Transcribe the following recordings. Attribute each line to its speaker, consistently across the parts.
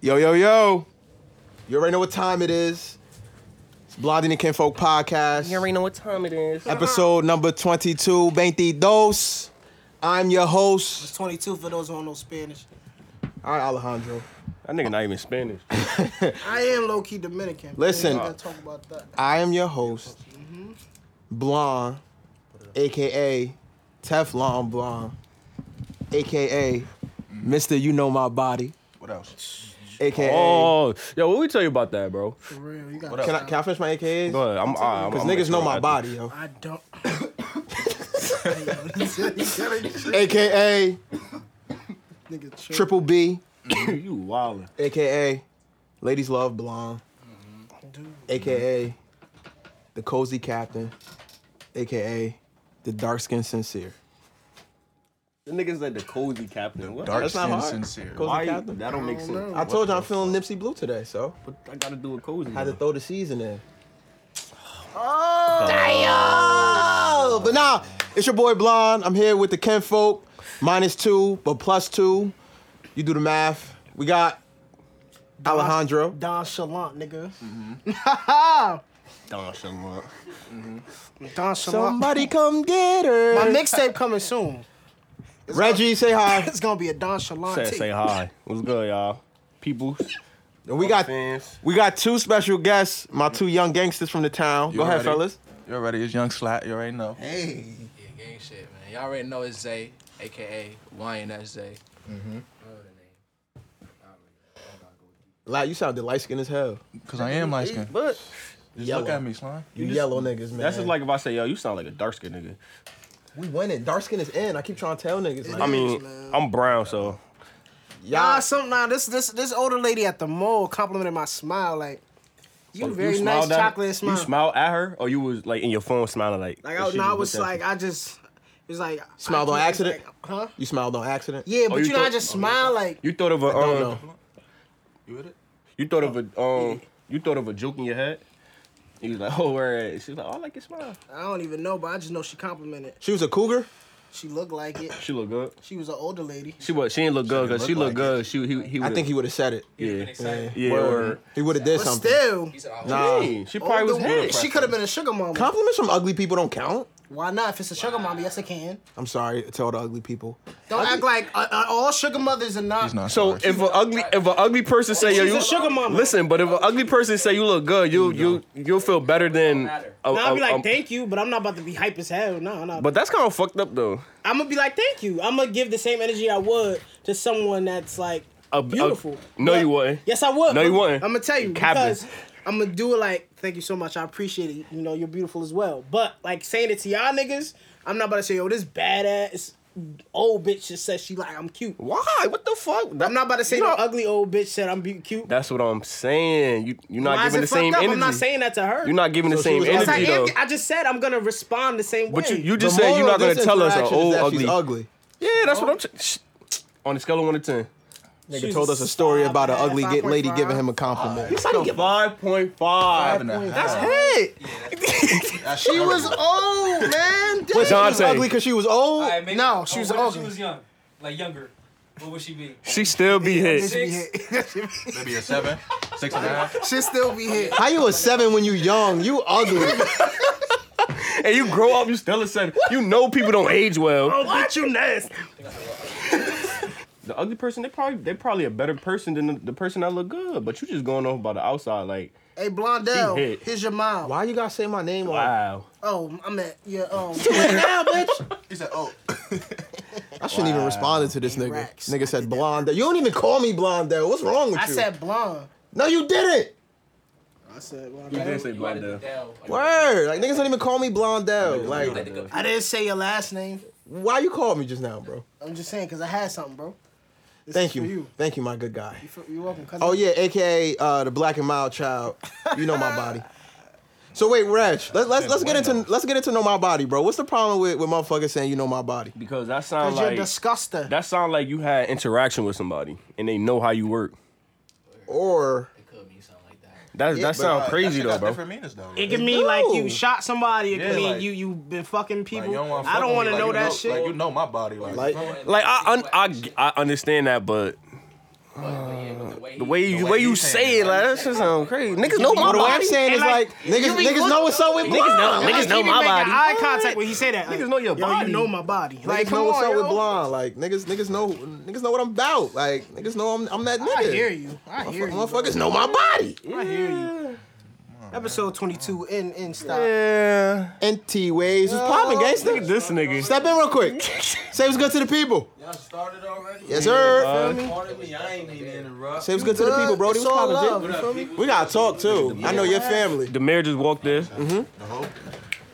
Speaker 1: Yo, yo, yo. You already know what time it is. It's Blondie and Kinfolk Podcast.
Speaker 2: You already know what time it is.
Speaker 1: Episode number 22, 22. I'm your host.
Speaker 3: It's 22 for those who don't know Spanish.
Speaker 1: All right, Alejandro.
Speaker 2: That nigga not even Spanish.
Speaker 3: I am low key Dominican.
Speaker 1: Listen.
Speaker 3: We gotta talk about that.
Speaker 1: I am your host, Blonde, aka Teflon Blonde, aka Mr. You Know My Body,
Speaker 4: What else?
Speaker 1: aka.
Speaker 2: oh, yo, what we tell you about that, bro?
Speaker 3: For real, you got.
Speaker 1: Can I, can I finish my AKAs?
Speaker 2: Go ahead. I'm, I, I'm,
Speaker 1: Because
Speaker 2: I'm
Speaker 1: niggas know my
Speaker 2: I-
Speaker 1: body, yo.
Speaker 3: I don't. Hey, yo, this nigga
Speaker 1: AKA
Speaker 3: tripping.
Speaker 1: Triple B,
Speaker 2: you wildin'.
Speaker 1: AKA Ladies Love Blonde,
Speaker 3: Dude,
Speaker 4: Mm-hmm.
Speaker 1: AKA The Cozy Captain, AKA The Dark Skin Sincere.
Speaker 2: The niggas like the cozy captain. What?
Speaker 4: Dark
Speaker 1: That's not
Speaker 4: skin
Speaker 1: hard.
Speaker 4: sincere.
Speaker 1: Cozy
Speaker 2: Why-
Speaker 1: Captain.
Speaker 2: That don't make
Speaker 3: I don't
Speaker 2: sense.
Speaker 3: know.
Speaker 1: I told you I'm feeling Nipsey Blue today, so
Speaker 2: What I gotta do with cozy.
Speaker 1: had to
Speaker 2: man?
Speaker 1: throw the season in. Oh, But nah, it's your boy Blonde. I'm here with the Ken folk. Minus two, but plus two. You do the math. We got Alejandro.
Speaker 3: Nonchalant, nigga.
Speaker 2: Don Shamrock.
Speaker 3: Nonchalant.
Speaker 1: Somebody come get her.
Speaker 3: My mixtape coming soon.
Speaker 1: Reggie, say hi.
Speaker 3: It's gonna be a nonchalant.
Speaker 2: Say,
Speaker 3: tape.
Speaker 2: say hi. What's good, y'all? People.
Speaker 1: And we got
Speaker 2: Fans.
Speaker 1: we got two special guests, my two young gangsters from the town. Go
Speaker 4: You
Speaker 1: ahead,
Speaker 4: ready?
Speaker 1: fellas.
Speaker 4: You already is young slat. You already know.
Speaker 3: Hey,
Speaker 5: Yeah, gang shit, man. Y'all already know it's Zay, aka YNS Zay.
Speaker 1: Like you sounded light skinned as hell.
Speaker 4: Cause I am light skinned.
Speaker 2: But
Speaker 4: Just
Speaker 1: yellow.
Speaker 4: look at me, slime.
Speaker 1: You,
Speaker 2: just-
Speaker 1: yellow niggas, man.
Speaker 2: that's just like if I say, yo, you sound like a dark skinned nigga.
Speaker 1: we winning. Dark skin is in. I keep trying to tell niggas. Like,
Speaker 2: I mean,
Speaker 3: man.
Speaker 2: I'm brown, so
Speaker 3: y'all.
Speaker 1: y'all,
Speaker 3: Something now. This this this older lady at the mall complimented my smile. Like, you
Speaker 2: Like,
Speaker 3: very nice
Speaker 2: smiled at-
Speaker 3: chocolate smile.
Speaker 2: You smiled at her, or you was like in your phone smiling like.
Speaker 3: like
Speaker 2: the
Speaker 3: I,
Speaker 2: shit
Speaker 3: no,
Speaker 2: you
Speaker 3: I was
Speaker 2: looked at.
Speaker 3: like, I just. It was like
Speaker 1: Smiled
Speaker 3: I
Speaker 1: on
Speaker 3: can't-
Speaker 1: accident?
Speaker 3: like, huh?
Speaker 1: you smiled on accident.
Speaker 3: Yeah, but
Speaker 2: you
Speaker 3: you, know, I
Speaker 2: thought-
Speaker 3: just smile like
Speaker 2: you thought of a.
Speaker 1: I
Speaker 2: um,
Speaker 1: don't know.
Speaker 4: You with it?
Speaker 2: You thought of a um, you thought of a joke in your head. He was like, "Oh, where?" She's like, "Oh, I like your smile.
Speaker 3: I don't even know, but I just know she complimented.
Speaker 1: She was a cougar.
Speaker 3: She looked like it.
Speaker 2: She look good.
Speaker 3: She was an older lady.
Speaker 2: She was. She ain't look good because she
Speaker 4: look like
Speaker 2: look good. She he he.
Speaker 1: I
Speaker 2: would've-
Speaker 1: think he would have said it.
Speaker 2: yeah
Speaker 5: excited.
Speaker 2: yeah.
Speaker 1: Word.
Speaker 2: Or,
Speaker 1: He would have did
Speaker 3: But
Speaker 1: something.
Speaker 3: still,
Speaker 5: He's an all
Speaker 1: Nah.
Speaker 2: Dang, she probably was
Speaker 3: older
Speaker 2: head.
Speaker 3: woman, she could have been a sugar mama.
Speaker 1: Compliments from ugly people don't count.
Speaker 3: Why not? If it's a sugar mama, yes, it can.
Speaker 1: I'm sorry to all the ugly people.
Speaker 3: Don't act like uh, uh, all sugar mothers are not.
Speaker 4: He's not.
Speaker 2: So
Speaker 4: sorry.
Speaker 2: if an ugly if an ugly person say yo
Speaker 3: She's
Speaker 2: you
Speaker 3: a sugar mama.
Speaker 2: listen, but if an ugly person say you look good, you you you'll feel better than.
Speaker 5: matter.
Speaker 2: a-
Speaker 6: Nah, I'll be
Speaker 2: a-
Speaker 6: like,
Speaker 2: a-
Speaker 6: thank you, but I'm not about to be hype as hell. No, no.
Speaker 2: But that's kind of fucked up though.
Speaker 6: I'm gonna be like, thank you. I'm gonna give the same energy I would to someone that's like
Speaker 2: A- a-
Speaker 6: beautiful.
Speaker 2: no,
Speaker 6: But-
Speaker 2: you wouldn't.
Speaker 6: Yes, I would.
Speaker 2: No, you wouldn't.
Speaker 6: I'm gonna tell you
Speaker 2: Capping.
Speaker 6: because I'm gonna do it like, thank you so much. I appreciate it. You know, you're beautiful as well. But like saying it to y'all niggas, I'm not about to say, yo, this badass old bitch just said she like I'm cute.
Speaker 2: Why? What the fuck? That-
Speaker 6: I'm not about to say
Speaker 2: you know-
Speaker 6: no ugly old bitch said I'm be- cute.
Speaker 2: That's what I'm saying. You you're not
Speaker 6: Why is
Speaker 2: giving
Speaker 6: it
Speaker 2: the
Speaker 6: fucked
Speaker 2: same
Speaker 6: up?
Speaker 2: energy.
Speaker 6: I'm not saying that to her.
Speaker 2: You're not giving the
Speaker 1: So she
Speaker 2: same
Speaker 1: was
Speaker 6: It's like,
Speaker 2: energy though.
Speaker 6: I just said I'm gonna respond the same way.
Speaker 2: But you, you just
Speaker 1: The
Speaker 2: said you're
Speaker 1: moral
Speaker 2: not
Speaker 1: of
Speaker 2: gonna
Speaker 1: this
Speaker 2: tell us an
Speaker 1: interaction is
Speaker 2: old
Speaker 1: that
Speaker 2: ugly.
Speaker 1: She's ugly.
Speaker 2: Yeah, that's what I'm. T- sh- on a scale of one to ten,
Speaker 1: Nigga
Speaker 6: She's
Speaker 1: told us a story
Speaker 6: five
Speaker 1: about an
Speaker 6: and a half,
Speaker 1: ugly get lady
Speaker 3: 5.5.
Speaker 1: giving him a
Speaker 2: Oh,
Speaker 1: compliment.
Speaker 2: five point
Speaker 4: Five
Speaker 2: five.
Speaker 4: and a
Speaker 2: That's
Speaker 4: half.
Speaker 2: it.
Speaker 4: That's
Speaker 3: She was old, man.
Speaker 1: But she was
Speaker 2: Dante.
Speaker 1: ugly because she was old.
Speaker 5: right, maybe-
Speaker 3: No, she
Speaker 5: oh,
Speaker 3: was
Speaker 5: what if She
Speaker 3: ugly.
Speaker 5: was young, like younger. What would she be?
Speaker 2: She still be hit.
Speaker 5: Six.
Speaker 4: maybe a seven, six and a half.
Speaker 3: She still be here.
Speaker 1: How you a seven when you young? You ugly.
Speaker 2: And you grow up, you still a seven. You know people don't age well.
Speaker 6: Oh, bitch, you nasty.
Speaker 2: The ugly person, they probably they probably a better person than the, the person that look good. But you just going off by the outside, like
Speaker 3: Hey,
Speaker 2: She hit.
Speaker 3: Blondell, here's your mom.
Speaker 1: Why you gotta say my name? Like,
Speaker 2: wow.
Speaker 3: Oh, I'm at your um.
Speaker 1: now, bitch.
Speaker 4: He said, "Oh,
Speaker 1: I shouldn't even responded to this nigga.
Speaker 3: Racks.
Speaker 1: Nigga said blonde. You don't even call me blonde. What's wrong with
Speaker 3: I
Speaker 1: you?
Speaker 3: said blonde.
Speaker 1: no, you didn't.
Speaker 6: I said, well,
Speaker 2: You didn't say
Speaker 5: You
Speaker 2: black
Speaker 5: added
Speaker 2: though.
Speaker 5: Adele, like,
Speaker 1: Word. Like niggas don't even call me Blondell.
Speaker 5: like the
Speaker 1: Like,
Speaker 5: good-
Speaker 3: I didn't say your last name.
Speaker 1: why you called me just now, bro?
Speaker 3: I'm just saying because I had something, bro. This
Speaker 1: Thank
Speaker 3: is for
Speaker 1: you. Thank you, my good guy.
Speaker 3: you. You're welcome. Cousin.
Speaker 1: Oh yeah, aka uh, the black and mild child. You know my body. So wait, Reg, let's let's let's get into let's get into know my body, bro. What's the problem with, with motherfuckers saying you know my body?
Speaker 2: Because that sound
Speaker 3: Cause
Speaker 2: like
Speaker 3: you're disgusting.
Speaker 2: that sound like you had interaction with somebody and they know how you work.
Speaker 1: Or
Speaker 5: It could mean something like that.
Speaker 2: That that
Speaker 1: uh,
Speaker 2: sound crazy though, bro.
Speaker 4: Different meanings though.
Speaker 6: It
Speaker 4: like,
Speaker 6: could mean like
Speaker 1: do.
Speaker 6: you shot somebody. It could
Speaker 4: Yeah,
Speaker 6: mean
Speaker 4: like-
Speaker 6: you you been fucking people.
Speaker 4: you wanna
Speaker 6: I
Speaker 4: fuck
Speaker 6: don't
Speaker 4: with
Speaker 6: want to
Speaker 4: me,
Speaker 6: know
Speaker 4: like,
Speaker 6: that
Speaker 4: you
Speaker 6: shit.
Speaker 4: Like you know my body, like,
Speaker 1: like
Speaker 5: Going
Speaker 2: Like I
Speaker 5: into
Speaker 2: un- I
Speaker 5: action.
Speaker 2: I understand that, but
Speaker 5: But, but yeah, but the way,
Speaker 2: The way you, the way you say it, like that shit sound crazy. Niggas know my
Speaker 1: But what I'm
Speaker 2: body.
Speaker 1: saying is
Speaker 6: and, like,
Speaker 1: like, niggas, niggas know what's up with
Speaker 2: Niggas know,
Speaker 1: blonde.
Speaker 2: niggas know my body.
Speaker 6: Eye contact when he say that.
Speaker 2: Niggas know your
Speaker 6: yo,
Speaker 2: body.
Speaker 6: You know my body.
Speaker 1: Niggas
Speaker 6: Like,
Speaker 1: know
Speaker 6: come
Speaker 1: what's
Speaker 6: on,
Speaker 1: up
Speaker 6: yo.
Speaker 1: with blonde. Like niggas, niggas know, niggas know what I'm about. Like niggas know I'm, I'm that nigga.
Speaker 6: I hear you. I hear you.
Speaker 1: Motherfuckers know my body.
Speaker 6: I hear you. Episode 22 in in stock.
Speaker 2: Yeah.
Speaker 1: NT waves was popping,
Speaker 2: Look at
Speaker 1: gangsta.
Speaker 2: this nigga.
Speaker 1: Step in real quick. Say what's good to the people.
Speaker 4: Y'all started already?
Speaker 1: Yes, sir.
Speaker 4: Pardon me, I ain't mean to interrupt.
Speaker 1: Say what's good to the people, Brody.
Speaker 6: It's
Speaker 1: What's
Speaker 6: all
Speaker 1: popping,
Speaker 6: love.
Speaker 1: Jay?
Speaker 4: What up, people?
Speaker 1: We gotta talk too. I know your family.
Speaker 2: The mayor just walked there. Mm-hmm.
Speaker 4: Uh-huh.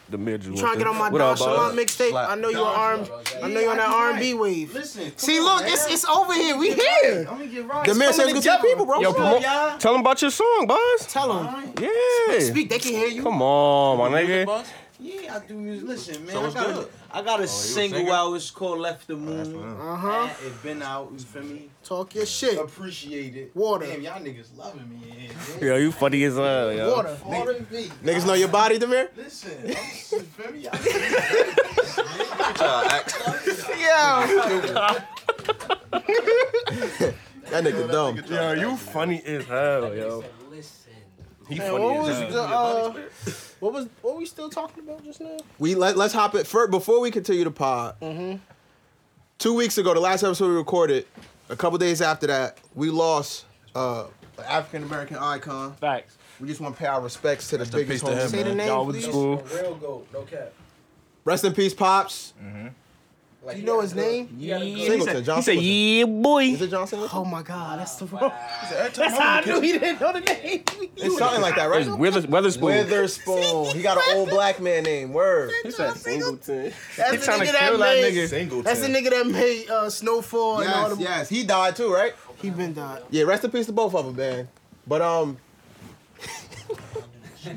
Speaker 2: The mayor just walked
Speaker 6: Trying to get on my
Speaker 2: What up,
Speaker 6: Don
Speaker 2: boss?
Speaker 6: Shalom mixtape.
Speaker 4: Slap.
Speaker 6: I know you're armed. I know you're on that R&B wave.
Speaker 4: Listen.
Speaker 6: See, look, it's it's over here. We here.
Speaker 4: I'm gonna get right.
Speaker 1: The man says good to the people, bro.
Speaker 2: Yo,
Speaker 1: What's up?
Speaker 2: promote, tell them about your song, boss.
Speaker 6: Tell them.
Speaker 2: Yeah.
Speaker 6: Speak. They can hear you.
Speaker 2: Come on, my nigga.
Speaker 7: Boss? Yeah, I do music. Listen, man,
Speaker 4: So
Speaker 7: I
Speaker 4: what's
Speaker 7: got
Speaker 4: good?
Speaker 7: a, I got a single
Speaker 4: singer?
Speaker 7: out. It's called Left the
Speaker 4: That's
Speaker 7: Moon.
Speaker 4: what
Speaker 6: Uh huh.
Speaker 7: It's been out. You feel me?
Speaker 6: Talk your shit.
Speaker 7: Appreciate it.
Speaker 6: Water.
Speaker 7: Damn, y'all niggas loving me. in here,
Speaker 2: Yo, you funny as hell, yo.
Speaker 6: Water.
Speaker 7: man. R&B.
Speaker 1: Niggas know your body, Demir.
Speaker 7: Listen, I'm, you feel me? Y'all-
Speaker 1: That nigga dumb.
Speaker 2: Yo, you funny as hell, yo.
Speaker 5: listen.
Speaker 2: He
Speaker 6: Man, what
Speaker 2: funny
Speaker 6: was
Speaker 2: as hell.
Speaker 6: the uh, what was what we still talking about just now?
Speaker 1: We let, let's hop it first before we continue the pod. Two weeks ago, the last episode we recorded, a couple days after that, we lost uh, an African American icon.
Speaker 2: Facts.
Speaker 1: We just want to pay our respects to the
Speaker 4: in peace
Speaker 1: biggest
Speaker 4: to him,
Speaker 1: homie.
Speaker 6: Say the
Speaker 4: man.
Speaker 6: name,
Speaker 2: Y'all with
Speaker 6: please.
Speaker 2: the school.
Speaker 7: Real goat, no cap.
Speaker 1: Rest in peace, pops.
Speaker 7: Like,
Speaker 6: You know his name?
Speaker 2: Yeah, he
Speaker 1: Singleton,
Speaker 2: said,
Speaker 1: John
Speaker 2: he said,
Speaker 1: Singleton.
Speaker 2: yeah, boy.
Speaker 1: Is it John Singleton?
Speaker 6: Oh my God, that's the wrong.
Speaker 4: That's
Speaker 6: I knew he didn't know the name.
Speaker 1: It's something like that,
Speaker 2: It's
Speaker 1: right?
Speaker 2: Withers- Witherspoon.
Speaker 1: Witherspoon. He got an old black man name. Word.
Speaker 2: He said Singleton.
Speaker 6: That's
Speaker 2: He
Speaker 6: the
Speaker 2: trying to
Speaker 6: nigga that
Speaker 2: kill that
Speaker 6: made-
Speaker 2: nigga.
Speaker 6: That's the nigga that made uh, Snowfall and all
Speaker 1: Yes,
Speaker 6: the.
Speaker 1: yes. He died too, right?
Speaker 6: He been died.
Speaker 1: Yeah, rest in peace to both of them, man. But um,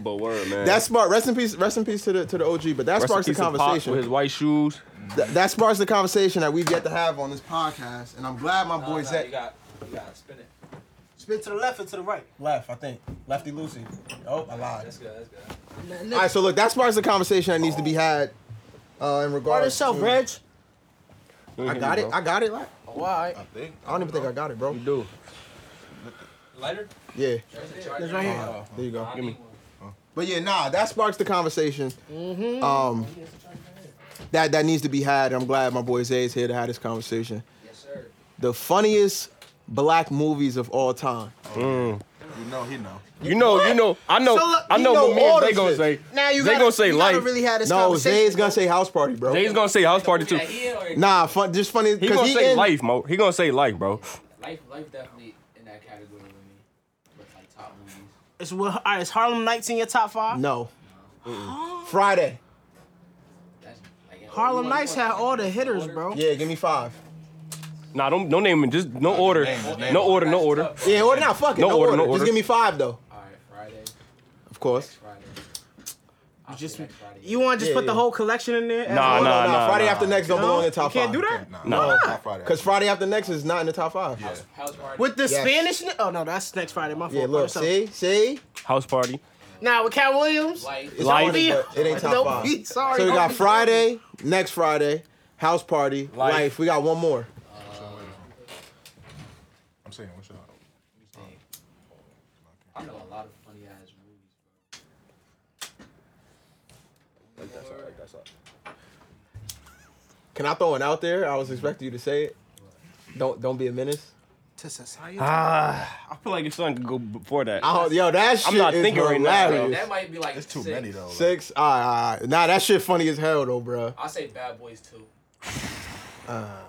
Speaker 2: But word, man.
Speaker 1: that spark. Rest in peace. Rest in peace to the to the OG. But that
Speaker 2: Rest in
Speaker 1: sparks the
Speaker 2: peace to Pac
Speaker 1: conversation.
Speaker 2: With his white shoes.
Speaker 1: Th- that sparks the conversation that we've yet to have on this podcast, and I'm glad my boy Zach
Speaker 7: You got, you got to spin it.
Speaker 6: Spin to the left or to the right?
Speaker 1: left. I think lefty Lucy. Oh, I lied.
Speaker 7: That's good. That's good.
Speaker 1: All right, so look, that sparks the conversation that needs to be had uh,
Speaker 6: Part
Speaker 1: in regards.
Speaker 6: yourself,
Speaker 1: to-
Speaker 6: Reg.
Speaker 1: I got
Speaker 2: Mm-hmm,
Speaker 1: it. I got it. Like,
Speaker 6: Why?
Speaker 4: I think.
Speaker 1: I don't even think I got it, bro.
Speaker 2: You do.
Speaker 7: Lighter?
Speaker 1: Yeah,
Speaker 6: That's right here.
Speaker 1: there you go.
Speaker 2: Give me.
Speaker 1: But yeah, nah, that sparks the conversation. Um, that that needs to be had. I'm glad my boy Zay is here to have this conversation.
Speaker 7: Yes, sir.
Speaker 1: The funniest black movies of all time.
Speaker 4: You know he know.
Speaker 2: You know, you know, I know,
Speaker 6: So, look,
Speaker 2: I
Speaker 6: you
Speaker 2: know,
Speaker 1: know
Speaker 2: what me and
Speaker 1: all
Speaker 2: they
Speaker 1: this
Speaker 2: gonna
Speaker 1: shit.
Speaker 2: say.
Speaker 6: Now you
Speaker 2: they
Speaker 6: gotta,
Speaker 2: gonna say
Speaker 6: you
Speaker 2: life.
Speaker 6: gotta really have this
Speaker 1: No, Zay is
Speaker 6: conversation.
Speaker 1: gonna say house party, bro.
Speaker 2: They's gonna say house party too.
Speaker 1: Nah, fun, just funny
Speaker 2: He
Speaker 1: because
Speaker 2: gonna
Speaker 1: he,
Speaker 2: say
Speaker 1: in-
Speaker 2: life, Mo. He gonna say life, bro.
Speaker 5: Life, life definitely in that category with me. With like top movies.
Speaker 6: It's what? All right, is Harlem Nights in your top five?
Speaker 1: No. Friday.
Speaker 5: That's like
Speaker 6: Harlem
Speaker 5: you want-
Speaker 6: Nights
Speaker 5: you want-
Speaker 6: had all the hitters, bro.
Speaker 1: Yeah, give me five.
Speaker 2: Nah, don't don't name him. Just no order,
Speaker 4: name him, name
Speaker 2: no
Speaker 4: him.
Speaker 2: order, no order.
Speaker 1: Yeah, order not fucking.
Speaker 2: No
Speaker 1: No,
Speaker 2: order,
Speaker 1: order,
Speaker 2: no order.
Speaker 1: Just give me five though.
Speaker 5: All right, Friday,
Speaker 1: Of course.
Speaker 5: Friday. I'll
Speaker 6: Just-
Speaker 5: say next Friday.
Speaker 6: You want to just
Speaker 1: Yeah,
Speaker 6: put the
Speaker 1: yeah.
Speaker 6: whole collection in there? as
Speaker 2: Nah,
Speaker 1: Oh,
Speaker 6: one?
Speaker 1: no,
Speaker 2: nah,
Speaker 1: no,
Speaker 2: nah,
Speaker 1: Friday
Speaker 2: nah.
Speaker 1: after next don't
Speaker 6: No,
Speaker 1: belong in top
Speaker 6: you can't
Speaker 1: five.
Speaker 6: do that?
Speaker 4: Nah,
Speaker 2: No.
Speaker 4: not Friday.
Speaker 1: Cause Friday after next is not in the top five.
Speaker 4: Yeah.
Speaker 5: house party.
Speaker 6: With the
Speaker 1: Yes.
Speaker 6: Spanish? ni- Oh no, that's next Friday. My fault.
Speaker 1: Yeah, look,
Speaker 6: Myself.
Speaker 1: see, see,
Speaker 2: House party.
Speaker 6: Now with Cat Williams,
Speaker 5: life.
Speaker 1: it's
Speaker 2: Life.
Speaker 1: on it, but it ain't top
Speaker 6: Nope,
Speaker 1: five.
Speaker 6: he- sorry.
Speaker 1: So we got Friday, next Friday, house party, life. We got one more.
Speaker 4: I'm saying what's up.
Speaker 5: I know a lot of funny ass movies,
Speaker 1: Can I throw one out there? I
Speaker 2: Mm-hmm.
Speaker 1: was expecting you to say it. Don't don't be a menace.
Speaker 6: to society.
Speaker 2: Ah, I feel like it's something to go before that.
Speaker 1: I don't, yo, that shit
Speaker 2: I'm not
Speaker 1: is
Speaker 2: thinking right now,
Speaker 1: hilarious.
Speaker 5: bro. That might be like
Speaker 4: It's too
Speaker 5: six.
Speaker 4: many though. Like,
Speaker 1: Six. All right, all right. Nah, that shit funny as hell though, bruh.
Speaker 5: I'll say Bad Boys Two.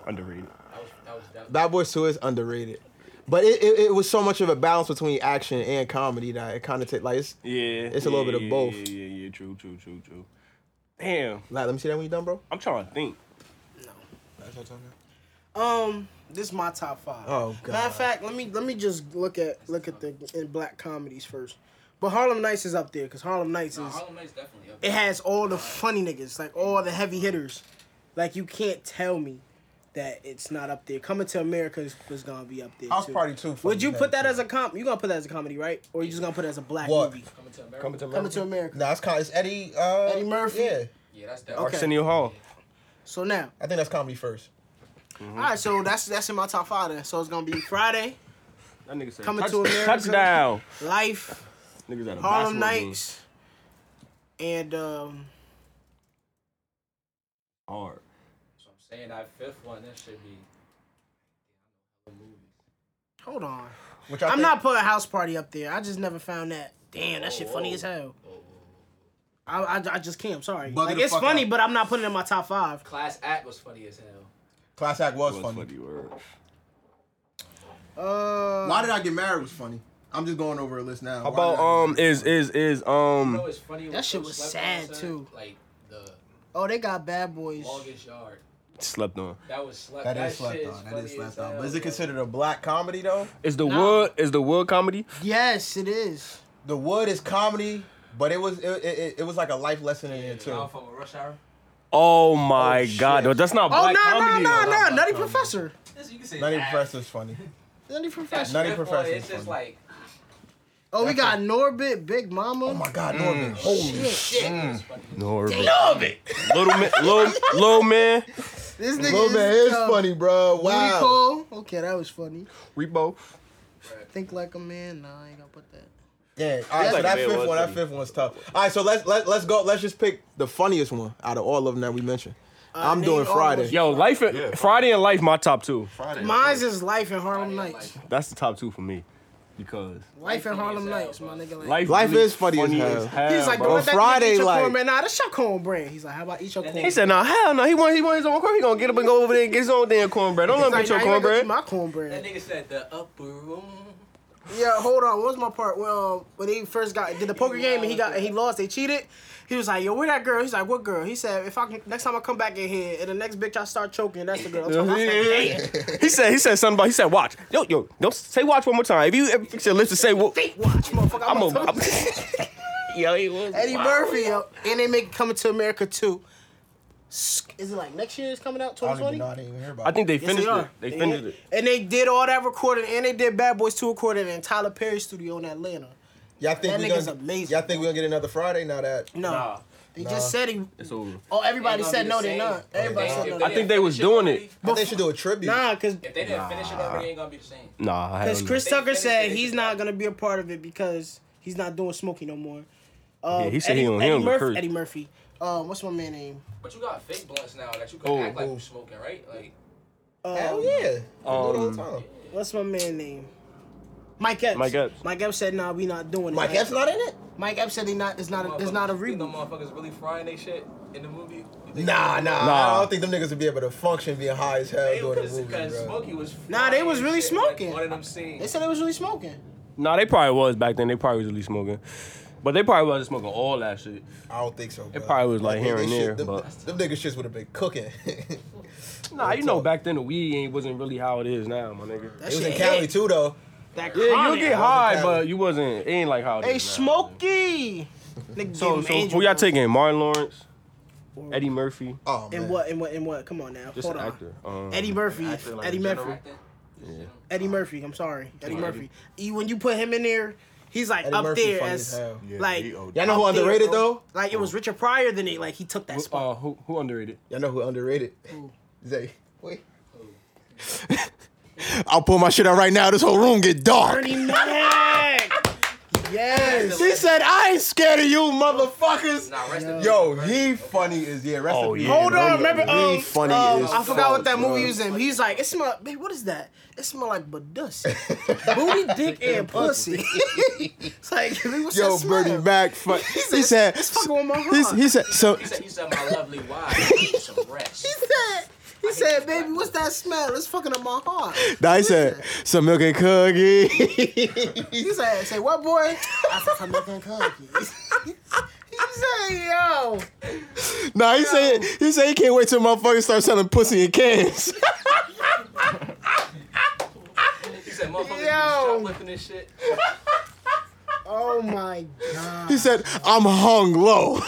Speaker 2: Underrated.
Speaker 5: That was that was that.
Speaker 1: Bad Boys 2 is underrated. But it, it, it was so much of a balance between action and comedy that it kind of take like it's
Speaker 2: Yeah,
Speaker 1: It's a little bit of
Speaker 2: yeah,
Speaker 1: both.
Speaker 2: Yeah, yeah, yeah. True, true, true, true. Damn,
Speaker 1: like, let me see that when you done, bro.
Speaker 2: I'm trying to think.
Speaker 4: that's what I'm talking about.
Speaker 6: Um, this is my top five.
Speaker 1: Oh, God.
Speaker 6: Matter of fact, let me let me just look at look at the in black comedies first. But Harlem Nights is up there because Harlem Nights
Speaker 5: Nah,
Speaker 6: is
Speaker 5: Harlem Nights definitely up.
Speaker 6: it
Speaker 5: there.
Speaker 6: has all the funny niggas, like all the heavy hitters. Like you can't tell me that it's not up there. Coming to America is, was gonna be up there.
Speaker 1: House
Speaker 6: too.
Speaker 1: Party 2
Speaker 6: Would you
Speaker 1: funny
Speaker 6: put that
Speaker 1: too.
Speaker 6: as a com? You gonna put that as a comedy, right? Or you just gonna put it as a black
Speaker 1: What?
Speaker 6: movie?
Speaker 5: Coming to America.
Speaker 6: Coming to America.
Speaker 1: No, it's kind it's Eddie uh,
Speaker 6: Eddie Murphy?
Speaker 1: Yeah.
Speaker 5: Yeah, that's definitely.
Speaker 6: Okay.
Speaker 2: Arsenio Hall.
Speaker 6: So now,
Speaker 1: I think that's comedy first.
Speaker 6: all right. So that's that's in my top five. Then. So it's gonna be Friday,
Speaker 2: That nigga said
Speaker 6: Coming
Speaker 2: touch,
Speaker 6: to America.
Speaker 2: touchdown.
Speaker 6: Life,
Speaker 2: Niggas at a
Speaker 6: Harlem
Speaker 2: basketball game.
Speaker 6: Nights, and um,
Speaker 2: Hard.
Speaker 7: So I'm saying that fifth one, that should be. the movies.
Speaker 6: hold on.
Speaker 4: Which I
Speaker 6: I'm
Speaker 4: think-
Speaker 6: not putting House Party up there. I just never found that. Damn, that shit funny as hell. I, I, I just can't. I'm sorry.
Speaker 4: Bugger
Speaker 6: like
Speaker 4: the
Speaker 6: it's
Speaker 4: fuck
Speaker 6: funny,
Speaker 4: out.
Speaker 6: but I'm not putting it in my top five.
Speaker 5: Class act was funny as hell.
Speaker 4: Class Act was,
Speaker 2: That was
Speaker 4: funny.
Speaker 2: funny word.
Speaker 6: Uh,
Speaker 4: Why did I get married was funny. I'm just going over a list now.
Speaker 2: How about um is is is
Speaker 5: You know
Speaker 2: um
Speaker 5: it's funny. when
Speaker 6: That shit was
Speaker 5: folks slept
Speaker 6: sad,
Speaker 5: on, son?
Speaker 6: too.
Speaker 5: Like the
Speaker 6: oh, they got Bad Boys.
Speaker 5: longest yard.
Speaker 2: slept on?
Speaker 5: That was slept.
Speaker 4: That
Speaker 5: That,
Speaker 4: is slept
Speaker 5: shit
Speaker 4: on. That is
Speaker 5: funny as
Speaker 4: slept on.
Speaker 5: hell,
Speaker 4: But is it
Speaker 5: bro.
Speaker 4: considered a black comedy though?
Speaker 2: Is the
Speaker 6: Nah.
Speaker 2: wood is the wood comedy?
Speaker 6: Yes, it is.
Speaker 4: The Wood is comedy, but it was it, it, it- it was like a life lesson in it
Speaker 7: Yeah, y'all
Speaker 4: too.
Speaker 7: fuck with Rush Hour?
Speaker 2: Oh my
Speaker 4: shit.
Speaker 2: god, though, that's not
Speaker 6: Oh
Speaker 2: black
Speaker 6: no no
Speaker 2: comedy.
Speaker 6: no
Speaker 2: though.
Speaker 6: no! Nutty Professor.
Speaker 7: Yes, you can say
Speaker 4: Nutty
Speaker 7: that.
Speaker 4: Professor's funny.
Speaker 6: Nutty
Speaker 7: That
Speaker 6: Professor.
Speaker 4: Nutty
Speaker 7: fifth one,
Speaker 4: Professor
Speaker 7: It's
Speaker 4: is
Speaker 7: just
Speaker 4: funny.
Speaker 7: like
Speaker 6: Oh, we got Norbit, Big Mama.
Speaker 4: Oh my God, Norman! Holy shit!
Speaker 7: shit. it was funny.
Speaker 2: little man, little, little man,
Speaker 6: This nigga
Speaker 4: Little man is
Speaker 6: uh,
Speaker 4: funny, bro.
Speaker 6: Booty
Speaker 4: Wow.
Speaker 6: call. Okay, that was funny.
Speaker 2: Rebo.
Speaker 6: Think like a man. Nah, I ain't gonna put that.
Speaker 4: Yeah. All right. So
Speaker 2: like
Speaker 4: that
Speaker 2: a man
Speaker 4: fifth
Speaker 2: was
Speaker 4: one, that
Speaker 2: funny.
Speaker 4: fifth one's tough. All right. So let's
Speaker 1: Let's let, let's go. Let's just pick the funniest one out of all of them that we mentioned. I'm
Speaker 4: Uh,
Speaker 6: name
Speaker 1: doing
Speaker 6: all
Speaker 1: Friday.
Speaker 6: of
Speaker 2: Yo, life, and- Friday and life, my top two.
Speaker 4: Friday.
Speaker 6: Mine's is Life in Harlem
Speaker 5: Friday Night
Speaker 6: Nights.
Speaker 2: That's the top two for me, because
Speaker 6: Life in
Speaker 5: Funny
Speaker 6: Harlem
Speaker 5: as hell,
Speaker 6: Nights, my
Speaker 5: bro.
Speaker 6: nigga. Like,
Speaker 2: life,
Speaker 1: Life
Speaker 2: really
Speaker 1: is funny as hell.
Speaker 6: He's like,
Speaker 2: bro.
Speaker 6: bro,
Speaker 1: On
Speaker 6: let that
Speaker 1: Friday,
Speaker 6: Friday, eat your
Speaker 1: like-
Speaker 6: cornbread. Nah, that's your cornbread. He's like, how about eat your cornbread?
Speaker 2: He said, "No, hell no. He want he want his own corn. He gonna get up and go over there and get his own damn cornbread. Don't let him
Speaker 6: Like,
Speaker 2: get your
Speaker 6: nah, you ain't gonna
Speaker 2: cornbread."
Speaker 6: eat My
Speaker 7: That
Speaker 6: cornbread.
Speaker 7: nigga said the upper room.
Speaker 6: Yeah, hold on. What was my part? Well, um, when he first got did the poker game and he got and he lost, they cheated. He was like, "Yo, where that girl?" He's like, "What girl?" He said, "If I can, next time I come back in here and the next bitch I start choking, that's the girl." I'm talking about. I said, "Damn."
Speaker 2: he said he said something about he said watch. Yo yo, don't say watch one more time. If you ever fix your lips to say what,
Speaker 6: Fate watch, motherfucker.
Speaker 2: I'm
Speaker 6: I'm,
Speaker 2: a.
Speaker 6: gonna
Speaker 2: I'm, yo, he was
Speaker 6: Eddie
Speaker 2: wild.
Speaker 6: Murphy, yo. and they make Coming to America too. Is it like next year? Is coming out
Speaker 4: I don't
Speaker 6: 2020?
Speaker 4: even know. I didn't even hear about.
Speaker 2: I think they
Speaker 6: Yes,
Speaker 2: finished
Speaker 6: are.
Speaker 2: it. They finished it.
Speaker 6: And they did all that recording, and they did Bad Boys 2 recording in Tyler Perry studio in Atlanta.
Speaker 4: it. Y'all think
Speaker 6: That
Speaker 4: we
Speaker 6: nigga's
Speaker 4: gonna?
Speaker 6: amazing.
Speaker 4: Y'all think we gonna get another Friday now that?
Speaker 6: No,
Speaker 7: Nah.
Speaker 6: they
Speaker 4: Nah.
Speaker 6: just said he.
Speaker 2: It's over.
Speaker 6: Oh,
Speaker 7: Ain't
Speaker 6: everybody
Speaker 7: gonna
Speaker 6: said
Speaker 7: be
Speaker 6: no,
Speaker 7: the
Speaker 6: they
Speaker 7: same.
Speaker 6: not.
Speaker 7: If
Speaker 6: Everybody
Speaker 7: they-
Speaker 6: said
Speaker 7: if
Speaker 6: no.
Speaker 7: they
Speaker 2: I
Speaker 6: They
Speaker 2: think
Speaker 7: didn't
Speaker 2: they was
Speaker 7: finish it
Speaker 2: doing
Speaker 7: already,
Speaker 2: it.
Speaker 4: I think they should do a tribute.
Speaker 6: nah, cause
Speaker 7: If they didn't finish it already, it ain't gonna be the same.
Speaker 2: Nah, hell
Speaker 6: because
Speaker 2: no.
Speaker 6: Chris
Speaker 7: They
Speaker 6: Tucker
Speaker 7: finished
Speaker 6: said
Speaker 7: it.
Speaker 6: he's not gonna be a part of it because he's not doing Smokey no more. Uh,
Speaker 2: Yeah, he said he on- he
Speaker 6: Eddie
Speaker 2: on the
Speaker 6: Murphy.
Speaker 2: curse.
Speaker 6: Eddie Murphy. Uh, what's my man name?
Speaker 7: But you got fake blunts now that you can
Speaker 2: Oh.
Speaker 7: act like you smoking, right? Like
Speaker 6: Uh,
Speaker 4: Hell yeah. do it all
Speaker 2: Um,
Speaker 4: the time.
Speaker 6: What's my man name? Mike Epps.
Speaker 2: Mike Epps.
Speaker 6: Mike Epps said, "Nah, we not doing it."
Speaker 4: Mike Epps not in it?
Speaker 6: Mike Epps said, "They not. It's not. A, it's not a
Speaker 7: You think
Speaker 6: reboot."
Speaker 7: them motherfuckers really frying they shit in the movie.
Speaker 4: Nah, nah,
Speaker 2: Nah.
Speaker 4: I don't think them niggas would be able to function being high as hell
Speaker 7: They
Speaker 4: during the
Speaker 7: was
Speaker 4: movie,
Speaker 7: because
Speaker 4: bro.
Speaker 7: Smokey was.
Speaker 6: Nah, they
Speaker 7: frying
Speaker 6: was really
Speaker 7: shit, like,
Speaker 6: smoking.
Speaker 7: one of them
Speaker 6: They
Speaker 7: scenes.
Speaker 6: said they was really smoking.
Speaker 2: Nah, they probably was back then. They probably was at least smoking. But they probably wasn't smoking all that shit.
Speaker 4: I don't think so. Bro.
Speaker 2: probably was, like, here
Speaker 4: they
Speaker 2: and
Speaker 4: shit-
Speaker 2: there,
Speaker 4: Them,
Speaker 2: but-
Speaker 4: them niggas shits would have been cooking. it
Speaker 2: Nah, you know back then the weed ain't wasn't really how it is now, my nigga.
Speaker 6: That
Speaker 4: was in
Speaker 6: shit
Speaker 4: Cali
Speaker 6: hit.
Speaker 4: too, though.
Speaker 6: That
Speaker 2: Yeah,
Speaker 6: chronic.
Speaker 2: you'll get high,
Speaker 4: Cali.
Speaker 2: but you wasn't. It ain't like how it is.
Speaker 6: Hey,
Speaker 2: now.
Speaker 6: Smokey. Nigga,
Speaker 2: So,
Speaker 6: give him
Speaker 2: so
Speaker 6: angel
Speaker 2: who y'all
Speaker 6: numbers.
Speaker 2: taking? Martin Lawrence, Eddie Murphy,
Speaker 4: Oh man.
Speaker 6: And what? And what? And what? Come on now.
Speaker 2: just
Speaker 6: Hold
Speaker 2: an
Speaker 6: on.
Speaker 2: actor. Um,
Speaker 6: Eddie Murphy.
Speaker 4: Actor, like,
Speaker 6: Eddie
Speaker 4: in
Speaker 6: Murphy.
Speaker 4: general.
Speaker 6: Eddie Murphy. I'm sorry, Eddie Murphy. You, when you put him in there, he's like
Speaker 4: Eddie
Speaker 6: up
Speaker 4: Murphy
Speaker 6: there
Speaker 4: funny
Speaker 6: as
Speaker 4: as hell.
Speaker 6: like.
Speaker 4: Y'all know who
Speaker 6: up there,
Speaker 4: underrated
Speaker 6: bro.
Speaker 4: though?
Speaker 6: Like it was Richard Pryor. Then he like he took that
Speaker 2: Who,
Speaker 6: spot.
Speaker 2: uh, who, who underrated?
Speaker 4: Y'all know who underrated? Zay. Wait.
Speaker 1: I'll pull my shit out right now. This whole room get dark.
Speaker 6: Bernie Mac. Yes.
Speaker 1: She said, "I ain't scared of you, motherfuckers."
Speaker 7: Nah, rest in
Speaker 4: Yo, he funny as yeah. Rest
Speaker 2: Oh,
Speaker 4: in peace.
Speaker 2: yeah.
Speaker 6: Hold on, remember?
Speaker 1: He
Speaker 6: Um,
Speaker 1: funny
Speaker 6: um,
Speaker 1: as
Speaker 6: I forgot what that
Speaker 1: fuck,
Speaker 6: movie
Speaker 1: bro.
Speaker 6: was in. He's like, it smell, babe, what is that? It smell like but dust, booty, dick, and pussy. it's like, what's
Speaker 1: Yo,
Speaker 6: that smell?
Speaker 1: Bernie Mac. Fu- he
Speaker 6: said,
Speaker 1: said,
Speaker 6: "It's fucking with my
Speaker 1: he,
Speaker 6: heart."
Speaker 1: he said, so
Speaker 7: He said, he said, my lovely wife, need some rest.
Speaker 6: He said, he said, baby, what's that smell? It's fucking up my heart.
Speaker 1: now he said, some milk and cookie.
Speaker 6: He said, say what, boy? I said, I'm making cookies. he said, yo,
Speaker 1: nah, he said, he said he can't wait till motherfuckers start selling pussy in cans.
Speaker 7: He said, motherfuckers,
Speaker 6: Yo.
Speaker 7: Yo. shoplifting this shit.
Speaker 6: oh my god.
Speaker 1: he said, "I'm hung low.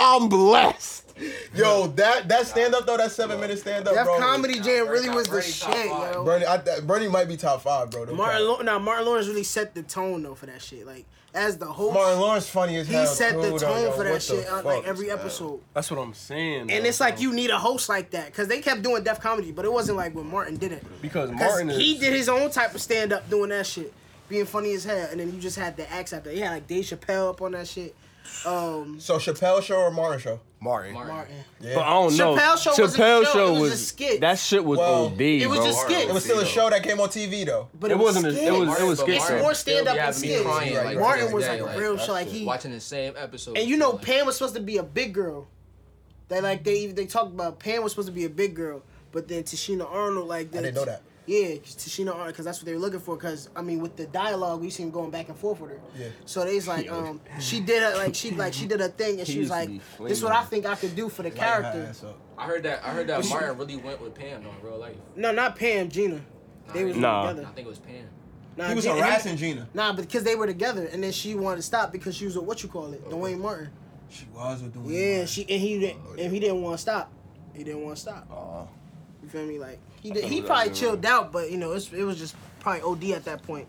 Speaker 1: I'm blessed."
Speaker 4: Yo, that that stand up though, that seven minute stand up,
Speaker 6: That
Speaker 4: bro.
Speaker 6: comedy jam really was the
Speaker 7: Brady top
Speaker 6: shit,
Speaker 7: five.
Speaker 6: yo.
Speaker 4: Bernie, I, that- Bernie might be top five, bro. no
Speaker 6: Martin
Speaker 4: cap.
Speaker 6: Law now Martin Lawrence really set the tone though for that shit. Like as the host,
Speaker 4: Martin Lawrence funny as
Speaker 6: he
Speaker 4: hell.
Speaker 6: set
Speaker 4: too,
Speaker 6: the
Speaker 4: though,
Speaker 6: tone
Speaker 4: yo.
Speaker 6: for that
Speaker 4: What the
Speaker 6: shit on like
Speaker 4: fuck?
Speaker 6: every episode.
Speaker 2: That's what I'm saying.
Speaker 6: And
Speaker 2: though,
Speaker 6: it's like
Speaker 2: bro.
Speaker 6: you need a host like that because they kept doing deaf comedy, but it wasn't like when Martin did it. Because
Speaker 2: because Martin is,
Speaker 6: he did his own type of stand up doing that shit, being funny as hell, and then you just had the acts after. He had like Dave Chappelle up on that shit. Um,
Speaker 4: So Chappelle show or Martin show?
Speaker 2: Martin.
Speaker 5: Martin.
Speaker 4: Yeah.
Speaker 2: But I don't know.
Speaker 6: Chappelle show wasn't a show, it was a skit.
Speaker 2: That shit was
Speaker 4: Well,
Speaker 2: OD.
Speaker 6: it was
Speaker 2: bro.
Speaker 6: just skits.
Speaker 4: it was still a show that came on TV though.
Speaker 6: but
Speaker 2: It wasn't. A, it was. It was
Speaker 5: Martin, but
Speaker 2: skits.
Speaker 6: It's
Speaker 5: Martin
Speaker 6: more
Speaker 5: still
Speaker 6: stand up
Speaker 5: be
Speaker 6: and
Speaker 5: having me
Speaker 6: skits.
Speaker 5: crying, like,
Speaker 6: Martin
Speaker 5: every
Speaker 6: was
Speaker 5: day,
Speaker 6: like a
Speaker 5: like,
Speaker 6: real
Speaker 2: that's
Speaker 6: show. Like
Speaker 2: cool.
Speaker 6: he
Speaker 5: Watching the same episode.
Speaker 6: and you know
Speaker 5: like,
Speaker 6: Pam was supposed to be a big girl. They like they even they talked about Pam was supposed to be a big girl, but then Tashina Arnold like
Speaker 4: I didn't know that.
Speaker 6: Yeah, Tashina Arnold because that's what they were looking for. Because I mean, with the dialogue, we seen going back and forth with her.
Speaker 4: Yeah.
Speaker 6: So they's like, um, she did her like she like she did her thing, and she was
Speaker 2: used to
Speaker 6: like,
Speaker 2: be
Speaker 6: this is what I think I could do for the character.
Speaker 5: I heard that. I heard that Martin really went with Pam though, in real life.
Speaker 6: No, not Pam, Gina. They was
Speaker 2: Nah.
Speaker 5: I
Speaker 6: together.
Speaker 5: think it was Pam.
Speaker 6: Nah,
Speaker 4: He was
Speaker 6: Gina-
Speaker 4: harassing Gina.
Speaker 6: Nah, but because they were together, and then she wanted to stop because she was with what you call it, Dwayne Martin.
Speaker 4: She was with doing.
Speaker 6: Yeah, she and he didn't and he didn't want to stop. He didn't want to stop. You feel me? Like he did, he probably chilled out, but you know it's, it was just probably OD at that point.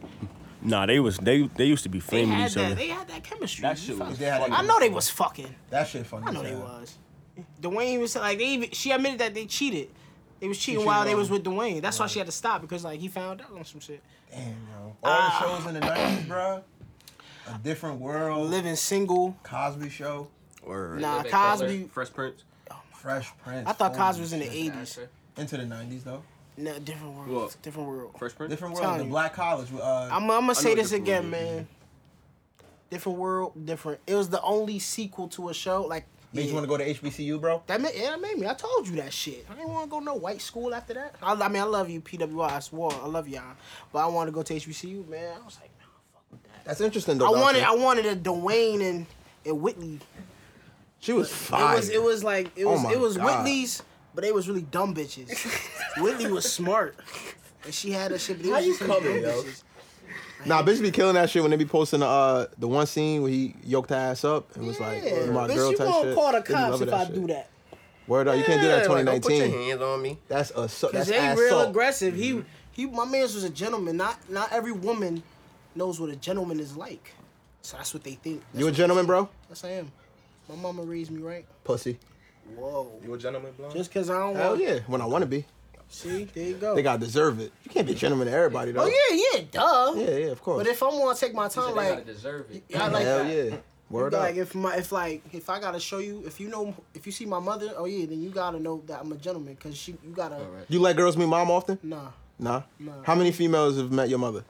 Speaker 2: Nah, they was. They they used to be
Speaker 6: They
Speaker 2: flaming
Speaker 6: had
Speaker 2: each
Speaker 6: that.
Speaker 2: other.
Speaker 6: They had that chemistry.
Speaker 2: That
Speaker 6: You
Speaker 2: shit
Speaker 6: fuck-
Speaker 2: was
Speaker 4: They had
Speaker 2: funny.
Speaker 4: it.
Speaker 6: I know they was fucking.
Speaker 4: That shit funny.
Speaker 6: I know
Speaker 4: as
Speaker 6: they
Speaker 4: hell.
Speaker 6: was. Dwayne was like they even she admitted that they cheated. They was cheating
Speaker 4: cheated
Speaker 6: while they
Speaker 4: on
Speaker 6: was with Dwayne. That's why she had to stop because like he found out on some shit.
Speaker 4: Damn, bro. All the shows in the nineties, bro. A different world.
Speaker 6: Ah. Living single.
Speaker 4: Cosby Show.
Speaker 2: Or
Speaker 6: Nah,
Speaker 5: Living Color.
Speaker 6: Cosby.
Speaker 2: Fresh Prince.
Speaker 4: Fresh Prince.
Speaker 6: I thought
Speaker 4: Holy
Speaker 6: Cosby was in the
Speaker 4: shit.
Speaker 6: '80s.
Speaker 4: Into the nineties though.
Speaker 6: No, different world.
Speaker 2: What?
Speaker 6: Different world.
Speaker 2: Fresh Prince.
Speaker 4: Different
Speaker 6: Telling
Speaker 4: world. The
Speaker 6: you.
Speaker 4: Black College. with, Uh,
Speaker 6: I'm, I'm gonna say
Speaker 2: what
Speaker 6: this
Speaker 2: different
Speaker 6: again,
Speaker 2: world
Speaker 6: man. Different world, different. It was the only sequel to a show like.
Speaker 4: made
Speaker 6: yeah.
Speaker 4: you want to go to HBCU, bro?
Speaker 6: That made, yeah, that made me. I told you that shit. I didn't want to go to no white school after that. I, I mean, I love you, PWI. I swore, I love y'all, but I wanted to go to HBCU, man. I was like, man,
Speaker 1: That's interesting
Speaker 6: I
Speaker 1: though.
Speaker 6: wanted, I
Speaker 1: Dante.
Speaker 6: wanted a Dwayne and and Whitley.
Speaker 1: She was fire.
Speaker 6: It was, it was like it
Speaker 1: Oh
Speaker 6: was,
Speaker 1: my
Speaker 6: it was
Speaker 1: God.
Speaker 6: Whitley's, but they was really dumb bitches. Whitley was smart, and she had her shit. But they
Speaker 4: How
Speaker 6: was
Speaker 4: you
Speaker 6: just some
Speaker 4: coming,
Speaker 6: dumb
Speaker 4: yo?
Speaker 6: bitches.
Speaker 1: Nah, bitch be killing that shit when they be posting the uh, the one scene where he yoked her ass up and was like,
Speaker 6: Yeah,
Speaker 1: my
Speaker 6: bitch,
Speaker 1: girl
Speaker 6: you
Speaker 1: type
Speaker 6: gonna
Speaker 1: shit.
Speaker 6: call the
Speaker 1: They be
Speaker 6: cops
Speaker 1: loving
Speaker 6: if I
Speaker 1: shit.
Speaker 6: do that?
Speaker 1: Word up, you can't do that in 2019.
Speaker 2: hands on me.
Speaker 1: that's a so,
Speaker 6: Cause
Speaker 1: that's
Speaker 6: they
Speaker 1: assault. Mm-hmm.
Speaker 6: real aggressive. He he my man's was a gentleman. Not not every woman knows what a gentleman is like. So that's what they think. That's
Speaker 1: You a
Speaker 6: what-
Speaker 1: gentleman, bro?
Speaker 6: Yes I am. My mama raised me right.
Speaker 1: Pussy.
Speaker 6: Whoa.
Speaker 2: You a gentleman, blonde?
Speaker 6: Just cause I don't
Speaker 1: Hell
Speaker 6: want
Speaker 1: yeah, when I want to be.
Speaker 6: see, there you go.
Speaker 1: They gotta deserve it. You can't be a gentleman to everybody though.
Speaker 6: oh yeah, yeah, duh.
Speaker 1: Yeah, yeah, of course.
Speaker 6: But if I wanna take my
Speaker 5: They
Speaker 6: time,
Speaker 5: gotta
Speaker 6: like
Speaker 5: deserve it.
Speaker 6: I like
Speaker 1: Hell
Speaker 6: that.
Speaker 1: yeah. Word up.
Speaker 6: Like if my if like if I gotta show you if you know if you see my mother oh yeah then you gotta know that I'm a gentleman cause she you gotta
Speaker 5: Alright.
Speaker 1: You let girls meet mom often?
Speaker 6: nah
Speaker 1: Nah.
Speaker 6: Nah.
Speaker 1: How many females have met your mother?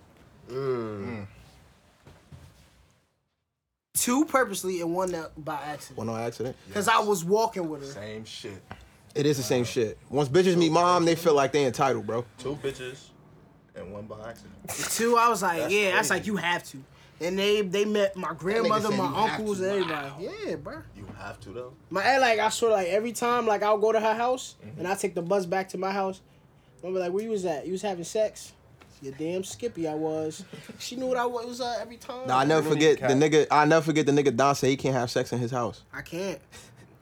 Speaker 6: two purposely and one that by accident
Speaker 1: One on accident.
Speaker 6: cause I was walking with her
Speaker 8: Same shit.
Speaker 1: It is the same shit. Once bitches meet mom,
Speaker 6: uh,
Speaker 1: they feel like they entitled, bro.
Speaker 8: Two bitches and one by accident.
Speaker 6: Two, I was like, yeah, that's like you have to. And they they met my grandmother,
Speaker 4: said you
Speaker 6: my
Speaker 4: have
Speaker 6: uncles,
Speaker 4: to.
Speaker 6: and everybody. Yeah, bro.
Speaker 8: You have to though.
Speaker 6: My aunt, like I swear like every time like I'll go to her house and I take the bus back to my house. I'm like, where you was at? You was having sex. You damn skippy I was. She knew what I was uh, every time.
Speaker 1: Nah, I never forget the nigga. I never forget the nigga Don said he can't have sex in his house.
Speaker 6: I can't.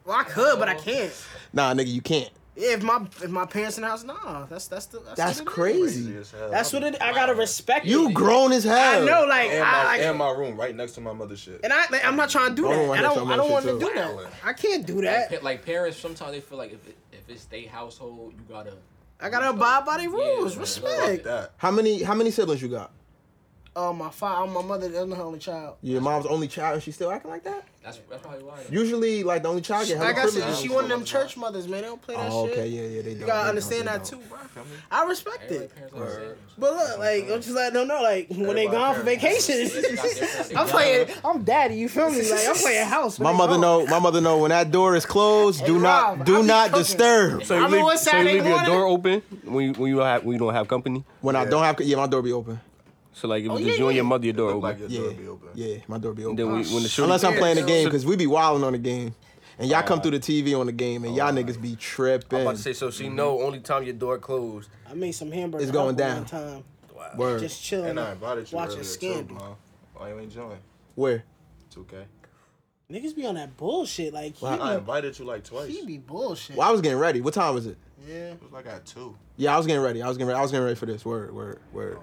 Speaker 6: Well, I could, but I can't.
Speaker 1: Nah, nigga, you can't.
Speaker 6: Yeah, if my if my parents in the house, nah. That's that's the that's,
Speaker 1: That's
Speaker 6: what it is.
Speaker 1: crazy.
Speaker 8: as hell.
Speaker 6: That's what it. I gotta respect
Speaker 1: You
Speaker 6: it.
Speaker 1: grown as
Speaker 6: I
Speaker 1: hell.
Speaker 6: know, like
Speaker 8: And
Speaker 6: I,
Speaker 8: my,
Speaker 6: I
Speaker 8: and my room right next to my mother's shit.
Speaker 6: And I, like, I'm not trying to do
Speaker 1: I
Speaker 6: that.
Speaker 1: don't
Speaker 6: I
Speaker 1: want that
Speaker 6: don't,
Speaker 1: so
Speaker 6: I don't want
Speaker 1: much
Speaker 6: to
Speaker 1: too.
Speaker 6: do that. I can't do that.
Speaker 5: Pa- Like parents, sometimes they feel like if it, if it's their household, you gotta.
Speaker 6: I gotta abide by the rules.
Speaker 5: man.
Speaker 8: Fuck
Speaker 6: Respect.
Speaker 8: that.
Speaker 1: How many how many siblings you got?
Speaker 6: Oh my father, my mother, I'm her only child.
Speaker 1: Your mom's only child and she still acting like that?
Speaker 5: That's that's probably why. though.
Speaker 1: Usually like the only child get hella
Speaker 6: Like I said,
Speaker 1: privileges.
Speaker 6: she one of them church mothers, man. They don't play that
Speaker 1: Oh,
Speaker 6: shit.
Speaker 1: okay, yeah, yeah, they don't.
Speaker 6: You gotta understand that too, bro. I respect
Speaker 5: Everybody
Speaker 6: it.
Speaker 5: parents like that.
Speaker 6: But look, like I'm just letting them know, like when they
Speaker 8: Everybody
Speaker 6: gone for
Speaker 8: parents.
Speaker 6: vacation,
Speaker 5: They got different-
Speaker 6: I'm playing. I'm daddy. You feel me? Like I'm playing house. when
Speaker 1: My
Speaker 6: they
Speaker 1: mother
Speaker 6: gone.
Speaker 1: know. My mother know when that door is closed. Do
Speaker 6: Hey,
Speaker 1: not
Speaker 6: Rob, I
Speaker 1: do
Speaker 6: be
Speaker 1: not
Speaker 6: cooking.
Speaker 1: disturb.
Speaker 2: So you
Speaker 6: I'm on
Speaker 2: leave, so you
Speaker 6: Saturday
Speaker 2: leave your
Speaker 6: morning.
Speaker 2: door open when you, when you have when you don't have company.
Speaker 1: When I don't have yeah, my door be open.
Speaker 2: So like it was
Speaker 6: Oh,
Speaker 2: just
Speaker 6: yeah,
Speaker 2: you and your
Speaker 6: yeah.
Speaker 2: mother, your door
Speaker 8: Look
Speaker 2: open.
Speaker 8: like your
Speaker 1: Yeah,
Speaker 8: door be open.
Speaker 1: yeah, my door be
Speaker 2: And then
Speaker 1: open.
Speaker 2: when, when the shooting,
Speaker 1: Unless I'm playing the
Speaker 6: Yeah,
Speaker 1: game
Speaker 6: so-
Speaker 1: because we be wilding on the game, and y'all come through the TV on the game, and y'all niggas be tripping.
Speaker 9: so she know only time your door closed.
Speaker 6: I made some hamburger.
Speaker 1: It's going
Speaker 6: helper one
Speaker 1: down.
Speaker 6: Time,
Speaker 1: Word.
Speaker 6: just chilling.
Speaker 8: And I invited you
Speaker 6: watching
Speaker 8: earlier
Speaker 6: Scandal.
Speaker 8: too, bro. Why you ain't join?
Speaker 1: Where?
Speaker 8: 2K.
Speaker 6: Niggas be on that bullshit. Like he,
Speaker 8: I
Speaker 6: be,
Speaker 8: invited you like twice.
Speaker 6: he
Speaker 8: It
Speaker 6: be bullshit.
Speaker 1: Well, I was getting ready. What time was it?
Speaker 6: Yeah.
Speaker 8: was like at two.
Speaker 1: Yeah, I was getting ready. I was getting ready. I was getting ready for this. Word, word, word.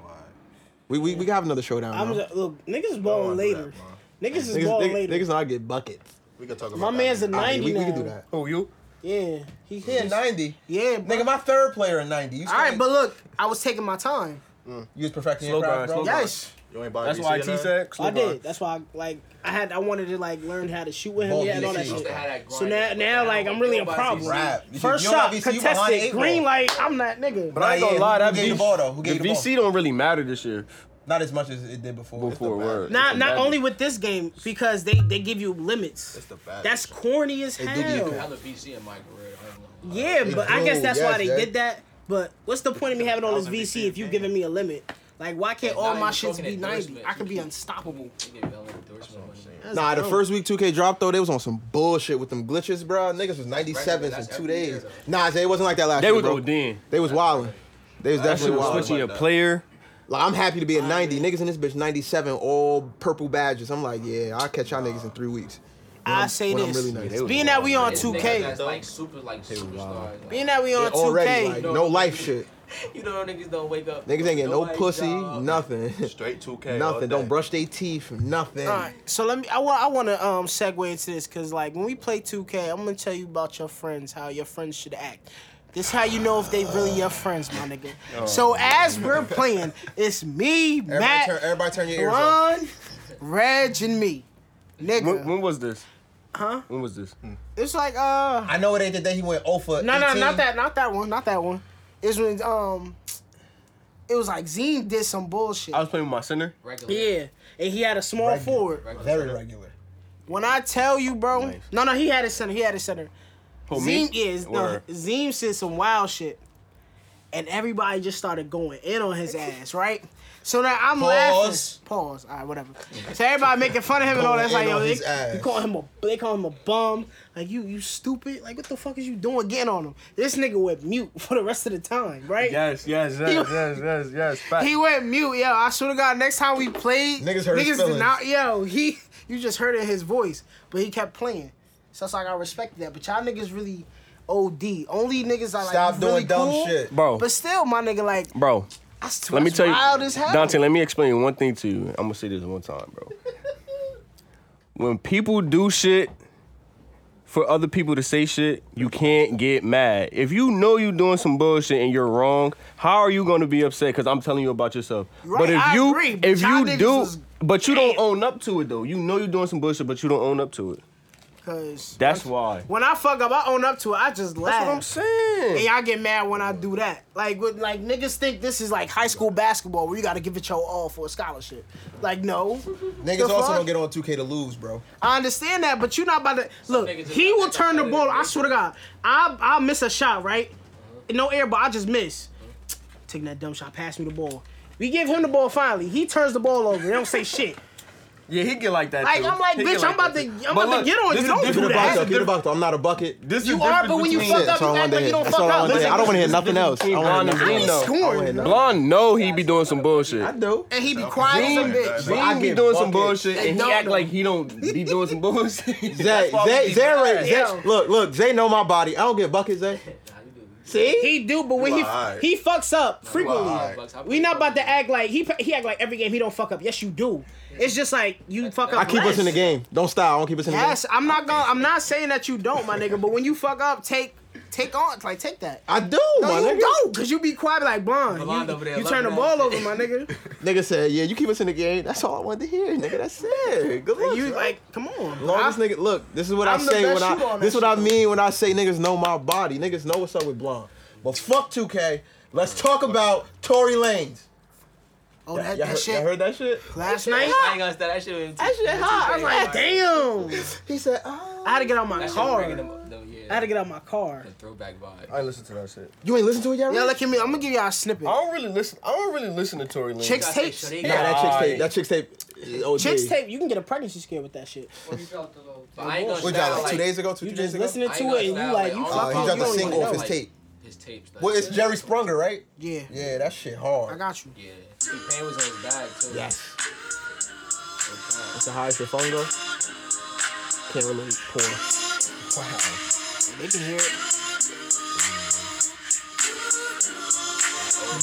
Speaker 1: We we we got have another showdown.
Speaker 6: I'm
Speaker 1: bro.
Speaker 4: Uh-huh.
Speaker 6: just, look, niggas balling
Speaker 8: wanna do that,
Speaker 6: later.
Speaker 8: bro.
Speaker 6: Niggas is
Speaker 1: Niggas,
Speaker 6: balling
Speaker 1: niggas,
Speaker 6: later.
Speaker 1: niggas know I get buckets.
Speaker 8: We could talk about
Speaker 6: My
Speaker 8: that
Speaker 6: man's a
Speaker 8: later.
Speaker 1: I mean,
Speaker 6: 90
Speaker 1: we, we
Speaker 6: now.
Speaker 1: can do that.
Speaker 9: Who you?
Speaker 6: Yeah. He
Speaker 4: He at
Speaker 6: hit.
Speaker 4: 90.
Speaker 6: Yeah, bro.
Speaker 4: Nigga, my third player at 90. You
Speaker 6: All right, but look, I was taking my time.
Speaker 4: You was perfecting
Speaker 9: Slow
Speaker 4: your craft,
Speaker 9: grind,
Speaker 4: bro.
Speaker 9: slow
Speaker 4: Yeah.
Speaker 9: grind.
Speaker 6: Yes,
Speaker 8: You ain't buy
Speaker 9: That's
Speaker 8: VC
Speaker 9: why
Speaker 8: or
Speaker 9: IT
Speaker 8: nothing?
Speaker 9: said.
Speaker 6: I did. That's why I like I had I wanted to like learn how to shoot with him.
Speaker 4: Ball
Speaker 6: Yeah, and all that
Speaker 4: VC.
Speaker 6: shit.
Speaker 5: They had that
Speaker 6: So
Speaker 5: grind.
Speaker 6: now now like I'm really a
Speaker 5: Nobody
Speaker 6: problem.
Speaker 4: Rap. You
Speaker 6: First
Speaker 4: should- you
Speaker 6: shot
Speaker 4: don't have VC, you behind
Speaker 6: contested,
Speaker 4: eight ball.
Speaker 6: green light. I'm that nigga.
Speaker 9: But I ain't
Speaker 4: Nah,
Speaker 9: gonna
Speaker 4: yeah,
Speaker 9: lie,
Speaker 4: who
Speaker 9: that
Speaker 4: gave the
Speaker 9: VC
Speaker 4: ball, though? Who
Speaker 2: The
Speaker 4: gave the,
Speaker 2: VC don't really matter this year.
Speaker 4: ball? Not as much as it did before.
Speaker 2: Before word,
Speaker 6: Not
Speaker 2: It's
Speaker 6: not
Speaker 2: bad.
Speaker 6: only with this game because they they give you limits.
Speaker 8: It's the bad.
Speaker 6: That's corny as
Speaker 4: did give you-
Speaker 6: hell.
Speaker 5: Hella VC in my career. I ain't gonna lie.
Speaker 6: Yeah, but I
Speaker 4: do,
Speaker 6: guess that's why
Speaker 4: yes,
Speaker 6: they
Speaker 4: yeah.
Speaker 6: did that. But what's the point of me having all this VC if you giving me a limit? Like why can't all
Speaker 5: Not
Speaker 6: my
Speaker 5: even
Speaker 6: shits
Speaker 5: talking
Speaker 6: be 90?
Speaker 5: endorsements.
Speaker 6: I could be unstoppable.
Speaker 5: They get hella endorsement money.
Speaker 6: That's
Speaker 1: Nah, the
Speaker 6: dope.
Speaker 1: first week 2K dropped though, they was on some bullshit with them glitches, bro. Niggas was 97s in
Speaker 5: That's
Speaker 1: two
Speaker 5: every year,
Speaker 1: days. Nah, it wasn't like that last
Speaker 2: They
Speaker 1: year,
Speaker 2: would
Speaker 1: bro.
Speaker 2: go then.
Speaker 1: They was wilding. They was
Speaker 8: That shit
Speaker 1: definitely
Speaker 8: was
Speaker 1: wilding.
Speaker 8: switchy.
Speaker 2: Switching
Speaker 8: like
Speaker 2: a
Speaker 8: that.
Speaker 2: player.
Speaker 1: Like I'm happy to be at 90. Niggas in this bitch 97, all purple badges. I'm like, yeah, I'll catch y'all niggas in three weeks. When
Speaker 6: I
Speaker 1: I'm-
Speaker 6: say
Speaker 1: when I'm
Speaker 6: this.
Speaker 1: really nice.
Speaker 6: Being that we on
Speaker 5: It's
Speaker 6: two
Speaker 5: niggas
Speaker 6: K.
Speaker 5: that's like super, like superstars.
Speaker 6: Being
Speaker 5: Like,
Speaker 6: that we
Speaker 1: Yeah,
Speaker 6: on two
Speaker 1: already, like,
Speaker 6: K.
Speaker 1: no life shit.
Speaker 5: you know, niggas don't wake up.
Speaker 1: Niggas ain't getting no
Speaker 5: Nobody
Speaker 1: pussy,
Speaker 5: job.
Speaker 1: nothing.
Speaker 8: straight 2K. all
Speaker 1: nothing.
Speaker 8: day.
Speaker 1: Don't brush their teeth, nothing.
Speaker 6: All right, so let me. I want. I want to um segue into this because like when we play 2K, I'm gonna tell you about your friends, how your friends should act. This how you know if they really your friends, my nigga. So as we're playing, it's me,
Speaker 4: Everybody turn,
Speaker 6: Matt,
Speaker 4: everybody turn your ears off.
Speaker 6: Ron, Reg, and me, nigga.
Speaker 2: When, when was this?
Speaker 6: Huh?
Speaker 2: When was this?
Speaker 6: It's like uh,
Speaker 4: I know it ain't the day he went 0 for
Speaker 6: no, no,
Speaker 4: 18.
Speaker 6: not that, not that one, not that one. It's when um, it was like Zine did some bullshit.
Speaker 2: I was playing with my center.
Speaker 5: Regular.
Speaker 6: yeah, and he had a small
Speaker 4: Regular.
Speaker 6: forward.
Speaker 4: Very regular.
Speaker 6: When I tell you, bro,
Speaker 2: Nice.
Speaker 6: no, no, he had his center. He had his center.
Speaker 2: Who, me?
Speaker 6: Zim is no,
Speaker 2: Or-
Speaker 6: Zim said some wild shit, and everybody just started going in on his ass, right? So now I'm
Speaker 4: Pause.
Speaker 6: laughing. Pause. All right, whatever. So everybody making fun of him and all that. It's
Speaker 4: Going
Speaker 6: like,
Speaker 4: in
Speaker 6: yo,
Speaker 4: on his
Speaker 6: they,
Speaker 4: ass.
Speaker 6: you call him a, they call him a bum. Like you, you stupid. Like what the fuck is you doing getting on him? This nigga went mute for the rest of the time, right?
Speaker 2: Yes, yes, yes, yes, yes, yes. Fact.
Speaker 6: He went mute, yo. I swear to God, next time we played,
Speaker 4: Niggas heard his
Speaker 6: did
Speaker 4: feelings.
Speaker 6: not, yo. He, you just heard it in his voice, but he kept playing. So it's like I respected that, but y'all niggas really OD. Only niggas I like
Speaker 4: Stop doing
Speaker 6: really
Speaker 4: dumb
Speaker 6: cool,
Speaker 4: shit.
Speaker 2: Bro.
Speaker 6: But still, my nigga, like
Speaker 2: Bro,
Speaker 6: I still
Speaker 2: let me tell you,
Speaker 6: wild as hell.
Speaker 2: Dante. Let me explain one thing to you. I'm gonna say this one time, bro. when people do shit for other people to say shit, you can't get mad. If you know you doing some bullshit and you're wrong, how are you gonna be upset? Because I'm telling you about yourself.
Speaker 6: Right,
Speaker 2: if
Speaker 6: I
Speaker 2: you
Speaker 6: agree, but
Speaker 2: if
Speaker 6: y'all
Speaker 2: you
Speaker 6: niggas
Speaker 2: do,
Speaker 6: was-
Speaker 2: but you don't own up to it though. You know you're doing some bullshit, but you don't own up to it.
Speaker 6: Cause
Speaker 2: That's why.
Speaker 6: when I fuck up, I own up to it. I just laugh.
Speaker 2: That's what I'm saying.
Speaker 6: And y'all get mad when I do that. Like, with, like niggas think this is like high school basketball where you gotta give it your all for a scholarship. Like, no.
Speaker 4: Niggas also
Speaker 6: fuck?
Speaker 4: don't get on 2K to lose, bro.
Speaker 6: I understand that, but you're not about to look.
Speaker 5: niggas just
Speaker 6: He
Speaker 5: not
Speaker 6: will
Speaker 5: that
Speaker 6: turn the ball. I
Speaker 5: competitive.
Speaker 6: swear to God, I I'll miss a shot right, no air, but I just miss. Taking that dumb shot, pass me the ball. We give him the ball finally. He turns the ball over. They don't say shit.
Speaker 2: Yeah, he get like that.
Speaker 6: Like
Speaker 2: too.
Speaker 6: I'm like,
Speaker 2: He
Speaker 6: bitch,
Speaker 2: get
Speaker 6: I'm about
Speaker 2: that
Speaker 6: to
Speaker 2: too.
Speaker 6: I'm about
Speaker 2: But
Speaker 6: to
Speaker 2: look,
Speaker 6: get on you.
Speaker 2: this is
Speaker 6: Don't
Speaker 1: Get
Speaker 6: do
Speaker 1: the box
Speaker 6: that.
Speaker 1: up. Get the box up. I'm not a bucket.
Speaker 2: This is
Speaker 6: You
Speaker 2: the
Speaker 6: are,
Speaker 2: difference
Speaker 6: but when you
Speaker 2: between-
Speaker 6: fuck up,
Speaker 1: That's all I
Speaker 6: you act
Speaker 1: wanted
Speaker 6: like
Speaker 1: to
Speaker 6: you
Speaker 1: hear.
Speaker 6: don't
Speaker 1: That's
Speaker 6: fuck
Speaker 1: all I
Speaker 6: up.
Speaker 1: wanted to hear. I don't want to hear nothing else. I don't
Speaker 2: Blonde
Speaker 1: want
Speaker 2: and
Speaker 1: to hear
Speaker 2: Zine
Speaker 1: nothing
Speaker 6: ain't
Speaker 1: else.
Speaker 2: know.
Speaker 1: I don't wanna hear
Speaker 6: scoring,
Speaker 1: nothing else.
Speaker 2: Blonde know he be doing some bullshit.
Speaker 1: I do.
Speaker 6: And he be quiet as a bitch.
Speaker 8: Zane-
Speaker 2: Zane
Speaker 1: I
Speaker 2: be
Speaker 1: get
Speaker 2: doing some
Speaker 1: buckets.
Speaker 2: bullshit, and
Speaker 6: don't
Speaker 2: he act
Speaker 6: know.
Speaker 2: like he don't be doing some bullshit.
Speaker 1: Zay, Zay, Zay, Ray-
Speaker 6: Yo.
Speaker 1: Zay, look, look, Zay know my body. I don't get buckets, Zay. See?
Speaker 6: He do, but when he
Speaker 8: Why?
Speaker 6: he fucks up frequently.
Speaker 8: Why?
Speaker 6: We not about to act like he he act like every game he don't fuck up. Yes, you do. It's just like you fuck up.
Speaker 1: I keep
Speaker 6: less.
Speaker 1: us in the game. Don't style. I don't keep us in the game.
Speaker 6: Yes, I'm not going. to I'm not saying that you don't, my nigga. But when you fuck up, take take on like take that.
Speaker 1: I do,
Speaker 6: No,
Speaker 1: my
Speaker 6: Oh, you
Speaker 1: nigga.
Speaker 6: don't, cause you be quiet like blonde.
Speaker 5: Blonde
Speaker 6: You,
Speaker 5: over there
Speaker 6: you turn the
Speaker 5: loving
Speaker 6: ball
Speaker 5: that
Speaker 6: over,
Speaker 5: shit.
Speaker 6: my nigga.
Speaker 1: Nigga said, yeah, you keep us in the game. That's all I wanted to hear, nigga. That's it. Good luck.
Speaker 6: You
Speaker 1: bro.
Speaker 6: like, come on.
Speaker 1: Long
Speaker 6: I-
Speaker 1: as nigga, look, this is what i
Speaker 6: I'm the
Speaker 1: say
Speaker 6: best
Speaker 1: when
Speaker 6: shooter
Speaker 1: I
Speaker 6: on
Speaker 1: this
Speaker 6: that
Speaker 1: what I
Speaker 6: shit.
Speaker 1: mean when I say niggas know my body. Niggas know what's up with blonde. But fuck 2K. Let's talk about Tory Lanez.
Speaker 6: oh, that, that
Speaker 1: Y'all heard, y'all
Speaker 6: shit
Speaker 1: heard that shit?
Speaker 6: last
Speaker 5: I
Speaker 6: night.
Speaker 5: ain't gonna start that shit. with-
Speaker 6: That shit hot. I was like, damn.
Speaker 1: He said, oh.
Speaker 6: I had to get out my
Speaker 5: That shit
Speaker 6: car.
Speaker 5: bringing them- them- yeah,
Speaker 6: I had to get out my car.
Speaker 5: the throwback vibe.
Speaker 2: Uh,
Speaker 9: I ain't listen to that shit.
Speaker 1: You ain't listen to it yet?
Speaker 6: Yeah,
Speaker 1: Rich?
Speaker 6: look at me. I'm gonna give y'all a snippet.
Speaker 1: Oh,
Speaker 9: I don't really listen. I don't really listen to Tory Lanez.
Speaker 6: Chicks
Speaker 5: I say
Speaker 6: tapes.
Speaker 5: Shorty,
Speaker 1: nah, that chick's tape.
Speaker 9: Alright.
Speaker 1: That chick's tape. is OD.
Speaker 6: Chicks tape. You can get a pregnancy scare with that shit.
Speaker 5: but I ain't gonna
Speaker 4: What was that,
Speaker 5: style,
Speaker 4: like two days ago, two,
Speaker 6: You
Speaker 4: three days
Speaker 6: just
Speaker 4: ago?
Speaker 6: listening
Speaker 5: I
Speaker 6: to
Speaker 5: ain't
Speaker 6: it and you
Speaker 5: gonna lie,
Speaker 6: like
Speaker 5: like,
Speaker 6: you fuck
Speaker 5: oh,
Speaker 4: he
Speaker 6: up.
Speaker 4: dropped
Speaker 6: You
Speaker 4: a
Speaker 6: don't even
Speaker 4: single off
Speaker 6: know.
Speaker 4: his
Speaker 5: like-
Speaker 4: tape.
Speaker 5: His tapes. Like,
Speaker 4: Well, it's Jerry Sprunger, right?
Speaker 6: Yeah,
Speaker 4: Yeah, that shit hard.
Speaker 6: I got you.
Speaker 5: Yeah, T Pain was on his bag too.
Speaker 1: Yes. It's the highest the phone goes.
Speaker 6: Can't relate. Poor. They can hear it.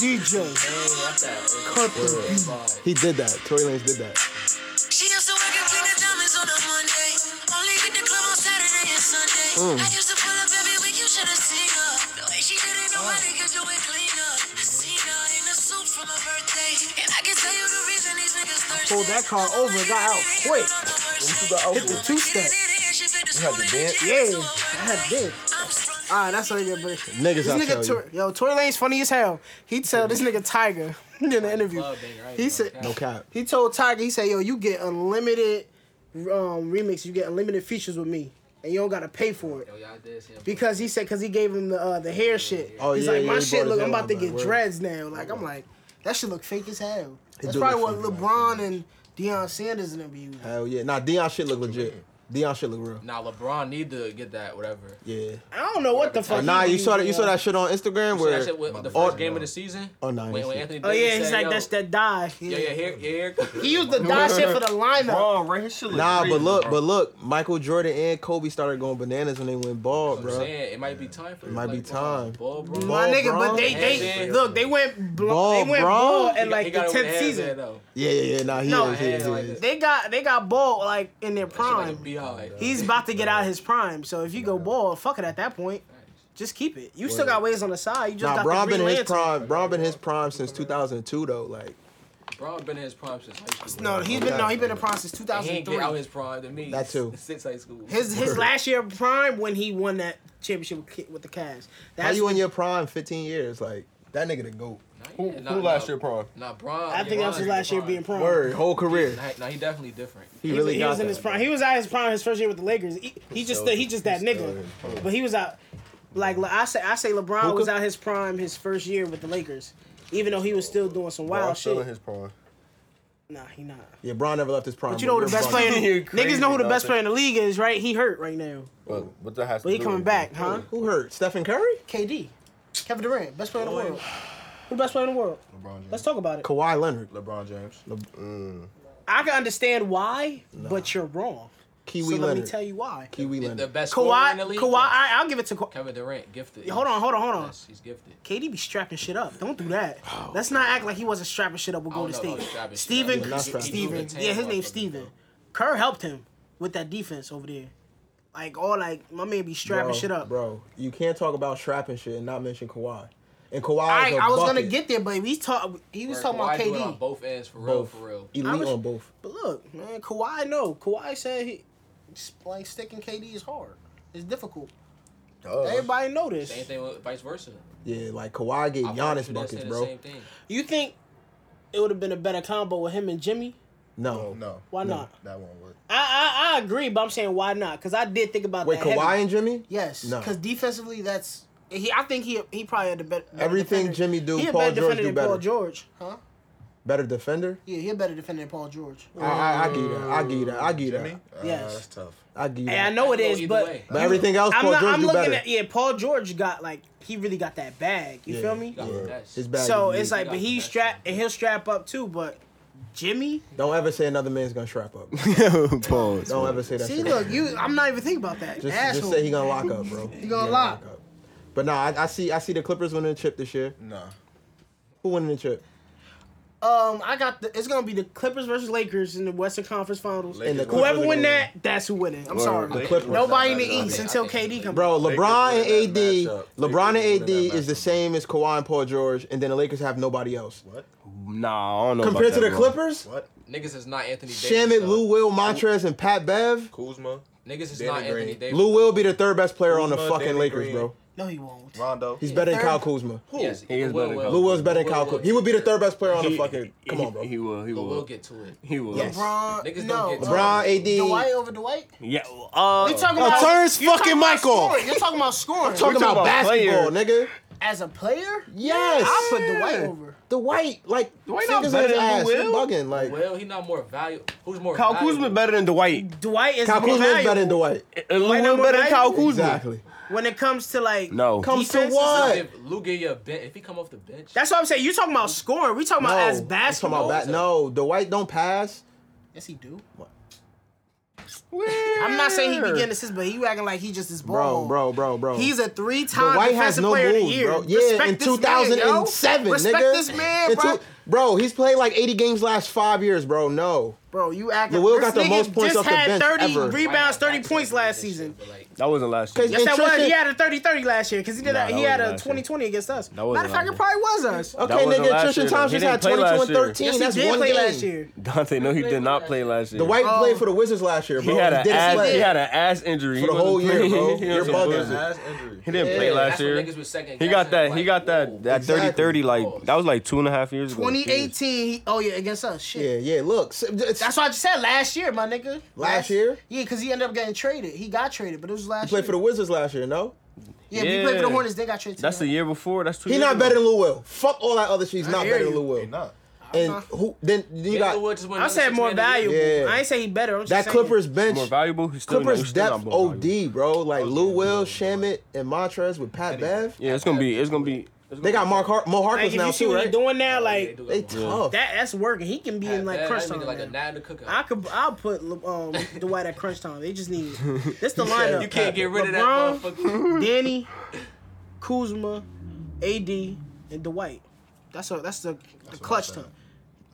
Speaker 6: DJ. Cut the beat.
Speaker 1: He did that. Tory Lanez did that.
Speaker 10: She used to work and clean the diamonds on a Monday. Only hit the club on Saturday and Sunday.
Speaker 6: Mm.
Speaker 10: I used to pull up every week, you should have seen her. The way she did it, nobody could do it cleaner. I seen her in a suit for my birthday. And I can tell you the reason these niggas thirsty.
Speaker 6: Pulled that car over, got out quick.
Speaker 10: Hit
Speaker 6: the two-step.
Speaker 10: You had to dance?
Speaker 6: Yeah, I had this. All right, Ah, that's how they get break.
Speaker 1: Niggas,
Speaker 6: This
Speaker 1: I
Speaker 6: nigga,
Speaker 1: tell you.
Speaker 6: Tor- yo, Tory Lane's funny as hell. He tell this nigga Tiger in the interview. He said,
Speaker 1: No cap.
Speaker 6: he told Tiger, he said, yo, you get unlimited um, remix, you get unlimited features with me, and you don't gotta pay for it.
Speaker 7: Yo, y'all did see him.
Speaker 6: Because he said, because he gave him the uh, the hair shit.
Speaker 1: Oh,
Speaker 6: He's
Speaker 1: yeah,
Speaker 6: like,
Speaker 1: yeah,
Speaker 6: my
Speaker 1: he brought
Speaker 6: shit
Speaker 1: his
Speaker 6: look,
Speaker 1: hair
Speaker 6: I'm about to
Speaker 1: out,
Speaker 6: get
Speaker 1: word.
Speaker 6: dreads now. Like, I'm like, that shit look fake as hell. That's
Speaker 1: do
Speaker 6: probably what
Speaker 1: look
Speaker 6: LeBron and Deion Sanders and them be using.
Speaker 1: Hell yeah. Nah, Dion shit look legit. Dion shit look real.
Speaker 5: Now LeBron need to get that whatever.
Speaker 1: Yeah.
Speaker 6: I don't know what the
Speaker 1: Oh,
Speaker 6: fuck.
Speaker 1: nah,
Speaker 6: he
Speaker 1: you
Speaker 6: be
Speaker 1: saw
Speaker 6: using,
Speaker 1: that. You saw
Speaker 6: yo.
Speaker 1: that shit on Instagram
Speaker 5: So that
Speaker 1: where
Speaker 5: shit with the
Speaker 1: all-
Speaker 5: first game of the season.
Speaker 1: Oh, nah,
Speaker 5: When,
Speaker 1: that
Speaker 5: when
Speaker 1: shit.
Speaker 5: Anthony
Speaker 6: Oh
Speaker 5: Davis
Speaker 6: yeah, he's
Speaker 5: said,
Speaker 6: like
Speaker 5: yo,
Speaker 6: that's that die.
Speaker 5: Yeah, yeah, here, here.
Speaker 6: He used the die shit for the lineup.
Speaker 9: Wrong, right? His shit look
Speaker 1: Nah,
Speaker 9: crazy,
Speaker 1: but look,
Speaker 9: bro.
Speaker 1: but look, Michael Jordan and Kobe started going bananas when they went bald,
Speaker 5: I'm
Speaker 1: bro.
Speaker 5: saying it might be time for it.
Speaker 1: might be time.
Speaker 5: Ball, bro.
Speaker 1: Ball,
Speaker 6: My nigga,
Speaker 1: bro.
Speaker 6: but they they
Speaker 5: Yeah.
Speaker 6: look they went bl-
Speaker 1: Ball,
Speaker 6: they went
Speaker 1: bro.
Speaker 6: ball
Speaker 5: He
Speaker 6: at
Speaker 5: got-
Speaker 6: like
Speaker 5: he
Speaker 6: the
Speaker 5: got it with
Speaker 6: tenth
Speaker 5: hands
Speaker 6: season.
Speaker 5: there, though.
Speaker 1: Yeah, yeah, yeah. Nah, he
Speaker 6: No,
Speaker 1: is. He is, he
Speaker 5: like
Speaker 1: is.
Speaker 5: this.
Speaker 6: They got they got ball like in their
Speaker 5: Shit like a
Speaker 6: prime.
Speaker 5: beehive, though.
Speaker 6: He's about to get out his prime, so if you go ball, fuck it at that point. Just keep it. You still got ways on the side. You just
Speaker 1: Nah,
Speaker 6: got
Speaker 1: Bron
Speaker 6: the
Speaker 1: been in
Speaker 6: Green
Speaker 1: his
Speaker 6: Lantern.
Speaker 1: prime. Bron been in his prime since 2002 though. Like,
Speaker 5: Bro, been in his prime since high school.
Speaker 6: No, he's been no, he been in prime since
Speaker 5: And He ain't get out
Speaker 6: 2003.
Speaker 5: his prime to me.
Speaker 1: That too.
Speaker 5: Since high school.
Speaker 6: His his last year of prime when he won that championship with Ki- with the Cavs.
Speaker 1: how
Speaker 6: That's
Speaker 1: you
Speaker 6: when-
Speaker 1: in your prime 15 years? Like, that nigga the goat.
Speaker 9: Who, who last year, prom?
Speaker 5: Nah, Bron.
Speaker 6: I think that was his last year being prime.
Speaker 1: Word, whole career.
Speaker 5: Nah, he- nah, he definitely different.
Speaker 1: He
Speaker 6: He,
Speaker 1: really
Speaker 6: was, he
Speaker 1: got
Speaker 6: was in
Speaker 1: that.
Speaker 6: his prime. He was out his prime his first year with the Lakers. He, he just he just that nigga. But he was out like Le- I say I say LeBron was out his prime his first year with the Lakers, even though he was still doing some
Speaker 9: Bro, I'm
Speaker 6: wild
Speaker 9: still in
Speaker 6: shit.
Speaker 9: his prime.
Speaker 6: Nah, he not.
Speaker 1: Yeah, Bron never left his prime.
Speaker 6: But you know who the best player? In,
Speaker 9: You're
Speaker 6: niggas
Speaker 9: crazy,
Speaker 6: know who the
Speaker 9: dog.
Speaker 6: best player in the league is, right? He hurt right now,
Speaker 9: But, but that has
Speaker 6: but
Speaker 9: to
Speaker 6: he
Speaker 9: do
Speaker 6: coming
Speaker 9: with-
Speaker 6: back, huh?
Speaker 1: Who hurt? Stephen Curry?
Speaker 6: KD, Kevin Durant, best player in the world. Who the best player in the world?
Speaker 4: LeBron James.
Speaker 6: Let's talk about it.
Speaker 1: Kawhi Leonard.
Speaker 4: LeBron James.
Speaker 6: I can understand why, but you're wrong.
Speaker 1: Kiwi
Speaker 6: so let me
Speaker 1: Leonard.
Speaker 6: tell you why.
Speaker 1: Kiwi
Speaker 5: The
Speaker 1: Leonard.
Speaker 5: best scorer
Speaker 6: Kawhi,
Speaker 5: in the league.
Speaker 6: Kawhi, I, I'll give it to Kawhi.
Speaker 5: Kevin Durant, gifted.
Speaker 6: Hold on, hold on, hold on.
Speaker 5: Yes, he's gifted.
Speaker 6: KD be strapping shit up. Don't do that. Let's not act like he wasn't strapping shit up with
Speaker 5: Oh, I don't
Speaker 6: Golden
Speaker 5: know about
Speaker 6: State.
Speaker 5: strapping shit
Speaker 6: Steven,
Speaker 5: up.
Speaker 1: Yeah, not strapping
Speaker 6: Steven,
Speaker 5: shit up.
Speaker 6: yeah, his name's Steven. Kerr helped him with that defense over there. Like all like my man be strapping
Speaker 1: Bro,
Speaker 6: shit up.
Speaker 1: Bro, you can't talk about strapping shit and not mention Kawhi. And Kawhi
Speaker 6: All
Speaker 1: is
Speaker 6: right,
Speaker 1: a
Speaker 6: I was
Speaker 1: bucket.
Speaker 6: gonna get there, but we talk. He was talking
Speaker 5: Kawhi
Speaker 6: about
Speaker 5: do it on
Speaker 6: KD.
Speaker 5: both ends, for real,
Speaker 1: both.
Speaker 5: Oh, for real.
Speaker 1: Elite
Speaker 6: was-
Speaker 1: on both.
Speaker 6: But look, man, Kawhi no. Kawhi said he like sticking KD is hard. It's difficult. Everybody know this.
Speaker 5: Same thing with vice versa.
Speaker 1: Yeah, like Kawhi gave
Speaker 5: I probably
Speaker 1: Giannis
Speaker 5: should've
Speaker 1: buckets,
Speaker 5: said the
Speaker 1: bro.
Speaker 5: Same thing.
Speaker 6: You think it would have been a better combo with him and Jimmy?
Speaker 1: No.
Speaker 4: No,
Speaker 6: Why not?
Speaker 4: that won't work.
Speaker 6: I, I I agree, but I'm saying why not? Because I did think about
Speaker 1: Wait,
Speaker 6: that. heavy-
Speaker 1: Kawhi and Jimmy?
Speaker 6: Yes,
Speaker 1: No.
Speaker 6: because defensively, that's he. I think he he probably had the better. better
Speaker 1: Everything
Speaker 6: defender.
Speaker 1: Jimmy do,
Speaker 6: He a
Speaker 1: Paul
Speaker 6: better
Speaker 1: George
Speaker 6: defender
Speaker 1: do
Speaker 6: than Paul
Speaker 1: better.
Speaker 6: George, huh?
Speaker 1: Better defender?
Speaker 6: Yeah, he a better defender than Paul George.
Speaker 1: I, I, I give you that. I give you that. I give you
Speaker 4: Jimmy?
Speaker 1: that.
Speaker 4: Uh,
Speaker 6: Yes.
Speaker 4: That's tough.
Speaker 1: I give you
Speaker 6: Hey, I
Speaker 1: that.
Speaker 6: know it
Speaker 5: I can go
Speaker 6: is,
Speaker 5: either
Speaker 6: but
Speaker 5: way.
Speaker 1: But everything else,
Speaker 6: I'm
Speaker 1: Paul
Speaker 6: not.
Speaker 1: George
Speaker 6: I'm
Speaker 1: do
Speaker 6: looking
Speaker 1: better.
Speaker 6: at yeah. Paul George got like he really got that bag. You
Speaker 1: Yeah,
Speaker 6: feel me?
Speaker 5: He got
Speaker 1: Yeah.
Speaker 5: finesse.
Speaker 1: His bag
Speaker 6: So
Speaker 1: is
Speaker 6: it's
Speaker 1: elite.
Speaker 6: like, but he strap and he'll strap up too. But Jimmy,
Speaker 1: Don't ever say another man's gonna strap up.
Speaker 2: Pause.
Speaker 1: Don't ever say that.
Speaker 6: see,
Speaker 1: shit.
Speaker 6: look, you. I'm not even thinking about that.
Speaker 1: Just,
Speaker 6: Asshole.
Speaker 1: just say he gonna lock up, bro. He
Speaker 6: gonna lock.
Speaker 1: up. But nah, I, I see. I see the Clippers winning the chip this year.
Speaker 4: Nah.
Speaker 1: Who winning the chip?
Speaker 6: um, I got the. It's gonna be the Clippers versus Lakers in the Western Conference Finals.
Speaker 1: And the
Speaker 6: Whoever
Speaker 1: Clippers are
Speaker 6: win
Speaker 1: gonna
Speaker 6: that, that's who winning. I'm sorry.
Speaker 1: Clippers.
Speaker 6: Nobody in the
Speaker 4: I
Speaker 6: East
Speaker 5: think-
Speaker 6: until
Speaker 5: I think-
Speaker 6: KD comes.
Speaker 1: Bro, LeBron
Speaker 4: winning
Speaker 1: and AD,
Speaker 4: that matchup.
Speaker 1: LeBron
Speaker 4: Lakers
Speaker 1: and AD
Speaker 4: winning that
Speaker 1: is the
Speaker 4: matchup.
Speaker 1: same as Kawhi and Paul George, and then the Lakers have nobody else.
Speaker 2: Nah, I don't know.
Speaker 1: Compared
Speaker 2: about
Speaker 1: to
Speaker 2: that,
Speaker 1: the
Speaker 2: bro.
Speaker 1: Clippers,
Speaker 4: What?
Speaker 5: Niggas is not Anthony Davis.
Speaker 1: Shamit,
Speaker 5: though.
Speaker 1: Lou Will, Montrez, and Pat Bev.
Speaker 4: Kuzma,
Speaker 5: Niggas is
Speaker 4: Danny
Speaker 5: not Anthony
Speaker 4: Green.
Speaker 5: Davis.
Speaker 1: Lou Will be the third best player on the
Speaker 4: Kuzma,
Speaker 1: fucking
Speaker 4: Danny
Speaker 1: Lakers,
Speaker 4: Green.
Speaker 1: bro.
Speaker 6: No, he won't.
Speaker 4: Rondo.
Speaker 1: He's better than Kyle Kuzma.
Speaker 5: Yes,
Speaker 2: He is
Speaker 5: Lou
Speaker 2: better than Kyle.
Speaker 1: Lou Will's better than Kyle
Speaker 5: Lou Will-
Speaker 1: Kuzma. He would be the third best player on the
Speaker 2: He-
Speaker 1: fucking. Come
Speaker 2: he-
Speaker 1: on, bro.
Speaker 2: He will. He
Speaker 5: Lou
Speaker 2: will.
Speaker 5: Will get to it.
Speaker 2: He will.
Speaker 1: Yes.
Speaker 6: LeBron,
Speaker 5: Niggas
Speaker 6: Uh, no.
Speaker 5: don't get
Speaker 1: LeBron,
Speaker 6: Dwight
Speaker 1: AD.
Speaker 6: over Dwight.
Speaker 2: Yeah. Uh,
Speaker 6: You talking
Speaker 1: Oh,
Speaker 6: about
Speaker 1: turn his
Speaker 6: you're talking
Speaker 1: fucking
Speaker 6: about
Speaker 1: mic off.
Speaker 6: scoring. You're talking about scoring.
Speaker 1: Talking
Speaker 2: talking
Speaker 1: about
Speaker 2: about
Speaker 1: basketball, nigga.
Speaker 6: As a player,
Speaker 1: Yes.
Speaker 6: I put Dwight over.
Speaker 1: The white, like
Speaker 2: Dwight not
Speaker 1: fingers in
Speaker 2: better
Speaker 1: his
Speaker 2: than
Speaker 1: ass,
Speaker 2: Will.
Speaker 1: He bugging. Like
Speaker 5: Well, he not more valuable. Who's more
Speaker 2: Kyle
Speaker 5: valuable?
Speaker 2: Kuzma better than Dwight.
Speaker 6: Dwight is
Speaker 1: Kyle
Speaker 6: more
Speaker 1: Kuzma is
Speaker 6: valuable
Speaker 1: better than Dwight.
Speaker 2: And Lou
Speaker 6: Dwight not
Speaker 2: Will
Speaker 6: more
Speaker 2: better than Kyle
Speaker 6: valuable?
Speaker 2: Kuzma.
Speaker 1: Exactly.
Speaker 6: when it comes to like.
Speaker 2: No.
Speaker 1: Comes to
Speaker 6: Defense is
Speaker 5: Lou
Speaker 1: what?
Speaker 5: give- Lou get your bench. If he come off the bench,
Speaker 6: That's what I'm saying. You're talking about scoring. We talking about as
Speaker 1: I'm talking
Speaker 6: basketball.
Speaker 1: about ba- no, Dwight don't pass.
Speaker 6: yes, he do. I'm not saying he began to assist, but you acting like he just is
Speaker 1: Bro,
Speaker 6: bald.
Speaker 1: bro, bro, bro.
Speaker 6: He's a
Speaker 1: But
Speaker 6: three-time
Speaker 1: White
Speaker 6: defensive
Speaker 1: has no
Speaker 6: player of the
Speaker 1: moves,
Speaker 6: year.
Speaker 1: bro. Yeah,
Speaker 6: Respect
Speaker 1: in
Speaker 6: this man, yo.
Speaker 1: 2007,
Speaker 6: Respect
Speaker 1: nigga.
Speaker 6: this man,
Speaker 1: In
Speaker 6: bro.
Speaker 1: two- bro, he's played like 80 games last five years, bro. No.
Speaker 6: Bro, you acting.
Speaker 1: Lil
Speaker 6: This
Speaker 1: got the
Speaker 6: nigga
Speaker 1: most points
Speaker 6: just
Speaker 1: off the
Speaker 6: had
Speaker 1: bench
Speaker 6: 30
Speaker 1: ever.
Speaker 6: rebounds, 30 points last season.
Speaker 2: That wasn't last year.
Speaker 1: Cause
Speaker 6: Yes,
Speaker 1: and
Speaker 6: that was.
Speaker 1: Tristan-
Speaker 6: He had a 30-30 last year because he did.
Speaker 2: Nah,
Speaker 6: a,
Speaker 2: that
Speaker 6: he had
Speaker 2: wasn't
Speaker 6: a
Speaker 2: last year.
Speaker 6: 20-20 against us.
Speaker 2: wasn't
Speaker 6: Matter of fact,
Speaker 2: last
Speaker 6: it probably was us.
Speaker 1: Okay,
Speaker 2: wasn't
Speaker 1: nigga,
Speaker 2: last
Speaker 1: Tristan
Speaker 2: year, though.
Speaker 1: Thompson
Speaker 2: He didn't
Speaker 1: had
Speaker 2: play
Speaker 1: 22 and
Speaker 2: last year.
Speaker 1: 13.
Speaker 6: Yes, he
Speaker 1: That's
Speaker 6: did
Speaker 1: one
Speaker 6: play
Speaker 1: game.
Speaker 6: last year.
Speaker 2: Dante, no, he did not play last year.
Speaker 1: The White
Speaker 6: Oh.
Speaker 1: played for the Wizards last year, bro.
Speaker 2: he had an
Speaker 1: didn't
Speaker 2: ass.
Speaker 1: play.
Speaker 2: He had an ass injury
Speaker 1: For
Speaker 2: He
Speaker 1: the whole
Speaker 2: wasn't
Speaker 1: year,
Speaker 2: playing.
Speaker 1: bro.
Speaker 2: He
Speaker 1: You're
Speaker 2: was a
Speaker 1: bugging.
Speaker 2: buzzard.
Speaker 8: Ass injury.
Speaker 2: He didn't
Speaker 5: Yeah,
Speaker 2: play last
Speaker 5: that's when niggas
Speaker 2: year.
Speaker 5: was second
Speaker 2: He
Speaker 5: guessing,
Speaker 2: got that. He
Speaker 5: like,
Speaker 2: got
Speaker 5: whoa.
Speaker 2: that. That 30-30,
Speaker 1: Exactly.
Speaker 2: Like that was like two and a half years ago.
Speaker 6: 2018. he- Oh yeah, against us. Shit.
Speaker 1: Yeah, yeah. Look, s- it's-
Speaker 6: That's what I just said last year, my nigga.
Speaker 1: Last year?
Speaker 6: Yeah, because he ended up getting traded. He got traded, but it was last
Speaker 1: he played
Speaker 6: year.
Speaker 1: for the Wizards last year. No,
Speaker 6: yeah, but he played for the
Speaker 2: Yeah.
Speaker 6: Hornets. They got traded.
Speaker 2: That's the
Speaker 6: too.
Speaker 2: year before. That's two.
Speaker 1: he
Speaker 2: years
Speaker 1: not
Speaker 2: ago.
Speaker 1: better than Lou Will. Fuck all that other shit. He's not
Speaker 6: hear
Speaker 1: better than
Speaker 6: you.
Speaker 1: Lou
Speaker 8: He
Speaker 1: Will.
Speaker 8: not.
Speaker 1: And who? Then you got
Speaker 6: I said more valuable.
Speaker 1: Yeah.
Speaker 6: I ain't say he better. I'm just
Speaker 1: that
Speaker 6: saying.
Speaker 1: Clippers
Speaker 2: More
Speaker 1: bench.
Speaker 2: valuable. He's still
Speaker 1: Clippers
Speaker 2: he's still not
Speaker 1: depth
Speaker 2: more valuable.
Speaker 1: OD, bro. Like Lou Will, Shamit, and Montrez with Pat Bev.
Speaker 2: Yeah, it's gonna be. It's gonna be. it's
Speaker 1: They
Speaker 2: gonna
Speaker 1: got Mark Har- Mo
Speaker 6: Like,
Speaker 1: Harkless
Speaker 6: if
Speaker 1: now
Speaker 6: you see
Speaker 1: too,
Speaker 6: what he's
Speaker 1: right?
Speaker 6: doing now, like
Speaker 1: They tough.
Speaker 6: that, that's working. He can be in like crunch time.
Speaker 5: Like a
Speaker 6: now.
Speaker 5: nine to cook
Speaker 6: I could, I'll put um, Dwight at crunch time. They just need that's the lineup.
Speaker 5: You can't get rid of that
Speaker 6: LeBron,
Speaker 5: motherfucker.
Speaker 6: Danny, Kuzma, AD, and Dwight. That's a that's the, the clutch time.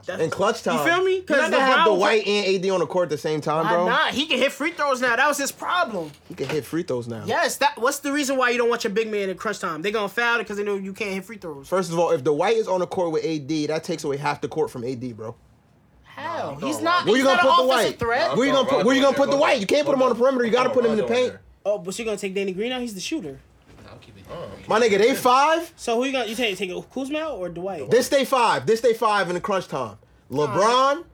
Speaker 6: That's-
Speaker 1: And clutch time.
Speaker 6: You feel me?
Speaker 1: You're not gonna have
Speaker 6: LeBron-
Speaker 1: the White and AD on the court at the same time,
Speaker 6: Why
Speaker 1: bro.
Speaker 6: not? He can hit free throws now. That was his problem.
Speaker 1: He can hit free throws now.
Speaker 6: Yes, that. What's the reason why you don't want your big man in crunch time? They're gonna foul it because they know you can't hit free throws.
Speaker 1: First of all, if the White is on the court with AD, that takes away half the court from AD, bro.
Speaker 6: Hell, he's not.
Speaker 1: Where
Speaker 6: He's
Speaker 1: you
Speaker 6: not an
Speaker 1: gonna put the
Speaker 6: offensive
Speaker 1: White?
Speaker 6: threat.
Speaker 1: Where you gonna put? Where you gonna put the White? You can't put him on the perimeter. You gotta put him in the paint.
Speaker 6: Oh, but you're gonna take Danny Green out. He's the shooter.
Speaker 5: I'll keep it.
Speaker 1: My nigga, they five.
Speaker 6: So who you gonna you take? Take Kuzma out or Dwight?
Speaker 1: This day five. This day five in the crunch time. LeBron,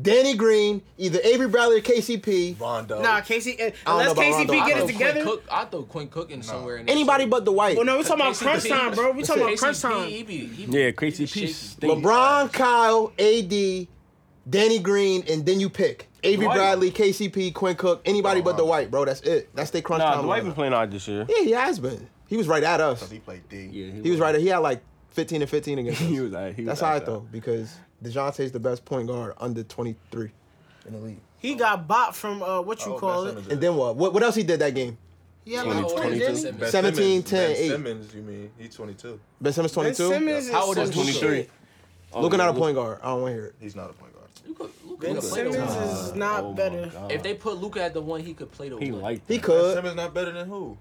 Speaker 1: Danny Green, either Avery Bradley or KCP.
Speaker 8: Rondo.
Speaker 6: Nah, Casey. uh,
Speaker 1: I don't know
Speaker 6: Unless
Speaker 1: about
Speaker 6: KCP
Speaker 1: Rondo.
Speaker 6: get
Speaker 1: I
Speaker 6: it
Speaker 1: know
Speaker 6: together.
Speaker 5: Quinn Cook, I throw Quinn Cook in somewhere. In there,
Speaker 1: Anybody
Speaker 5: too.
Speaker 1: but the White.
Speaker 6: Oh no, we talking about
Speaker 5: KCP.
Speaker 6: crunch time, bro. We talking about crunch
Speaker 5: KCP,
Speaker 6: time.
Speaker 5: He be, he
Speaker 2: Yeah,
Speaker 5: be-
Speaker 2: crazy
Speaker 5: he shaky.
Speaker 2: piece.
Speaker 1: LeBron, Kyle, AD, Danny Green, and then you pick Avery
Speaker 2: Dwight.
Speaker 1: Bradley, KCP, Quinn Cook. Anybody but the White, bro. That's it. That's their crunch
Speaker 2: Nah,
Speaker 1: time.
Speaker 2: Dwight
Speaker 1: lineup.
Speaker 2: been playing out this year.
Speaker 1: Yeah, he has been. He was right at us.
Speaker 8: He played D.
Speaker 1: He was right. He had like 15 and 15 against us.
Speaker 2: He was. alright. He was
Speaker 1: That's how I
Speaker 2: alright,
Speaker 1: thought because Dejounte's the best point guard under 23 in the league.
Speaker 6: He got bought from uh, what you
Speaker 8: Oh,
Speaker 6: call
Speaker 8: Ben
Speaker 6: it?
Speaker 8: Simmons.
Speaker 1: And then what? What, what else he did that game?
Speaker 6: Yeah,
Speaker 5: How
Speaker 6: like
Speaker 5: old is
Speaker 6: 20,
Speaker 5: Ben
Speaker 6: didn't he?
Speaker 5: Simmons?
Speaker 8: Ben
Speaker 1: 17,
Speaker 8: Simmons,
Speaker 1: 10,
Speaker 8: Ben
Speaker 1: 8.
Speaker 8: Simmons, you mean? He 22.
Speaker 1: Ben Simmons
Speaker 6: Ben
Speaker 1: 22.
Speaker 6: Simmons
Speaker 5: How old
Speaker 6: is
Speaker 5: is
Speaker 6: some
Speaker 2: 23?
Speaker 6: shit.
Speaker 1: Looking at a point guard. I don't want to hear it.
Speaker 8: He's not a point guard.
Speaker 5: Luka- Luka
Speaker 6: Ben
Speaker 5: could play the
Speaker 6: Simmons
Speaker 5: one.
Speaker 6: is not
Speaker 2: Oh my
Speaker 6: better.
Speaker 2: God.
Speaker 5: If they put Luca at the one, he could play the
Speaker 2: he
Speaker 5: one.
Speaker 2: liked
Speaker 1: He
Speaker 2: that.
Speaker 8: Ben
Speaker 1: could.
Speaker 8: Simmons not better than who?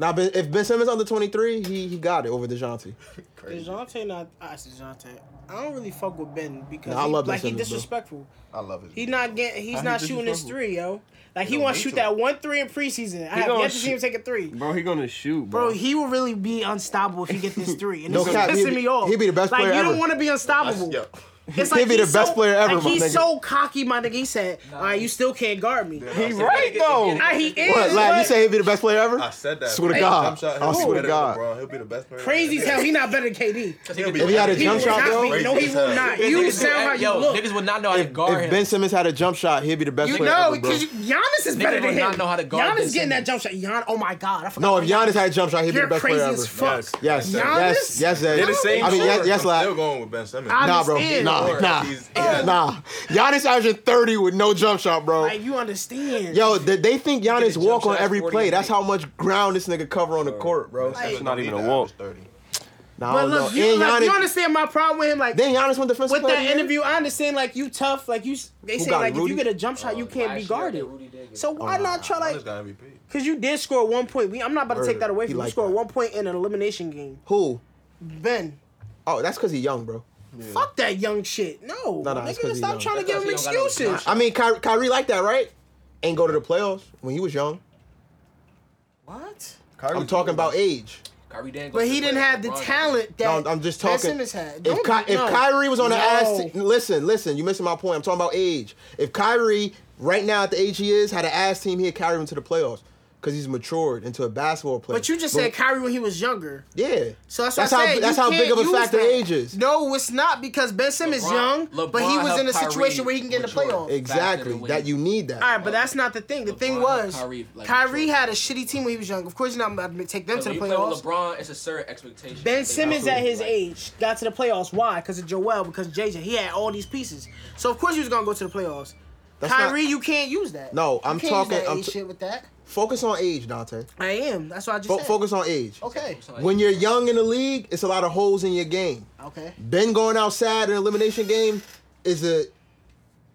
Speaker 1: Now, ben, if Ben Simmons under 23, he he got it over Dejounte.
Speaker 8: Crazy.
Speaker 6: Dejounte not. I said Dejounte. I don't really fuck with Ben because
Speaker 1: Nah, I
Speaker 6: he,
Speaker 1: love Ben
Speaker 6: like he
Speaker 1: Simmons, bro.
Speaker 6: disrespectful.
Speaker 8: I love his.
Speaker 6: He's not getting. He's
Speaker 2: How
Speaker 6: not
Speaker 2: he
Speaker 6: shooting his
Speaker 2: disrespectful?
Speaker 6: three, yo. Like he
Speaker 8: don't
Speaker 6: want to
Speaker 8: need
Speaker 6: shoot
Speaker 8: to.
Speaker 6: that one three in preseason. I have
Speaker 2: gonna
Speaker 6: yet to see him
Speaker 2: shoot-
Speaker 6: take a three.
Speaker 2: Bro, he gonna shoot, bro.
Speaker 6: Bro, he will really be unstoppable if he get this three, and
Speaker 1: No
Speaker 6: this is
Speaker 1: cap, he'd
Speaker 6: pissing
Speaker 1: be-
Speaker 6: me off.
Speaker 1: he'd be the best
Speaker 6: like,
Speaker 1: player
Speaker 6: you
Speaker 1: ever.
Speaker 6: don't want to be unstoppable.
Speaker 8: Yeah.
Speaker 6: It's
Speaker 1: He'd be the
Speaker 6: he's
Speaker 1: best player ever,
Speaker 6: Like
Speaker 1: my
Speaker 6: he's
Speaker 1: nigga.
Speaker 6: so cocky, my nigga. He said, "All right, you still can't guard me."
Speaker 2: he right though.
Speaker 6: I, he is.
Speaker 1: What, lad? You
Speaker 6: but
Speaker 1: say he'd be the best player ever?
Speaker 8: I said that.
Speaker 1: Swear to
Speaker 8: Hey,
Speaker 1: God.
Speaker 8: jump shot, he'll
Speaker 1: I
Speaker 8: be
Speaker 1: swear to
Speaker 8: better than
Speaker 1: God.
Speaker 8: LeBron. He'll be the best player.
Speaker 6: crazy as hell. He not better than KD.
Speaker 8: He'll be
Speaker 1: If he had a
Speaker 6: He
Speaker 1: jump
Speaker 6: will
Speaker 1: shot,
Speaker 6: not
Speaker 1: bro.
Speaker 6: be. No, he will not. You sound how you
Speaker 5: yo,
Speaker 6: look.
Speaker 5: Niggas would not know how to guard
Speaker 1: If
Speaker 5: him.
Speaker 1: Ben Simmons had a jump shot, he'd be the best
Speaker 6: You
Speaker 1: player
Speaker 6: know,
Speaker 1: ever, bro.
Speaker 6: because Giannis is better
Speaker 5: will
Speaker 6: than him.
Speaker 5: not know how to guard
Speaker 6: Giannis
Speaker 5: Ben
Speaker 6: getting that
Speaker 5: Simmons.
Speaker 6: jump shot. Gian, oh my god, I forgot.
Speaker 1: No, if Giannis had a jump shot, he'd be
Speaker 6: You're
Speaker 1: the best
Speaker 6: crazy
Speaker 1: player ever.
Speaker 6: as fuck.
Speaker 1: Yes, yes,
Speaker 6: Giannis?
Speaker 1: yes,
Speaker 2: They're the
Speaker 1: yes.
Speaker 2: same
Speaker 1: I mean, yes,
Speaker 2: court.
Speaker 1: yes,
Speaker 8: I'm still
Speaker 1: lad.
Speaker 8: going with Ben Simmons.
Speaker 6: I-
Speaker 1: Nah, bro.
Speaker 6: understand.
Speaker 1: Nah,
Speaker 8: Or
Speaker 1: nah,
Speaker 8: he's-
Speaker 1: nah, nah. Giannis averaging 30 with no jump shot, bro.
Speaker 6: Like you understand?
Speaker 1: Yo, they, they think Giannis
Speaker 2: jump
Speaker 1: walk on
Speaker 2: shot
Speaker 1: every
Speaker 2: 40
Speaker 1: play.
Speaker 2: and
Speaker 1: That's how much ground this nigga cover on the court, bro.
Speaker 8: Ben Simmons
Speaker 2: not
Speaker 8: don't
Speaker 2: even
Speaker 8: need
Speaker 2: a
Speaker 8: to
Speaker 2: walk.
Speaker 8: average 30.
Speaker 1: Nah, I
Speaker 6: but
Speaker 1: don't
Speaker 6: look,
Speaker 1: know.
Speaker 6: you,
Speaker 1: And
Speaker 6: like, you
Speaker 1: Giannis,
Speaker 6: understand my problem with him? Like
Speaker 1: then Giannis won defensive
Speaker 6: with
Speaker 1: player
Speaker 6: that
Speaker 1: of the year?
Speaker 6: interview, I understand like you tough. Like you, they
Speaker 1: Who
Speaker 6: say
Speaker 1: got
Speaker 6: like
Speaker 1: Rudy?
Speaker 6: if you get a jump shot, you can't be guarded. So why not try
Speaker 8: Giannis
Speaker 6: like?
Speaker 8: got MVP.
Speaker 6: Cause you did score one point. We, I'm not about to take
Speaker 1: Word.
Speaker 6: that away
Speaker 1: He
Speaker 6: from you.
Speaker 1: like
Speaker 6: You scored
Speaker 1: that.
Speaker 6: one point in an elimination game.
Speaker 1: Who?
Speaker 6: Ben,
Speaker 1: Oh, that's because he's young, bro.
Speaker 6: fuck that young shit. No,
Speaker 1: No, no, it's 'cause
Speaker 6: nigga,
Speaker 1: he
Speaker 6: stop
Speaker 1: young.
Speaker 6: trying to give him
Speaker 5: he don't got no
Speaker 6: excuses.
Speaker 1: I mean, Kyrie, Kyrie like that, right? Ain't go to the playoffs when he was young.
Speaker 6: What?
Speaker 1: I'm talking about age.
Speaker 5: Kyrie didn't go
Speaker 6: But
Speaker 5: to
Speaker 6: he
Speaker 5: the
Speaker 6: didn't
Speaker 5: playoffs.
Speaker 6: have the
Speaker 5: LeBron-
Speaker 6: talent
Speaker 1: No,
Speaker 6: that
Speaker 1: I'm just
Speaker 6: Ben
Speaker 1: talking.
Speaker 6: Simmons had.
Speaker 1: If,
Speaker 6: Don't-
Speaker 1: Ky- if
Speaker 6: no.
Speaker 1: Kyrie was on the
Speaker 6: No.
Speaker 1: ass, t- listen, listen, you missing my point. I'm talking about age. If Kyrie, right now at the age he is, had an ass team, he'd carry him to the playoffs because he's matured into a basketball player.
Speaker 6: But you just said Kyrie when he was younger.
Speaker 1: yeah.
Speaker 6: So that's,
Speaker 1: That's
Speaker 6: what I
Speaker 1: how-
Speaker 6: said.
Speaker 1: that's
Speaker 6: You
Speaker 1: how
Speaker 6: can't
Speaker 1: big of a
Speaker 6: use
Speaker 1: factor
Speaker 6: that.
Speaker 1: age is.
Speaker 6: No, it's not because Ben Simmons
Speaker 5: LeBron-
Speaker 6: young, but he
Speaker 5: LeBron
Speaker 6: was in a
Speaker 5: helped
Speaker 6: situation
Speaker 5: Kyrie
Speaker 6: where he can get in the
Speaker 5: mature.
Speaker 6: playoff.
Speaker 1: Exactly.
Speaker 5: Factor when
Speaker 1: That
Speaker 5: you-
Speaker 1: you need that.
Speaker 6: All right, but that's not the thing. The thing
Speaker 5: LeBron
Speaker 6: was,
Speaker 5: helped
Speaker 6: Kyrie,
Speaker 5: Kyrie, like, mature.
Speaker 6: had a shitty team when he was young. Of course, you're not about to take them to
Speaker 5: When
Speaker 6: the
Speaker 5: you play with
Speaker 6: playoffs.
Speaker 5: LeBron, it's a certain expectation.
Speaker 6: Ben Simmons at his
Speaker 5: Like,
Speaker 6: age got to the playoffs. Why? Because of Joel, because JJ. He had all these pieces. So, of course, he was going to go to the playoffs.
Speaker 1: That's not-
Speaker 6: Kyrie, you can't use that.
Speaker 1: No,
Speaker 6: You
Speaker 1: I'm
Speaker 6: can't
Speaker 1: talking-
Speaker 6: Use that
Speaker 1: I'm
Speaker 6: age
Speaker 1: t-
Speaker 6: shit with that.
Speaker 1: Focus on age, Dante.
Speaker 6: I am. That's what I just
Speaker 1: Fo-
Speaker 6: said.
Speaker 1: focus on age.
Speaker 6: Okay.
Speaker 1: When you're young in the league, it's a lot of holes in your game.
Speaker 6: Okay.
Speaker 1: Ben going outside in elimination game is a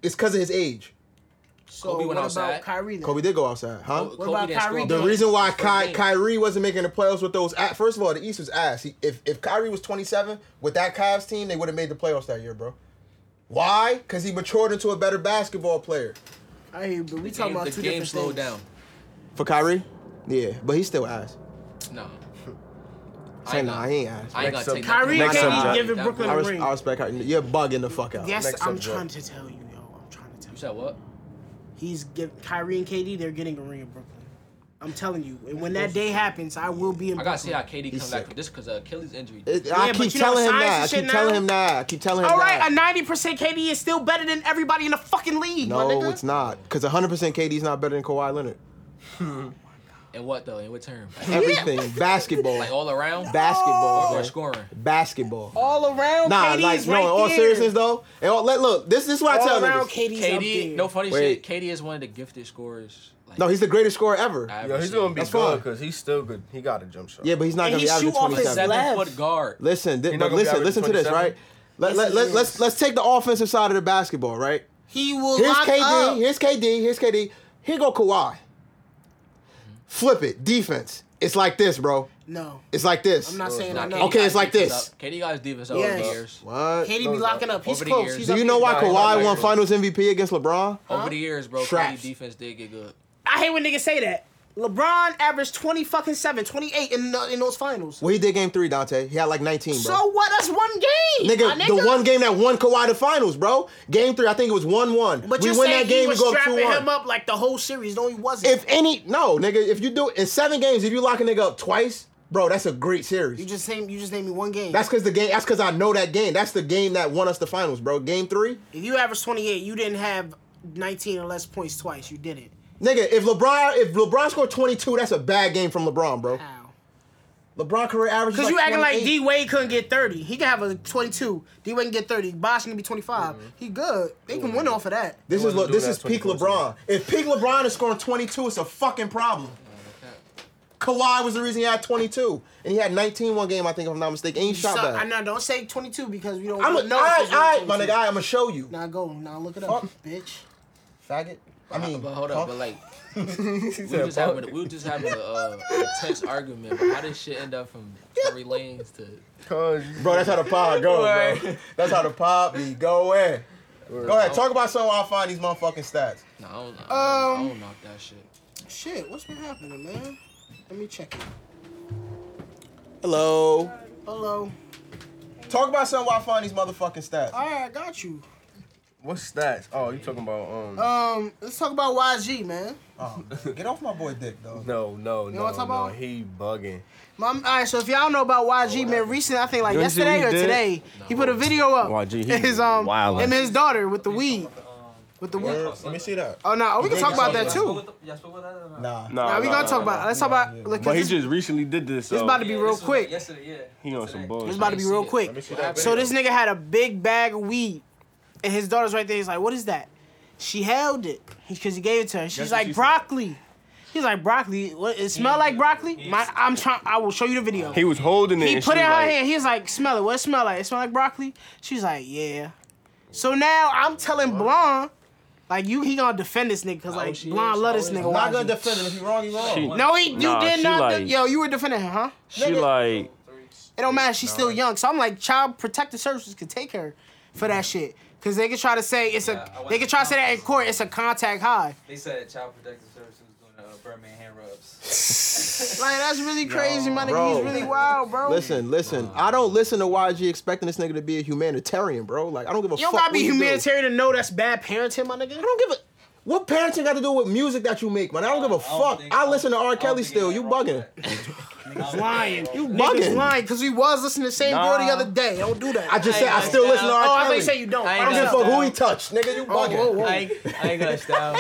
Speaker 1: it's because of his age.
Speaker 6: So
Speaker 5: Kobe
Speaker 6: what
Speaker 5: went outside.
Speaker 6: about Kyrie? Then?
Speaker 1: Kobe did go outside, huh?
Speaker 5: Kobe
Speaker 6: What about
Speaker 5: didn't score
Speaker 6: Kyrie
Speaker 5: a
Speaker 1: The
Speaker 5: point.
Speaker 6: Dang.
Speaker 1: reason why
Speaker 5: First
Speaker 1: Ky-
Speaker 5: game.
Speaker 1: Kyrie wasn't making the playoffs with those at first of all, the East was ass. He, if if Kyrie was 27 with that Cavs team, they would have made the playoffs that year, bro. Why? Because he matured into a better basketball player.
Speaker 6: I hear you, but we
Speaker 5: The
Speaker 6: talking
Speaker 5: game-
Speaker 6: about
Speaker 5: the
Speaker 6: two
Speaker 5: game
Speaker 6: different things.
Speaker 5: slowed down.
Speaker 1: For Kyrie? Yeah, but he's still ass.
Speaker 5: No.
Speaker 1: Say nah, he ain't ass.
Speaker 5: I ain't gonna take
Speaker 6: Kyrie
Speaker 5: nothing.
Speaker 1: Next can't
Speaker 6: subject.
Speaker 1: even
Speaker 6: give it Brooklyn
Speaker 1: I,
Speaker 5: You
Speaker 1: res-
Speaker 6: ring.
Speaker 1: I respect Kyrie. You're bugging the fuck out.
Speaker 6: Yes,
Speaker 9: Next
Speaker 6: I'm
Speaker 9: subject.
Speaker 6: trying to tell you, yo. I'm trying to tell you.
Speaker 5: said what?
Speaker 6: He's give, Kyrie and KD. They're getting a ring in Brooklyn. I'm telling you. And when that day happens, I will be in
Speaker 5: I
Speaker 6: Brooklyn.
Speaker 5: gotta see how KD
Speaker 1: He's
Speaker 5: comes back
Speaker 1: sick.
Speaker 5: from this because of Achilles injury.
Speaker 1: It-
Speaker 6: Yeah,
Speaker 1: I
Speaker 6: but
Speaker 1: keep
Speaker 6: you know
Speaker 1: telling him
Speaker 6: science
Speaker 1: that. I
Speaker 6: and
Speaker 1: keep
Speaker 6: shit
Speaker 1: telling
Speaker 6: now?
Speaker 1: him that. I keep telling him
Speaker 6: All
Speaker 1: that.
Speaker 6: right, a 90% KD is still better than everybody in the fucking league. my
Speaker 1: No,
Speaker 6: nigga.
Speaker 1: it's not. Because 100% KD's not better than Kawhi Leonard.
Speaker 5: And what though? In what term?
Speaker 1: Everything. basketball.
Speaker 5: Like all around?
Speaker 1: basketball.
Speaker 5: Or
Speaker 1: man.
Speaker 5: scoring?
Speaker 1: Basketball.
Speaker 6: All around
Speaker 1: Nah,
Speaker 6: KD
Speaker 1: like,
Speaker 6: is
Speaker 1: no,
Speaker 6: right
Speaker 1: in all
Speaker 6: there.
Speaker 1: seriousness, though. And all, let, look, this, this is what I tell
Speaker 6: All around
Speaker 1: niggas.
Speaker 6: KD's up
Speaker 5: KD,
Speaker 6: there.
Speaker 5: no funny
Speaker 1: Wait.
Speaker 5: shit. KD is one of the gifted scorers. Like,
Speaker 1: No, he's the greatest scorer ever.
Speaker 5: I
Speaker 9: Yo,
Speaker 5: ever
Speaker 9: he's
Speaker 5: seen.
Speaker 9: gonna be
Speaker 1: That's
Speaker 9: good
Speaker 1: fine.
Speaker 9: because he's still good. He got a jump shot.
Speaker 1: Yeah, but he's not
Speaker 6: And
Speaker 1: going to
Speaker 6: he
Speaker 1: be averaging
Speaker 6: shoot off his
Speaker 1: 27.
Speaker 6: left.
Speaker 5: seven foot guard.
Speaker 1: Listen, thi-
Speaker 9: He's not
Speaker 1: but
Speaker 9: gonna be
Speaker 1: listen,
Speaker 9: averaging
Speaker 1: listen to this,
Speaker 9: 27.
Speaker 1: right? Let,
Speaker 6: Yes,
Speaker 1: let,
Speaker 6: he
Speaker 1: let,
Speaker 6: is.
Speaker 1: let's let's take the offensive side of the basketball, right?
Speaker 6: He will
Speaker 1: Here's
Speaker 6: lock
Speaker 1: KD.
Speaker 6: up.
Speaker 1: Here's KD. Here's KD. Here go Kawhi. Flip it. Defense. It's like this, bro.
Speaker 6: No,
Speaker 1: It's like this.
Speaker 6: I'm not saying I
Speaker 5: Nah,
Speaker 6: know.
Speaker 1: Okay,
Speaker 5: got
Speaker 1: it's like
Speaker 5: defense
Speaker 1: this.
Speaker 5: up. KD got his defense up
Speaker 6: Yes.
Speaker 5: over the years.
Speaker 1: What?
Speaker 6: KD be locking up. He's
Speaker 5: Over the
Speaker 6: close.
Speaker 5: years.
Speaker 6: He's
Speaker 1: Do
Speaker 6: up
Speaker 1: you know why
Speaker 9: Nah, he's not
Speaker 1: Kawhi won
Speaker 9: regular.
Speaker 1: Finals MVP against LeBron?
Speaker 5: Over the years, bro,
Speaker 1: Trash.
Speaker 5: KD defense did get good.
Speaker 6: I hate when niggas say that. LeBron averaged 20 fucking 7, 28 in, the, in those finals.
Speaker 1: Well, he did game three, Dante. He had like 19, bro.
Speaker 6: so what? That's one game.
Speaker 1: Nigga,
Speaker 6: my
Speaker 1: the one game that won Kawhi the finals, bro. Game three, I think it was one-one.
Speaker 6: But
Speaker 1: we
Speaker 6: you're
Speaker 1: win
Speaker 6: saying
Speaker 1: that game
Speaker 6: he was
Speaker 1: and go up
Speaker 6: strapping
Speaker 1: two-one.
Speaker 6: him up like the whole series. No, he wasn't.
Speaker 1: If any, no, nigga. If you do in seven games, if you lock a nigga up twice, bro, that's a great series.
Speaker 6: you just named, you just named me one game.
Speaker 1: That's because the game. That's because I know that game. That's the game that won us the finals, bro. Game three,
Speaker 6: if you averaged 28, you didn't have 19 or less points twice. You didn't.
Speaker 1: nigga. If LeBron, if LeBron scored twenty two, that's a bad game from LeBron, bro.
Speaker 6: How?
Speaker 1: LeBron career average.
Speaker 6: Because
Speaker 1: Because
Speaker 6: you acting like D Wade couldn't get 30. He can have a 22. D Wade can get 30. Bosh can be 25.
Speaker 1: Mm-hmm.
Speaker 6: He good. They can win off of that.
Speaker 1: This is
Speaker 9: wasn't
Speaker 1: Le-
Speaker 9: doing
Speaker 1: this
Speaker 9: that
Speaker 1: is peak
Speaker 9: 24
Speaker 1: LeBron. If peak LeBron is scoring twenty two, it's a fucking problem. Kawhi was the reason he had twenty two, and he had 19 one game, I think, if I'm not mistaken. And he
Speaker 6: So,
Speaker 1: shot
Speaker 6: I
Speaker 1: bad.
Speaker 6: know. Don't say 22 because we don't.
Speaker 1: I'm a,
Speaker 6: know
Speaker 1: all
Speaker 6: if
Speaker 1: right,
Speaker 6: it's really
Speaker 1: all right, my
Speaker 6: 22.
Speaker 1: nigga. I'm gonna show you,
Speaker 6: Now go. Now look it up,
Speaker 1: Fuck.
Speaker 6: bitch.
Speaker 1: faggot. I mean,
Speaker 5: But hold up,
Speaker 1: huh?
Speaker 5: but like we were just having we were just having a, uh, intense argument. But how did shit end up from Tory Lanez to
Speaker 9: Cause
Speaker 1: Bro, that's how the pod goes, bro. That's how the pod be going. Go ahead, talk about something I'll find these motherfucking stats.
Speaker 5: no, I don't, I don't, I don't knock that shit.
Speaker 6: Shit, what's been happening, man? Let me check it.
Speaker 1: Hello.
Speaker 6: Hello.
Speaker 1: Talk about something while I find these motherfucking stats.
Speaker 6: All right, I got you.
Speaker 9: what's stats? Oh, you talking about um?
Speaker 1: Uh,
Speaker 6: Um, let's talk about YG, man.
Speaker 1: Oh, man, get off my boy dick, though.
Speaker 9: no, no, no,
Speaker 6: wanna
Speaker 9: no.
Speaker 6: talk about-
Speaker 9: He bugging.
Speaker 6: My, all right, so if y'all know about YG, man, recently I think like
Speaker 2: You wanna see what
Speaker 6: yesterday
Speaker 2: he
Speaker 6: or
Speaker 2: did?
Speaker 6: today, he put a video up.
Speaker 2: YG, he
Speaker 6: his um,
Speaker 2: wildin'.
Speaker 6: him and his daughter with the weed, with the weed.
Speaker 8: Let me see that.
Speaker 6: Oh no, we can talk about that too.
Speaker 7: Y'all spoke about that or not?
Speaker 1: Nah.
Speaker 6: Nah, we gonna talk about. Let's talk about. Look, 'cause
Speaker 2: But he
Speaker 6: this-
Speaker 2: just recently did this. So
Speaker 6: it's about to be
Speaker 7: Yeah,
Speaker 6: real
Speaker 7: this was
Speaker 6: quick. It's
Speaker 7: Yesterday, yeah.
Speaker 2: He on some
Speaker 7: Today.
Speaker 2: bullshit.
Speaker 6: about to be
Speaker 5: I
Speaker 6: real
Speaker 5: see it.
Speaker 6: quick.
Speaker 8: see that
Speaker 6: So this nigga had a big bag of weed, and his daughter's right there. He's like, "What is that?" She held it because he gave it to her. She's
Speaker 7: what
Speaker 6: like,
Speaker 7: she said.
Speaker 6: "Broccoli." He's like, "Broccoli. What? It smell like broccoli?" My, I'm trying. I will show you the video.
Speaker 2: He was holding it.
Speaker 6: He
Speaker 2: and
Speaker 6: put it
Speaker 2: she
Speaker 6: in her
Speaker 2: like-
Speaker 6: hand. He's like, smell it. What it smell like? It smell like broccoli? She's like, yeah. So now I'm telling Blonde, like you, he gonna defend this nigga because like
Speaker 5: she
Speaker 6: Blonde
Speaker 5: is.
Speaker 6: love
Speaker 5: Oh,
Speaker 6: this
Speaker 5: yeah.
Speaker 6: nigga.
Speaker 1: I'm
Speaker 6: Why
Speaker 1: not gonna defend him. If you wrong, you wrong.
Speaker 2: She-
Speaker 6: no, he you
Speaker 2: Nah,
Speaker 6: did
Speaker 2: she
Speaker 6: not. do-
Speaker 2: like-
Speaker 6: yo, you were defending her, huh?
Speaker 2: She like
Speaker 6: It don't matter. She's still young. So I'm like, child protective services could take her for that shit. Cause they could try to say it's
Speaker 7: Yeah, I
Speaker 6: a,
Speaker 7: went
Speaker 6: they could
Speaker 7: to
Speaker 6: try to say that in court. It's a contact high.
Speaker 7: They said Child Protective Services was doing uh, Birdman hand rubs.
Speaker 6: Like that's really crazy, my nigga.
Speaker 1: bro.
Speaker 6: He's really wild, bro.
Speaker 1: Listen, listen. I don't listen to YG expecting this nigga to be a humanitarian, bro. Like, I don't give a
Speaker 6: you don't
Speaker 1: fuck.
Speaker 6: gotta be
Speaker 1: what you do.
Speaker 6: humanitarian to know that's bad parenting, my nigga.
Speaker 1: I don't give a. What parenting got to do with music that you make, man? I don't give a
Speaker 7: don't
Speaker 1: fuck.
Speaker 7: think-
Speaker 1: I listen to
Speaker 7: I
Speaker 1: R.
Speaker 7: don't
Speaker 1: Kelly
Speaker 7: think
Speaker 1: still.
Speaker 7: it
Speaker 1: You
Speaker 7: got wrong
Speaker 1: bugging.
Speaker 7: with that.
Speaker 6: He's lying. You
Speaker 1: bugging.
Speaker 6: lying because we was listening to the same girl the
Speaker 2: Nah.
Speaker 6: other day. Don't do that.
Speaker 1: I just said I still listen to
Speaker 6: Oh, I
Speaker 1: R.
Speaker 6: thought
Speaker 1: Kelly.
Speaker 6: you said you don't.
Speaker 5: I
Speaker 6: I,
Speaker 5: ain't
Speaker 6: don't
Speaker 1: I
Speaker 6: give
Speaker 1: don't
Speaker 6: a fuck.
Speaker 1: give a fuck who he touched, nigga. You bugging.
Speaker 6: Whoa, whoa.
Speaker 5: I ain't, I ain't gonna style.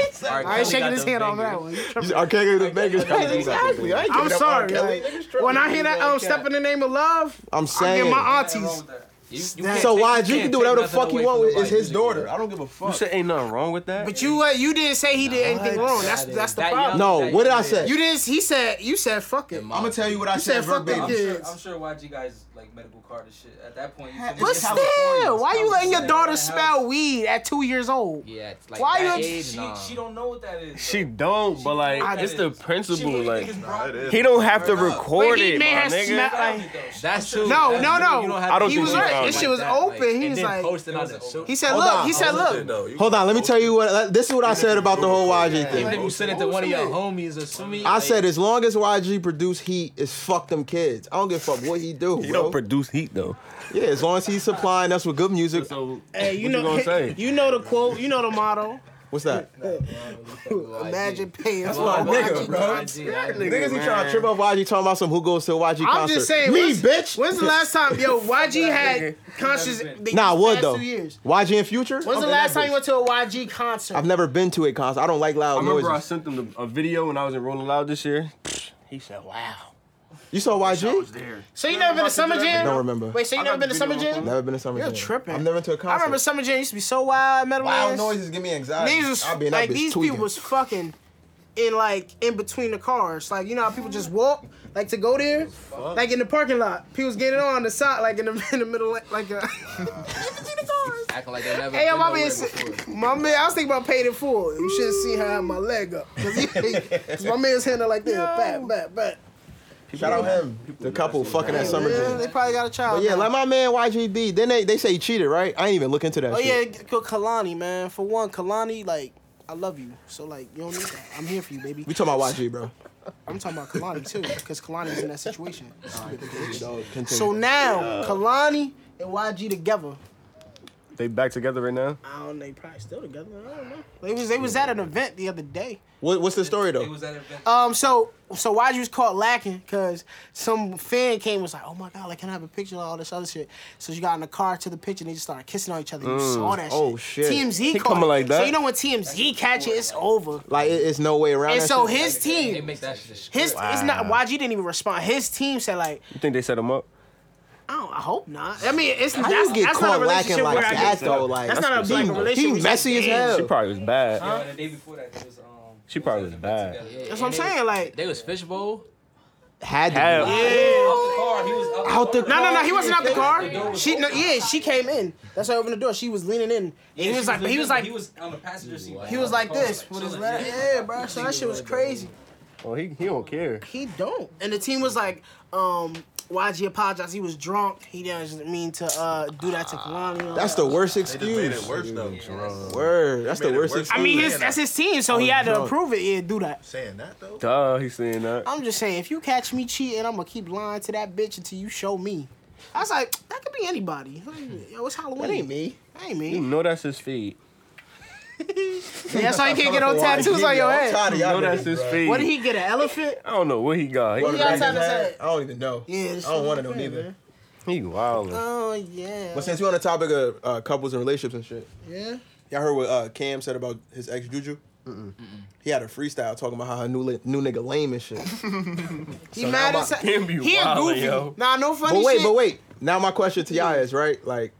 Speaker 6: I ain't shaking his hand on that one. You tripping.
Speaker 1: R. Kelly the biggest.
Speaker 5: Exactly.
Speaker 1: I ain't
Speaker 6: I'm
Speaker 1: giving up R.
Speaker 6: sorry.
Speaker 1: Kelly.
Speaker 6: like, when I hear that um, step in the name of love,
Speaker 1: I'm
Speaker 6: I
Speaker 1: saying.
Speaker 6: get my
Speaker 7: Nothing wrong
Speaker 6: aunties.
Speaker 7: with that.
Speaker 5: You, you
Speaker 6: Snap.
Speaker 5: can't
Speaker 1: So
Speaker 5: take-
Speaker 1: why you
Speaker 5: can't
Speaker 1: can do
Speaker 5: take
Speaker 1: whatever the
Speaker 5: nothing
Speaker 1: fuck you
Speaker 5: away
Speaker 1: want
Speaker 5: from
Speaker 1: with? It's
Speaker 5: nobody
Speaker 1: his
Speaker 5: physically.
Speaker 1: daughter.
Speaker 2: I don't give a fuck. You said ain't nothing wrong with that.
Speaker 6: But you uh, you didn't say he did anything wrong. That's
Speaker 5: That is-
Speaker 6: that's the
Speaker 5: that
Speaker 6: problem.
Speaker 5: young-
Speaker 1: No,
Speaker 5: that
Speaker 1: what did
Speaker 5: young
Speaker 1: I
Speaker 5: man-
Speaker 1: say?
Speaker 6: You didn't. He said you said fuck it.
Speaker 4: I'm gonna tell you what I
Speaker 6: You
Speaker 4: said,
Speaker 6: said fuck
Speaker 4: verbatim.
Speaker 6: them
Speaker 7: I'm sure,
Speaker 6: kids.
Speaker 7: I'm sure YG guys like medical card and shit. At that point, you
Speaker 4: But
Speaker 6: But
Speaker 7: it's
Speaker 6: still,
Speaker 7: California, it's
Speaker 6: why you letting your
Speaker 7: California,
Speaker 6: daughter
Speaker 7: right?
Speaker 6: smell weed at two years old?
Speaker 5: Yeah, it's like
Speaker 6: Why
Speaker 5: why
Speaker 6: you-
Speaker 5: that
Speaker 7: She,
Speaker 5: age. Nah.
Speaker 7: she don't know what that is.
Speaker 2: She
Speaker 7: though.
Speaker 2: don't, but like
Speaker 7: I-
Speaker 2: it's the principle.
Speaker 7: She-
Speaker 2: Like
Speaker 7: it's
Speaker 8: Nah, it
Speaker 7: broad-
Speaker 8: is.
Speaker 2: he don't have to
Speaker 4: Word up.
Speaker 2: record
Speaker 6: But he
Speaker 2: it,
Speaker 6: may
Speaker 2: my
Speaker 6: have
Speaker 2: nigga.
Speaker 6: smelled- like-
Speaker 5: That's true.
Speaker 6: No,
Speaker 5: That's
Speaker 6: no,
Speaker 5: true.
Speaker 6: no.
Speaker 5: You don't have
Speaker 2: I
Speaker 5: to do
Speaker 2: don't think
Speaker 5: it
Speaker 2: he was right.
Speaker 5: like
Speaker 2: This
Speaker 6: shit
Speaker 5: that,
Speaker 6: was
Speaker 5: like,
Speaker 6: open. He
Speaker 5: and
Speaker 6: was
Speaker 5: then
Speaker 6: like-
Speaker 5: post it on the social.
Speaker 6: He said,
Speaker 1: Hold
Speaker 6: look.
Speaker 1: on,
Speaker 6: he said, look.
Speaker 1: Hold on, let me tell you what. This is what I said about the whole YG
Speaker 5: Even if
Speaker 1: thing.
Speaker 5: you send it to one of your homies or something.
Speaker 1: I
Speaker 5: like,
Speaker 1: said as long as YG produce heat, it's fuck them kids. I don't give a fuck what he do.
Speaker 2: He
Speaker 1: bro.
Speaker 2: don't produce heat though.
Speaker 1: yeah, as long as he's supplying us with good music.
Speaker 2: So
Speaker 6: Hey, you
Speaker 2: what
Speaker 6: know,
Speaker 2: you gonna say?
Speaker 6: you know the quote, you know the motto.
Speaker 1: What's that?
Speaker 6: Imagine paying. That's
Speaker 5: why
Speaker 4: Nigga, bro. Niggas be trying to trip
Speaker 1: About YG talking about some who goes to a YG concert.
Speaker 6: I'm just saying.
Speaker 1: me
Speaker 6: when's-
Speaker 1: bitch.
Speaker 6: When's the last time, yo, YG had conscious? these
Speaker 1: Nah, I would
Speaker 6: past
Speaker 1: though.
Speaker 6: Two years.
Speaker 1: YG and Future.
Speaker 6: When's the
Speaker 1: Okay,
Speaker 6: last
Speaker 1: that
Speaker 6: time you
Speaker 1: bitch.
Speaker 6: went to a YG concert?
Speaker 1: I've never been to a concert. I don't like
Speaker 2: I
Speaker 1: loud
Speaker 2: remember I
Speaker 1: noises.
Speaker 2: sent them the- a video when I was in Rolling Loud this year. He said, "Wow,
Speaker 1: You saw
Speaker 2: I was
Speaker 1: YG?
Speaker 2: there."
Speaker 6: so you never been to Summer Jam?
Speaker 1: Don't remember.
Speaker 6: Wait, so you
Speaker 2: I
Speaker 6: never
Speaker 2: got
Speaker 6: been to
Speaker 2: the
Speaker 6: Summer
Speaker 2: video.
Speaker 6: Jam?
Speaker 1: Never been to Summer
Speaker 6: You're
Speaker 1: Jam.
Speaker 6: tripping.
Speaker 1: I've never been to a concert.
Speaker 6: I remember Summer Jam used to be so wild, metal
Speaker 4: loud noises give me anxiety.
Speaker 6: Niggas was,
Speaker 4: I'll be in that
Speaker 6: like
Speaker 4: bitch
Speaker 6: these
Speaker 4: tweaking.
Speaker 6: people was fucking in like in between the cars. Like you know how people just walk like to go there, like in the parking lot. People was getting on the side, like in the in the middle, like, uh, like a.
Speaker 5: acting like they never.
Speaker 6: Hey, yo,
Speaker 5: been
Speaker 6: my
Speaker 5: nowhere
Speaker 6: man,
Speaker 5: before.
Speaker 6: my man, I was thinking about paid in full. You should have seen how I had my leg up. Cause, he, cause my man's handle like this, back, back, back.
Speaker 1: Shout out him. The couple fucking at Summer
Speaker 6: Yeah, they
Speaker 1: Jam.
Speaker 6: probably got a child.
Speaker 1: But yeah,
Speaker 6: now.
Speaker 1: like my man YGD. Then they, they say he cheated, right? I ain't even look into that
Speaker 6: Oh
Speaker 1: shit.
Speaker 6: yeah, go Kalani, man. For one, Kalani, like I love you, so like you don't need that. I'm here for you, baby.
Speaker 1: We talking about YG, bro.
Speaker 6: I'm talking about Kalani too, because Kalani was in that situation.
Speaker 1: Continue.
Speaker 6: So now Kalani and YG together.
Speaker 2: They back together right now.
Speaker 6: I don't know, they probably still together. I don't know. They was they was at an event the other day.
Speaker 1: what, what's the story
Speaker 7: It
Speaker 1: though?
Speaker 7: was at an event.
Speaker 6: Um, so so YG was caught lacking because some fan came and was like, oh my god, like can I have a picture of all this other shit? So she got in the car to the picture and they just started kissing on each other. You saw that
Speaker 1: Oh,
Speaker 6: shit.
Speaker 1: shit.
Speaker 6: TMZ
Speaker 2: He
Speaker 6: caught
Speaker 2: coming
Speaker 6: it.
Speaker 2: like
Speaker 6: So
Speaker 2: that?
Speaker 6: you know when TMZ catch it, it's over.
Speaker 1: Like it, it's no way around.
Speaker 6: And
Speaker 1: that
Speaker 6: so
Speaker 1: shit.
Speaker 6: his
Speaker 5: They
Speaker 6: team,
Speaker 5: make that shit. a script.
Speaker 6: his it's not YG didn't even respond. His team said like,
Speaker 2: You think they set him up?
Speaker 6: I don't, I hope not. I mean, it's
Speaker 1: How
Speaker 6: that's,
Speaker 1: you get
Speaker 6: that's
Speaker 1: caught
Speaker 6: not a
Speaker 1: lacking
Speaker 6: relationship
Speaker 1: like
Speaker 6: where I
Speaker 1: that
Speaker 6: get,
Speaker 1: though? Like
Speaker 6: that's not a
Speaker 1: he,
Speaker 6: black relationship.
Speaker 1: He messy as hell.
Speaker 2: She probably was bad.
Speaker 7: And the day before that, it was um.
Speaker 2: She
Speaker 7: it
Speaker 2: probably
Speaker 7: at
Speaker 2: was
Speaker 7: an event
Speaker 2: bad.
Speaker 7: together.
Speaker 5: Yeah,
Speaker 6: That's what I'm
Speaker 5: and they-
Speaker 6: saying. Like,
Speaker 5: They was fishbowl.
Speaker 1: Had to.
Speaker 2: Hell.
Speaker 1: be.
Speaker 7: The car, he was out the
Speaker 1: Out the
Speaker 7: car.
Speaker 6: no, no, no. He
Speaker 1: car.
Speaker 6: wasn't out the
Speaker 7: door
Speaker 6: car.
Speaker 7: was
Speaker 6: She, no,
Speaker 7: open.
Speaker 6: yeah, she came in. That's why I opened the door. She was leaning in. And he
Speaker 7: Yeah,
Speaker 6: was
Speaker 7: she
Speaker 6: like, he
Speaker 7: leaning-
Speaker 6: was like,
Speaker 7: he was on the passenger seat.
Speaker 6: he was like this with his leg. Yeah, bro. So that shit was crazy.
Speaker 2: Oh, he he don't care.
Speaker 6: He don't. And the team was like, um, YG apologized. He was drunk. He didn't mean to uh do that to Kalani.
Speaker 1: That's the worst
Speaker 8: They just made it
Speaker 1: excuse.
Speaker 8: worse though.
Speaker 1: Word. That's
Speaker 8: They
Speaker 1: the
Speaker 8: made it
Speaker 1: worst
Speaker 8: worse.
Speaker 1: excuse.
Speaker 6: I mean, his, that's his team, so he had to
Speaker 1: drunk.
Speaker 6: approve it. Yeah, do that.
Speaker 8: Saying that though.
Speaker 2: Duh, he's saying that.
Speaker 6: I'm just saying, if you catch me cheating, I'm gonna keep lying to that bitch until you show me. I was like, that could be anybody. Yo, it's Halloween. That ain't me. That ain't me.
Speaker 2: You know that's his feet.
Speaker 6: Yeah, that's why you can't get no tattoos on your
Speaker 4: I'm
Speaker 6: head.
Speaker 4: tired of
Speaker 2: You
Speaker 4: y'all
Speaker 2: know that's
Speaker 4: niggas,
Speaker 2: his
Speaker 4: bro.
Speaker 2: feet.
Speaker 6: What did he get? An elephant?
Speaker 2: I don't know what he got.
Speaker 4: What
Speaker 2: He,
Speaker 6: He got
Speaker 4: rack
Speaker 6: time
Speaker 4: his
Speaker 6: to
Speaker 4: head?
Speaker 6: say-
Speaker 4: I don't even know.
Speaker 6: Yeah, this
Speaker 4: I don't
Speaker 6: shit
Speaker 4: want to
Speaker 6: is
Speaker 8: know
Speaker 6: crazy,
Speaker 8: neither.
Speaker 6: man.
Speaker 2: he wild.
Speaker 6: Oh yeah.
Speaker 1: But since we're on the topic of uh, couples and relationships and shit,
Speaker 6: Yeah.
Speaker 1: y'all heard what uh, Cam said about his ex Juju? He had a freestyle talking about how her new li- new nigga lame and shit.
Speaker 6: He mad
Speaker 1: now
Speaker 6: as
Speaker 1: my-
Speaker 2: Him be
Speaker 6: He a
Speaker 2: wild,
Speaker 6: goofy.
Speaker 2: yo.
Speaker 6: Nah, no funny
Speaker 1: but wait,
Speaker 6: shit.
Speaker 1: but wait. Now my question to y'all is right, like,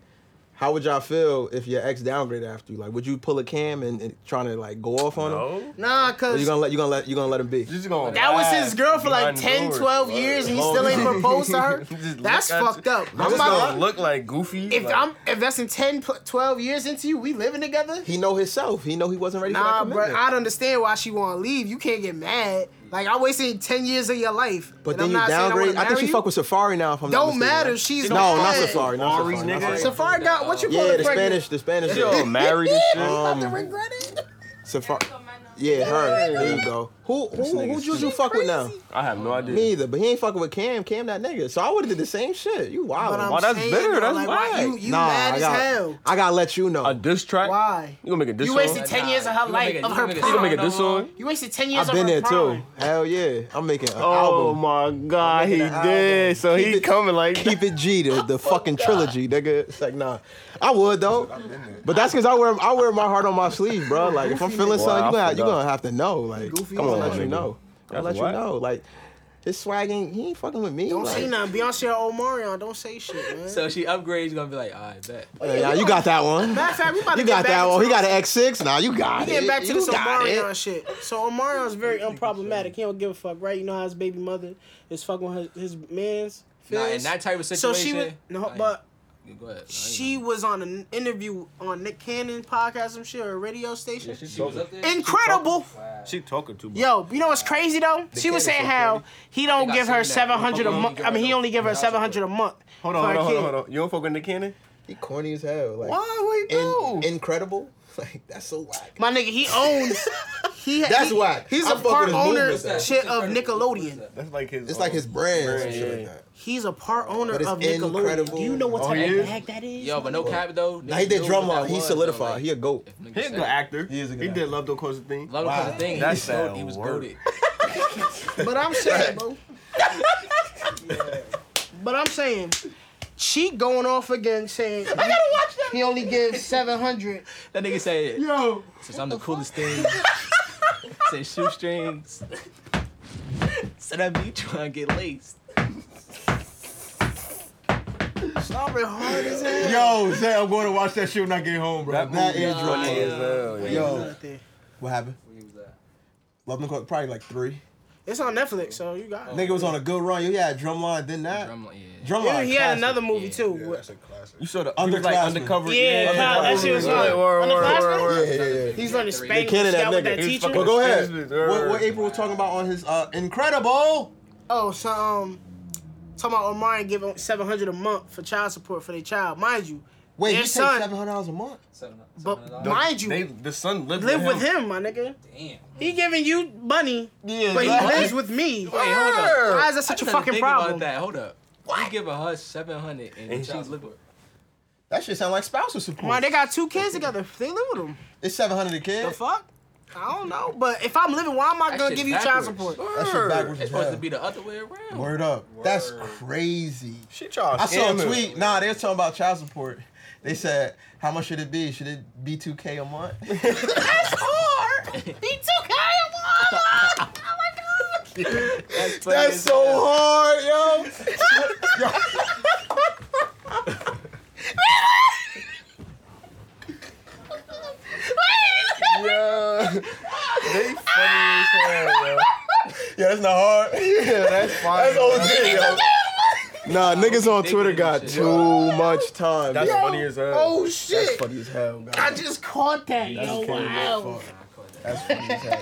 Speaker 1: how would y'all feel if your ex downgraded after you? Like, would you pull a Cam and, and trying to like go off on him?
Speaker 2: No.
Speaker 6: Nah,
Speaker 1: Or
Speaker 6: cause
Speaker 1: you gonna let you gonna let you gonna let him be?
Speaker 2: Just gonna
Speaker 6: that was
Speaker 2: laugh.
Speaker 6: his girl for like
Speaker 2: Behind
Speaker 6: 10,
Speaker 2: doors.
Speaker 6: 12 years, and he still ain't proposed to her.
Speaker 2: Just
Speaker 6: That's
Speaker 2: look at
Speaker 6: fucked up.
Speaker 2: I'm
Speaker 6: I'm
Speaker 2: just gonna
Speaker 6: about-
Speaker 2: look like goofy.
Speaker 6: If
Speaker 2: like,
Speaker 6: I'm if that's in 10, pl- 12 years into you, we living together.
Speaker 1: He know himself. He know he wasn't ready
Speaker 6: Nah,
Speaker 1: for that
Speaker 6: bro,
Speaker 1: commitment.
Speaker 6: I'd understand why she want to leave. You can't get mad. Like I wasted ten years of your life.
Speaker 1: but
Speaker 6: and
Speaker 1: then
Speaker 6: I'm
Speaker 1: you
Speaker 6: not saying I
Speaker 1: downgrade.
Speaker 6: wanna
Speaker 1: I, think she
Speaker 6: marry
Speaker 1: fuck with Safari now. If I'm
Speaker 6: Don't
Speaker 1: not mistaken,
Speaker 6: matter,
Speaker 1: right?
Speaker 6: she's
Speaker 1: no, not
Speaker 6: bad.
Speaker 1: Safari. Not
Speaker 2: Ari,
Speaker 1: Safari. not
Speaker 2: nigga.
Speaker 6: you.
Speaker 1: Safari.
Speaker 6: Safari got what you call
Speaker 1: Yeah,
Speaker 6: it
Speaker 1: the
Speaker 6: pregnant.
Speaker 1: Spanish, the Spanish.
Speaker 2: She all married and shit.
Speaker 1: Um,
Speaker 6: Regret it.
Speaker 1: Safari. Yeah, her. There you go. Who who who
Speaker 2: nigga's
Speaker 1: Juju fuck with now?
Speaker 2: I have no idea.
Speaker 1: Me either, but he ain't fucking with Cam. Cam that nigga. So I would have did the same shit. You wild.
Speaker 6: But I'm
Speaker 2: Why that's
Speaker 6: saying,
Speaker 2: bitter,
Speaker 6: though,
Speaker 2: that's
Speaker 6: like, why
Speaker 2: whack.
Speaker 6: you, you
Speaker 1: Nah,
Speaker 6: mad
Speaker 1: I
Speaker 6: as
Speaker 1: gotta,
Speaker 6: hell.
Speaker 1: I gotta let you know.
Speaker 2: A diss track.
Speaker 6: Why?
Speaker 2: You gonna make a diss
Speaker 6: You
Speaker 2: song?
Speaker 6: wasted ten years of her
Speaker 5: You gonna
Speaker 6: life
Speaker 5: make a-
Speaker 6: of
Speaker 5: you
Speaker 6: her
Speaker 5: gonna make a-
Speaker 2: You gonna
Speaker 6: prime.
Speaker 2: make a diss song?
Speaker 6: You wasted ten years
Speaker 1: I've
Speaker 6: of
Speaker 1: been
Speaker 6: her
Speaker 1: there too.
Speaker 6: prime.
Speaker 1: Hell yeah. I'm making an
Speaker 2: Oh
Speaker 1: album.
Speaker 2: my god, he
Speaker 1: making an album.
Speaker 2: did. So
Speaker 1: Keep
Speaker 2: he
Speaker 1: it-
Speaker 2: coming like that.
Speaker 1: Keep it G, the, the fucking trilogy, nigga. It's like nah, I would though, but that's because I wear I wear my heart on my sleeve, bro. Like if I'm feeling
Speaker 2: Wow,
Speaker 1: something, you
Speaker 2: I
Speaker 1: gonna have, you
Speaker 2: forgot.
Speaker 1: gonna have to know. Like I'm
Speaker 2: as
Speaker 1: gonna
Speaker 2: hell,
Speaker 1: let you
Speaker 2: nigga.
Speaker 1: know. I'm
Speaker 2: That's
Speaker 1: gonna let you
Speaker 2: whack.
Speaker 1: know. Like his swag ain't he ain't fucking with me.
Speaker 6: Don't
Speaker 1: like,
Speaker 6: say nothing. Beyonce or Omarion, don't say shit, man.
Speaker 5: So she upgrades, gonna be like, all right, bet.
Speaker 1: Oh, Yeah, yeah, you got that one.
Speaker 6: Matter of fact, we about to
Speaker 1: You got
Speaker 6: get back
Speaker 1: that one.
Speaker 6: into
Speaker 1: He got
Speaker 6: this-
Speaker 1: an X6. Nah, you got
Speaker 6: We
Speaker 1: it.
Speaker 6: getting back to
Speaker 1: you
Speaker 6: this
Speaker 1: got
Speaker 6: Omarion
Speaker 1: it.
Speaker 6: shit. So Omarion's very unproblematic. He don't give a fuck, right? You know how his baby mother is fucking with his, his man's.
Speaker 5: Nah, in
Speaker 6: feelings?
Speaker 5: that type of
Speaker 6: So
Speaker 5: situation.
Speaker 6: she was no,
Speaker 5: like,
Speaker 6: but
Speaker 5: go ahead. I ain't
Speaker 6: she was on an interview on Nick Cannon podcast, some shit, or a radio station.
Speaker 7: She was up there.
Speaker 6: Incredible.
Speaker 2: She talking too much.
Speaker 6: Yo, you know what's crazy though? she was saying how he don't
Speaker 5: got
Speaker 6: give her
Speaker 5: something that-
Speaker 6: seven hundred a
Speaker 5: Hold on,
Speaker 6: month.
Speaker 5: hold
Speaker 6: I
Speaker 5: on,
Speaker 6: mean, he only give her
Speaker 5: hold on.
Speaker 6: seven hundred a month.
Speaker 2: Hold on,
Speaker 6: for her
Speaker 2: hold on, hold
Speaker 6: kid.
Speaker 2: on, hold on. You don't fuck with Nick Cannon?
Speaker 4: He corny as hell. Like,
Speaker 6: Why we do?
Speaker 4: in, incredible. Like that's so whack.
Speaker 6: My nigga, he owns. He
Speaker 4: That's
Speaker 6: he,
Speaker 4: whack.
Speaker 6: He's
Speaker 4: I
Speaker 6: a
Speaker 4: fuck with
Speaker 6: part
Speaker 4: his
Speaker 6: owner
Speaker 4: movement, though.
Speaker 6: shit of Nickelodeon.
Speaker 9: That's like his.
Speaker 4: It's like
Speaker 1: um,
Speaker 4: his brand, or some shit like that.
Speaker 6: He's a part owner
Speaker 4: But it's
Speaker 6: of Nickelodeon.
Speaker 4: incredible.
Speaker 6: Do you know what
Speaker 9: Oh,
Speaker 6: type
Speaker 9: he
Speaker 6: of
Speaker 9: is?
Speaker 6: bag that is?
Speaker 5: Yo, but no cap though.
Speaker 4: Now he did drum out. He solidified. he a goat.
Speaker 9: He's a good actor. He
Speaker 4: is a good
Speaker 9: He
Speaker 4: actor.
Speaker 9: did Love Don't Cause a Thing.
Speaker 5: Love wow. the thing.
Speaker 9: That's
Speaker 5: That's he, was
Speaker 9: that
Speaker 5: he was
Speaker 9: word.
Speaker 5: goaded.
Speaker 6: But I'm saying, bro. But I'm saying, she going off again saying I gotta watch that. He only gives seven hundred.
Speaker 5: That nigga said,
Speaker 6: Yo,
Speaker 5: since I'm the coolest thing. Say shoestrings. Said I be trying to get laced.
Speaker 6: stop it hard as hell.
Speaker 1: Yo, say I'm going to watch that shit when I get home, bro.
Speaker 4: That is
Speaker 5: funny
Speaker 4: drama.
Speaker 5: as
Speaker 4: Yo,
Speaker 6: There.
Speaker 4: what happened?
Speaker 7: Where he was at.
Speaker 4: Love them Cook, probably like three.
Speaker 6: It's on Netflix, so you
Speaker 2: Oh,
Speaker 6: got it.
Speaker 4: Nigga was on a good run. You had drumline, then that.
Speaker 5: Drum, yeah.
Speaker 4: Drumline.
Speaker 6: Yeah, he had
Speaker 4: classic.
Speaker 6: another movie
Speaker 5: Yeah.
Speaker 6: too.
Speaker 8: Yeah,
Speaker 6: with-
Speaker 8: that's a classic.
Speaker 2: You saw the he was like
Speaker 4: Underclassmen.
Speaker 2: undercover.
Speaker 6: Yeah, Kyle, that shit was
Speaker 2: Underclassmen.
Speaker 6: fun.
Speaker 2: Word, word,
Speaker 6: Underclassmen?
Speaker 2: word, word.
Speaker 4: Yeah, yeah, yeah.
Speaker 6: He's learning Spanish.
Speaker 4: kidding that
Speaker 6: that with
Speaker 4: nigga.
Speaker 6: that
Speaker 2: He was
Speaker 6: teacher.
Speaker 2: fucking-
Speaker 4: But go ahead.
Speaker 2: Business,
Speaker 4: What,
Speaker 2: word.
Speaker 4: what April was talking about on his uh, incredible.
Speaker 6: Oh, so um, talking about Omari giving seven hundred a month for child support for their child, mind you.
Speaker 4: Wait,
Speaker 6: their
Speaker 4: he takes
Speaker 6: son,
Speaker 4: seven hundred dollars a month.
Speaker 7: Seven, seven
Speaker 6: but
Speaker 7: hundred dollars.
Speaker 6: mind you,
Speaker 2: They, the son lived
Speaker 6: live
Speaker 2: with
Speaker 6: with
Speaker 2: him.
Speaker 6: him, my nigga.
Speaker 7: Damn.
Speaker 6: He giving you money,
Speaker 2: Yeah,
Speaker 6: but he
Speaker 2: exactly.
Speaker 6: lives with me.
Speaker 2: hold
Speaker 6: Why is that such a
Speaker 5: I didn't
Speaker 6: fucking
Speaker 5: think
Speaker 6: problem?
Speaker 5: About that. Hold up. He giving her seven hundred and,
Speaker 2: And
Speaker 5: she's
Speaker 2: child
Speaker 5: living.
Speaker 4: That shit sound like spousal
Speaker 6: Why
Speaker 4: support.
Speaker 6: they got two kids together? They live with them.
Speaker 4: it's seven hundred a kid.
Speaker 6: The fuck? I don't know. But if I'm living, why am I
Speaker 5: That
Speaker 6: gonna
Speaker 5: shit
Speaker 6: give you child
Speaker 5: backwards.
Speaker 6: support?
Speaker 4: that shit backwards
Speaker 5: It's
Speaker 4: as
Speaker 5: supposed
Speaker 4: hell.
Speaker 5: to be the other way around.
Speaker 4: Word up. That's crazy.
Speaker 9: She tried.
Speaker 4: I saw a tweet. Nah, they was talking about child support. They said, "How much should it be? Should it be two k a month?"
Speaker 5: That's,
Speaker 4: That's so hard, yo.
Speaker 9: Yo, they funny as hell, yo.
Speaker 4: Yeah, that's not hard.
Speaker 9: Yeah, that's funny.
Speaker 4: That's OG, yo.
Speaker 1: Nah, niggas on Twitter got
Speaker 5: Shit.
Speaker 1: too much time.
Speaker 9: That's
Speaker 1: yo.
Speaker 9: funny as hell.
Speaker 6: Oh shit!
Speaker 4: Funny as hell, guys.
Speaker 6: I just caught that. yo, wow.
Speaker 4: That's funny as hell.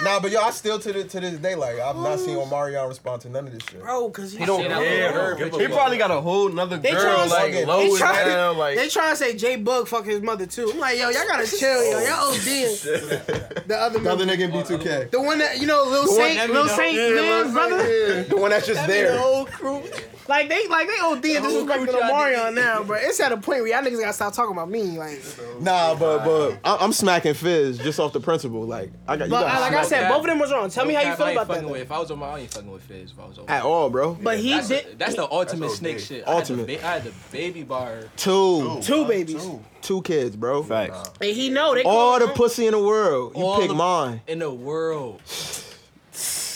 Speaker 4: Nah, but yo, I still to the, to this day like I've not seen Omarion respond to none of this shit.
Speaker 6: Bro, cause he,
Speaker 2: don't
Speaker 5: Shit, I
Speaker 2: care.
Speaker 5: don't give a
Speaker 2: He
Speaker 5: fuck.
Speaker 2: probably got a whole nother
Speaker 6: They
Speaker 2: girl
Speaker 6: tryna-
Speaker 2: like
Speaker 4: they
Speaker 2: low as
Speaker 6: tryna-
Speaker 2: hell. Like
Speaker 6: They trying to say Jay Bug fuck his mother too. I'm like, yo, y'all gotta chill, yo. Y'all OD. the other
Speaker 4: Another
Speaker 6: mother.
Speaker 4: nigga in B2K.
Speaker 6: The one that you know, Lil Saint, Lil Saint, man, brother.
Speaker 4: The one that's just there.
Speaker 6: whole crew. Like they, like they OD and disrespecting Omarion now, bro. It's at a point where y'all niggas gotta stop talking about me, like.
Speaker 1: Nah, but but I- I'm smacking Fizz just off the principle. Like I got you
Speaker 6: But
Speaker 1: got
Speaker 6: I, like I
Speaker 1: smacked
Speaker 6: said,
Speaker 5: cap.
Speaker 6: both of them was wrong. Tell me how you
Speaker 5: Cap,
Speaker 6: feel
Speaker 5: I ain't
Speaker 6: about
Speaker 5: fucking
Speaker 6: that.
Speaker 5: With,
Speaker 6: though.
Speaker 5: if I was on my, I ain't fucking with Fizz. If I was on,
Speaker 1: at all, bro.
Speaker 6: But he
Speaker 5: that's,
Speaker 6: did
Speaker 5: that's the ultimate snake shit.
Speaker 1: Ultimate.
Speaker 5: I had the, ba- I had the baby bar.
Speaker 1: Two,
Speaker 6: two babies,
Speaker 1: two kids, bro.
Speaker 2: facts.
Speaker 6: and he know they.
Speaker 1: All
Speaker 6: call
Speaker 1: the
Speaker 6: him-
Speaker 1: pussy in the world. You
Speaker 5: All
Speaker 1: pick
Speaker 5: the-
Speaker 1: mine.
Speaker 5: in the world.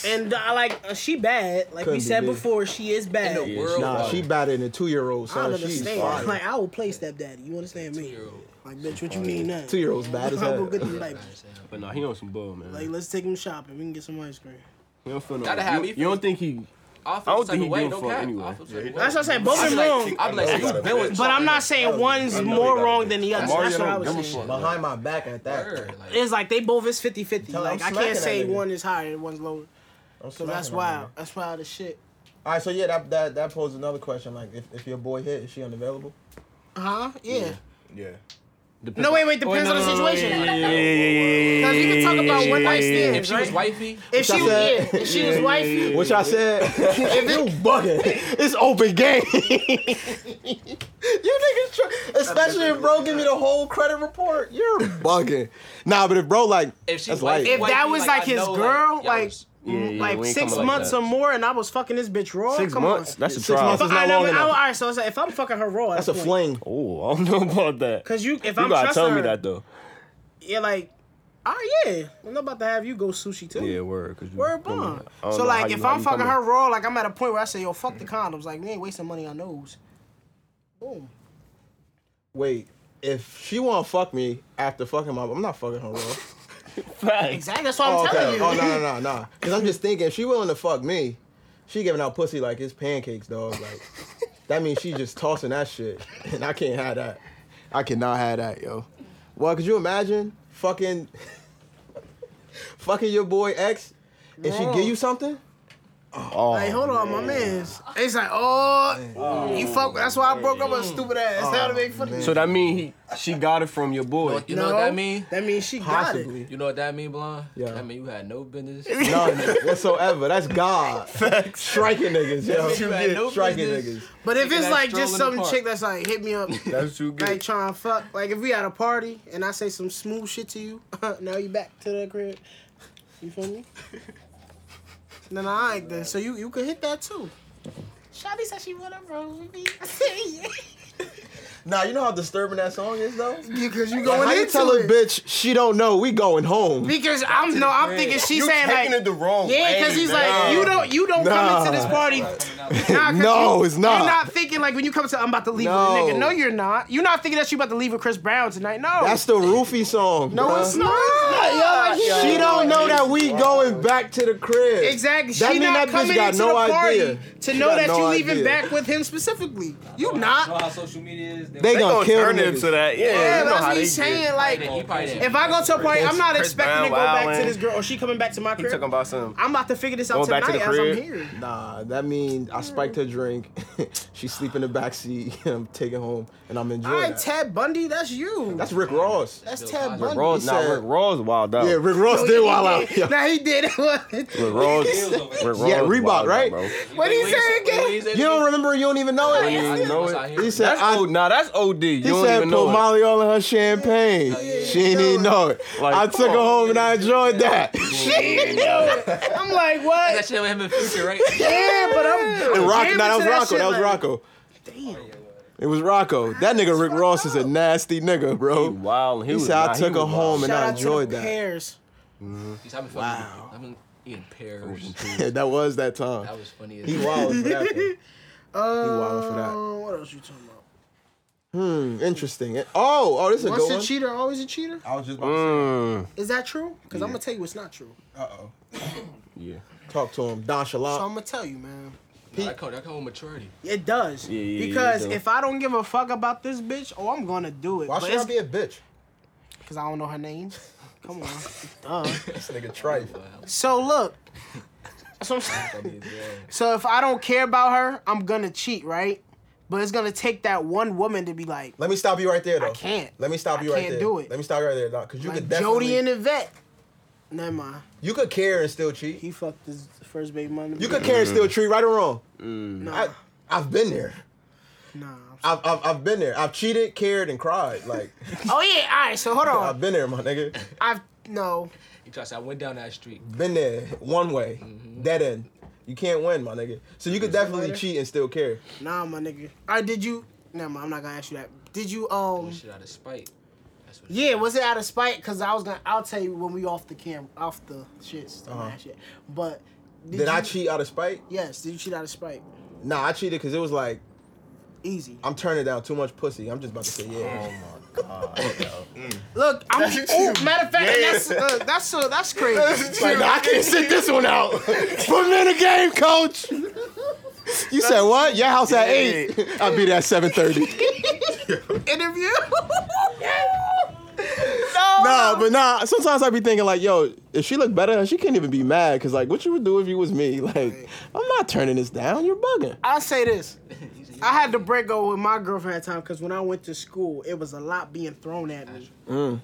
Speaker 6: and uh, like uh, she bad. Like we
Speaker 1: Couldn't be
Speaker 6: said
Speaker 1: me.
Speaker 6: before, she is bad.
Speaker 5: In the world.
Speaker 1: Nah,
Speaker 5: dog.
Speaker 1: she better than a two year old,
Speaker 6: I
Speaker 1: son.
Speaker 6: don't
Speaker 1: She's
Speaker 6: understand.
Speaker 1: fire.
Speaker 6: Like I will play stepdaddy. You understand me? Like bitch, what you mean now?
Speaker 1: Two year olds bad
Speaker 6: I'll
Speaker 1: as
Speaker 6: go
Speaker 1: hell.
Speaker 6: get them diapers.
Speaker 2: But nah, he on some bull, man.
Speaker 6: Like, let's take him shopping. We can get some ice cream.
Speaker 2: you don't feel no.
Speaker 5: Gotta have
Speaker 2: you,
Speaker 5: me
Speaker 2: you don't think he?
Speaker 5: I
Speaker 2: I
Speaker 5: don't
Speaker 2: don't
Speaker 5: think
Speaker 2: think he
Speaker 5: way.
Speaker 2: give a
Speaker 5: No
Speaker 2: fuck
Speaker 5: cap.
Speaker 2: anyway.
Speaker 5: I feel some way.
Speaker 6: That's what I said. Both of them wrong.
Speaker 5: I'm like, you been with
Speaker 6: But I'm not saying one's more wrong than the other.
Speaker 2: Mario
Speaker 6: That's what I
Speaker 2: don't give a
Speaker 6: was saying.
Speaker 2: fuck.
Speaker 4: Behind my back at that.
Speaker 5: her. Like,
Speaker 6: It's like they both is 50 50.
Speaker 4: Tell her
Speaker 6: Like,
Speaker 4: I'm
Speaker 6: I can't
Speaker 4: smacking
Speaker 6: say
Speaker 4: that nigga.
Speaker 6: one is higher and one's lower.
Speaker 4: I'm
Speaker 6: So that's wild. That's wild as shit.
Speaker 4: All right, so yeah, that that that poses another question. Like, if, if your boy hit, is she unavailable?
Speaker 6: Huh? Yeah.
Speaker 9: Yeah.
Speaker 6: No, wait, wait. Depends on the situation.
Speaker 2: Yeah, yeah, yeah,
Speaker 6: Because you can talk about one night
Speaker 5: if
Speaker 6: stands,
Speaker 5: she was
Speaker 6: right?
Speaker 5: wifey,
Speaker 6: If she was, yeah,
Speaker 1: said-
Speaker 6: if she was wifey,
Speaker 1: Which I said, you bugging. It's open game.
Speaker 4: You niggas, tr- especially if bro give me the whole credit report. You're
Speaker 1: bugging. Nah, but if bro like,
Speaker 5: if she
Speaker 1: that's
Speaker 5: was
Speaker 1: light.
Speaker 5: wifey,
Speaker 6: if that
Speaker 5: wifey,
Speaker 6: was like
Speaker 5: I
Speaker 6: his
Speaker 5: know,
Speaker 6: girl,
Speaker 5: y'all
Speaker 6: like
Speaker 5: was-
Speaker 2: Yeah, yeah,
Speaker 6: like
Speaker 2: we ain't
Speaker 6: six
Speaker 2: coming like
Speaker 6: months
Speaker 2: that.
Speaker 6: or more, and I was fucking this bitch raw.
Speaker 2: Six
Speaker 6: Come
Speaker 2: months.
Speaker 6: on.
Speaker 2: That's a
Speaker 1: Six
Speaker 2: trial.
Speaker 1: months is
Speaker 6: But I
Speaker 1: not
Speaker 6: know,
Speaker 1: long
Speaker 6: I,
Speaker 1: enough.
Speaker 6: all right, so it's like, if I'm fucking her raw,
Speaker 1: That's a
Speaker 6: point.
Speaker 1: fling.
Speaker 2: Oh, I don't know about that.
Speaker 6: Cause you, if
Speaker 2: You
Speaker 6: I'm
Speaker 2: gotta
Speaker 6: trusting
Speaker 2: tell
Speaker 6: her,
Speaker 2: me that though.
Speaker 6: yeah, like Oh yeah, I'm about to have you go sushi too.
Speaker 2: Yeah, word. Cause you
Speaker 6: Word
Speaker 2: coming-
Speaker 6: bond.
Speaker 2: I don't
Speaker 6: So
Speaker 2: know how
Speaker 6: like,
Speaker 2: you-
Speaker 6: if
Speaker 2: how
Speaker 6: I'm
Speaker 2: you
Speaker 6: fucking
Speaker 2: coming.
Speaker 6: her raw, like I'm at a point where I say, yo, fuck the condoms. Like we ain't wasting money on those. Boom.
Speaker 1: Wait, if she wanna fuck me after fucking my, I'm not fucking her, bro.
Speaker 6: Exactly. That's what I'm
Speaker 1: oh,
Speaker 6: telling you.
Speaker 1: Oh no no no no. Cause I'm just thinking, if she willing to fuck me, she giving out pussy like it's pancakes, dog. Like that means she just tossing that shit, and I can't have that. I cannot have that, yo. Well, could you imagine fucking, fucking your boy ex, and she give you something?
Speaker 2: Oh,
Speaker 6: Like, hold on, my man's. It's like, oh, you fuck. That's why I broke up with a stupid ass.
Speaker 2: Oh,
Speaker 6: Now to make fun of you.
Speaker 2: so that mean he, she got it from your boy.
Speaker 5: You know what that mean?
Speaker 6: That means she got
Speaker 1: Possibly.
Speaker 5: You know what that mean, blonde?
Speaker 1: Yeah.
Speaker 5: That mean you had no business.
Speaker 1: None whatsoever. That's God. Striking niggas,
Speaker 5: You
Speaker 1: yo.
Speaker 5: had no
Speaker 1: Striking
Speaker 5: business.
Speaker 1: niggas.
Speaker 6: it. But if
Speaker 5: Taking
Speaker 6: it's
Speaker 5: that
Speaker 6: like
Speaker 5: stroll
Speaker 6: just
Speaker 5: in the
Speaker 6: some
Speaker 5: park.
Speaker 6: chick that's like hit me up,
Speaker 2: That's too good.
Speaker 6: like trying to fuck. Like if we at a party and I say some smooth shit to you, now you back to the crib. You feel me? No, no, I ain't there. So you you could hit that too. Shawty said she wanna roll with me. I said yeah.
Speaker 1: Nah, you know how disturbing that song is though?
Speaker 6: Because you
Speaker 1: Like,
Speaker 6: going
Speaker 1: how you
Speaker 6: into
Speaker 1: tell a
Speaker 6: it.
Speaker 1: bitch she don't know we going home?
Speaker 6: Because I'm no, I'm thinking she's
Speaker 9: You
Speaker 6: saying
Speaker 9: taking
Speaker 6: like
Speaker 9: it the wrong way.
Speaker 6: Yeah, because he's like, you don't, you don't come into this party. Nah, 'cause
Speaker 1: No,
Speaker 6: you-
Speaker 1: it's not.
Speaker 6: You're not thinking like when you come to, I'm about to leave
Speaker 1: No.
Speaker 6: with a nigga. No, you're not. You're not thinking that you about to leave with Chris Brown tonight. No,
Speaker 1: That's the roofie song.
Speaker 6: no,
Speaker 1: bruh.
Speaker 6: it's not. Yo, like,
Speaker 1: She
Speaker 6: he-
Speaker 1: don't know that we going back to the crib.
Speaker 6: Exactly.
Speaker 1: That
Speaker 6: she
Speaker 1: mean
Speaker 6: not
Speaker 1: that bitch
Speaker 6: coming
Speaker 1: got
Speaker 6: into
Speaker 1: no
Speaker 6: the party
Speaker 1: idea.
Speaker 6: to
Speaker 1: She
Speaker 6: know
Speaker 1: got
Speaker 6: that
Speaker 1: no
Speaker 6: you leaving
Speaker 1: idea.
Speaker 6: back with him specifically. You
Speaker 7: Know
Speaker 6: not.
Speaker 7: how social media is?
Speaker 1: They,
Speaker 9: They
Speaker 1: gonna
Speaker 9: gonna
Speaker 1: kill
Speaker 9: turn
Speaker 1: niggas.
Speaker 9: him to that. Yeah,
Speaker 6: Yeah, but
Speaker 9: you know
Speaker 6: that's
Speaker 9: how
Speaker 6: what
Speaker 9: they
Speaker 6: he's
Speaker 9: get.
Speaker 6: saying.
Speaker 5: He
Speaker 6: Like,
Speaker 5: didn't. He probably didn't.
Speaker 6: if I go to a party, I'm not
Speaker 9: Chris
Speaker 6: expecting to go
Speaker 9: Brown
Speaker 6: back to
Speaker 9: wildin'.
Speaker 6: this girl or she coming back to my
Speaker 9: He took him
Speaker 6: crib.
Speaker 9: about some.
Speaker 6: I'm about to figure this out
Speaker 9: Going back to
Speaker 6: tonight
Speaker 9: the
Speaker 6: as I'm
Speaker 9: crib.
Speaker 6: here.
Speaker 1: Nah, that mean I spiked her drink. she sleep in the back seat. and I'm taking home and I'm
Speaker 6: All
Speaker 1: enjoying.
Speaker 6: right,
Speaker 1: that.
Speaker 6: Ted Bundy, that's you.
Speaker 1: That's Rick Ross.
Speaker 6: That's Ted
Speaker 5: Rick
Speaker 6: Bundy.
Speaker 2: Raw's
Speaker 1: He
Speaker 2: not
Speaker 1: said-
Speaker 2: Rick Raw's wild out.
Speaker 1: yeah, Rick Ross
Speaker 6: Oh, yeah,
Speaker 1: did
Speaker 6: he
Speaker 1: wild out.
Speaker 6: did.
Speaker 1: Yeah.
Speaker 6: Nah, he did.
Speaker 2: Rick Raw's. Rick Raw's
Speaker 1: Yeah, Reebok,
Speaker 2: wild out,
Speaker 1: right?
Speaker 2: bro.
Speaker 6: what do you say again?
Speaker 1: You don't remember? and You don't even know it.
Speaker 5: I know it.
Speaker 1: He said,
Speaker 2: That's
Speaker 1: I,
Speaker 2: old. Nah, that's OD. You
Speaker 1: he
Speaker 2: don't
Speaker 1: said
Speaker 2: even know.
Speaker 1: put
Speaker 2: it.
Speaker 1: Molly all in her champagne. she ain't even know it.
Speaker 2: Like,
Speaker 1: I took her home and I enjoyed that.
Speaker 6: I'm like, what?
Speaker 5: That shit with him in future, right?
Speaker 6: Yeah, but I'm.
Speaker 1: And
Speaker 6: I'm
Speaker 1: Rocco,
Speaker 6: jamming
Speaker 1: nah, that
Speaker 6: to
Speaker 1: was Rocco.
Speaker 6: shit,
Speaker 1: That was
Speaker 6: like,
Speaker 1: Rocco. It was Rocco. That nigga Rick Ross is a nasty nigga,
Speaker 2: He
Speaker 1: bro.
Speaker 2: wild. He,
Speaker 1: He
Speaker 2: was
Speaker 1: said I
Speaker 2: wild. He
Speaker 1: took her
Speaker 2: was
Speaker 1: home
Speaker 2: wild.
Speaker 1: and
Speaker 6: Shout
Speaker 1: I
Speaker 6: out to
Speaker 1: enjoyed
Speaker 6: the
Speaker 1: that.
Speaker 6: pears.
Speaker 5: He's having fun. Wow. I've been eating pears.
Speaker 1: Yeah, that was that time.
Speaker 5: That was funny as
Speaker 1: He
Speaker 5: hell.
Speaker 1: wild for that. though.
Speaker 6: Uh,
Speaker 1: wild for that.
Speaker 6: What else you talking about? Um,
Speaker 1: Hmm, interesting. Oh, oh, this is a
Speaker 6: Once
Speaker 1: good
Speaker 6: a
Speaker 1: one. Hmm.
Speaker 6: cheater, always a cheater.
Speaker 4: I was just about to
Speaker 6: Is that true? Because I'm gonna tell you it's not true.
Speaker 4: say. Uh oh.
Speaker 2: Yeah.
Speaker 1: Talk to him,
Speaker 6: So
Speaker 1: nonchalant.
Speaker 6: I'm gonna tell you, man.
Speaker 5: That come, that come with maturity.
Speaker 6: It does.
Speaker 2: Yeah, yeah, yeah,
Speaker 6: because
Speaker 2: it does.
Speaker 6: if I don't give a fuck about this bitch, oh, I'm gonna do it.
Speaker 4: Why
Speaker 6: But
Speaker 4: should I
Speaker 6: it's
Speaker 4: be a bitch?
Speaker 6: because I don't know her name. Come on.
Speaker 4: This nigga trife.
Speaker 6: So look. That's what I'm saying.
Speaker 5: Funny as hell.
Speaker 6: So if I don't care about her, I'm gonna cheat, right? But it's gonna take that one woman to be like,
Speaker 4: Let me stop you right there, though.
Speaker 6: I can't.
Speaker 4: Let me stop
Speaker 6: I
Speaker 4: you right
Speaker 6: can't
Speaker 4: there.
Speaker 6: do it.
Speaker 4: Let me stop you right there, dog. Cause you
Speaker 6: like
Speaker 4: could definitely.
Speaker 6: Jody and Yvette. Never mind.
Speaker 4: You could care and still cheat.
Speaker 6: He fucked his first baby mother.
Speaker 1: You could care and still treat right or wrong.
Speaker 6: Nah,
Speaker 1: I, I've been there.
Speaker 6: nah.
Speaker 1: I've, I've, I've been there. I've cheated, cared, and cried. Like
Speaker 6: Oh yeah. All right. So hold
Speaker 1: I've
Speaker 6: on.
Speaker 1: been there, my nigga.
Speaker 6: I've no.
Speaker 5: He tries. I went down that street.
Speaker 1: Been there one way,
Speaker 6: Mm-hmm.
Speaker 1: dead end. You can't win, my nigga. So you could definitely cheat and still care.
Speaker 6: Nah, my nigga. All right. Did you? Never mind. I'm not gonna ask you that. Did you? Um.
Speaker 5: Shit out of spite. That's what
Speaker 6: Yeah. Was it out of spite? Cause I was gonna. I'll tell you when we off the cam, off the shits. I'm gonna ask you that. But
Speaker 1: Uh-huh. Did, I
Speaker 6: you-
Speaker 1: cheat out of spite?
Speaker 6: Yes. Did you cheat out of spite?
Speaker 1: Nah, I cheated because it was like
Speaker 6: Easy.
Speaker 1: I'm turning down too much pussy. I'm just about to say yeah.
Speaker 6: Oh Look, I'm. oh, matter of fact, that's uh, that's uh, that's crazy.
Speaker 1: Like, nah, I can't sit this one out. Put me in the game, coach. You said what? Your house at eight. I'll be there at seven thirty.
Speaker 6: Interview.
Speaker 1: Nah, but nah. Sometimes I be thinking like, yo, if she look better, she can't even be mad. Cause like, what you would do if you was me? Like, I'm not turning this down. You're bugging.
Speaker 6: I'll say this. I had to break up with my girlfriend at the time because when I went to school, it was a lot being thrown at me.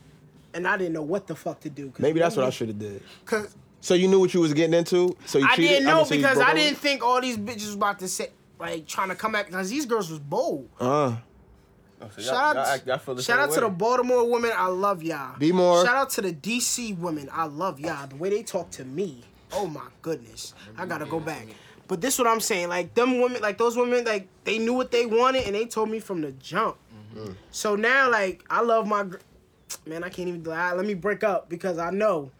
Speaker 6: And I didn't know what the fuck to do. 'cause
Speaker 1: Mm. Maybe that's what I should have did.
Speaker 6: Cause
Speaker 1: So you knew what you was getting into. So you
Speaker 6: I
Speaker 1: cheated.
Speaker 6: didn't
Speaker 1: I
Speaker 6: know
Speaker 1: mean, so you
Speaker 6: because
Speaker 1: broke
Speaker 6: I
Speaker 1: up with
Speaker 6: didn't think all these bitches was about to say like trying to come at because these girls was bold.
Speaker 1: her? Uh,
Speaker 6: Shout out,
Speaker 2: I, I feel the
Speaker 6: shout
Speaker 2: same
Speaker 6: out to the
Speaker 2: way.
Speaker 6: Baltimore women. I love y'all.
Speaker 1: Be more.
Speaker 6: Shout out to the DC women. I love y'all. The way they talk to me. Oh my goodness. I gotta go back. But this what I'm saying. Like them women, like those women, like they
Speaker 1: Mm-hmm.
Speaker 6: knew what they wanted and they told me from the jump. So now, like I love my. gr- man, I can't even. I, let me break up because I know,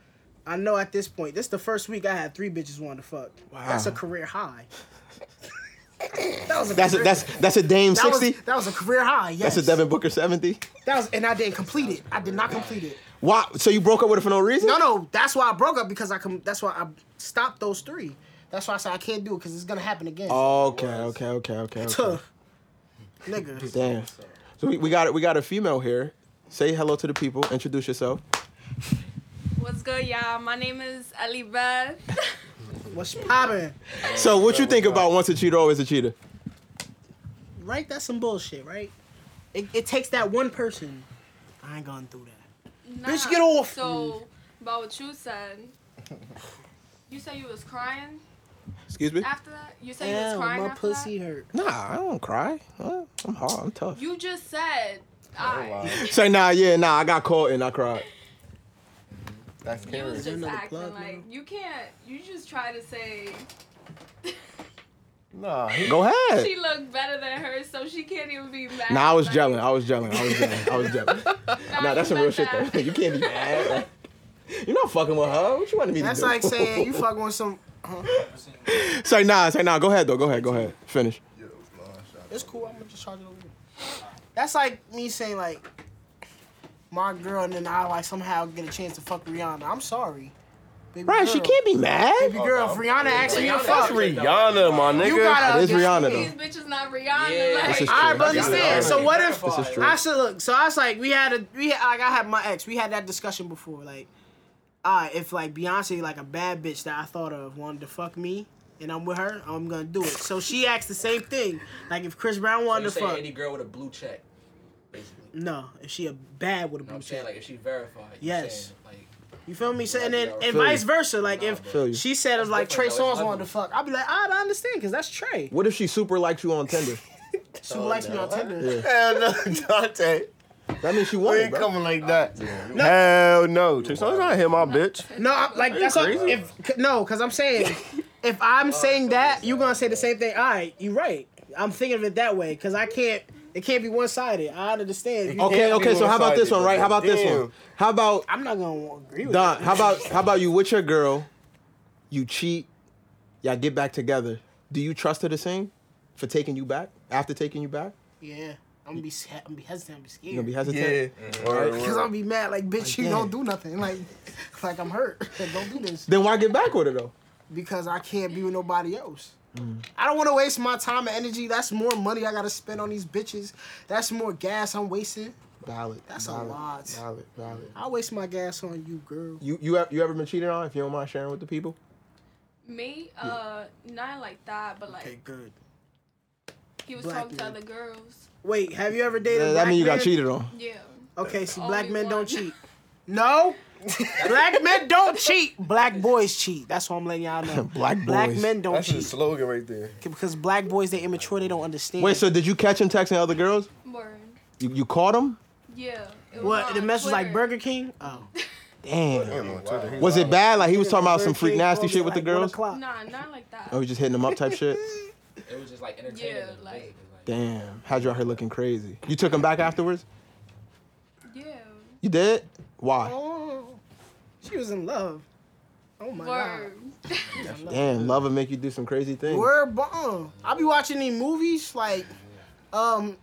Speaker 6: I know at this point, this is the first week I had three bitches wanting to fuck. Wow. That's a career high. that was a
Speaker 1: That's a,
Speaker 6: career,
Speaker 1: that's that's a Dame
Speaker 6: that was-
Speaker 1: sixty.
Speaker 6: that was a career high. Yes.
Speaker 1: That's a Devin Booker seventy.
Speaker 6: That was, and I didn't complete it. I did not complete it.
Speaker 1: Why? So you broke up with her for no reason?
Speaker 6: No, no, that's why I broke up because I com- That's why I stopped those three. That's why I said I can't do it because it's gonna happen again.
Speaker 1: Okay, okay, okay, okay. okay.
Speaker 6: Tuh. Nigga.
Speaker 1: Damn. So we, we got we got a female here. Say hello to the people. Introduce yourself.
Speaker 11: What's good, y'all? My name is Ali Beth.
Speaker 6: What's poppin'?
Speaker 1: So what you think about once a cheater, always a cheater?
Speaker 6: Right? That's some bullshit, right? It, it takes that one person. I ain't going through that. Bitch, get off
Speaker 11: So, about what you said, you said you was crying
Speaker 1: Excuse me.
Speaker 11: after that. You said you was crying
Speaker 6: my
Speaker 11: after
Speaker 6: pussy hurt.
Speaker 1: Nah, I don't cry. Huh? I'm hard. I'm tough.
Speaker 11: that. You just said, I.
Speaker 1: Say nah, yeah, nah. I got caught and I cried.
Speaker 9: That's
Speaker 11: You was
Speaker 9: scary.
Speaker 11: just
Speaker 6: another
Speaker 11: acting
Speaker 6: plug,
Speaker 11: like you can't. You just try to say
Speaker 9: Nah, he,
Speaker 1: Go ahead.
Speaker 11: she looked better than her, so she can't even be mad.
Speaker 1: Nah, I was
Speaker 11: Like,
Speaker 1: gelling. I was gelling. I was gelling. I was gelling.
Speaker 11: nah,
Speaker 1: Nah, that's
Speaker 11: you
Speaker 1: some real
Speaker 11: meant
Speaker 1: shit
Speaker 11: that.
Speaker 1: though. You can't be mad. Like, you're not fucking with her. What you want me to
Speaker 6: That's
Speaker 1: do?
Speaker 6: like saying you fuck with some.
Speaker 1: Say nah. Say nah. Go ahead though. Go ahead. Go ahead. Finish.
Speaker 6: It's cool. I'm gonna just charge it over here. That's like me saying like my girl and then I like somehow get a chance to fuck Rihanna. I'm sorry. Baby
Speaker 1: Right.
Speaker 6: girl.
Speaker 1: She can't be mad.
Speaker 6: Baby
Speaker 5: Oh,
Speaker 6: girl, if Rihanna asks me to fuck,
Speaker 2: Rihanna, my nigga.
Speaker 6: you gotta.
Speaker 1: It is Rihanna
Speaker 6: understand.
Speaker 11: These
Speaker 1: though.
Speaker 11: bitches not Rihanna.
Speaker 5: Yeah.
Speaker 11: like,
Speaker 1: This is
Speaker 6: I
Speaker 1: true.
Speaker 6: understand. So what if
Speaker 1: This is true.
Speaker 6: I should look? So I was like, we had a we had, like I had my ex. We had that discussion before. Like, all right, if like Beyonce like a bad bitch that I thought of wanted to fuck me. And I'm with her. I'm gonna do it. So she asked the same thing. Like if Chris Brown
Speaker 5: So
Speaker 6: wanted
Speaker 5: you
Speaker 6: to
Speaker 5: say
Speaker 6: fuck,
Speaker 5: any girl with a blue check, basically. You
Speaker 6: no. If she a bad with a
Speaker 5: know what
Speaker 6: blue
Speaker 5: I'm saying?
Speaker 6: check,
Speaker 5: Like if she verified. you
Speaker 6: Yes.
Speaker 5: saying, Like
Speaker 6: you feel me? So, and then
Speaker 5: Feel
Speaker 6: and
Speaker 1: you.
Speaker 6: vice versa. Like
Speaker 5: Nah,
Speaker 6: if
Speaker 5: bro.
Speaker 1: Feel you.
Speaker 6: she said if
Speaker 5: That's
Speaker 6: like Trey
Speaker 5: different, though. It's
Speaker 6: Songz wanted to
Speaker 5: levels.
Speaker 6: fuck, I'd be like, all right, I understand because that's Trey.
Speaker 1: What if she super likes you on Tinder?
Speaker 6: She
Speaker 5: Oh,
Speaker 6: likes me on Tinder.
Speaker 9: hell no, Dante.
Speaker 1: That means she
Speaker 9: You
Speaker 1: won,
Speaker 9: ain't
Speaker 1: bro.
Speaker 9: coming like that.
Speaker 2: Hell no. Chris, I'm trying to hit my bitch.
Speaker 6: No, I'm, like that's all, if c- no, because I'm saying if
Speaker 5: Oh,
Speaker 6: I'm saying that, you're gonna say the same thing. All right, you're right. I'm thinking of it that way because I can't. It can't be one sided. I understand. If you-
Speaker 1: Okay. Okay. So how about this one, right? How about this one?
Speaker 9: Damn.
Speaker 1: How about
Speaker 6: I'm not gonna agree with
Speaker 1: Don?
Speaker 6: that.
Speaker 1: How about how about you with your girl? You cheat. Y'all get back together. Do you trust her the same for taking you back after taking you back?
Speaker 6: Yeah, I'm gonna be. sa- I'm gonna be hesitant. I'm gonna be
Speaker 1: You gonna be
Speaker 6: scared.
Speaker 1: hesitant?
Speaker 9: Yeah. Word,
Speaker 6: Because I'm
Speaker 9: word.
Speaker 6: gonna be mad. Like bitch, you
Speaker 1: damn.
Speaker 6: don't do nothing. Like, like I'm hurt. Like, don't do this
Speaker 1: Then why get back with her though?
Speaker 6: because I can't be with nobody else.
Speaker 1: Mm.
Speaker 6: I don't want to waste my time and energy. That's more money I gotta spend on these bitches. That's more gas I'm wasting.
Speaker 1: Valid.
Speaker 6: That's a
Speaker 1: valid,
Speaker 6: lot.
Speaker 1: Valid. Valid.
Speaker 6: I waste my gas on you, girl.
Speaker 1: You you have you ever been cheated on? If you don't mind sharing with the people.
Speaker 11: me, uh, not like that, but like
Speaker 6: Okay, good.
Speaker 11: he was
Speaker 6: black
Speaker 11: talking to
Speaker 6: man.
Speaker 11: other girls.
Speaker 6: Wait, have you ever dated?
Speaker 1: Yeah,
Speaker 6: a
Speaker 1: that
Speaker 6: black
Speaker 1: means you
Speaker 6: man?
Speaker 1: got cheated on.
Speaker 11: Yeah.
Speaker 6: Okay, so
Speaker 11: Only
Speaker 6: black men
Speaker 11: one.
Speaker 6: don't cheat. No, black men don't cheat. Black boys cheat. That's what I'm letting y'all know.
Speaker 1: Black
Speaker 6: Black
Speaker 1: boys.
Speaker 6: men don't
Speaker 9: That's the
Speaker 6: cheat
Speaker 9: slogan right there.
Speaker 6: because black boys they immature. They don't understand.
Speaker 1: Wait. So did you catch him texting other girls?
Speaker 11: Word.
Speaker 1: You you caught him?
Speaker 11: Yeah. it was
Speaker 6: what?
Speaker 11: on
Speaker 6: The message was like
Speaker 11: Twitter.
Speaker 6: Burger King. Oh,
Speaker 1: Damn.
Speaker 9: Damn, on Twitter, he
Speaker 1: Was it
Speaker 9: wild.
Speaker 1: bad? Like he was talking about some
Speaker 6: Burger
Speaker 1: freak
Speaker 6: King
Speaker 1: nasty
Speaker 6: called
Speaker 1: shit
Speaker 6: me
Speaker 1: with the
Speaker 6: like one
Speaker 1: girls?
Speaker 6: o'clock.
Speaker 11: Nah, not like that.
Speaker 1: Oh, he's just hitting them up type shit.
Speaker 5: it was just like entertaining.
Speaker 11: Yeah,
Speaker 5: them,
Speaker 11: like-
Speaker 5: basically,
Speaker 1: Damn, had you out here looking crazy. You took him back afterwards?
Speaker 11: Yeah.
Speaker 1: You did? Why?
Speaker 6: Oh, she was in love. Oh my
Speaker 11: Word.
Speaker 6: god.
Speaker 1: Damn, love will make you do some crazy things.
Speaker 6: Word bomb. I be watching these movies like, um,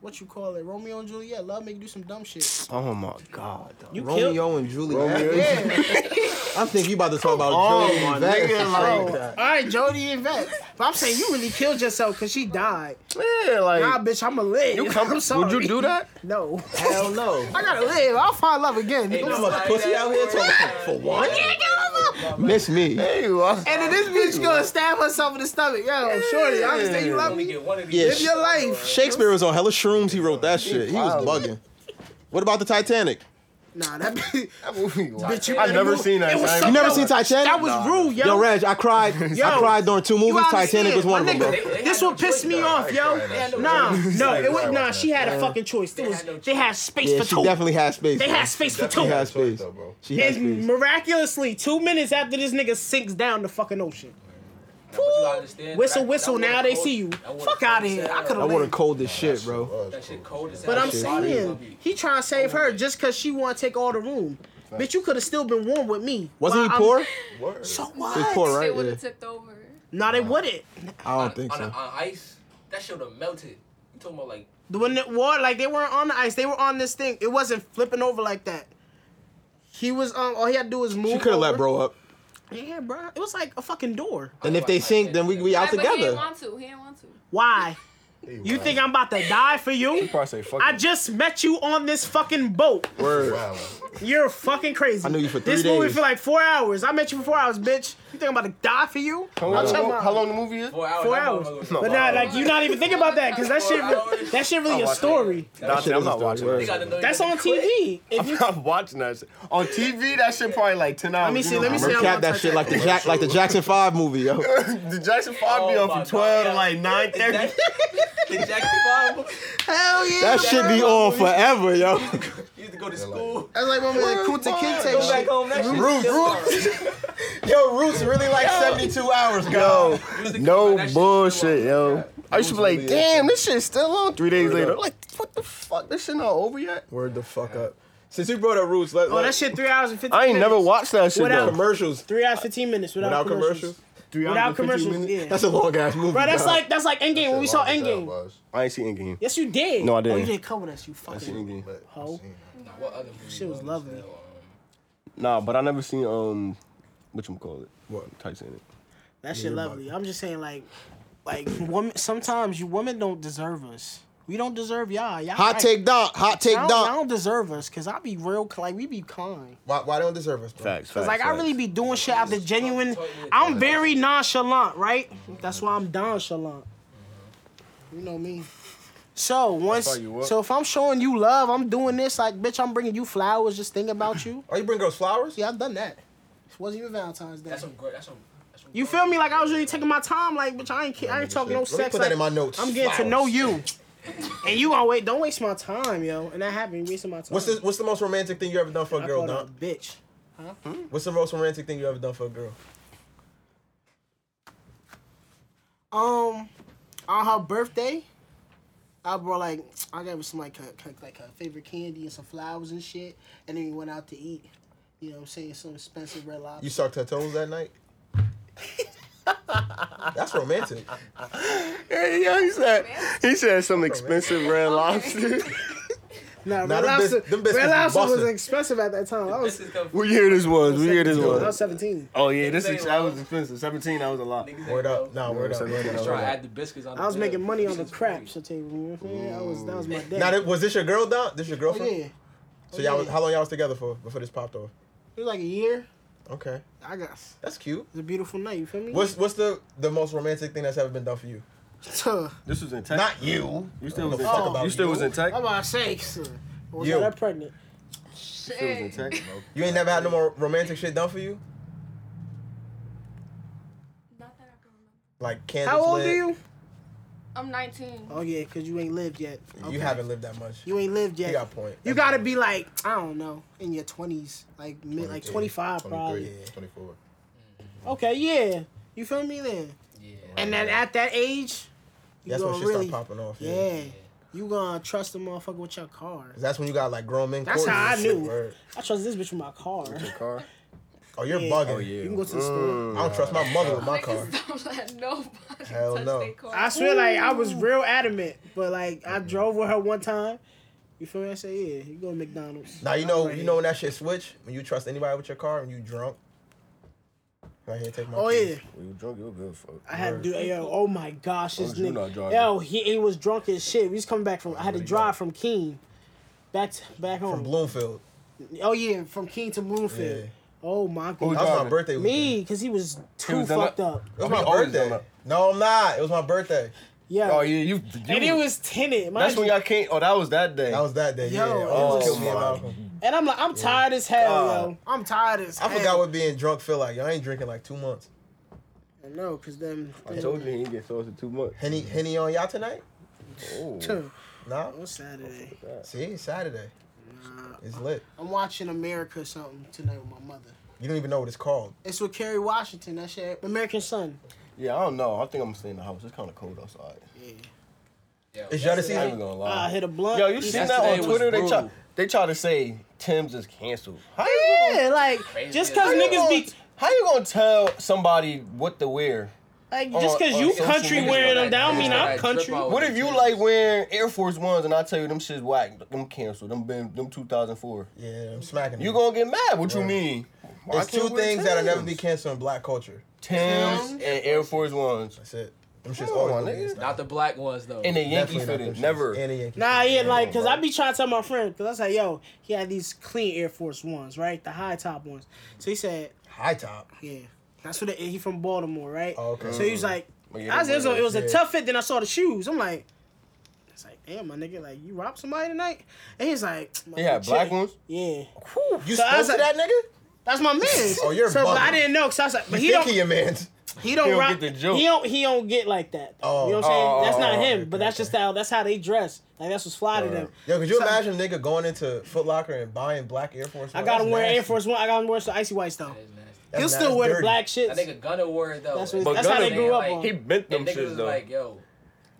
Speaker 6: what you call it, Romeo and Juliet. Love make you do some dumb shit.
Speaker 2: Oh my god.
Speaker 6: You
Speaker 1: Romeo
Speaker 6: killed.
Speaker 1: and Oh, Juliet.
Speaker 6: Yeah.
Speaker 1: I'm thinking you about to talk about
Speaker 9: on,
Speaker 1: Jodie and Vance and
Speaker 9: nigga,
Speaker 1: shit
Speaker 9: like-
Speaker 1: like that.
Speaker 6: All right, Jodie and Vett. But I'm saying you really killed yourself because she died.
Speaker 2: Yeah, like
Speaker 6: Nah, bitch, I'ma live.
Speaker 2: you come.
Speaker 6: I'm sorry.
Speaker 2: Would you do that?
Speaker 6: No.
Speaker 1: Hell no.
Speaker 6: I gotta live. I'll find love again.
Speaker 1: You know how much pussy out here talking for for one? Miss me.
Speaker 9: Hey, you are.
Speaker 6: and then this bitch gonna stab herself in the stomach. Yo, shorty, I understand you love
Speaker 5: We
Speaker 6: me.
Speaker 5: get one of these.
Speaker 1: Yeah,
Speaker 6: Live your life.
Speaker 1: Shakespeare was on hella shrooms. He wrote that shit. He was bugging. What about the Titanic?
Speaker 6: Nah, that bitch.
Speaker 9: That movie wild.
Speaker 6: bitch you
Speaker 9: I've never
Speaker 6: you-
Speaker 9: seen that.
Speaker 6: It was
Speaker 9: son.
Speaker 6: so-
Speaker 1: You never
Speaker 6: Yo,
Speaker 1: seen Titanic?
Speaker 6: That was rude, yo.
Speaker 1: Yo, Reg, I cried. I cried during two
Speaker 6: You
Speaker 1: movies.
Speaker 6: understand,
Speaker 1: Titanic was one of
Speaker 6: my
Speaker 1: them, bro.
Speaker 6: nigga, This
Speaker 5: had
Speaker 6: what pissed me off, yo. Nah, no, it was nah. She had a fucking choice. There was, they had space
Speaker 1: Yeah,
Speaker 6: for
Speaker 1: she
Speaker 6: two.
Speaker 1: definitely had space.
Speaker 6: They
Speaker 1: bro.
Speaker 6: had space for two.
Speaker 1: She had space. She had
Speaker 6: And
Speaker 1: space.
Speaker 6: miraculously, two minutes after this nigga sinks down the fucking ocean.
Speaker 5: But you gotta understand.
Speaker 6: Whistle,
Speaker 5: that-
Speaker 6: whistle,
Speaker 5: that water
Speaker 6: now they
Speaker 5: cold-
Speaker 6: see you.
Speaker 5: that water
Speaker 6: Fuck
Speaker 5: cold
Speaker 6: outta
Speaker 5: as
Speaker 6: here.
Speaker 5: hell.
Speaker 6: I could've
Speaker 1: I want to cold this shit, bro.
Speaker 5: That shit cold as hell.
Speaker 6: But I'm
Speaker 5: That shit
Speaker 6: saying he trying to save her just cause she want to take all the room. Bitch, you could have still been warm with me.
Speaker 1: Wasn't
Speaker 6: While
Speaker 1: he
Speaker 6: I'm-
Speaker 1: poor?
Speaker 6: So what?
Speaker 1: He was poor,
Speaker 11: They
Speaker 1: right?
Speaker 11: would
Speaker 1: Yeah.
Speaker 11: have tipped over.
Speaker 6: No, they wouldn't.
Speaker 1: I don't think
Speaker 5: on,
Speaker 1: so.
Speaker 5: on ice, that shit would've melted. You talking about like
Speaker 6: When it war, like they weren't on the ice, they were on this thing. It wasn't flipping over like that. He was um. All he had to do was move.
Speaker 1: She could have let
Speaker 6: over.
Speaker 1: bro up.
Speaker 6: Yeah, bro. It was like a fucking door.
Speaker 1: And if they sink, then we we
Speaker 11: Right,
Speaker 1: out
Speaker 11: But he didn't
Speaker 1: together.
Speaker 11: want to. He didn't want to.
Speaker 6: Why? You think I'm about to die for you?
Speaker 2: Probably say fuck.
Speaker 6: I
Speaker 2: it.
Speaker 6: just met you on this fucking boat.
Speaker 1: Word.
Speaker 6: You're fucking crazy.
Speaker 1: I knew you for three
Speaker 6: This movie
Speaker 1: days.
Speaker 6: for like four hours. I met you for four hours, bitch. You think I'm about to die for you?
Speaker 2: How
Speaker 6: I'm
Speaker 2: long,
Speaker 6: talking
Speaker 2: how
Speaker 6: about
Speaker 2: long the movie is?
Speaker 5: four hours?
Speaker 6: four
Speaker 5: that
Speaker 6: hours.
Speaker 5: motherfucker
Speaker 2: No,
Speaker 6: But nah, like you're not even thinking about that because that shit, re- that shit really a story.
Speaker 9: Dante, I'm not watching
Speaker 5: You
Speaker 9: that.
Speaker 5: gotta know you
Speaker 6: That's
Speaker 5: gotta
Speaker 6: on TV. If
Speaker 9: I'm
Speaker 6: you,
Speaker 9: not watching that shit. On TV, that shit probably like 10 hours.
Speaker 6: let me see.
Speaker 9: You
Speaker 6: Let me
Speaker 9: know,
Speaker 6: see. how
Speaker 1: Cap
Speaker 6: long
Speaker 1: that shit
Speaker 6: Titanic-
Speaker 1: like the Jack like the Jackson Five movie, yo.
Speaker 9: The Jackson 5 be
Speaker 5: Oh
Speaker 9: on
Speaker 5: my
Speaker 9: from 12
Speaker 5: God.
Speaker 9: to like 9 30.
Speaker 5: The Jackson Five.
Speaker 6: Hell yeah.
Speaker 1: That shit be on forever, yo.
Speaker 5: You used to go to school.
Speaker 6: That's like when we like Kunta Kinte
Speaker 5: Go
Speaker 6: shit.
Speaker 5: back home. That shit
Speaker 1: Roots.
Speaker 5: still hard.
Speaker 4: Yo, Roots really like 72 hours, yo.
Speaker 9: Yo,
Speaker 5: You used to come back, that
Speaker 9: no
Speaker 5: shit still
Speaker 9: bullshit,
Speaker 5: hard.
Speaker 9: yo. I used to be like, damn, this shit's still on. Three days later, like, what the fuck? This shit not over yet?
Speaker 1: Word the fuck up. Since you brought up Roots, let,
Speaker 6: Oh,
Speaker 1: let
Speaker 6: that shit three hours and fifteen.
Speaker 9: I ain't
Speaker 6: minutes.
Speaker 9: never watched that shit,
Speaker 6: Without-
Speaker 9: though.
Speaker 1: commercials
Speaker 6: Three hours fifteen minutes without,
Speaker 1: without
Speaker 6: commercials.
Speaker 1: commercials.
Speaker 6: Without commercials, yeah.
Speaker 1: That's a long ass movie.
Speaker 6: Bro, that's
Speaker 1: dog.
Speaker 6: like that's like Endgame when we saw Endgame.
Speaker 2: I ain't seen Endgame.
Speaker 6: Yes, you did.
Speaker 2: No, I
Speaker 6: Oh, you
Speaker 2: didn't.
Speaker 6: didn't come with us, you
Speaker 2: I seen
Speaker 6: fucking
Speaker 2: Endgame.
Speaker 6: hoe.
Speaker 5: Nah, what other movie
Speaker 6: Shit was lovely.
Speaker 2: Nah, but I never seen um, what you call it?
Speaker 1: What?
Speaker 2: Titanic.
Speaker 6: That shit lovely. I'm just saying, like, like women. Sometimes you women don't deserve us. We don't deserve y'all. Y'all
Speaker 1: hot
Speaker 6: right.
Speaker 1: take dunk, hot take
Speaker 6: Y'all, y'all
Speaker 1: dunk.
Speaker 6: don't deserve us, cause I be real. Like we be kind.
Speaker 4: Why, why don't deserve us, bro?
Speaker 2: Facts.
Speaker 6: Cause
Speaker 2: facts
Speaker 6: like I
Speaker 2: facts.
Speaker 6: really be doing shit out the genuine. I'm very nonchalant, right? That's why I'm nonchalant. Mm-hmm. You know me. So once,
Speaker 9: you what?
Speaker 6: so if I'm showing you love, I'm doing this. Like, bitch, I'm bringing you flowers, just thinking about you.
Speaker 4: Oh, you bring girls flowers?
Speaker 6: Yeah, I've done that. It wasn't even Valentine's Day.
Speaker 5: That's some great. That's some. that's some
Speaker 6: You
Speaker 5: great-
Speaker 6: feel me? Like I was really taking my time. Like, bitch, I ain't, ki- I ain't talking no
Speaker 4: Let me
Speaker 6: sex.
Speaker 4: put
Speaker 6: like,
Speaker 4: that in my notes.
Speaker 6: I'm getting to know
Speaker 4: Flowers.
Speaker 6: you, and you gonna wait. Don't waste my time, yo. And that happened. You wasting my time.
Speaker 4: What's the What's the most romantic thing you ever done for a
Speaker 6: I
Speaker 4: girl,
Speaker 6: called her a
Speaker 4: Dunk?
Speaker 6: bitch.
Speaker 4: What's the most romantic thing you ever done for a girl?
Speaker 6: Um, on her birthday, I brought like I gave her some like her, her- like her favorite candy and some flowers and shit, and then we went out to eat. You know what I'm saying? Some expensive red lobster.
Speaker 4: You sucked her toes that night. That's romantic.
Speaker 9: Hey, yo, he said, he said some expensive red lobster.
Speaker 6: nah,
Speaker 4: Nah, them
Speaker 6: red
Speaker 4: bis-
Speaker 6: lobster.
Speaker 4: them biscuits
Speaker 6: red
Speaker 4: be
Speaker 6: lobster was
Speaker 4: bussin'.
Speaker 6: expensive at that time. I was,
Speaker 5: This is come from
Speaker 2: We hear this was. We hear this
Speaker 6: I was
Speaker 2: was.
Speaker 6: 17.
Speaker 2: Oh yeah, this is.
Speaker 5: Say
Speaker 2: That
Speaker 5: low.
Speaker 2: was expensive. Seventeen. That was a lot.
Speaker 5: niggas
Speaker 4: Word
Speaker 5: ain't
Speaker 4: up,
Speaker 5: know.
Speaker 4: nah, word up. Word up.
Speaker 5: Try to
Speaker 4: Word up.
Speaker 5: add the biscuits on.
Speaker 6: I was
Speaker 5: the
Speaker 6: making
Speaker 5: bill.
Speaker 6: money on the
Speaker 5: This is
Speaker 6: craps.
Speaker 5: free.
Speaker 6: I tell you, you know what I'm saying? That was that was my day.
Speaker 4: Now, that- was this your girl, Dunk? This your
Speaker 6: oh
Speaker 4: girlfriend?
Speaker 6: yeah,
Speaker 4: So y'all, was,
Speaker 6: yeah.
Speaker 4: how long y'all was together for before this popped off?
Speaker 6: it was like a year.
Speaker 4: Okay,
Speaker 6: I guess
Speaker 4: that's cute.
Speaker 6: it's a beautiful night. You feel me?
Speaker 4: What's What's the the most romantic thing that's ever been done for you?
Speaker 6: Tuh.
Speaker 2: This was in tech.
Speaker 4: Not you.
Speaker 2: you still
Speaker 4: the
Speaker 2: was in
Speaker 4: fuck
Speaker 2: tech.
Speaker 4: about
Speaker 2: You still was in tech.
Speaker 6: I'm about to say, sir. Was
Speaker 4: You.
Speaker 6: that pregnant?
Speaker 2: Still was in
Speaker 11: Shit.
Speaker 2: tech.
Speaker 4: You ain't never had no more romantic shit done for you,
Speaker 11: Not that I can remember.
Speaker 4: like candles
Speaker 6: How old
Speaker 4: lit?
Speaker 6: are you?
Speaker 11: I'm 19.
Speaker 6: Oh yeah, cause you ain't lived yet. Okay.
Speaker 4: You haven't lived that much. You
Speaker 6: You ain't lived yet.
Speaker 4: got a point.
Speaker 6: You gotta be like, I don't know, in your twenties, like mid, like twenty five probably.
Speaker 8: 24.
Speaker 6: Okay, yeah, you feel me then?
Speaker 5: Yeah.
Speaker 6: And then at that age, you
Speaker 4: That's when
Speaker 6: gonna
Speaker 4: shit
Speaker 6: really,
Speaker 4: start popping off. Yeah.
Speaker 6: yeah, you gonna trust the motherfucker with your car.
Speaker 4: 'Cause That's when you got like grown men.
Speaker 6: That's
Speaker 4: courting
Speaker 6: how
Speaker 4: and
Speaker 6: I
Speaker 4: shit,
Speaker 6: knew.
Speaker 4: word.
Speaker 6: I trust this bitch with my car.
Speaker 2: Car.
Speaker 4: Oh, you're
Speaker 6: Yeah. Oh,
Speaker 4: bugging.
Speaker 2: Oh yeah.
Speaker 6: You can go to the store.
Speaker 4: I don't trust my mother with my car.
Speaker 11: Niggas don't let nobody
Speaker 4: Hell
Speaker 11: touch
Speaker 4: no.
Speaker 11: their car.
Speaker 6: I swear, like I was real adamant, but like
Speaker 4: Mm-hmm.
Speaker 6: I drove with her one time. You feel me? I said, yeah, you go to McDonald's.
Speaker 4: Now you know
Speaker 6: Right
Speaker 4: you
Speaker 6: here.
Speaker 4: know when that shit switch when you trust anybody with your car and you drunk. Right here, take my.
Speaker 6: Oh
Speaker 4: keys.
Speaker 6: yeah.
Speaker 2: When you drunk, you're good. Fuck.
Speaker 6: I had to do yo. Oh my gosh, this
Speaker 2: Oh, you not
Speaker 6: nigga.
Speaker 2: driving.
Speaker 6: Yo, he, he was drunk as shit. We was coming back from. I had to drive from Keene back to, back
Speaker 4: From
Speaker 6: home.
Speaker 4: Bloomfield.
Speaker 6: oh yeah, from Keene to Bloomfield.
Speaker 4: Yeah.
Speaker 6: Oh my
Speaker 4: That
Speaker 2: was
Speaker 6: god.
Speaker 4: was my
Speaker 2: driving?
Speaker 4: birthday weekend.
Speaker 6: Me, cause he was too
Speaker 2: was done
Speaker 6: fucked
Speaker 2: up?
Speaker 6: up.
Speaker 4: It was
Speaker 2: Oh,
Speaker 4: my
Speaker 2: he always done
Speaker 4: birthday.
Speaker 2: that.
Speaker 4: No, I'm not. It was my birthday.
Speaker 6: Yeah.
Speaker 2: Oh yeah, you.
Speaker 6: And
Speaker 2: you-
Speaker 6: it was tinted.
Speaker 2: That's when y'all came. Oh, that was that day.
Speaker 4: That was that day.
Speaker 6: Yo,
Speaker 4: yeah.
Speaker 6: it
Speaker 4: Almost
Speaker 6: was
Speaker 4: killed me and
Speaker 6: fun.
Speaker 4: Malcolm.
Speaker 6: and I'm like, I'm tired as hell,
Speaker 2: God.
Speaker 6: yo. I'm tired as
Speaker 4: I
Speaker 6: hell.
Speaker 4: forgot what being drunk feel like. Y'all ain't drinking like two months.
Speaker 6: I know, cause then.
Speaker 2: I told you he didn't get sauce too much.
Speaker 4: Henny Henny on y'all tonight?
Speaker 2: Oh.
Speaker 6: you.
Speaker 4: Nah.
Speaker 6: On Saturday,
Speaker 4: See, it's Saturday.
Speaker 6: Nah.
Speaker 4: It's lit.
Speaker 6: I'm watching America something tonight with my mother.
Speaker 4: You don't even know what it's called.
Speaker 6: It's with Kerry Washington. That shit, American Son.
Speaker 2: Yeah, I don't know. I think I'm gonna stay in the house. It's kind of cold outside. Yeah.
Speaker 1: Is
Speaker 2: I
Speaker 1: y'all the
Speaker 2: ain't
Speaker 1: season?
Speaker 2: even gonna lie.
Speaker 1: I hit a blunt.
Speaker 2: Oh. Yo, you seen that
Speaker 1: Yesterday
Speaker 2: on
Speaker 1: was
Speaker 2: Twitter? They try,
Speaker 1: brutal.
Speaker 2: they try to say Tim's is canceled. How
Speaker 6: Yeah, like just
Speaker 2: How
Speaker 6: cause
Speaker 2: you
Speaker 6: niggas
Speaker 2: gonna-
Speaker 6: be
Speaker 2: How you gonna tell somebody what to wear?
Speaker 6: like just cause
Speaker 2: on-
Speaker 6: you
Speaker 2: on social
Speaker 6: country
Speaker 2: media?
Speaker 6: wearing them down mean I'm country.
Speaker 2: What if you like wearing Air Force Ones and I tell you them shit's whack, them canceled, them been them 2004.
Speaker 1: Yeah, I'm smacking.
Speaker 2: You gonna get mad? What you mean?
Speaker 1: There's two things that'll never be canceled in black culture.
Speaker 2: Tim's and Air Force Ones. That's
Speaker 1: it. Them
Speaker 2: shit's
Speaker 1: shit's
Speaker 2: Come on,
Speaker 1: always
Speaker 2: nigga.
Speaker 5: Not the black ones though.
Speaker 2: And the Yankee
Speaker 1: Definitely not
Speaker 2: fitted,
Speaker 1: them
Speaker 2: never.
Speaker 1: And a Yankee.
Speaker 6: Nah, yeah, like, cause I be trying to tell my friend, cause I was like, yo, he had these clean Air Force Ones, right? The high top ones. So he said,
Speaker 1: High top. Oh,
Speaker 6: yeah, that's what they, he from Baltimore, right?
Speaker 2: Oh,
Speaker 1: okay.
Speaker 6: So he was like,
Speaker 1: Well, yeah,
Speaker 6: I was,
Speaker 1: they
Speaker 6: it was, a,
Speaker 1: wear
Speaker 6: it was a
Speaker 1: those, yeah.
Speaker 6: tough fit. Then I saw the shoes. I'm like, it's like, damn, my nigga, like you robbed somebody tonight? And he's like,
Speaker 2: He had black ones?
Speaker 6: Yeah.
Speaker 1: You
Speaker 6: So I
Speaker 1: spoke
Speaker 6: was
Speaker 1: to
Speaker 6: like-
Speaker 1: that nigga?
Speaker 6: That's my man.
Speaker 1: Oh, you're
Speaker 6: so, but
Speaker 1: bugging.
Speaker 6: I didn't know, cause I was like, but
Speaker 1: You
Speaker 6: he
Speaker 1: think
Speaker 6: don't.
Speaker 1: he your man's.
Speaker 6: He don't,
Speaker 1: He don't
Speaker 6: rock,
Speaker 1: get the joke.
Speaker 6: He don't. He don't get like that.
Speaker 1: Oh.
Speaker 6: you know what I'm saying?
Speaker 1: Oh,
Speaker 6: that's not
Speaker 1: oh,
Speaker 6: him.
Speaker 1: okay,
Speaker 6: but that's just how. That's how they dress. Like that's what's fly to them.
Speaker 5: Oh,
Speaker 1: Yo, could you
Speaker 6: So-
Speaker 1: imagine a nigga going into Foot Locker and buying black Air Force?
Speaker 6: I
Speaker 1: Ones?
Speaker 6: got him
Speaker 1: That's
Speaker 6: wearing Air
Speaker 1: nasty.
Speaker 6: Force One. I got him wearing some icy whites though.
Speaker 1: That's
Speaker 6: He'll
Speaker 1: nasty.
Speaker 6: still wear the
Speaker 1: Dirty.
Speaker 6: black shits.
Speaker 5: I think a Gunna wore it though.
Speaker 6: That's what- But that's how Gunna- they grew up on.
Speaker 2: he bent them
Speaker 5: and niggas
Speaker 2: shits,
Speaker 5: was
Speaker 2: though.
Speaker 5: Like yo,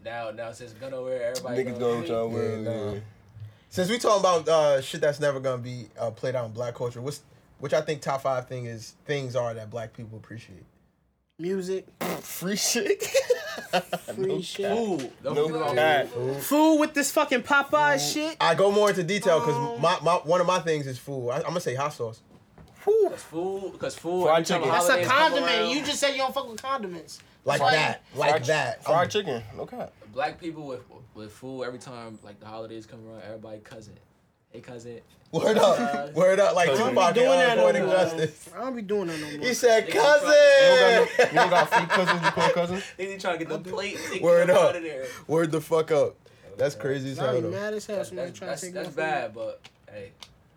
Speaker 5: now now since Gunna wear it, everybody
Speaker 2: Niggas
Speaker 5: gonna
Speaker 2: gonna try to wear it, yeah.
Speaker 1: Since we talking about uh, shit that's never gonna be uh, played out in black culture, what's which I think top five thing is things are that black people appreciate.
Speaker 6: Music,
Speaker 2: free shit,
Speaker 6: free shit,
Speaker 5: Food.
Speaker 1: Nope. Food.
Speaker 6: food with this fucking Popeye shit.
Speaker 1: I go more into detail because my, my one of my things is food. I, I'm gonna say hot sauce.
Speaker 5: Cause food, cause food.
Speaker 1: Fried
Speaker 5: every time
Speaker 1: chicken.
Speaker 5: the
Speaker 1: That's
Speaker 6: That's a
Speaker 5: holidays come
Speaker 6: condiment.
Speaker 5: around,
Speaker 6: You just said you don't fuck with condiments.
Speaker 1: Like
Speaker 6: Fried-
Speaker 1: that, like
Speaker 2: fried-
Speaker 1: that. Um,
Speaker 2: fried
Speaker 1: I'm-
Speaker 2: chicken. Okay.
Speaker 5: Black people with with food every time like the holidays come around, everybody cousin. Hey cousin.
Speaker 1: Word up, word up. Like
Speaker 5: I don't be
Speaker 1: Tupac
Speaker 5: doing
Speaker 1: and
Speaker 5: that no
Speaker 1: Unavoiding
Speaker 5: more.
Speaker 1: Justice.
Speaker 6: I don't be doing that no more.
Speaker 1: He said,
Speaker 5: They gonna try-
Speaker 1: "Cousin."
Speaker 2: You don't got free cousins. You call cousins.
Speaker 5: They trying to get the plate. and get
Speaker 1: Word
Speaker 5: them
Speaker 1: up.
Speaker 5: out of there.
Speaker 1: Word the fuck up. That's crazy as
Speaker 6: Nah,
Speaker 1: hell.
Speaker 6: you
Speaker 1: though.
Speaker 6: mad as hell. Somebody
Speaker 5: That's,
Speaker 6: trying to
Speaker 5: that's,
Speaker 6: take
Speaker 5: that's
Speaker 6: my food.
Speaker 5: bad, but hey.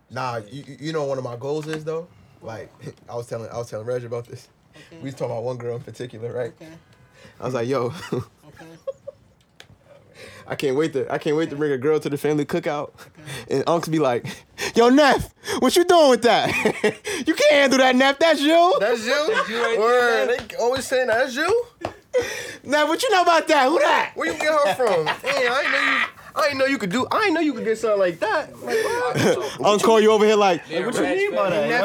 Speaker 1: Nah, you, you- you know one of my goals is though. Like I was telling I was telling Reg about this. We was talking about one girl in particular, right?
Speaker 6: Okay.
Speaker 1: I was like, yo. I can't wait to I can't wait to bring a girl to the family cookout, and Unks be like, "Yo, Neff, what you doing with that? you can't handle that, Neff. That's you.
Speaker 2: That's you.
Speaker 1: right
Speaker 2: Word. They always saying that. that's you.
Speaker 1: Neff, what you know about that? Who that?
Speaker 2: Where you get her from? Damn, Oh, I ain't know you. I ain't know you could do. I ain't know you could get something like that. Like, what?
Speaker 1: Unks call you over here like,
Speaker 5: Yeah,
Speaker 2: what you
Speaker 5: Reg
Speaker 2: mean by
Speaker 5: family.
Speaker 2: that,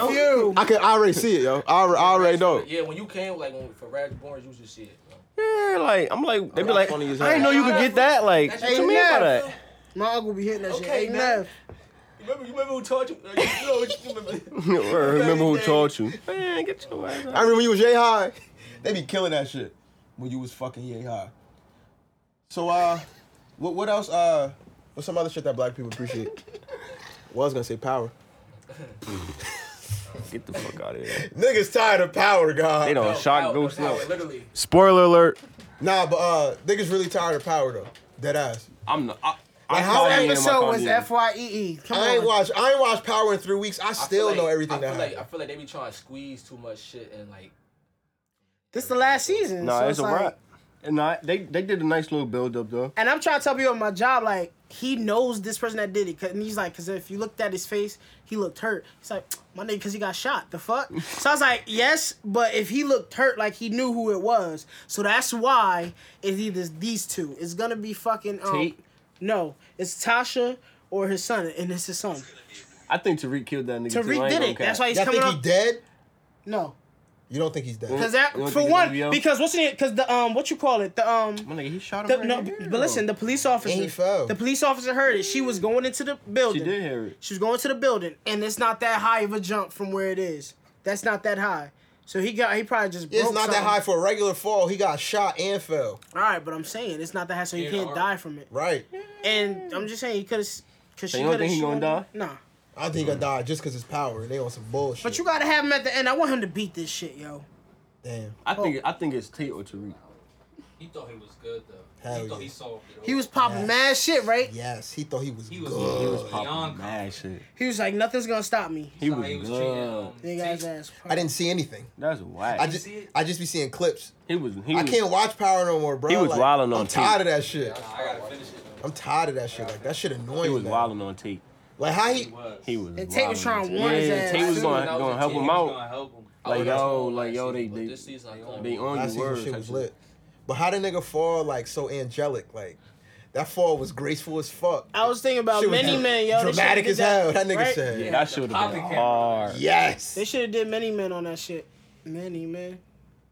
Speaker 6: Nephew.
Speaker 2: yo?
Speaker 1: I could I already see it, yo. I, alre- I already know.
Speaker 5: Yeah, when you came, like when, for Raj Borns, you was just shit. bro.
Speaker 2: Yeah, like I'm like they be
Speaker 1: Y'all
Speaker 2: like, I
Speaker 1: funny as
Speaker 2: didn't know
Speaker 1: hell.
Speaker 2: you could get that. Like,
Speaker 5: That's
Speaker 2: what
Speaker 5: your
Speaker 2: you mean by
Speaker 6: nephew.
Speaker 2: that?
Speaker 6: My uncle be hitting that
Speaker 5: Okay,
Speaker 6: shit. Hey,
Speaker 5: man.
Speaker 6: Neff.
Speaker 5: You remember, you remember who taught you? uh, you know, you remember-
Speaker 2: Word, Remember who taught you? Man, get your ass
Speaker 1: I
Speaker 2: out.
Speaker 1: remember when you was yay high. They be killing that shit when you was fucking yay high. So uh, what what else uh, what's some other shit that black people appreciate? well, I was gonna say power.
Speaker 2: Get the fuck out of here.
Speaker 1: Niggas tired of power, God.
Speaker 2: They don't shock ghost
Speaker 5: no,
Speaker 2: no.
Speaker 5: literally.
Speaker 2: Spoiler alert.
Speaker 1: Nah, but uh, niggas really tired of power though. Dead ass.
Speaker 2: I'm not. I,
Speaker 1: Like,
Speaker 2: I'm
Speaker 1: how
Speaker 2: not in my
Speaker 6: Episode was
Speaker 2: Kanye.
Speaker 6: F Y E E. Come
Speaker 1: I ain't
Speaker 6: on.
Speaker 1: watch. I ain't watched Power in three weeks.
Speaker 5: I
Speaker 1: I
Speaker 5: feel
Speaker 1: still
Speaker 5: like-
Speaker 1: know everything
Speaker 5: I
Speaker 1: that
Speaker 5: feel like, I
Speaker 1: happened.
Speaker 5: feel like they be trying to squeeze too much shit and like.
Speaker 6: This the last season.
Speaker 2: Nah,
Speaker 6: so
Speaker 2: it's a
Speaker 6: like-
Speaker 2: wrap. And I, they they did a nice little build up though.
Speaker 6: And I'm trying to tell people at my job, like, he knows this person that did it. 'Cause- And he's like, because if you looked at his face, he looked hurt. He's like, my nigga, because he got shot. The fuck? so I was like, yes, but if he looked hurt, like, he knew who it was. So that's why it's either these two. It's going to be fucking. Um,
Speaker 2: Tate?
Speaker 6: No, it's Tasha or his son. And it's his son.
Speaker 2: I think Tariq killed that nigga. too. I
Speaker 6: Tariq
Speaker 2: ain't
Speaker 6: did
Speaker 2: gonna
Speaker 6: it.
Speaker 2: cap.
Speaker 6: That's why he's
Speaker 1: Y'all
Speaker 6: coming
Speaker 1: think he
Speaker 6: up.
Speaker 1: dead?
Speaker 6: No.
Speaker 1: You don't think he's dead?
Speaker 6: Because that,
Speaker 2: You don't
Speaker 6: for
Speaker 2: think it's
Speaker 6: one,
Speaker 2: gonna be out?
Speaker 6: because what's it? Because the um, what you call it? The um,
Speaker 2: My nigga, he shot him.
Speaker 6: the,
Speaker 2: right
Speaker 6: no,
Speaker 2: here.
Speaker 6: but listen, the police
Speaker 1: And he
Speaker 6: officer,
Speaker 1: fell.
Speaker 6: the police officer heard it. She was going into the
Speaker 2: she
Speaker 6: building.
Speaker 2: did hear it.
Speaker 6: She was going to the building, and it's not that high of a jump from where it is. That's not that high. So he got he probably just broke
Speaker 1: It's not that
Speaker 6: something.
Speaker 1: high for a regular fall. He got shot and fell.
Speaker 6: All right, but I'm saying it's not that high, so he
Speaker 5: Yeah,
Speaker 6: can't
Speaker 5: all right.
Speaker 6: die from it.
Speaker 1: Right.
Speaker 6: And I'm just saying he could have, cause she
Speaker 2: So you don't
Speaker 6: could
Speaker 2: think he gonna die?
Speaker 6: Nah,
Speaker 1: I think he
Speaker 2: Mm-hmm.
Speaker 1: gonna die just cause it's power. They on some bullshit.
Speaker 6: but you gotta have him at the end. I want him to beat this shit, yo.
Speaker 1: damn.
Speaker 2: I think I think it's Tate or Tariq.
Speaker 12: He thought he was good though.
Speaker 1: Hell
Speaker 12: he thought
Speaker 1: yeah.
Speaker 12: he solved it.
Speaker 6: He was popping
Speaker 1: Yes.
Speaker 6: mad shit, right?
Speaker 1: Yes, he thought he was.
Speaker 12: He was.
Speaker 1: good.
Speaker 12: He was
Speaker 2: Popping
Speaker 12: beyond.
Speaker 2: mad shit.
Speaker 6: He was like, nothing's gonna stop me.
Speaker 2: He
Speaker 12: how
Speaker 2: was
Speaker 12: he was treating.
Speaker 2: good.
Speaker 12: Um,
Speaker 6: They got his ass.
Speaker 1: I didn't see anything.
Speaker 2: That's whack.
Speaker 1: I just, I just be seeing clips.
Speaker 2: he was. He
Speaker 1: I
Speaker 2: was-
Speaker 1: can't watch Power no more, bro.
Speaker 2: He was
Speaker 1: Like,
Speaker 2: wildin' on
Speaker 1: I'm
Speaker 2: T.
Speaker 1: tired of that shit.
Speaker 12: I gotta finish it. Though.
Speaker 1: I'm tired of that shit. Like that shit annoying.
Speaker 2: He was
Speaker 1: man.
Speaker 2: wilding on Tate.
Speaker 1: Like how he
Speaker 2: he was.
Speaker 6: And Tate was
Speaker 2: wilding.
Speaker 6: trying to warn his
Speaker 2: Yeah,
Speaker 6: ass.
Speaker 2: Tate was
Speaker 6: Soon
Speaker 2: gonna,
Speaker 6: as I was
Speaker 2: gonna
Speaker 6: a
Speaker 2: help
Speaker 6: kid,
Speaker 2: him
Speaker 6: he was
Speaker 2: out.
Speaker 6: gonna help him. I
Speaker 2: Like
Speaker 1: would've
Speaker 2: yo,
Speaker 1: told him
Speaker 2: like
Speaker 1: last
Speaker 2: yo, they
Speaker 1: season,
Speaker 2: they
Speaker 1: this season I
Speaker 2: they, on
Speaker 1: Last
Speaker 2: you
Speaker 1: season
Speaker 2: words.
Speaker 1: shit
Speaker 2: type
Speaker 1: was
Speaker 2: shit.
Speaker 1: lit. But how did nigga fall like so angelic? Like that fall was graceful as fuck.
Speaker 6: I was thinking about
Speaker 1: Shit was
Speaker 6: many
Speaker 1: dra-
Speaker 6: men, yo. They
Speaker 1: Dramatic
Speaker 6: should've
Speaker 1: as
Speaker 6: did
Speaker 1: hell. That nigga
Speaker 6: right?
Speaker 1: said.
Speaker 2: Yeah, that should have been
Speaker 6: Popping
Speaker 2: hard.
Speaker 1: Yes.
Speaker 6: They should have did many men on that shit. Many men.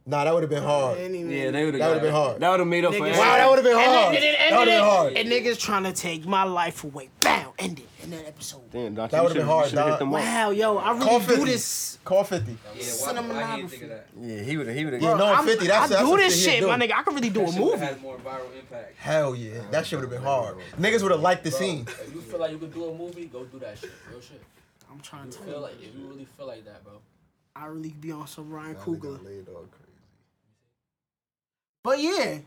Speaker 1: Nah, that would have been hard.
Speaker 6: Many men.
Speaker 2: Yeah, they would have.
Speaker 1: That would've been hard.
Speaker 2: That would have made up for.
Speaker 6: Niggas-
Speaker 1: Wow, that would've been
Speaker 6: And
Speaker 1: hard.
Speaker 6: then- and then-
Speaker 1: That would've been hard.
Speaker 6: And niggas trying to take my life away. Bam, end it. In that episode.
Speaker 2: Damn, Doc,
Speaker 1: That
Speaker 2: you
Speaker 1: would've been
Speaker 2: should've-
Speaker 1: hard,
Speaker 2: you should've hit
Speaker 1: dog.
Speaker 2: them up.
Speaker 6: Wow, yo, I really
Speaker 1: Call
Speaker 6: do
Speaker 1: 50.
Speaker 6: this.
Speaker 1: Call 50.
Speaker 7: I didn't think of that.
Speaker 2: Yeah, he would. He would.
Speaker 1: Yeah, no,
Speaker 6: I'm-
Speaker 1: 50. That's,
Speaker 6: I
Speaker 1: that's
Speaker 6: do
Speaker 1: some
Speaker 6: this
Speaker 1: he
Speaker 6: shit,
Speaker 1: do.
Speaker 6: my nigga. I could really do a
Speaker 7: That shit
Speaker 6: movie.
Speaker 7: had more viral impact.
Speaker 1: Hell yeah. That shit would have been hard. Niggas would have liked the scene.
Speaker 5: If you feel like you could do a movie, go do that shit. Real shit.
Speaker 6: I'm trying
Speaker 5: You
Speaker 6: to
Speaker 5: feel
Speaker 6: tell you.
Speaker 5: like if you really feel like that, bro.
Speaker 6: I really be on some Ryan
Speaker 8: Now they got
Speaker 6: Coogler.
Speaker 8: laid all crazy.
Speaker 6: But yeah,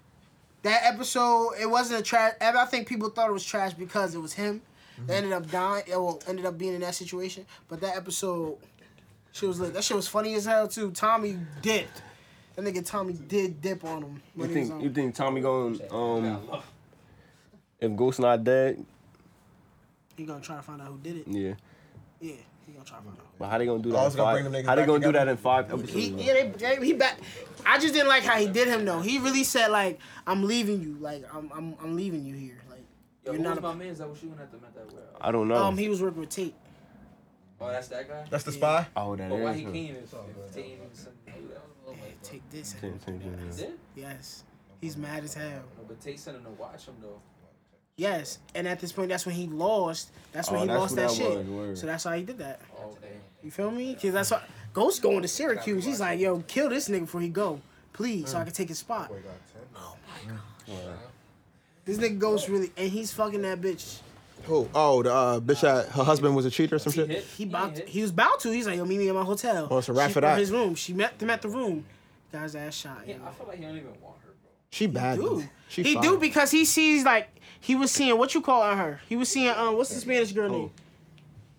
Speaker 6: that episode it wasn't a trash. I think people thought it was trash because it was him. They ended up dying. It well, ended up being in that situation. But that episode, she was lit. That shit was funny as hell too. Tommy dipped. That nigga Tommy did dip on him.
Speaker 2: You
Speaker 6: When he was
Speaker 2: think you
Speaker 6: on.
Speaker 2: think Tommy going um if Ghost not dead?
Speaker 6: He gonna try to find out who did it.
Speaker 2: Yeah.
Speaker 6: Yeah, he gonna try to find out.
Speaker 2: But how they gonna do that?
Speaker 1: I
Speaker 2: in
Speaker 1: was gonna bring
Speaker 2: five,
Speaker 1: them niggas
Speaker 2: how they
Speaker 1: back
Speaker 2: gonna do
Speaker 1: together.
Speaker 2: that in five episodes?
Speaker 6: He,
Speaker 2: though?
Speaker 6: yeah, they, they, he back. I just didn't like how he did him though. He really said like, "I'm leaving you. Like, I'm, I'm, I'm leaving you here. Like,
Speaker 7: Yo,
Speaker 6: you're
Speaker 7: who
Speaker 6: not."
Speaker 7: was
Speaker 6: A,
Speaker 7: my man's that was shooting at them at that well?
Speaker 4: Uh,
Speaker 2: I don't know.
Speaker 6: um, he was working with Tate.
Speaker 7: Oh, that's that guy?
Speaker 1: That's the spy?
Speaker 2: oh, that
Speaker 7: But why
Speaker 2: is.
Speaker 7: he
Speaker 2: huh?
Speaker 7: came in 15 or something like that?
Speaker 6: Take this.
Speaker 2: Same- same thing, yeah.
Speaker 7: He did?
Speaker 6: Yes, he's mad as hell.
Speaker 7: No, But Tate sent him to watch him, though.
Speaker 6: Yes, and at this point, that's when he lost. That's when
Speaker 2: Oh,
Speaker 6: he
Speaker 2: that's
Speaker 6: lost
Speaker 2: what
Speaker 6: that,
Speaker 2: that
Speaker 6: shit.
Speaker 2: was, word.
Speaker 6: So that's why he did that.
Speaker 7: okay.
Speaker 6: You feel me? Because that's why Ghost going to Syracuse. He's like, "Yo, kill this nigga before he go, please, so I can take his spot." Oh
Speaker 8: Boy got ten.
Speaker 6: This nigga Ghost really, and he's fucking that bitch.
Speaker 1: Who? Oh, the uh, bitch that her husband was a cheater or some
Speaker 7: He
Speaker 1: shit?
Speaker 7: hit.
Speaker 6: He about
Speaker 7: hit.
Speaker 6: he was about to. He's like, "Yo, meet me at my hotel."
Speaker 1: Oh, it's a wrap
Speaker 6: She-
Speaker 1: for
Speaker 6: or
Speaker 1: that.
Speaker 6: His room. She met them at the room. Guy's ass shot.
Speaker 7: Yeah,
Speaker 6: yo.
Speaker 7: I feel like he don't even want her, bro.
Speaker 1: She bad. though.
Speaker 6: do.
Speaker 1: She
Speaker 6: he
Speaker 1: fine.
Speaker 6: do because he sees like he was seeing what you calling her. He was seeing um what's the Spanish girl name?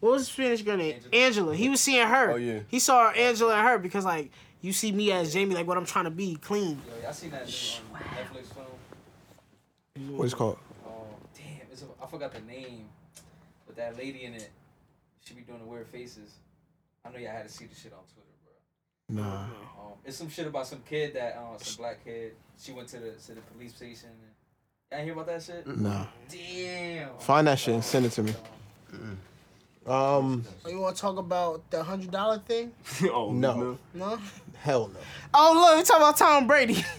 Speaker 6: What was the Spanish girl name? Angela. He was seeing her.
Speaker 2: Oh, yeah.
Speaker 6: He saw Angela and her because like you see me as Jamie like what I'm trying to be clean.
Speaker 7: Yo, y'all seen that new um, Netflix film?
Speaker 1: What is it called?
Speaker 7: Oh, damn. It's a, I forgot the name. But that lady in it, she be doing the weird faces. I know y'all had to see the shit on Twitter, bro.
Speaker 1: Nah.
Speaker 7: Um, it's some shit about some kid that uh, some black kid. She went to the to the police station. Y'all hear about that shit?
Speaker 1: Nah.
Speaker 7: Damn.
Speaker 1: Find that shit Mm. and send it to me. Um,
Speaker 6: Oh, you want to talk about the hundred dollar thing?
Speaker 2: oh
Speaker 1: No.
Speaker 6: No.
Speaker 1: hell no.
Speaker 6: Oh look, we talking about Tom Brady.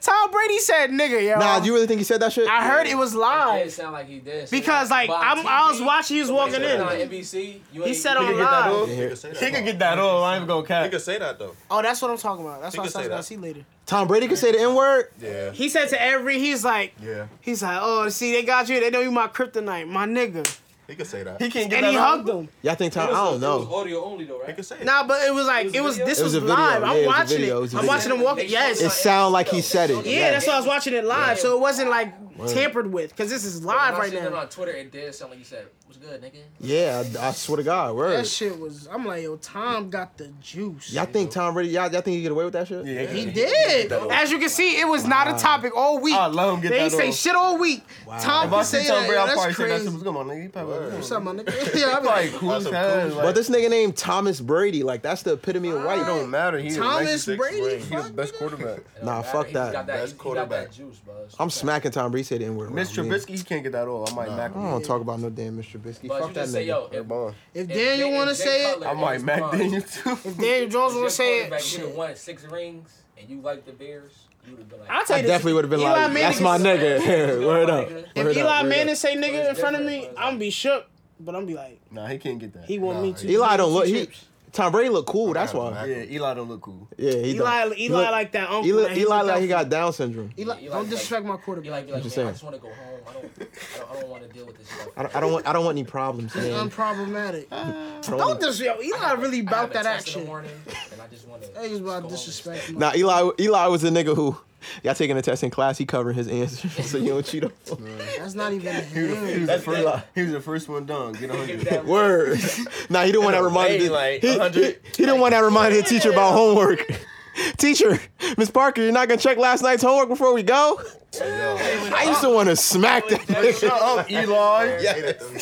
Speaker 6: Tom Brady said nigga, yo.
Speaker 1: Nah, do you really think he said that shit?
Speaker 6: I heard it was
Speaker 5: It did
Speaker 6: live
Speaker 5: sound like he did.
Speaker 6: because like
Speaker 5: But
Speaker 6: I'm, I was
Speaker 5: TV,
Speaker 6: watching. He was
Speaker 5: somebody
Speaker 6: walking
Speaker 5: said it
Speaker 6: in.
Speaker 5: On NBC, you
Speaker 6: He
Speaker 5: ain't-
Speaker 6: said
Speaker 5: you
Speaker 6: on
Speaker 5: ain't get that
Speaker 6: live.
Speaker 5: off.
Speaker 8: He could say that.
Speaker 2: He could get that on. I ain't gonna
Speaker 8: He
Speaker 2: cap.
Speaker 8: could say that though.
Speaker 6: Oh, that's what I'm talking about. That's
Speaker 8: He
Speaker 6: what
Speaker 8: could say
Speaker 6: I'm gonna
Speaker 8: that.
Speaker 6: see later.
Speaker 1: Tom Brady could say the N word?
Speaker 8: Yeah.
Speaker 6: He said to every, he's like,
Speaker 8: Yeah.
Speaker 6: he's like, oh, see, they got you. They know you my kryptonite, my nigga.
Speaker 8: He could say that.
Speaker 2: He can't get
Speaker 6: And he
Speaker 2: that on.
Speaker 6: hugged him.
Speaker 1: Y'all think Tom? I
Speaker 7: It
Speaker 1: don't
Speaker 7: was- It was
Speaker 6: Oh.
Speaker 1: know.
Speaker 7: audio only though,
Speaker 8: He
Speaker 7: right?
Speaker 8: could say it.
Speaker 6: Nah, but it was like
Speaker 7: was
Speaker 6: it was
Speaker 7: video?
Speaker 6: this
Speaker 1: It
Speaker 6: was,
Speaker 1: was a video.
Speaker 6: live.
Speaker 1: Yeah, it
Speaker 6: I'm
Speaker 1: was a
Speaker 6: watching it.
Speaker 1: video. It was a
Speaker 6: I'm
Speaker 1: video.
Speaker 6: watching him walk.
Speaker 7: They
Speaker 6: Yes.
Speaker 1: It sound like he said it.
Speaker 6: yeah, that's why I was watching it live. So it wasn't like tampered with because this is live
Speaker 5: When I
Speaker 6: right
Speaker 5: seen it
Speaker 6: now.
Speaker 5: on Twitter, it did sound like he said, "What's good, nigga?"
Speaker 1: Yeah, I, I swear to God, word.
Speaker 6: That shit was. I'm like, yo, Tom got the juice.
Speaker 1: Y'all think Tom Brady? Y'all, y'all think he get away with that shit?
Speaker 2: Yeah,
Speaker 6: He did. As you can see, it was not a topic all week.
Speaker 2: I let him get
Speaker 6: they
Speaker 2: that
Speaker 6: say
Speaker 2: off.
Speaker 6: shit all week. Tom
Speaker 2: If I
Speaker 6: could
Speaker 2: see
Speaker 6: say
Speaker 2: Tom
Speaker 6: that.
Speaker 2: Brady,
Speaker 6: yo,
Speaker 2: I'll
Speaker 6: that's
Speaker 2: probably say that
Speaker 6: crazy.
Speaker 2: shit was come on, nigga. He probably
Speaker 6: What's up, my nigga? Yeah, I'm
Speaker 2: like
Speaker 6: like,
Speaker 2: cool as
Speaker 8: That's a
Speaker 2: hell.
Speaker 8: cool
Speaker 2: like-
Speaker 1: But this nigga named Thomas Brady, like that's the epitome of white.
Speaker 2: It don't matter. He the
Speaker 6: Thomas
Speaker 2: nicest-
Speaker 6: Brady,
Speaker 2: He's the
Speaker 6: fuck,
Speaker 2: best
Speaker 6: nigga.
Speaker 2: quarterback.
Speaker 1: Nah,
Speaker 5: He Got that,
Speaker 1: fuck that.
Speaker 5: he-
Speaker 8: Best
Speaker 5: he Got
Speaker 8: quarterback.
Speaker 5: that juice, bro. It's
Speaker 1: I'm
Speaker 5: okay.
Speaker 1: smacking Tom Brady said the N word.
Speaker 2: Mitch Trubisky, he can't get that off. I might
Speaker 1: I
Speaker 2: mac
Speaker 1: don't want to talk about no damn Mr. Trubisky.
Speaker 5: But
Speaker 1: Fuck
Speaker 5: you
Speaker 1: that
Speaker 5: just say,
Speaker 1: nigga.
Speaker 5: yo, if,
Speaker 2: Bond.
Speaker 6: if
Speaker 5: if
Speaker 6: Daniel
Speaker 5: Jay-
Speaker 6: want to
Speaker 5: if Jay
Speaker 6: say it,
Speaker 5: Cutler
Speaker 2: I
Speaker 5: is
Speaker 2: might mac
Speaker 5: Bond,
Speaker 2: Daniel too.
Speaker 6: if Daniel Jones want to
Speaker 5: If
Speaker 6: say
Speaker 5: your
Speaker 6: it,
Speaker 5: quarterback would
Speaker 6: shit.
Speaker 5: have won six rings and you like the Bears, you would have been like,
Speaker 6: I'll tell
Speaker 1: I
Speaker 6: you this.
Speaker 1: definitely would have been
Speaker 6: Eli
Speaker 1: like,
Speaker 6: Manning
Speaker 1: that's my
Speaker 6: is-
Speaker 1: nigga. word up.
Speaker 5: If
Speaker 1: Word up,
Speaker 6: If Eli
Speaker 1: word up.
Speaker 6: Manning say nigga in
Speaker 5: it's
Speaker 6: front of
Speaker 5: different,
Speaker 6: me,
Speaker 5: bro. It's
Speaker 6: I'm gonna be shook, but I'm gonna be like,
Speaker 2: Nah, he can't get that.
Speaker 6: he want
Speaker 8: Nah,
Speaker 6: me to.
Speaker 1: Eli don't look.
Speaker 6: He,
Speaker 1: He,
Speaker 6: chips.
Speaker 1: Tom Brady look cool. That's
Speaker 2: Yeah,
Speaker 1: why.
Speaker 2: Eli don't look cool.
Speaker 1: Yeah, he
Speaker 6: Eli,
Speaker 1: don't. He
Speaker 6: Eli
Speaker 1: look-
Speaker 6: like that uncle.
Speaker 1: Eli,
Speaker 6: that he's
Speaker 1: Eli
Speaker 6: looked
Speaker 1: like he
Speaker 6: out
Speaker 1: got Down syndrome.
Speaker 6: for. Eli,
Speaker 5: Eli
Speaker 6: don't
Speaker 5: like-
Speaker 6: disrespect my
Speaker 5: you
Speaker 6: quarterback.
Speaker 5: like, be like,
Speaker 1: just
Speaker 5: man, I
Speaker 1: saying.
Speaker 5: just want to go home. I don't, I don't, I don't want to deal with this stuff.
Speaker 1: I don't, I don't want. I don't want any problems.
Speaker 6: It's
Speaker 1: Man.
Speaker 6: unproblematic.
Speaker 1: I don't
Speaker 6: Um, Don't
Speaker 1: want-
Speaker 6: dis. Yo, Eli really
Speaker 5: I have
Speaker 6: about
Speaker 5: a
Speaker 6: that
Speaker 5: test in the
Speaker 6: action.
Speaker 5: morning, and I just want to.
Speaker 6: That is about disrespect. him.
Speaker 1: Nah, Eli. Eli was the nigga who. Y'all taking a test in class, he covering his answer, so you don't cheat on him.
Speaker 6: That's not even
Speaker 2: He
Speaker 6: him.
Speaker 2: was, the first, he was the first one done. Get 100.
Speaker 1: Word. Nah, he the one that reminded
Speaker 2: way, like,
Speaker 1: the- he, he,
Speaker 2: 100
Speaker 1: he the one that reminded the teacher about homework. Teacher, Miss Parker, you're not gonna check last night's homework before we go? I used to want to smack that nigga.
Speaker 9: Shut up, Elon.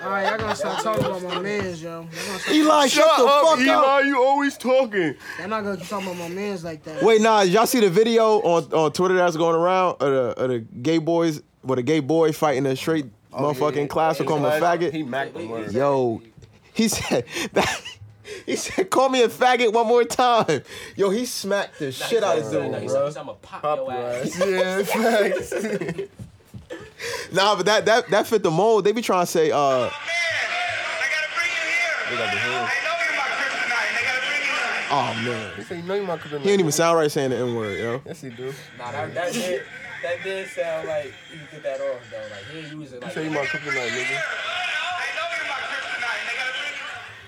Speaker 6: All right, y'all gonna start talking about my mans, yo. Y'all gonna start-
Speaker 1: Eli, shut the fuck
Speaker 9: Eli.
Speaker 1: up.
Speaker 9: You always talking.
Speaker 6: Y'all not gonna keep talking about my mans like that.
Speaker 1: Wait, nah, y'all see the video on, on Twitter that's going around of the, of the gay boys, with a gay boy fighting a straight
Speaker 6: Oh,
Speaker 1: motherfucking class who called him a faggot?
Speaker 2: He macked the word.
Speaker 1: Yo, he said that. He said, "Call me a faggot one more time." Yo, he smacked the shit out of
Speaker 5: Nah,
Speaker 1: dude,
Speaker 5: he's-
Speaker 1: bro.
Speaker 5: he's- I'ma pop, your ass.
Speaker 1: Yeah, facts. nah, but that that that fit the mold. They be trying to say, uh, "Oh man,"
Speaker 9: Say, no, you're not coming
Speaker 1: he ain't even sound right saying the n word, yo.
Speaker 9: Yes, he do.
Speaker 5: Nah, that, that, did, that did sound like you get that off though. Like he ain't use it. Like
Speaker 9: Say you my kryptonite, nigga.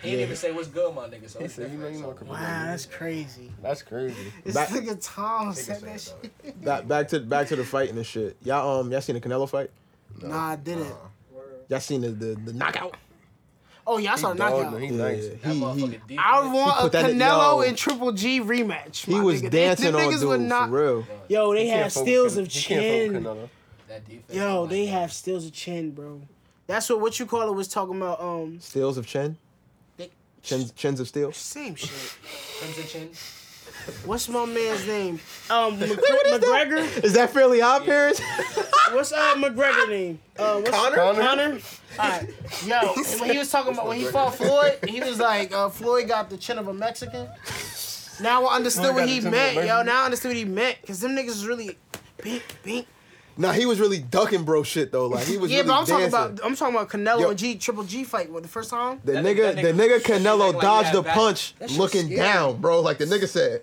Speaker 5: he didn't even say what's good, my nigga. So
Speaker 9: He
Speaker 5: it's
Speaker 9: said, you know
Speaker 5: different.
Speaker 9: you my
Speaker 5: So.
Speaker 6: Wow,
Speaker 9: kryptonite.
Speaker 6: that's crazy.
Speaker 9: That's crazy.
Speaker 6: This
Speaker 1: Back-
Speaker 6: nigga Tom said that shit.
Speaker 1: Back back to back to the fighting and shit. Y'all um y'all seen the Canelo fight?
Speaker 6: Nah, I didn't.
Speaker 1: Y'all seen the the, the knockout?
Speaker 6: Oh yeah, I saw a knockout.
Speaker 9: He
Speaker 1: Yeah,
Speaker 9: nice.
Speaker 1: he, he,
Speaker 5: Deep.
Speaker 6: I
Speaker 1: He
Speaker 6: want
Speaker 1: put
Speaker 6: a
Speaker 1: that in-
Speaker 6: Canelo
Speaker 1: yo.
Speaker 6: and Triple G rematch.
Speaker 1: he
Speaker 6: my
Speaker 1: was
Speaker 6: nigga. They-
Speaker 1: dancing
Speaker 6: them
Speaker 1: on
Speaker 6: niggas would
Speaker 1: dude for real.
Speaker 13: Yo, they
Speaker 9: You
Speaker 13: have
Speaker 9: can't fuck with
Speaker 13: steals
Speaker 9: Can-
Speaker 13: of
Speaker 9: you can't fuck
Speaker 13: chin.
Speaker 9: with Canelo.
Speaker 5: That defense.
Speaker 13: Yo, they have steals of chin, bro.
Speaker 6: That's what what you call it was talking about. Um,
Speaker 1: Steals of chin,
Speaker 6: they-
Speaker 1: chins chins of steel.
Speaker 6: same shit.
Speaker 5: Crimson chin.
Speaker 6: What's my man's name? Um, Mc-
Speaker 1: is that?
Speaker 6: McGregor.
Speaker 1: Is that fairly odd, parents?
Speaker 6: What's uh McGregor name? Uh, what's Connor. Connor. Alright, yo, when he was talking about when he fought Floyd, he was like, uh, Floyd got the chin of a Mexican. Now I understood
Speaker 9: Floyd got
Speaker 6: what
Speaker 9: the
Speaker 6: he
Speaker 9: chin of a
Speaker 6: meant, yo.
Speaker 9: Mexican.
Speaker 6: Now I understood what he meant, cause them niggas is really, bink, bink.
Speaker 1: Nah, he was really ducking bro shit though. Like he was
Speaker 6: Yeah,
Speaker 1: really
Speaker 6: but I'm
Speaker 1: dancing.
Speaker 6: talking about I'm talking about Canelo
Speaker 1: Yo.
Speaker 6: and G Triple G fight with the first time.
Speaker 1: the
Speaker 5: That nigga-
Speaker 1: nigga,
Speaker 5: that
Speaker 1: the nigga
Speaker 5: nigga-
Speaker 1: Canelo
Speaker 5: that nigga
Speaker 1: dodged
Speaker 5: had
Speaker 1: the
Speaker 5: back-
Speaker 1: punch,
Speaker 6: that shit
Speaker 1: looking
Speaker 6: scary.
Speaker 1: down, bro. Like the nigga said,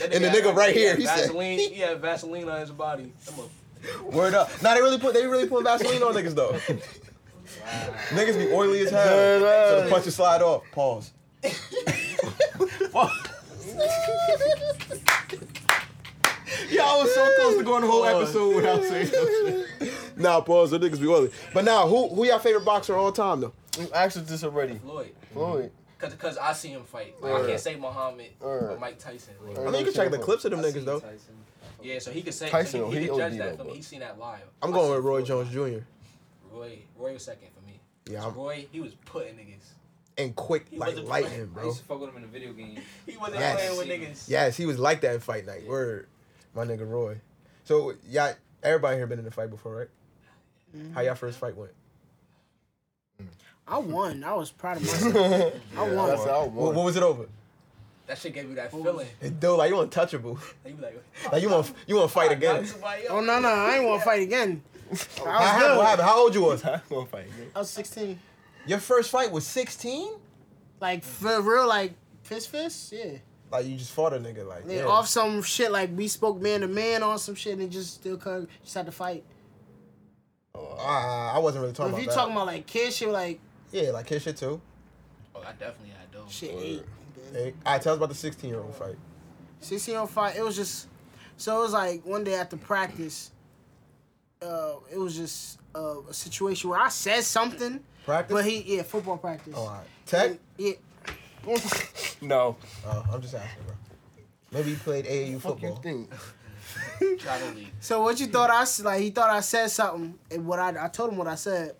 Speaker 5: That
Speaker 1: and the
Speaker 5: had-
Speaker 1: nigga right here,
Speaker 5: had
Speaker 1: he said,
Speaker 5: Vaseline. He had Vaseline on his body. Come on.
Speaker 1: "Word up." Nah, they really put they really put Vaseline on niggas though. Niggas be oily as hell, so the punches slide off. Pause. Yeah, I was so close to going the whole episode without saying no shit. Nah, pause. The niggas be oily. But now, who who y'all favorite boxer of all time though?
Speaker 9: You asked us this already.
Speaker 5: Floyd.
Speaker 9: Floyd.
Speaker 5: Cause, Cause I see him fight. Like, I can't say Muhammad or
Speaker 9: Alright.
Speaker 5: Mike Tyson. Like,
Speaker 1: I mean, you can check the clips of them
Speaker 7: I
Speaker 1: niggas
Speaker 7: seen
Speaker 1: though.
Speaker 7: Tyson.
Speaker 5: Yeah, so he could say
Speaker 9: Tyson,
Speaker 5: so he, he,
Speaker 9: he
Speaker 5: could judge
Speaker 9: OD
Speaker 5: that
Speaker 9: though,
Speaker 5: for me.
Speaker 9: but-
Speaker 5: He seen that live.
Speaker 1: I'm
Speaker 5: I
Speaker 1: going
Speaker 5: seen
Speaker 1: with Roy
Speaker 5: Floyd.
Speaker 1: Jones Jr.
Speaker 5: Roy, Roy was second for me.
Speaker 1: Yeah, I'm-
Speaker 5: Roy, he was putting niggas.
Speaker 1: and quick like
Speaker 5: wasn't
Speaker 1: lightning,
Speaker 7: I
Speaker 1: bro.
Speaker 7: used to fuck with him in the video game.
Speaker 5: He wasn't
Speaker 1: Yes.
Speaker 5: playing with niggas.
Speaker 1: Yes, he was like that in fight night. Word, my nigga Roy. So y'all, everybody here been in a fight before, right?
Speaker 5: Mm-hmm.
Speaker 1: How y'all first fight went?
Speaker 6: I won. I was proud of myself. I won.
Speaker 9: That's how I
Speaker 1: What,
Speaker 9: want.
Speaker 1: what was it over?
Speaker 5: That shit gave you that feeling.
Speaker 1: Dude, like you untouchable.
Speaker 5: Like, you be like,
Speaker 1: Like you want you want to fight again.
Speaker 6: Oh no no, I ain't wanna fight again. I
Speaker 1: How,
Speaker 6: was
Speaker 1: happened,
Speaker 6: good.
Speaker 1: what happened? How old you was?
Speaker 9: I won't fight.
Speaker 6: I was sixteen.
Speaker 1: Your first fight was 16.
Speaker 6: Like for real, like fist fist? Yeah.
Speaker 1: Like you just fought a nigga, like
Speaker 6: They
Speaker 1: yeah.
Speaker 6: off some shit like we spoke man to man on some shit and it just still cut just had to fight.
Speaker 1: Ah, I wasn't really
Speaker 6: But
Speaker 1: talking
Speaker 6: if you
Speaker 1: about that.
Speaker 6: talking about like kid shit like
Speaker 1: yeah, like his shit too.
Speaker 5: oh, I definitely had those.
Speaker 6: shit eight.
Speaker 1: Hey, all right, tell us about the 16 year old fight.
Speaker 6: Sixteen on fight, it was just so it was like one day after practice, uh it was just uh, a situation where I said something.
Speaker 1: Practice.
Speaker 6: But he yeah, football practice.
Speaker 1: all
Speaker 8: Oh,
Speaker 1: right. Tech.
Speaker 6: Yeah.
Speaker 9: No.
Speaker 4: Oh,
Speaker 1: Uh, I'm just asking, bro. Maybe he played AAU football.
Speaker 9: Think.
Speaker 5: Travel league.
Speaker 6: So what you thought I s- like? He thought I said something, and what I I told him what I said,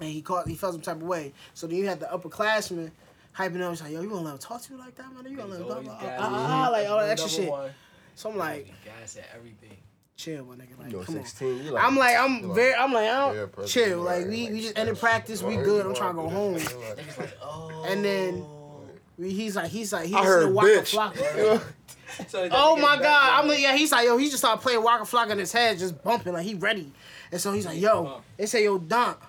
Speaker 6: and he caught he felt some type of way. So then you had the upperclassmen hyping up. He's like, "Yo, you gonna let him talk to you like that, man? You gonna let
Speaker 5: Niggas
Speaker 6: him blah,
Speaker 5: always
Speaker 6: blah, blah,
Speaker 5: gas
Speaker 6: ah,
Speaker 5: you.
Speaker 6: ah, ah," like all that extra
Speaker 5: Number
Speaker 6: shit."
Speaker 5: one,
Speaker 6: So I'm like,
Speaker 5: niggas gas at everything.
Speaker 6: "Chill, my nigga. Like,
Speaker 9: You know,
Speaker 6: come on."
Speaker 9: 16. You like,
Speaker 6: I'm like, I'm
Speaker 8: like,
Speaker 6: very, I'm like, I
Speaker 8: yeah,
Speaker 6: don't
Speaker 8: press
Speaker 6: chill.
Speaker 8: it,
Speaker 6: Like
Speaker 8: right,
Speaker 6: we
Speaker 8: like,
Speaker 6: we just ended practice. We good. I'm trying to go home.
Speaker 5: Niggas like, oh.
Speaker 6: And then we, he's like, he's like, he's
Speaker 1: I heard
Speaker 6: listening to Waka
Speaker 1: bitch.
Speaker 6: Flocka.
Speaker 5: So that
Speaker 6: Oh
Speaker 5: nigga
Speaker 6: my
Speaker 5: back
Speaker 6: god! I'm
Speaker 5: there.
Speaker 6: like, yeah. He's like, yo, he just started playing Waka Flocka in his head, just bumping, like he ready. And so he's like,
Speaker 5: Uh-huh.
Speaker 6: yo, they say, yo, Dump.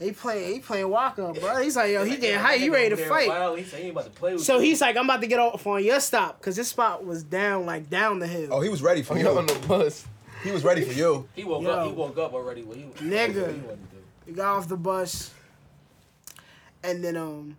Speaker 6: He playing, he playing Waka, bro. He's like, yo, he getting hype. He ready to
Speaker 5: Over there
Speaker 6: fight.
Speaker 5: wild. He said he about to play with
Speaker 6: So
Speaker 5: you.
Speaker 6: he's like, I'm about to get off on your stop, cause this spot was down, like down the hill.
Speaker 1: Oh, he was ready for
Speaker 9: I'm on
Speaker 1: you.
Speaker 9: the bus.
Speaker 1: He was ready for you.
Speaker 5: He woke
Speaker 6: Yo.
Speaker 5: up. He woke up already. What he,
Speaker 6: Nigga.
Speaker 5: What he wanted to do.
Speaker 6: He got off the bus, and then um,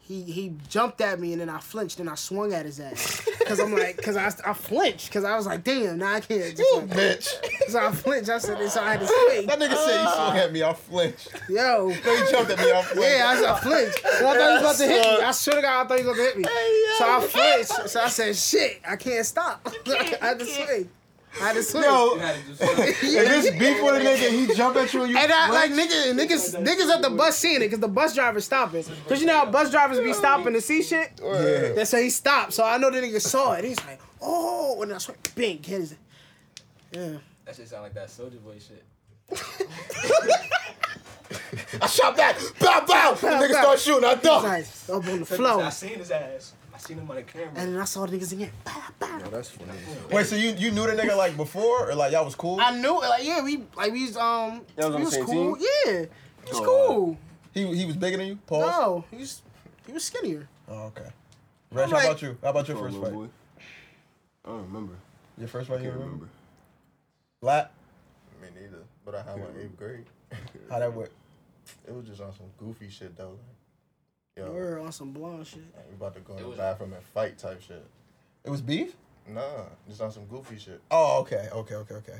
Speaker 6: he he jumped at me, and then I flinched, and I swung at his ass. Cause I'm like, cause I, I flinched, cause I was like, damn, now I can't. Just like,
Speaker 4: bitch.
Speaker 6: So I flinched. I said, so I had to swing.
Speaker 4: That nigga said he swung at me. I flinched.
Speaker 6: Yo.
Speaker 4: No, he jumped at me. I flinched.
Speaker 6: Yeah, I, said, I flinched. And I thought he was about to hit me. I swear to God, I thought he was about to hit me. so I flinched. So I said, shit, I can't stop. I had to swing. I had to swing.
Speaker 4: Yo, if it's beef with a nigga, he jump at you and you
Speaker 6: And I, like
Speaker 4: flinch.
Speaker 6: niggas, niggas, niggas at the bus seeing it because the bus driver's stopping. Cause you know how bus drivers be stopping to see shit.
Speaker 4: Yeah.
Speaker 6: That's so he stopped. So I know the nigga saw it. He's like, oh, and I swear, bing, hit his. Yeah.
Speaker 5: That shit sound like that soldier boy shit.
Speaker 4: I shot back. Bow, bow. The
Speaker 6: Bow,
Speaker 4: nigga
Speaker 6: bow.
Speaker 4: start shooting. I
Speaker 6: He's
Speaker 4: ducked.
Speaker 6: like, up on the floor.
Speaker 14: I seen his ass. I seen him on the camera.
Speaker 6: And then I saw the niggas again.
Speaker 4: that's funny. Wait, so you you knew the nigga like before, or like y'all was cool?
Speaker 6: I knew it. Like yeah, we like we was um
Speaker 4: Y'all was on
Speaker 6: we
Speaker 4: the
Speaker 6: was
Speaker 4: same
Speaker 6: cool.
Speaker 4: team? Oh,
Speaker 6: Yeah, we was cool.
Speaker 4: He he was bigger than you. Pause.
Speaker 6: No, he was he was skinnier.
Speaker 4: Oh, okay. Reg,
Speaker 6: I'm
Speaker 4: how
Speaker 6: like-
Speaker 4: about you? How about your
Speaker 2: Oh,
Speaker 4: first
Speaker 2: little
Speaker 4: fight?
Speaker 2: boy. I don't remember.
Speaker 4: Your first fight, you
Speaker 2: Can't
Speaker 4: remember?
Speaker 2: remember.
Speaker 4: Lat?
Speaker 8: Me neither. But I had one eighth grade.
Speaker 4: How that went?
Speaker 8: It was just on some goofy shit though. Like,
Speaker 6: We
Speaker 4: Oh.
Speaker 8: yo,
Speaker 6: were on some blonde shit.
Speaker 8: like, we about to go in the bathroom and fight type shit.
Speaker 4: It was beef.
Speaker 8: Nah, just on some goofy shit.
Speaker 4: Oh, okay, okay, okay, okay.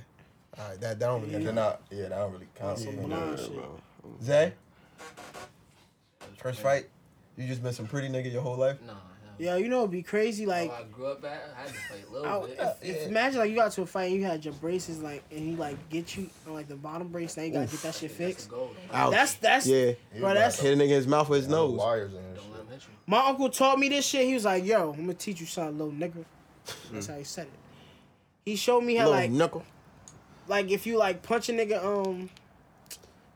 Speaker 4: All right, that that don't really.
Speaker 8: And then I, yeah, that don't really count.
Speaker 4: Oh, Yeah,
Speaker 8: man.
Speaker 4: nah, shit. Zay. First fight. You just been some pretty nigga your whole life.
Speaker 5: Nah. Oh,
Speaker 6: Yo, you know it'd be crazy like. uh,
Speaker 5: I grew up bad. I had to fight a little
Speaker 1: Oh,
Speaker 6: I,
Speaker 5: bit.
Speaker 6: if, if- imagine like you got to a fight and you had your braces like and he like get you on like the bottom brace now you gotta
Speaker 1: Oof.
Speaker 6: get that shit fixed.
Speaker 1: Ouch.
Speaker 6: That's that's
Speaker 1: yeah.
Speaker 6: bro. That's
Speaker 1: hit a nigga in his mouth with his nose.
Speaker 8: Wires in this shit.
Speaker 6: my uncle taught me this shit. He was like, "Yo, I'm gonna teach you something, little nigga." That's how he said it. He showed me how
Speaker 1: Little
Speaker 6: like
Speaker 1: knuckle.
Speaker 6: like if you like punch a nigga, um,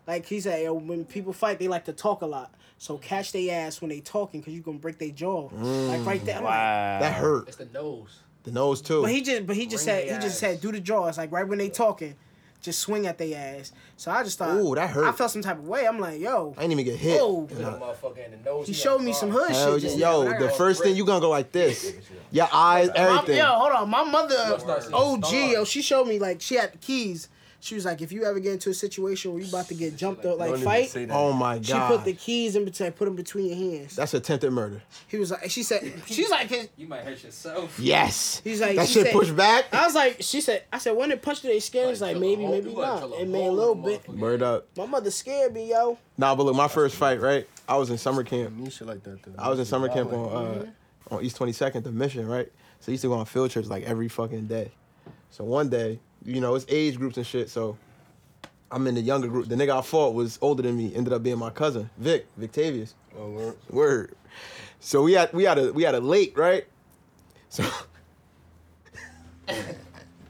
Speaker 6: like he said, yo, when people fight, they like to talk a lot. So catch they ass when they talking, cause you gonna break their jaw. like right there. I'm like-
Speaker 1: That hurt.
Speaker 5: It's the nose.
Speaker 1: The nose too.
Speaker 6: But he just, but he just
Speaker 5: Bring
Speaker 6: said, he
Speaker 5: they
Speaker 6: just said, do the draws, like right when they talking, just swing at they ass. So I just thought,
Speaker 1: Ooh, that hurt.
Speaker 6: uh, I felt some type of way. I'm like, yo,
Speaker 1: I didn't even get hit.
Speaker 6: Oh.
Speaker 5: Put a motherfucker in the nose.
Speaker 6: he showed me some hood
Speaker 1: Hell
Speaker 6: shit.
Speaker 1: yeah.
Speaker 6: just now.
Speaker 1: Yo, the first thing you gonna go like this. Your eyes,
Speaker 6: My-
Speaker 1: everything.
Speaker 6: yo, hold on. My mother,
Speaker 1: Word.
Speaker 6: OG, yo, she showed me like she had the keys. She was like, if you ever get into a situation where you about to get jumped or like
Speaker 1: Don't even
Speaker 6: fight,
Speaker 1: say that. Oh my
Speaker 6: she
Speaker 1: God.
Speaker 6: put the keys in between, put them between your hands.
Speaker 1: That's attempted murder.
Speaker 6: He was like, she said, she's like, his,
Speaker 7: you might hurt yourself.
Speaker 1: Yes.
Speaker 6: He's like,
Speaker 1: that
Speaker 6: she
Speaker 1: shit
Speaker 6: said-
Speaker 1: pushed back.
Speaker 6: I was like, she said, I said, when it punched their skin, it's like maybe, maybe not. It made a little bit.
Speaker 1: Word up.
Speaker 6: My mother scared me, yo.
Speaker 1: Nah, but look, my first fight, right? I was in summer camp.
Speaker 9: shit like that. Though.
Speaker 1: I was in summer camp
Speaker 9: Violent.
Speaker 1: on uh, on East 22nd, the mission, right? So I used to go on field trips like every fucking day. So one day, you know, it's age groups and shit. So I'm in the younger group. The nigga I fought was older than me. Ended up being my cousin, Vic, Victavius.
Speaker 9: Oh, word.
Speaker 1: Word. So we had we had a we had a late, right? So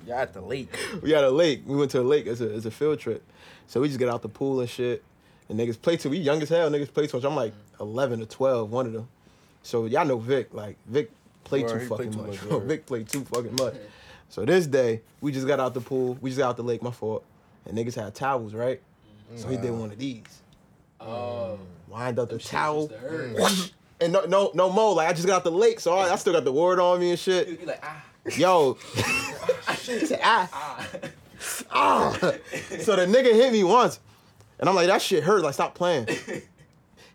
Speaker 9: Y'all at the lake.
Speaker 1: we had a lake. We went to a lake as a, as a field trip. So we just get out the pool and shit. And niggas play too. We young as hell. Niggas play too much. I'm like 11 or 12, one of them. So y'all know Vic. Like, Vic played
Speaker 9: Word,
Speaker 1: too
Speaker 9: he
Speaker 1: fucking
Speaker 9: played too
Speaker 1: much.
Speaker 9: much,
Speaker 1: bro.
Speaker 9: word.
Speaker 1: Vic played too fucking much. So this day, we just got out the pool. We just got out the lake, my fault. And niggas had towels, right? So he did one of these.
Speaker 5: Oh.
Speaker 1: Wind up the
Speaker 5: shits
Speaker 1: towel.
Speaker 5: used to hurt.
Speaker 1: and no, no, no more. Like, I just got out the lake. So I, I still got the word on me and
Speaker 5: You,
Speaker 1: shit.
Speaker 5: you like ah.
Speaker 1: Yo,
Speaker 5: He
Speaker 1: said, ah. ah. So the nigga hit me once, and I'm like, that shit hurt. Like, stop playing.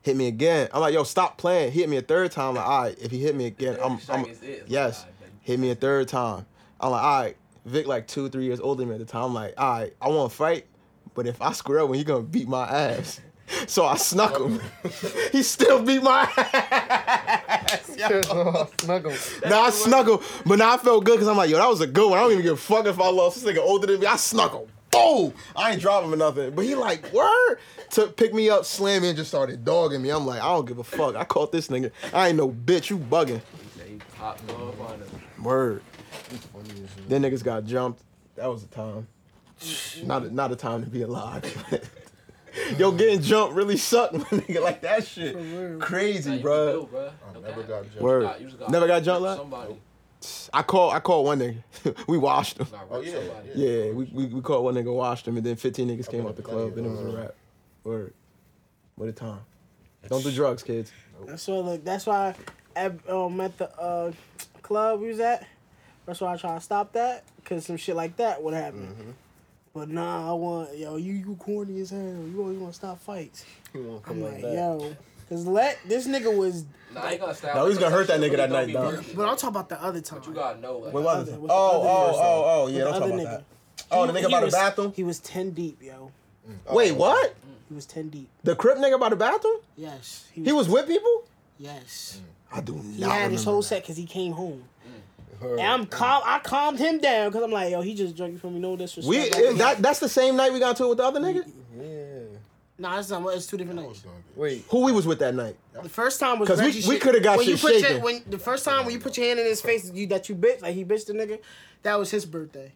Speaker 1: Hit me again. I'm like, yo, stop playing. He hit me a third time. like, all right, if he hit me again, I'm, I'm yes. Hit me a third time. I'm like, all right. Vic, like two, three years older than me at the time. I'm like, all right, I want to fight, but if I square up, when you gonna beat my ass? So I snuck him. he still beat my ass. yo. Nah, I snuck Oh, him, but now I felt good because I'm like, yo, that was a good one. I don't even give a fuck if I lost. This nigga older than me. I snuck him. Boom! I ain't drop him or nothing. But he like, word, took pick me up, slam me, and just started dogging me. I'm like, I don't give a fuck. I caught this nigga. I ain't no bitch. You bugging.
Speaker 5: said he popped off on him.
Speaker 1: Word. Then niggas got jumped. That was a time. Not a, not a time to be alive. Yo, getting jumped really sucked, my nigga. Like that shit, crazy, bruh.
Speaker 5: bro.
Speaker 8: Never got jumped.
Speaker 1: Word.
Speaker 5: You just got-
Speaker 1: Never got jumped like?
Speaker 5: Somebody.
Speaker 1: I called I called one nigga. we washed him.
Speaker 5: Oh yeah. Somebody.
Speaker 1: Yeah, we, we, we caught one nigga, washed him, and then 15 niggas came out the club, and it was a wrap. Word. What a time. Don't do drugs, kids.
Speaker 6: That's why. Look, that's why at, um, at the uh, club we was at. That's why I try to stop that, cause some shit like that would happen.
Speaker 1: Mm-hmm.
Speaker 6: But nah, I want yo, you you corny as hell. You always want to stop fights.
Speaker 9: He won't
Speaker 6: I'm
Speaker 9: come
Speaker 6: like,
Speaker 9: like that.
Speaker 6: yo, Cause let this nigga was.
Speaker 5: Nah, I ain't gonna stop.
Speaker 1: No, he's gonna hurt that nigga that night,
Speaker 6: But
Speaker 1: dog.
Speaker 6: I'm talking about the other time.
Speaker 5: You gotta know. Like,
Speaker 1: What about this? Oh,
Speaker 6: With the other
Speaker 1: oh,
Speaker 6: nigga.
Speaker 1: oh, oh,
Speaker 6: With
Speaker 1: yeah.
Speaker 6: the
Speaker 1: Don't talk
Speaker 6: other
Speaker 1: about
Speaker 6: nigga.
Speaker 1: that. Oh, the
Speaker 6: He-
Speaker 1: nigga by
Speaker 6: he
Speaker 1: the
Speaker 6: was-
Speaker 1: bathroom.
Speaker 6: He Oh. was ten deep, yo.
Speaker 1: Wait, what?
Speaker 6: He was ten deep.
Speaker 1: The crip nigga by the bathroom?
Speaker 6: Yes.
Speaker 1: He was with people?
Speaker 6: Yes.
Speaker 1: I do
Speaker 6: He
Speaker 1: not.
Speaker 6: had his
Speaker 1: remember
Speaker 6: whole
Speaker 1: that.
Speaker 6: set because he came home. And I'm calm. I calmed him down because I'm like, yo, he just drunk you from me. No disrespect.
Speaker 1: We
Speaker 6: Like,
Speaker 1: that that's the same night we got to it with the other nigga.
Speaker 6: Nah, it's not. It's two different nights.
Speaker 1: Wait, who we was with that night?
Speaker 6: The first time was
Speaker 1: 'Cause we-
Speaker 6: Reggie
Speaker 1: we
Speaker 6: shit.
Speaker 1: coulda got
Speaker 6: when you
Speaker 1: shit
Speaker 6: put
Speaker 1: shaken.
Speaker 6: Your, when the first time when you put your hand in his face, you that you bitch like he bitched the nigga. That was his birthday.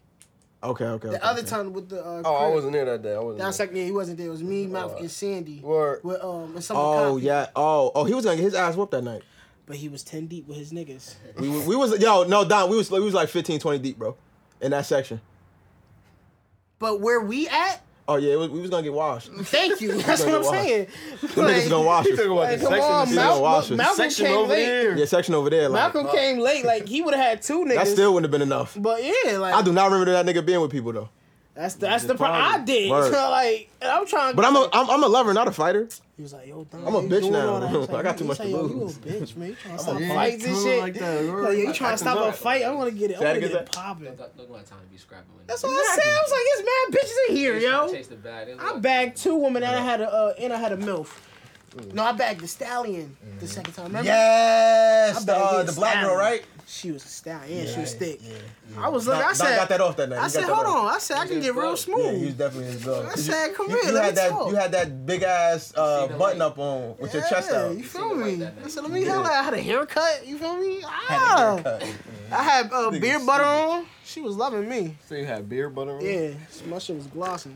Speaker 1: Okay, okay.
Speaker 6: The
Speaker 1: okay,
Speaker 6: other
Speaker 1: okay.
Speaker 6: time with the uh,
Speaker 2: Oh, I
Speaker 6: crib.
Speaker 2: wasn't there that day. I wasn't.
Speaker 6: That was
Speaker 2: there.
Speaker 6: like yeah, he wasn't there. It was me, Mouth, and Sandy.
Speaker 2: Word.
Speaker 6: With um, and some of the
Speaker 1: Oh
Speaker 6: cops.
Speaker 1: yeah. Oh oh, he was gonna get his ass whooped that night.
Speaker 6: But he was ten deep with his niggas.
Speaker 1: We, we, we was yo no Don. We was we was like 15, 20 deep, bro, in that section.
Speaker 6: But where we at?
Speaker 1: Oh yeah, it was, we was gonna get washed. Them
Speaker 6: Thank you. That's what
Speaker 1: gonna
Speaker 6: I'm
Speaker 1: get washed.
Speaker 6: saying.
Speaker 1: niggas gonna wash us.
Speaker 6: Like, come on, Malcolm, Malcolm came late.
Speaker 1: Yeah, section over there. Like,
Speaker 6: Malcolm came late. Like he would have had two niggas.
Speaker 1: That still wouldn't have been enough.
Speaker 6: But yeah, like
Speaker 1: I do not remember that nigga being with people though.
Speaker 6: That's the, that's the part I did.
Speaker 1: Word.
Speaker 6: So like, and I'm trying.
Speaker 1: But I'm a I'm, I'm a lover, not a fighter.
Speaker 6: He was like, yo, Don,
Speaker 1: I'm a
Speaker 6: you
Speaker 1: bitch
Speaker 6: doing all that?
Speaker 1: now.
Speaker 6: He's
Speaker 1: I
Speaker 6: like,
Speaker 1: got too
Speaker 6: he's
Speaker 1: much to
Speaker 6: like, yo, you a
Speaker 1: lose.
Speaker 6: bitch, man. You trying to stop
Speaker 1: I'm a-
Speaker 6: fights and
Speaker 1: cool
Speaker 6: shit.
Speaker 1: like
Speaker 6: Like,
Speaker 1: that, bro.
Speaker 6: yo, you
Speaker 1: I-
Speaker 6: trying
Speaker 1: I
Speaker 6: to stop a
Speaker 1: deserve it.
Speaker 6: fight? I want to get it. I
Speaker 1: Say that
Speaker 6: want to
Speaker 1: again,
Speaker 6: get it
Speaker 1: say-
Speaker 6: popping.
Speaker 5: Look, my time to be scrapping with.
Speaker 6: That's what I said. I was like, it's mad bitches in here, yo.
Speaker 5: Chase the bag. It was
Speaker 6: I
Speaker 5: like-
Speaker 6: bagged two women and I had a uh, and I had a milf. No, I bagged the stallion
Speaker 1: Mm-hmm.
Speaker 6: the second time. Remember?
Speaker 1: Yes,
Speaker 6: I
Speaker 1: the,
Speaker 6: bagged
Speaker 1: uh,
Speaker 6: a
Speaker 1: the black girl,
Speaker 6: stallion.
Speaker 1: right?
Speaker 6: She was a stallion. Yeah, she was
Speaker 1: Yeah,
Speaker 6: thick. I was
Speaker 1: Don-
Speaker 6: looking. I
Speaker 1: Don
Speaker 6: said,
Speaker 1: got that off that night.
Speaker 6: I
Speaker 1: He
Speaker 6: said,
Speaker 1: got that
Speaker 6: hold
Speaker 1: off.
Speaker 6: on. I said, I can get real
Speaker 1: Yeah, he
Speaker 6: smooth.
Speaker 1: was definitely his dog.
Speaker 6: I said, come here,
Speaker 1: You
Speaker 6: let me
Speaker 1: had that,
Speaker 6: talk.
Speaker 1: you had that big ass uh, button up on with your chest
Speaker 6: Yeah,
Speaker 1: out.
Speaker 6: You feel me? I said, let me
Speaker 1: Yeah.
Speaker 6: holla. I had a haircut. You feel me? Ah. I had uh,
Speaker 2: Nigga
Speaker 6: beer butter on. She was loving me.
Speaker 2: So you had beer butter. on?
Speaker 6: Yeah, my shit was glossy.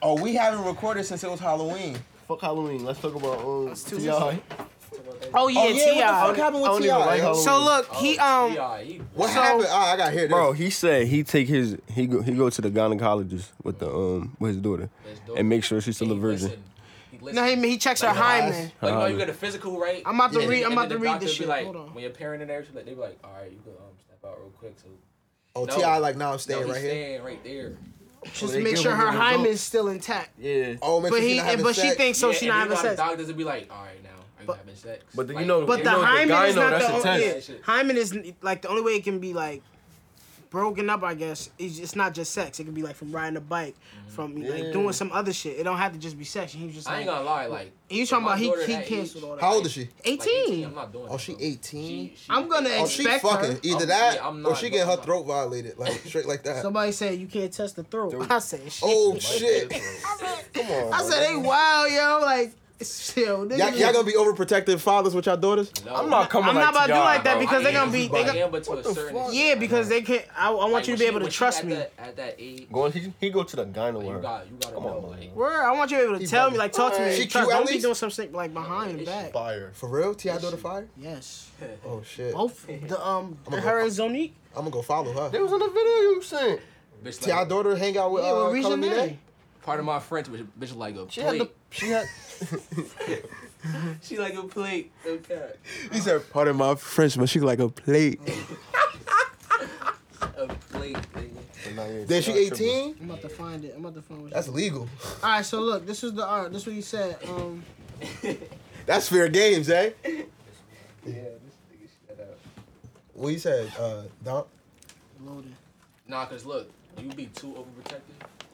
Speaker 1: Oh, we haven't recorded since it was Halloween.
Speaker 2: Fuck Halloween. Let's talk about um. That's
Speaker 6: two
Speaker 2: T.I.
Speaker 6: Oh yeah,
Speaker 1: Oh, yeah, what the
Speaker 6: Ti.
Speaker 1: fuck happened with
Speaker 6: I don't
Speaker 1: T.I.,
Speaker 6: even
Speaker 1: yo?
Speaker 6: Halloween. So look,
Speaker 5: Oh,
Speaker 6: he um.
Speaker 1: What
Speaker 6: so-
Speaker 1: happened? Oh, I got here.
Speaker 2: Bro, he said he take his he go he go to the gynecologist with the um with his daughter and make sure she's still a virgin.
Speaker 6: No, he he checks her
Speaker 5: Like,
Speaker 6: high
Speaker 5: guys,
Speaker 6: man.
Speaker 5: Like, you know, you get a physical, right?
Speaker 6: I'm about to
Speaker 5: And
Speaker 6: read-
Speaker 5: then-
Speaker 6: I'm
Speaker 5: and
Speaker 6: about
Speaker 5: then
Speaker 6: to
Speaker 5: the
Speaker 6: read this
Speaker 5: doctor be
Speaker 6: shit.
Speaker 5: Like,
Speaker 6: Hold on.
Speaker 5: When you're parent and everything, like, they be like, all right, you go um, step out real quick. So,
Speaker 1: Oh,
Speaker 5: No.
Speaker 1: T.I. like, now I'm
Speaker 5: no,
Speaker 1: staying
Speaker 5: he's
Speaker 1: right here.
Speaker 5: staying right there.
Speaker 6: Just make sure her hymen's still intact.
Speaker 2: Yeah.
Speaker 1: Oh, make
Speaker 6: But
Speaker 1: sure she
Speaker 6: he- eh,
Speaker 1: not having
Speaker 6: but she
Speaker 1: sex.
Speaker 6: thinks so,
Speaker 5: Yeah,
Speaker 6: she
Speaker 5: and
Speaker 6: not
Speaker 5: then
Speaker 6: having
Speaker 5: a lot of
Speaker 6: sex.
Speaker 5: Doctors would be like, all right, now, are you having sex?
Speaker 2: But then you
Speaker 5: Like,
Speaker 2: know,
Speaker 6: But
Speaker 2: you
Speaker 6: the
Speaker 2: know,
Speaker 6: hymen
Speaker 2: the
Speaker 6: is
Speaker 2: gyno,
Speaker 6: not
Speaker 2: that's
Speaker 6: the
Speaker 2: a
Speaker 6: only.
Speaker 2: test.
Speaker 6: yeah, Hymen is like the only way it can be like broken up. I guess is it's not just sex. It can be like from riding a bike, from
Speaker 5: Yeah.
Speaker 6: like doing some other shit. It don't have to just be sex. And he was just like,
Speaker 5: Mm-hmm. I ain't gonna lie, like,
Speaker 6: And you talking
Speaker 5: my
Speaker 6: about he
Speaker 5: daughter
Speaker 6: he
Speaker 5: that age-
Speaker 6: canceled all that.
Speaker 1: How old is she?
Speaker 6: Eighteen.
Speaker 5: I'm not doing
Speaker 1: Oh, she 18.
Speaker 6: I'm gonna
Speaker 1: Oh, she
Speaker 6: expect
Speaker 1: fucking
Speaker 6: her.
Speaker 1: either
Speaker 5: I'm-
Speaker 1: that
Speaker 5: yeah, I'm
Speaker 1: or
Speaker 5: not,
Speaker 1: she
Speaker 5: but
Speaker 1: getting her
Speaker 5: I'm not.
Speaker 1: throat violated, like straight like that.
Speaker 6: Somebody said you can't touch the throat. I said shit.
Speaker 1: Oh shit! Come on.
Speaker 6: I said they wild, yo. Like, it's- yo,
Speaker 1: Y'all,
Speaker 6: niggas-
Speaker 1: y'all gonna be overprotective fathers with y'all daughters?
Speaker 6: I'm not coming I'm not like about to do y'all, like that bro. because they gonna be- they
Speaker 5: I
Speaker 6: gonna-
Speaker 5: am, but to a certain extent.
Speaker 6: Yeah, because they can't. I, I want you
Speaker 5: Like, when
Speaker 6: to be
Speaker 5: she-
Speaker 6: able to
Speaker 5: when she
Speaker 6: trust
Speaker 5: at
Speaker 6: me.
Speaker 5: that- At that age,
Speaker 2: Go on, he, he go to the gyno.
Speaker 5: you
Speaker 2: with her.
Speaker 5: got you gotta know, like,
Speaker 6: Where I want you to be able to tell me, like, talk to me.
Speaker 1: She
Speaker 6: Trust,
Speaker 1: cute at
Speaker 6: don't be
Speaker 1: least?
Speaker 6: doing some shit like behind the back.
Speaker 1: Fire. For real? Ti daughter fire?
Speaker 6: Yes.
Speaker 1: Oh shit.
Speaker 6: Both the um
Speaker 1: I'ma
Speaker 6: her
Speaker 1: go-
Speaker 6: and Zonique.
Speaker 1: I'm gonna go follow her.
Speaker 2: They was in the video you sent.
Speaker 5: bitch,
Speaker 1: Ti
Speaker 5: like,
Speaker 1: daughter hang out with
Speaker 6: Yeah,
Speaker 1: uh,
Speaker 6: with Regine
Speaker 1: Color Me
Speaker 6: May.
Speaker 1: Day?
Speaker 5: part of my French, which bitch like a
Speaker 2: She had the
Speaker 5: plate.
Speaker 2: she had
Speaker 5: She like a plate. Okay.
Speaker 1: He said, "Pardon my French, but she like a plate."
Speaker 5: A plate. nigga.
Speaker 1: Then she 18.
Speaker 6: I'm about to find it. I'm about to find it.
Speaker 1: That's legal.
Speaker 6: All right, so look, this is the art. This is what you said. Um,
Speaker 1: That's fair games, eh?
Speaker 5: Yeah, this nigga shut up.
Speaker 1: What you said, uh, Don?
Speaker 6: loaded.
Speaker 5: Nah, cause look, you be too overprotective.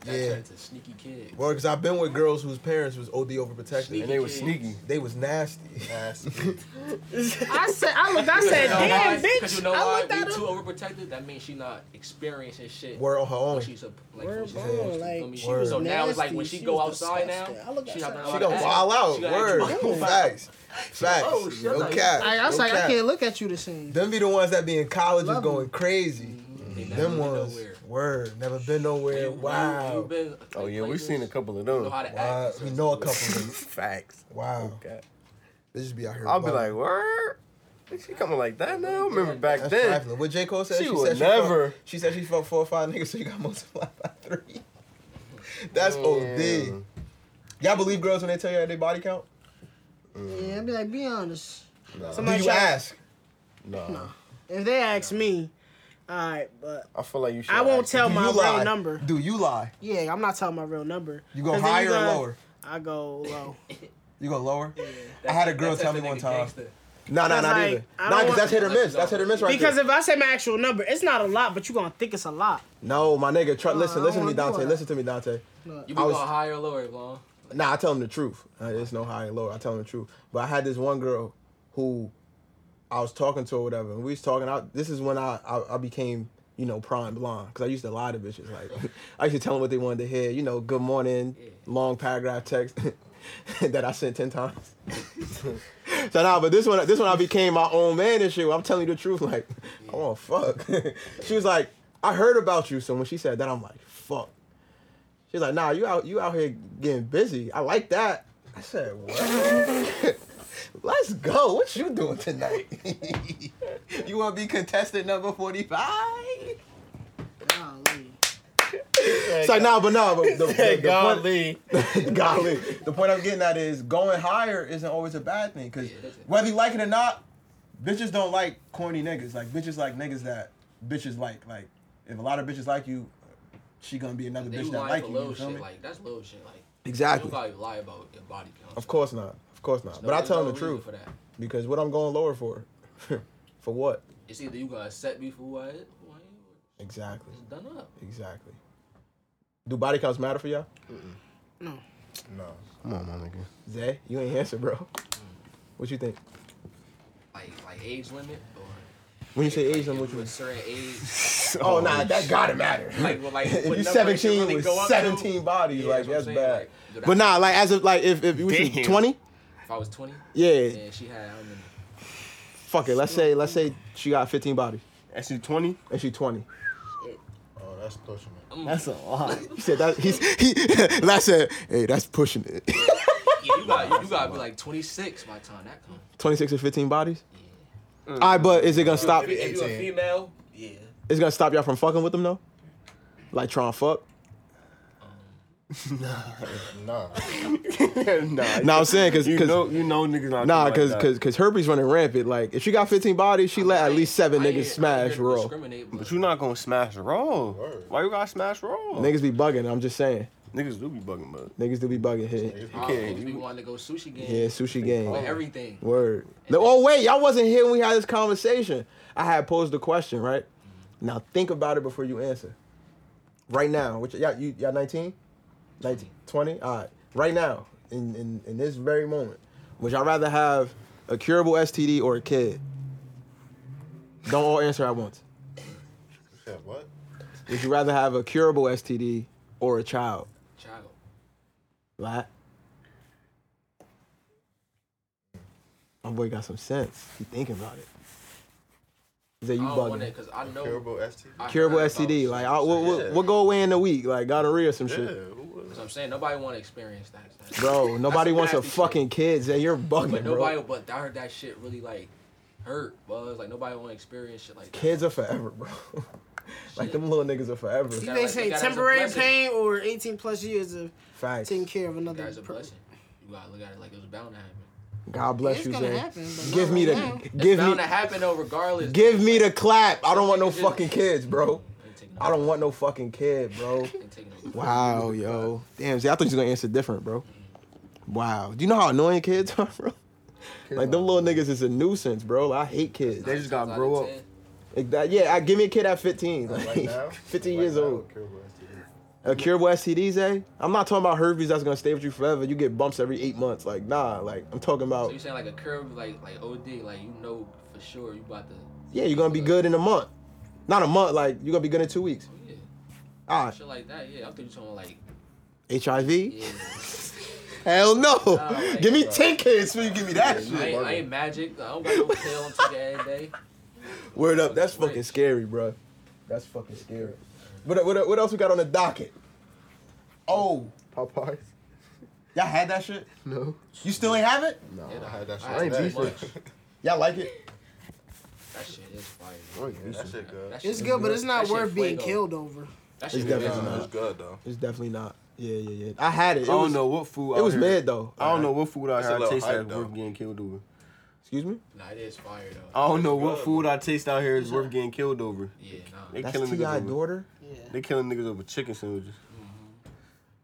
Speaker 5: That
Speaker 1: Yeah.
Speaker 5: yeah. turns to sneaky kid.
Speaker 1: Well, because I've been with girls whose parents was OD overprotective.
Speaker 5: And they was sneaky.
Speaker 1: They was nasty. Nasty.
Speaker 6: I said, I looked. I said,
Speaker 5: You know why?
Speaker 6: damn,
Speaker 5: Cause
Speaker 6: bitch.
Speaker 5: you know
Speaker 6: I
Speaker 5: why?
Speaker 6: looked
Speaker 5: We
Speaker 6: at
Speaker 5: too
Speaker 6: her.
Speaker 5: overprotective. That means she not experiencing shit.
Speaker 1: Word on her own.
Speaker 5: when She's a, like, when she's
Speaker 6: Word
Speaker 5: supposed
Speaker 6: on,
Speaker 5: to.
Speaker 6: like,
Speaker 5: I mean, she was, so
Speaker 6: Word.
Speaker 5: now it's like when she,
Speaker 6: Nasty.
Speaker 5: go
Speaker 6: She was
Speaker 5: outside now,
Speaker 6: disgusting. I look
Speaker 5: she
Speaker 6: outside.
Speaker 5: not gonna
Speaker 1: She
Speaker 5: allow that.
Speaker 1: gonna wild
Speaker 5: She
Speaker 1: out.
Speaker 5: gotta
Speaker 1: Word.
Speaker 5: dribble.
Speaker 1: Facts. Facts.
Speaker 5: Oh, shit.
Speaker 1: no cap.
Speaker 6: I, I was
Speaker 1: no
Speaker 6: like,
Speaker 1: cap.
Speaker 6: I can't look at you the same.
Speaker 1: Them be the ones that be in college
Speaker 6: Love
Speaker 1: is going crazy.
Speaker 5: never
Speaker 1: Them
Speaker 5: been
Speaker 1: ones.
Speaker 5: nowhere.
Speaker 1: Word. Never been nowhere.
Speaker 5: You, you
Speaker 1: Wow.
Speaker 5: been,
Speaker 2: Oh yeah, we
Speaker 5: places,
Speaker 2: seen a couple of
Speaker 5: you know
Speaker 2: them.
Speaker 5: how to
Speaker 1: Wow.
Speaker 5: act.
Speaker 1: We know a couple of them.
Speaker 2: Facts.
Speaker 1: Wow.
Speaker 2: Okay.
Speaker 1: They just be out here.
Speaker 2: I'll be like,
Speaker 1: wilding.
Speaker 2: word. She coming like that now? I remember back
Speaker 1: That's
Speaker 2: then.
Speaker 1: trifling. What J. Cole said?
Speaker 2: She would
Speaker 1: said
Speaker 2: never.
Speaker 1: She fucked, she said she fucked four or five niggas, so you got multiplied by three. That's OD. Y'all believe girls when they tell you their body count?
Speaker 6: Yeah, I'd be like, be honest.
Speaker 1: Do you
Speaker 6: try-
Speaker 1: ask?
Speaker 2: Nah.
Speaker 6: If they ask me, all right, but
Speaker 2: I feel like you should.
Speaker 6: I won't
Speaker 2: ask
Speaker 6: tell
Speaker 1: Do
Speaker 6: my
Speaker 1: you
Speaker 6: real
Speaker 1: lie?
Speaker 6: number.
Speaker 1: Do you lie?
Speaker 6: Yeah, I'm not telling my real number.
Speaker 1: You go
Speaker 6: 'Cause then
Speaker 1: higher or
Speaker 6: gonna-
Speaker 1: lower?
Speaker 6: I go low.
Speaker 1: You go lower? I had a girl
Speaker 5: That's
Speaker 1: tell
Speaker 5: a
Speaker 1: me one
Speaker 5: nigga
Speaker 1: time.
Speaker 5: gangster.
Speaker 1: No, no,
Speaker 6: That's like,
Speaker 1: not either.
Speaker 6: I
Speaker 1: Nah,
Speaker 6: don't
Speaker 1: because that's hit or
Speaker 6: want-
Speaker 1: miss. That's hit or miss right
Speaker 6: because
Speaker 1: there.
Speaker 6: if I say my actual number, it's not a lot, but you gonna think it's a lot.
Speaker 1: No, my nigga, try, listen,
Speaker 6: I
Speaker 1: listen to
Speaker 6: don't
Speaker 1: me,
Speaker 6: wanna do
Speaker 1: Dante.
Speaker 6: all
Speaker 1: Listen to me, Dante.
Speaker 5: You be
Speaker 1: I
Speaker 5: going
Speaker 1: was-
Speaker 5: higher or lower, Blon?
Speaker 1: Nah, I tell them the truth. Uh, There's no high and low. I tell them the truth. But I had this one girl who I was talking to or whatever, and we was talking. I, this is when I, I I became you know prime blonde because I used to lie to bitches. Like I used to tell them what they wanted to hear. You know, good morning, long paragraph text that I sent ten times. so nah, but this one this one I became my own man and shit. I'm telling you the truth. Like I want to fuck. she was like, I heard about you. So when she said that, I'm like, fuck. She's like, nah, you out you out here getting busy. I like that. I said, what? Let's go. What you doing tonight? you wanna be contestant number 45? It's like, nah, but nah, but the, the, the
Speaker 15: Golly.
Speaker 1: Point, golly. The point I'm getting at is going higher isn't always a bad thing. Cause whether you like it or not, bitches don't like corny niggas. Like bitches like niggas that bitches like. Like if a lot of bitches like you, she gonna be another
Speaker 5: They
Speaker 1: bitch
Speaker 5: be
Speaker 1: that
Speaker 5: lying
Speaker 1: like
Speaker 5: for
Speaker 1: you. you
Speaker 5: little
Speaker 1: feel
Speaker 5: shit.
Speaker 1: me?
Speaker 5: Like that's little shit. Like
Speaker 1: Exactly.
Speaker 5: You don't gotta lie about your body count.
Speaker 1: Of course not. Of course not.
Speaker 5: There's
Speaker 1: but I
Speaker 5: no-
Speaker 1: tell
Speaker 5: no
Speaker 1: them the
Speaker 5: reason
Speaker 1: truth.
Speaker 5: for that.
Speaker 1: Because what I'm going lower for. for what?
Speaker 5: It's either you gonna accept me for who I am, who I am or
Speaker 1: Exactly.
Speaker 5: it's done up.
Speaker 1: Exactly. Do body counts matter for y'all?
Speaker 6: No.
Speaker 1: No.
Speaker 2: Come on, my nigga.
Speaker 1: Zay, you ain't answer, bro. What you think?
Speaker 5: Like like age limit or
Speaker 1: When you say age, then what you
Speaker 5: to a certain age.
Speaker 1: Oh, nah, that gotta matter.
Speaker 5: Like, well, like
Speaker 1: if
Speaker 5: what
Speaker 1: you
Speaker 5: number it should
Speaker 1: 17
Speaker 5: really
Speaker 1: with
Speaker 5: go up to.
Speaker 1: 17 bodies, like
Speaker 5: that's
Speaker 1: that's,
Speaker 5: what I'm saying,
Speaker 1: bad.
Speaker 5: like,
Speaker 1: but nah, like as of like if if you was
Speaker 5: Damn.
Speaker 1: 20,
Speaker 5: If I was twenty,
Speaker 1: Yeah.
Speaker 5: and she had how many?
Speaker 1: fuck it. Let's say let's say she got 15 bodies.
Speaker 2: And she 20.
Speaker 1: And she 20.
Speaker 16: Oh, that's pushing it.
Speaker 1: That's a lot. he said that. He's he. Last said, hey, that's pushing it.
Speaker 5: Yeah, you got you, gotta be like twenty six by the time that comes.
Speaker 1: 26 and 15 bodies. All right, but is it gonna stop?
Speaker 5: If, you- if you a female, yeah.
Speaker 1: It's gonna stop y'all from fucking with them though. Like trying to fuck.
Speaker 16: Nah.
Speaker 2: nah,
Speaker 1: Nah, I'm saying because
Speaker 2: you know, you know, niggas not
Speaker 1: nah,
Speaker 2: like
Speaker 1: because
Speaker 2: that.
Speaker 1: because because herpes running rampant. Like if she got 15 bodies, she let at least seven niggas smash raw.
Speaker 2: But you not gonna smash roll. Why you gotta smash roll?
Speaker 1: Niggas be bugging. I'm just saying.
Speaker 2: Niggas do be bugging, but
Speaker 1: Niggas do be bugging here.
Speaker 2: you
Speaker 5: I
Speaker 2: can't.
Speaker 5: supposed to be
Speaker 2: You,
Speaker 5: wanting to go sushi game.
Speaker 1: Yeah, sushi game.
Speaker 5: With everything.
Speaker 1: Word. No, oh wait, y'all wasn't here when we had this conversation. I had posed the question, right? Now think about it before you answer. Right now, which y'all you y'all 19? 19, 20? All right. Right now, in, in in this very moment, would y'all rather have a curable STD or a kid? Don't all answer at once.
Speaker 16: Said what?
Speaker 1: Would you rather have a curable STD or a child?
Speaker 5: Child.
Speaker 1: Right? My boy got some sense. He thinking about it. Is that you
Speaker 5: I don't want
Speaker 1: bugging?
Speaker 5: that because I know.
Speaker 16: Curable STD.
Speaker 5: I
Speaker 1: Curable
Speaker 5: heard about
Speaker 1: STD,
Speaker 5: some
Speaker 1: like
Speaker 5: shit.
Speaker 1: I, we'll, we'll,
Speaker 5: Yeah.
Speaker 1: we'll go away in a week, like gonorrhea or some shit.
Speaker 5: So I'm saying nobody want to experience that. That's-
Speaker 1: Bro,
Speaker 5: that's
Speaker 1: nobody
Speaker 5: some
Speaker 1: wants to
Speaker 5: nasty shit.
Speaker 1: fucking kids, and you're
Speaker 5: But
Speaker 1: bugging,
Speaker 5: nobody,
Speaker 1: bro.
Speaker 5: but I heard that shit really like hurt, buzz. Like nobody want to experience shit like that.
Speaker 1: Kids are forever, bro. like them little niggas are forever.
Speaker 5: You
Speaker 6: You may say
Speaker 5: Look at it as a
Speaker 6: temporary
Speaker 5: blessing.
Speaker 6: pain or 18 plus years of
Speaker 1: Facts.
Speaker 6: taking care of another
Speaker 5: That's a
Speaker 6: per-
Speaker 5: blessing. You gotta look at it like it was bound to happen.
Speaker 1: God bless
Speaker 6: It's
Speaker 1: you,
Speaker 6: gonna
Speaker 1: Zay.
Speaker 6: happen, but
Speaker 1: Give
Speaker 6: not
Speaker 1: me the,
Speaker 6: right now.
Speaker 5: It's
Speaker 1: give
Speaker 5: bound
Speaker 1: me,
Speaker 5: to happen though, regardless.
Speaker 1: give me the clap. I don't want no
Speaker 5: Niggas just-
Speaker 1: fucking kids, bro. I don't want no fucking kid, bro. Wow, yo. Damn, see, I thought you was gonna answer different, bro. Wow. Do you know how annoying kids are, bro? Like them little niggas is a nuisance, bro. Like, I hate kids.
Speaker 2: they just gotta grow up.
Speaker 1: Like that, yeah, I, give me a kid at 15, like,
Speaker 16: Right now?
Speaker 1: 15
Speaker 16: Right
Speaker 1: years
Speaker 16: now,
Speaker 1: old.
Speaker 16: curable STD.
Speaker 1: A curable STDs, eh? I'm not talking about herpes that's gonna stay with you forever. You get bumps every eight months. Like, nah. Like, I'm talking
Speaker 5: So
Speaker 1: about,
Speaker 5: you saying like a curve, like like OD, like you know for sure you about to.
Speaker 1: yeah, you're gonna be good in a month. Not a month. Like, you're gonna be good in two weeks. Ah,
Speaker 5: Yeah.
Speaker 1: All right.
Speaker 5: Shit like that, yeah. I think you're talking like
Speaker 1: HIV? Hell no. give me 10 kids before you give me that
Speaker 5: I
Speaker 1: shit.
Speaker 5: ain't, I ain't magic. I don't got no pill on take it every day.
Speaker 1: Word up. That's fucking scary, bro. That's fucking scary. What, what, what else we got on the docket? Oh. Popeyes. Y'all had that shit?
Speaker 16: No.
Speaker 1: You still ain't have it?
Speaker 2: Oh,
Speaker 16: No, I had that shit.
Speaker 5: I ain't
Speaker 16: today.
Speaker 5: beefing.
Speaker 1: Y'all like it?
Speaker 5: That shit is fire.
Speaker 16: Yeah, that shit good.
Speaker 5: That shit
Speaker 6: It's good, but it's not
Speaker 5: That shit
Speaker 6: worth being
Speaker 5: fuego.
Speaker 6: killed over.
Speaker 5: That
Speaker 1: It's
Speaker 5: shit is
Speaker 1: definitely not.
Speaker 16: It's good though.
Speaker 1: It's definitely not. Yeah, yeah, yeah. I had it.
Speaker 2: I
Speaker 1: It
Speaker 2: don't
Speaker 1: was-
Speaker 2: know what food.
Speaker 1: It
Speaker 2: out
Speaker 1: was
Speaker 2: here-
Speaker 1: mad though.
Speaker 2: I don't know what food out
Speaker 16: It's a
Speaker 2: here I
Speaker 16: little
Speaker 2: taste
Speaker 16: hype,
Speaker 2: that's
Speaker 16: though.
Speaker 2: worth getting killed over.
Speaker 1: Excuse me.
Speaker 5: Nah, it is fire though.
Speaker 1: Uh,
Speaker 2: I don't know what food I taste out here is worth getting killed over.
Speaker 5: Yeah, nah.
Speaker 2: They
Speaker 1: That's
Speaker 2: killing
Speaker 1: Ti
Speaker 2: niggas over.
Speaker 1: daughter.
Speaker 6: Yeah.
Speaker 2: They killing niggas over chicken sandwiches.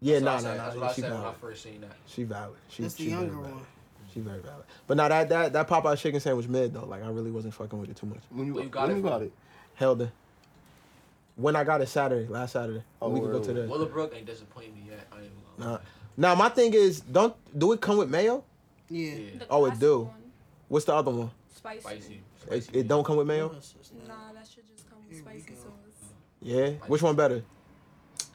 Speaker 1: Yeah,
Speaker 5: That's what I
Speaker 1: nah,
Speaker 5: said.
Speaker 1: nah, nah.
Speaker 5: That's what I
Speaker 1: she
Speaker 5: said when
Speaker 1: valid.
Speaker 5: I first seen that.
Speaker 1: She valid. She,
Speaker 5: That's the
Speaker 1: she very
Speaker 5: younger
Speaker 1: valid.
Speaker 5: one.
Speaker 1: She very valid. But now that that that Popeye chicken sandwich mid though, like I really wasn't fucking with it too much.
Speaker 9: When
Speaker 5: you- Where you got when it you from? got it?
Speaker 1: Held it. When I got it Saturday, last Saturday.
Speaker 5: Oh,
Speaker 1: we could go to the.
Speaker 5: Willowbrook ain't disappointing me yet. I ain't even gonna
Speaker 1: Nah. Now my thing is, don't do it come with mayo?
Speaker 6: Yeah.
Speaker 1: Oh, it do. What's the other one?
Speaker 11: Spicy. Spicy.
Speaker 1: It, it don't come with mayo.
Speaker 11: Nah, that should just come with spicy sauce.
Speaker 1: Yeah. Which one better?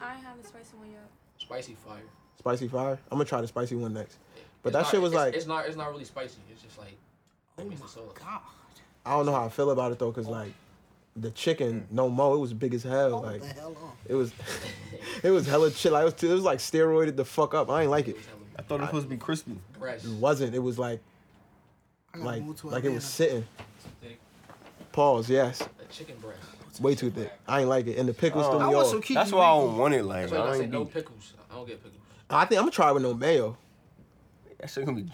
Speaker 11: I ain't have the spicy one yet.
Speaker 5: Spicy fire.
Speaker 1: Spicy fire. I'm gonna try the spicy one next. But
Speaker 5: It's
Speaker 1: that
Speaker 5: not-
Speaker 1: shit was
Speaker 5: it's-
Speaker 1: like
Speaker 5: it's not it's not really spicy. It's just like oh my god.
Speaker 1: I don't know how I feel about it though, cause like the chicken, no mo, it was big as hell.
Speaker 6: Oh,
Speaker 1: like it was, it was hella chill. Like, it, was, it was like steroided the fuck up. I ain't like it.
Speaker 9: I thought it was supposed to be crispy.
Speaker 5: Fresh.
Speaker 1: It wasn't. It was like,
Speaker 5: gotta
Speaker 1: like,
Speaker 5: move to
Speaker 1: like it
Speaker 5: Atlanta.
Speaker 1: was sitting.
Speaker 5: Thick.
Speaker 1: Pause. Yes.
Speaker 5: A chicken breast.
Speaker 1: Way too thick. I ain't like it. And the pickles
Speaker 5: Oh,
Speaker 1: threw me
Speaker 5: I
Speaker 1: off.
Speaker 5: want some Kiki That's why I don't
Speaker 9: want it,
Speaker 5: That's why I say no pickles. I don't get pickles.
Speaker 1: I think I'm gonna try it with no mayo.
Speaker 9: That shit gonna be.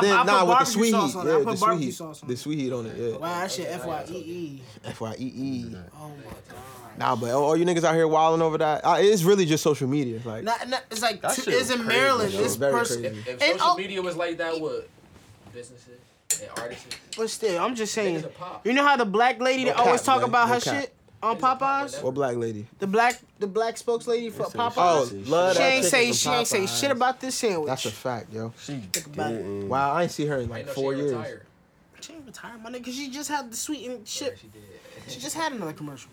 Speaker 6: Nah,
Speaker 1: but then
Speaker 6: but I put
Speaker 1: nah with
Speaker 6: barbecue
Speaker 1: the sweet
Speaker 6: sauce
Speaker 1: heat.
Speaker 6: on it. I
Speaker 1: Yeah,
Speaker 6: put
Speaker 1: the sweet
Speaker 6: barbecue
Speaker 1: heat.
Speaker 6: sauce on
Speaker 1: The sweet heat on it. Yeah.
Speaker 6: Wow, that shit FYEE.
Speaker 1: F Y E E.
Speaker 6: Oh my
Speaker 1: Nah, but all all you niggas out here wilding over that. I, it's really just social media. Like,
Speaker 6: Not, not, it's like
Speaker 1: That
Speaker 6: two,
Speaker 1: shit
Speaker 6: it's in
Speaker 1: crazy,
Speaker 6: Maryland.
Speaker 1: yo.
Speaker 6: This
Speaker 1: Very
Speaker 6: person,
Speaker 1: crazy.
Speaker 5: If
Speaker 6: And
Speaker 5: social
Speaker 6: oh-
Speaker 5: media was like that, what businesses and artists?
Speaker 6: but still, I'm just saying.
Speaker 5: Niggas a pop.
Speaker 6: You know how the black lady
Speaker 1: No
Speaker 6: that always
Speaker 1: cap,
Speaker 6: talk
Speaker 1: man.
Speaker 6: about
Speaker 1: No
Speaker 6: her
Speaker 1: cap.
Speaker 6: shit on Popeyes?
Speaker 1: what black lady?
Speaker 6: The black, the black spokeslady for Popeyes.
Speaker 1: Oh, love
Speaker 6: she
Speaker 1: that
Speaker 6: ain't
Speaker 1: chicken
Speaker 6: say
Speaker 1: from
Speaker 6: she ain't say
Speaker 1: Popeyes.
Speaker 6: shit about this sandwich.
Speaker 1: That's a fact, yo.
Speaker 9: She
Speaker 6: about it.
Speaker 1: Wow, I ain't see her in like
Speaker 5: Ain't no
Speaker 1: four
Speaker 5: she
Speaker 1: years.
Speaker 5: retired.
Speaker 6: She ain't retired, my nigga. She just had the sweet and shit.
Speaker 5: she
Speaker 6: did. She just had another commercial.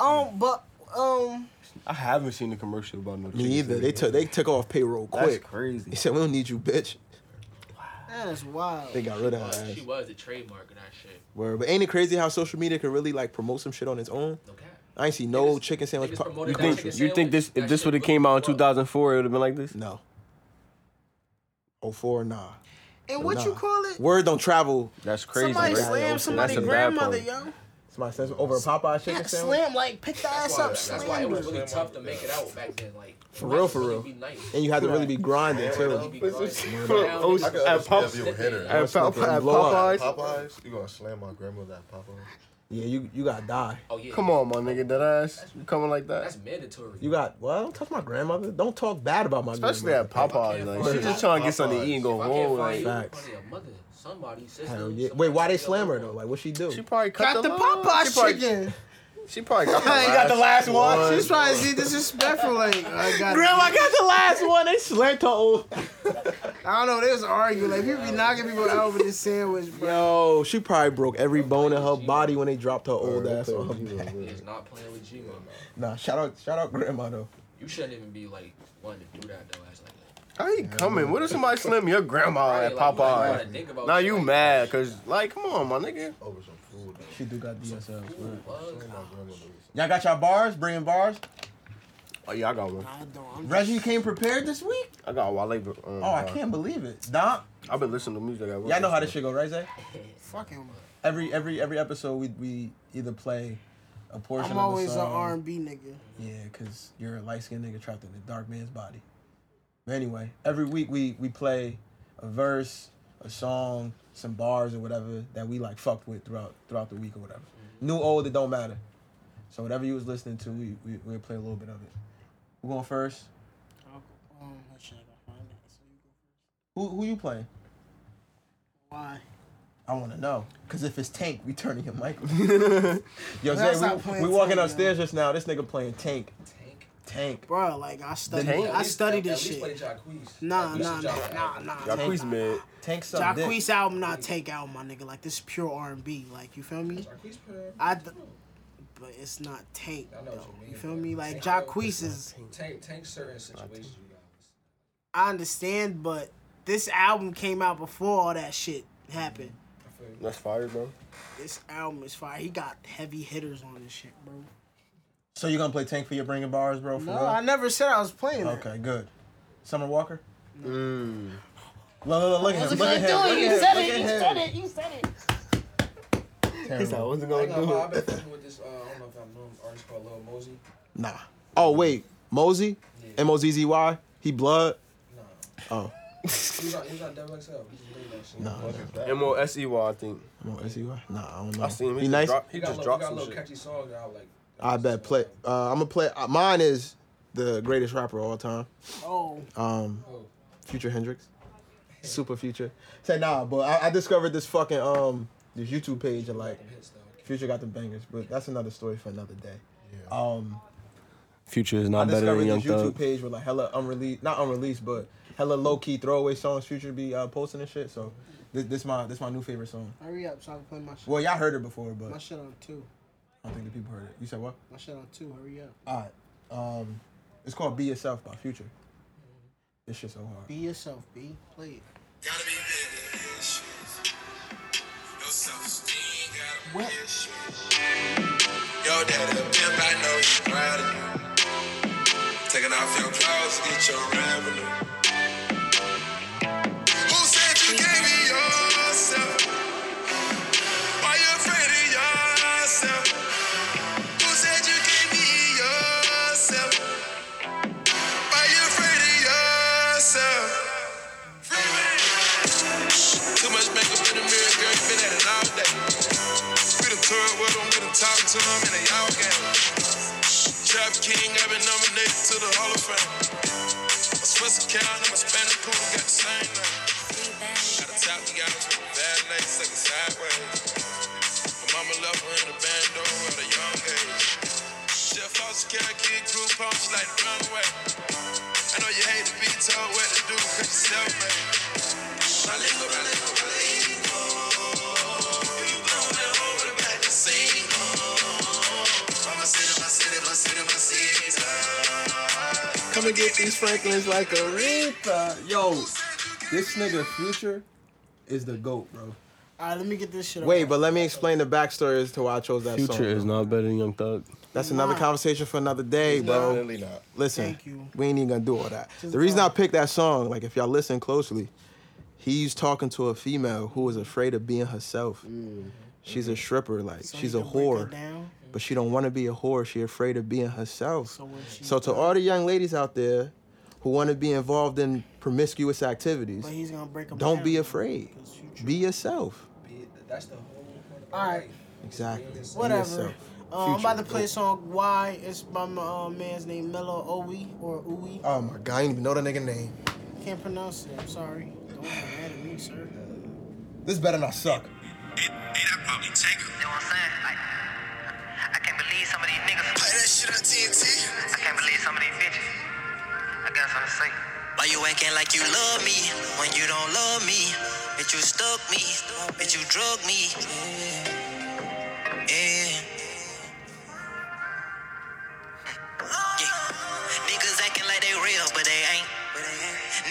Speaker 6: Um, but um,
Speaker 9: I haven't seen the commercial about no.
Speaker 1: Me either. They took they took off payroll
Speaker 9: That's
Speaker 1: quick.
Speaker 9: crazy.
Speaker 1: They said we don't need you, bitch.
Speaker 6: that's wild.
Speaker 1: They got rid
Speaker 5: She
Speaker 1: of her
Speaker 5: was-
Speaker 1: ass.
Speaker 5: She was a trademark of that shit.
Speaker 1: Word. But ain't it crazy how social media can really like promote some shit on its own? I ain't see no chicken sandwich. Pop-
Speaker 5: promoted
Speaker 1: you
Speaker 5: that
Speaker 1: think-
Speaker 5: chicken
Speaker 1: you
Speaker 9: You think this if this would have came out in 2004, it would have been like this?
Speaker 1: No. Oh four, nah.
Speaker 6: and what you
Speaker 1: Nah.
Speaker 6: call it?
Speaker 1: Word don't travel.
Speaker 9: That's
Speaker 1: crazy.
Speaker 6: Somebody slammed somebody grandmother, yo.
Speaker 1: Somebody says over a Popeye chicken
Speaker 6: Yeah,
Speaker 1: sandwich.
Speaker 6: slam like pick the ass
Speaker 5: Why-
Speaker 6: up,
Speaker 5: That's why it
Speaker 6: slam.
Speaker 5: was
Speaker 6: her.
Speaker 5: really tough to make it out back then. Like
Speaker 1: For real, for real. And you had to really be grinding too.
Speaker 9: Oh,
Speaker 8: I
Speaker 9: at
Speaker 8: could understand
Speaker 9: Pop's-
Speaker 8: if you were hitter.
Speaker 9: at Pop- at
Speaker 1: Blow up.
Speaker 9: Popeyes.
Speaker 8: Popeyes, you gonna slam my grandmother at Popeyes?
Speaker 1: Yeah, you you gotta die.
Speaker 5: Oh yeah.
Speaker 9: Come on, my nigga, that ass. You coming like that?
Speaker 5: That's mandatory.
Speaker 1: You got well. Don't touch my grandmother. Don't talk bad about my
Speaker 9: Especially
Speaker 1: grandmother.
Speaker 9: at Popeyes, like she just trying to get something to eat and go
Speaker 5: I can't
Speaker 9: home.
Speaker 5: find
Speaker 9: Like,
Speaker 1: Facts.
Speaker 5: you, your mother, somebody, sister.
Speaker 1: Hell yeah. Wait, why they slam her though? Like what she do?
Speaker 9: she probably cut
Speaker 6: Got the
Speaker 9: them off. She
Speaker 6: Popeye
Speaker 9: probably-
Speaker 6: chicken.
Speaker 9: She probably got the
Speaker 6: I
Speaker 9: last,
Speaker 6: ain't got the last
Speaker 9: one.
Speaker 6: She's trying to see disrespectful. Like I got.
Speaker 1: Grandma got the last one. They slammed her old.
Speaker 6: I don't know. They was arguing. Like people be knocking people out over this sandwich, bro.
Speaker 1: Yo, she probably broke every bone in her body when they dropped her old ass on her back.
Speaker 5: He is not playing with G-Man.
Speaker 1: Nah, shout out, shout out, grandma though.
Speaker 5: You shouldn't even be like wanting to do that though. As like,
Speaker 9: How you coming? What if somebody slam your grandma at
Speaker 5: like, why you gotta
Speaker 9: Popeye?
Speaker 5: think about
Speaker 9: Now
Speaker 5: shit
Speaker 9: you
Speaker 5: like
Speaker 9: mad? Cause like, come on, my nigga.
Speaker 8: Over some food.
Speaker 1: She do got DSLs. man.
Speaker 5: fuck.
Speaker 8: My grandmother.
Speaker 1: Y'all got y'all bars? Bringing bars?
Speaker 9: Oh yeah, I got one.
Speaker 6: I don't. I'm
Speaker 1: Reggie came prepared this week.
Speaker 9: I got Wale. Um,
Speaker 1: Oh, I can't believe it. Doc,
Speaker 9: I've been listening to music. At work
Speaker 1: y'all know how
Speaker 9: and
Speaker 1: this shit go, right, Zay?
Speaker 6: fucking.
Speaker 1: Every every every episode, we we either play a
Speaker 6: I'm
Speaker 1: portion of a
Speaker 6: always an
Speaker 1: song.
Speaker 6: R&B nigga.
Speaker 1: Yeah, cause you're a light skinned nigga trapped in a dark man's body. But anyway, every week we we play a verse, a song, some bars or whatever that we like fucked with throughout throughout the week or whatever.
Speaker 5: Mm-hmm.
Speaker 1: New old, it don't matter. So whatever you was listening to, we we we play a little bit of it. Who going first?
Speaker 6: Um, let's check. I'll find it. So you go
Speaker 1: Who who you playing?
Speaker 6: first. Why?
Speaker 1: I want to know. Cause if it's Tank, we turning your mic. off. Yo,
Speaker 6: That's
Speaker 1: Zay,
Speaker 6: not
Speaker 1: we,
Speaker 6: playing
Speaker 1: we walking
Speaker 6: Tank, yo.
Speaker 1: upstairs just now. This nigga playing Tank.
Speaker 5: Tank.
Speaker 1: Tank.
Speaker 6: Bro, like I studied.
Speaker 9: Tank?
Speaker 6: I studied this
Speaker 5: At least
Speaker 6: shit.
Speaker 5: play Jacquees.
Speaker 6: Nah,
Speaker 5: At least
Speaker 6: nah,
Speaker 5: it's
Speaker 6: nah,
Speaker 5: Jacquees.
Speaker 6: nah, nah.
Speaker 9: Y'all quiz mid.
Speaker 1: Tank suck dick.
Speaker 6: Jacquees album, not take album, my nigga. Like this is pure R and B. Like you feel me?
Speaker 5: Jacquees put
Speaker 6: I, d- but it's not Tank
Speaker 5: I know
Speaker 6: though.
Speaker 5: what you mean,
Speaker 6: You feel me?
Speaker 5: but
Speaker 6: Like
Speaker 5: Tank don't-
Speaker 6: Jacquees is.
Speaker 5: Tank, Tank certain situations you got.
Speaker 6: I understand, but this album came out before all that shit happened.
Speaker 5: I feel you.
Speaker 9: That's fire, bro.
Speaker 6: This album is fire. He got heavy hitters on this shit, bro.
Speaker 1: So you gonna play Tank for your bringing bars, bro? For
Speaker 6: No,
Speaker 1: real?
Speaker 6: I never said I was playing that.
Speaker 1: Okay, good. Summer Walker.
Speaker 9: Mm.
Speaker 1: Look, look, look, look at him.
Speaker 6: Wasn't
Speaker 1: Look
Speaker 6: gonna
Speaker 1: at him.
Speaker 6: do it.
Speaker 1: Look
Speaker 6: You
Speaker 1: at
Speaker 6: said it.
Speaker 1: him.
Speaker 6: You
Speaker 1: Look
Speaker 6: said
Speaker 1: at him.
Speaker 6: it. You said it.
Speaker 9: He's like,
Speaker 1: Terrible.
Speaker 9: what's it gonna
Speaker 5: I ain't gonna lie, I've
Speaker 9: do?
Speaker 5: been fucking with this. Uh, I don't know if I know him. Artist called Lil Mosey.
Speaker 1: Nah. Oh wait, Mosey, M O Z Z Y. He blood.
Speaker 5: Nah,
Speaker 1: Oh,
Speaker 5: he was on, he was on Double XL. He just made that shit.
Speaker 1: nah. nah.
Speaker 9: M O S E Y, I think.
Speaker 1: M O S E Y. Nah, I don't know.
Speaker 9: I seen him.
Speaker 1: He,
Speaker 9: just
Speaker 1: nice.
Speaker 9: dropped-
Speaker 5: He
Speaker 9: He
Speaker 5: got,
Speaker 9: just
Speaker 5: little, he
Speaker 9: dropped
Speaker 5: got
Speaker 9: some
Speaker 5: little
Speaker 9: shit.
Speaker 5: catchy songs that I like.
Speaker 1: I bet play. Uh, I'm gonna play. Uh, mine is the greatest rapper of all time.
Speaker 6: Oh.
Speaker 1: Um, Future Hendrix, Super Future. Said nah, but I, I discovered this fucking um this YouTube page and like Future got the bangers, but that's another story for another day.
Speaker 8: Uh,
Speaker 1: Um,
Speaker 2: Future is
Speaker 1: I
Speaker 2: not better
Speaker 1: discovered
Speaker 2: than Young
Speaker 1: this YouTube
Speaker 2: Thug.
Speaker 1: page with like hella unreleased, not unreleased, but hella low key throwaway songs Future be uh, posting and shit. So this this my this my new favorite song.
Speaker 6: Hurry up so I can play my shit.
Speaker 1: Well, y'all heard it before,
Speaker 6: My
Speaker 1: but
Speaker 6: shit on two.
Speaker 1: I don't think the people heard it. You said what?
Speaker 6: My shit on two. Hurry up.
Speaker 1: All right, um, it's called "Be Yourself" by Future. This shit so hard.
Speaker 6: Be yourself, B. Play it.
Speaker 10: Yo, daddy, a pimp, I know you proud of me. Taking off your clothes, get your revenue. Who said you gave me yourself? Why you afraid of yourself? Who said you gave me yourself? Why you afraid of yourself? Freeway. Too much makeup in the mirror, girl, you been at it all day. We done toured with them, we done talked to them, and they all game. Trap King, I've been nominated to the Hall of Fame. My Swiss account and my Spanish pool got the same name. Out of top, we got us with bad legs, like a sideways. My mama left her in a bando at a young age. She a foster care kid, group home, she like to run away. I know you hate to be told what to do, cause you self-made. Malengo, malengo, malengo. You blow that hole in the back to sing. Oh, my city, my city, my city, my city.
Speaker 1: Come and get these Franklins like a Rita. Yo, this nigga Future is the GOAT, bro.
Speaker 6: All right, let me get this shit.
Speaker 1: Wait, but let me explain the backstory as to why I chose that
Speaker 2: Future
Speaker 1: song.
Speaker 2: is not better than Young Thug.
Speaker 1: That's another conversation for another day, bro.
Speaker 17: Definitely not.
Speaker 1: Listen,
Speaker 6: Thank you.
Speaker 1: we ain't even gonna do all that. the reason I picked that song, like if y'all listen closely, he's talking to a female who is afraid of being herself. She's a stripper, like
Speaker 6: Mm. So
Speaker 1: she's
Speaker 6: you
Speaker 1: a
Speaker 6: can break her
Speaker 1: whore.
Speaker 6: down?
Speaker 1: But she don't want to be a whore. She afraid of being herself.
Speaker 6: So
Speaker 1: So,
Speaker 6: when she
Speaker 1: to all the young ladies out there who want to be involved in promiscuous activities,
Speaker 6: But he's gonna break them
Speaker 1: don't be
Speaker 6: down.
Speaker 1: afraid. Be yourself.
Speaker 5: That's the whole point.
Speaker 6: All right,
Speaker 1: Exactly. Be
Speaker 6: whatever.
Speaker 1: yourself.
Speaker 6: Uh, I'm about to
Speaker 1: Future.
Speaker 6: play a song. Why? It's by my uh, man's name, Mello Owi or E. Uwi.
Speaker 1: Oh my god, I didn't even know that nigga name.
Speaker 6: Can't pronounce it. I'm sorry. Don't get mad at me, sir.
Speaker 1: This better not suck.
Speaker 10: Play that shit on TNT. I can't believe some of these bitches. I got something to say. Why you acting like you love me when you don't love me? Bitch, you stuck me. Bitch, you drug me. Yeah. Yeah. Niggas acting like they real, but they ain't.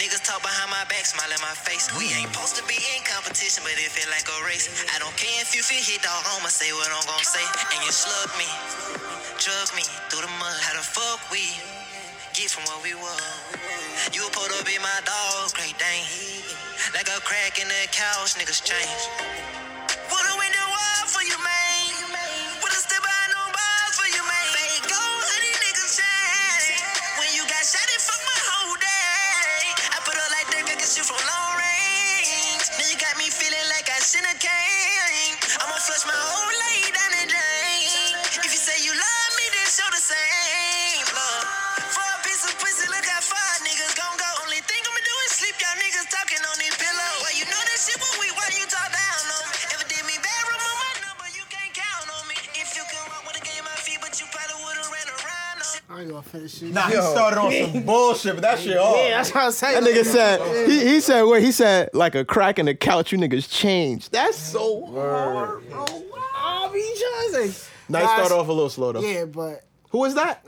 Speaker 10: Niggas talk behind my back, smile in my face. We ain't supposed to be in competition, but it feel like a race. I don't care if you feel hit, dog. I'ma say what I'm gonna say. And you slug me, drug me through the mud. How the fuck we get from what we were? You supposed to be my dog, great dang. Like a crack in the couch, niggas change. What a window wide for you, man. What a step I know by for you, man. Fake gold, honey, niggas shine. When you got shot, it fucked my whole day. I put her like that, can shoot from long range. Now you got me feeling like I shouldn't came. I'ma flush my whole life down the drain. If you say you love me, then show the same love. For a piece of pussy, look how far niggas gon' go. Only thing I'ma do is sleep, y'all niggas talking on these pillows. Why you know that shit when we, why you talk down on me? Ever did me bad, remember my number, you can't count on me. If you can walk with a game, my feet, but you probably would've ran around on me.
Speaker 6: I ain't gonna finish it.
Speaker 1: Nah, he started on some bullshit, but that shit off.
Speaker 6: Yeah, that's what I'm saying.
Speaker 1: That nigga said he, he said wait he said like a crack in the couch you niggas changed. That's so hard.
Speaker 6: Oh, wow, be Johnson.
Speaker 1: Nice
Speaker 6: Nah,
Speaker 1: start off a little slow though.
Speaker 6: Yeah, but
Speaker 1: Who is that?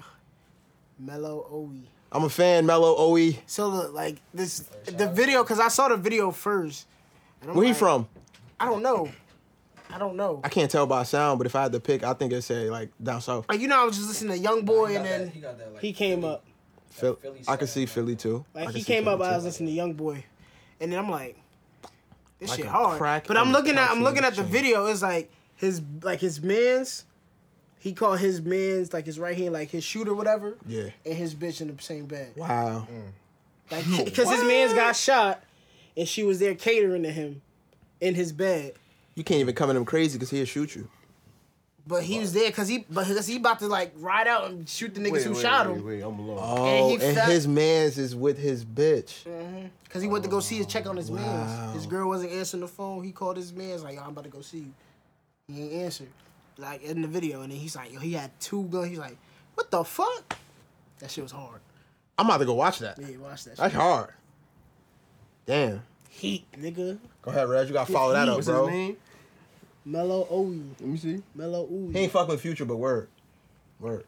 Speaker 6: Mello Owi.
Speaker 1: I'm a fan, E. Mello Oe.
Speaker 6: So look, like this, the video, cause I saw the video first. and I'm
Speaker 1: Where he
Speaker 6: like,
Speaker 1: from?
Speaker 6: I don't know. I don't know.
Speaker 1: I can't tell by sound, but if I had to pick, I think it say like down south.
Speaker 6: Like you know, I was just listening to Young Boy, and then
Speaker 5: He got that like
Speaker 4: He came up.
Speaker 1: Phil- I could see Philly too. I
Speaker 4: Like
Speaker 1: could
Speaker 4: he
Speaker 1: see
Speaker 4: came
Speaker 1: Philly
Speaker 4: up, I
Speaker 1: too.
Speaker 4: was listening to Young Boy,
Speaker 6: and then I'm like, this
Speaker 1: Like
Speaker 6: shit
Speaker 1: a
Speaker 6: hard.
Speaker 1: crack
Speaker 6: But I'm
Speaker 1: in the
Speaker 6: looking at I'm
Speaker 1: couch
Speaker 6: looking
Speaker 1: in
Speaker 6: at the
Speaker 1: the
Speaker 6: video. It's like his like his man's. He called his man's like his right hand like his shooter whatever,
Speaker 1: Yeah.
Speaker 6: and his bitch in the same bed.
Speaker 1: Wow.
Speaker 6: Like because his man's got shot, and she was there catering to him, in his bed.
Speaker 1: You can't even come at him crazy because he'll shoot you.
Speaker 6: But he was there because he, but he about to like ride out and shoot the niggas
Speaker 2: Wait,
Speaker 6: who
Speaker 2: wait,
Speaker 6: shot
Speaker 2: wait,
Speaker 6: him.
Speaker 2: wait, I'm alone.
Speaker 1: Oh,
Speaker 6: And
Speaker 1: and,
Speaker 6: he felt-
Speaker 1: his man's is with his bitch.
Speaker 6: Cause he went to go see his check on his man's. His girl wasn't answering the phone. He called his man's like, "Yo, I'm about to go see you." He ain't answered, like in the video. And then he's like, "Yo, he had two guns." He's like, "What the fuck?" That shit was hard.
Speaker 1: I'm about to go watch that.
Speaker 6: Yeah, watch that.
Speaker 1: That's
Speaker 6: shit.
Speaker 1: hard. Damn.
Speaker 6: Heat, nigga.
Speaker 1: Go ahead, Reg. You gotta follow that up,
Speaker 6: What's
Speaker 1: bro.
Speaker 6: his name? Mello Owi. Let
Speaker 2: me see.
Speaker 6: Mello Owi.
Speaker 1: He ain't fucking with Future, but word, word.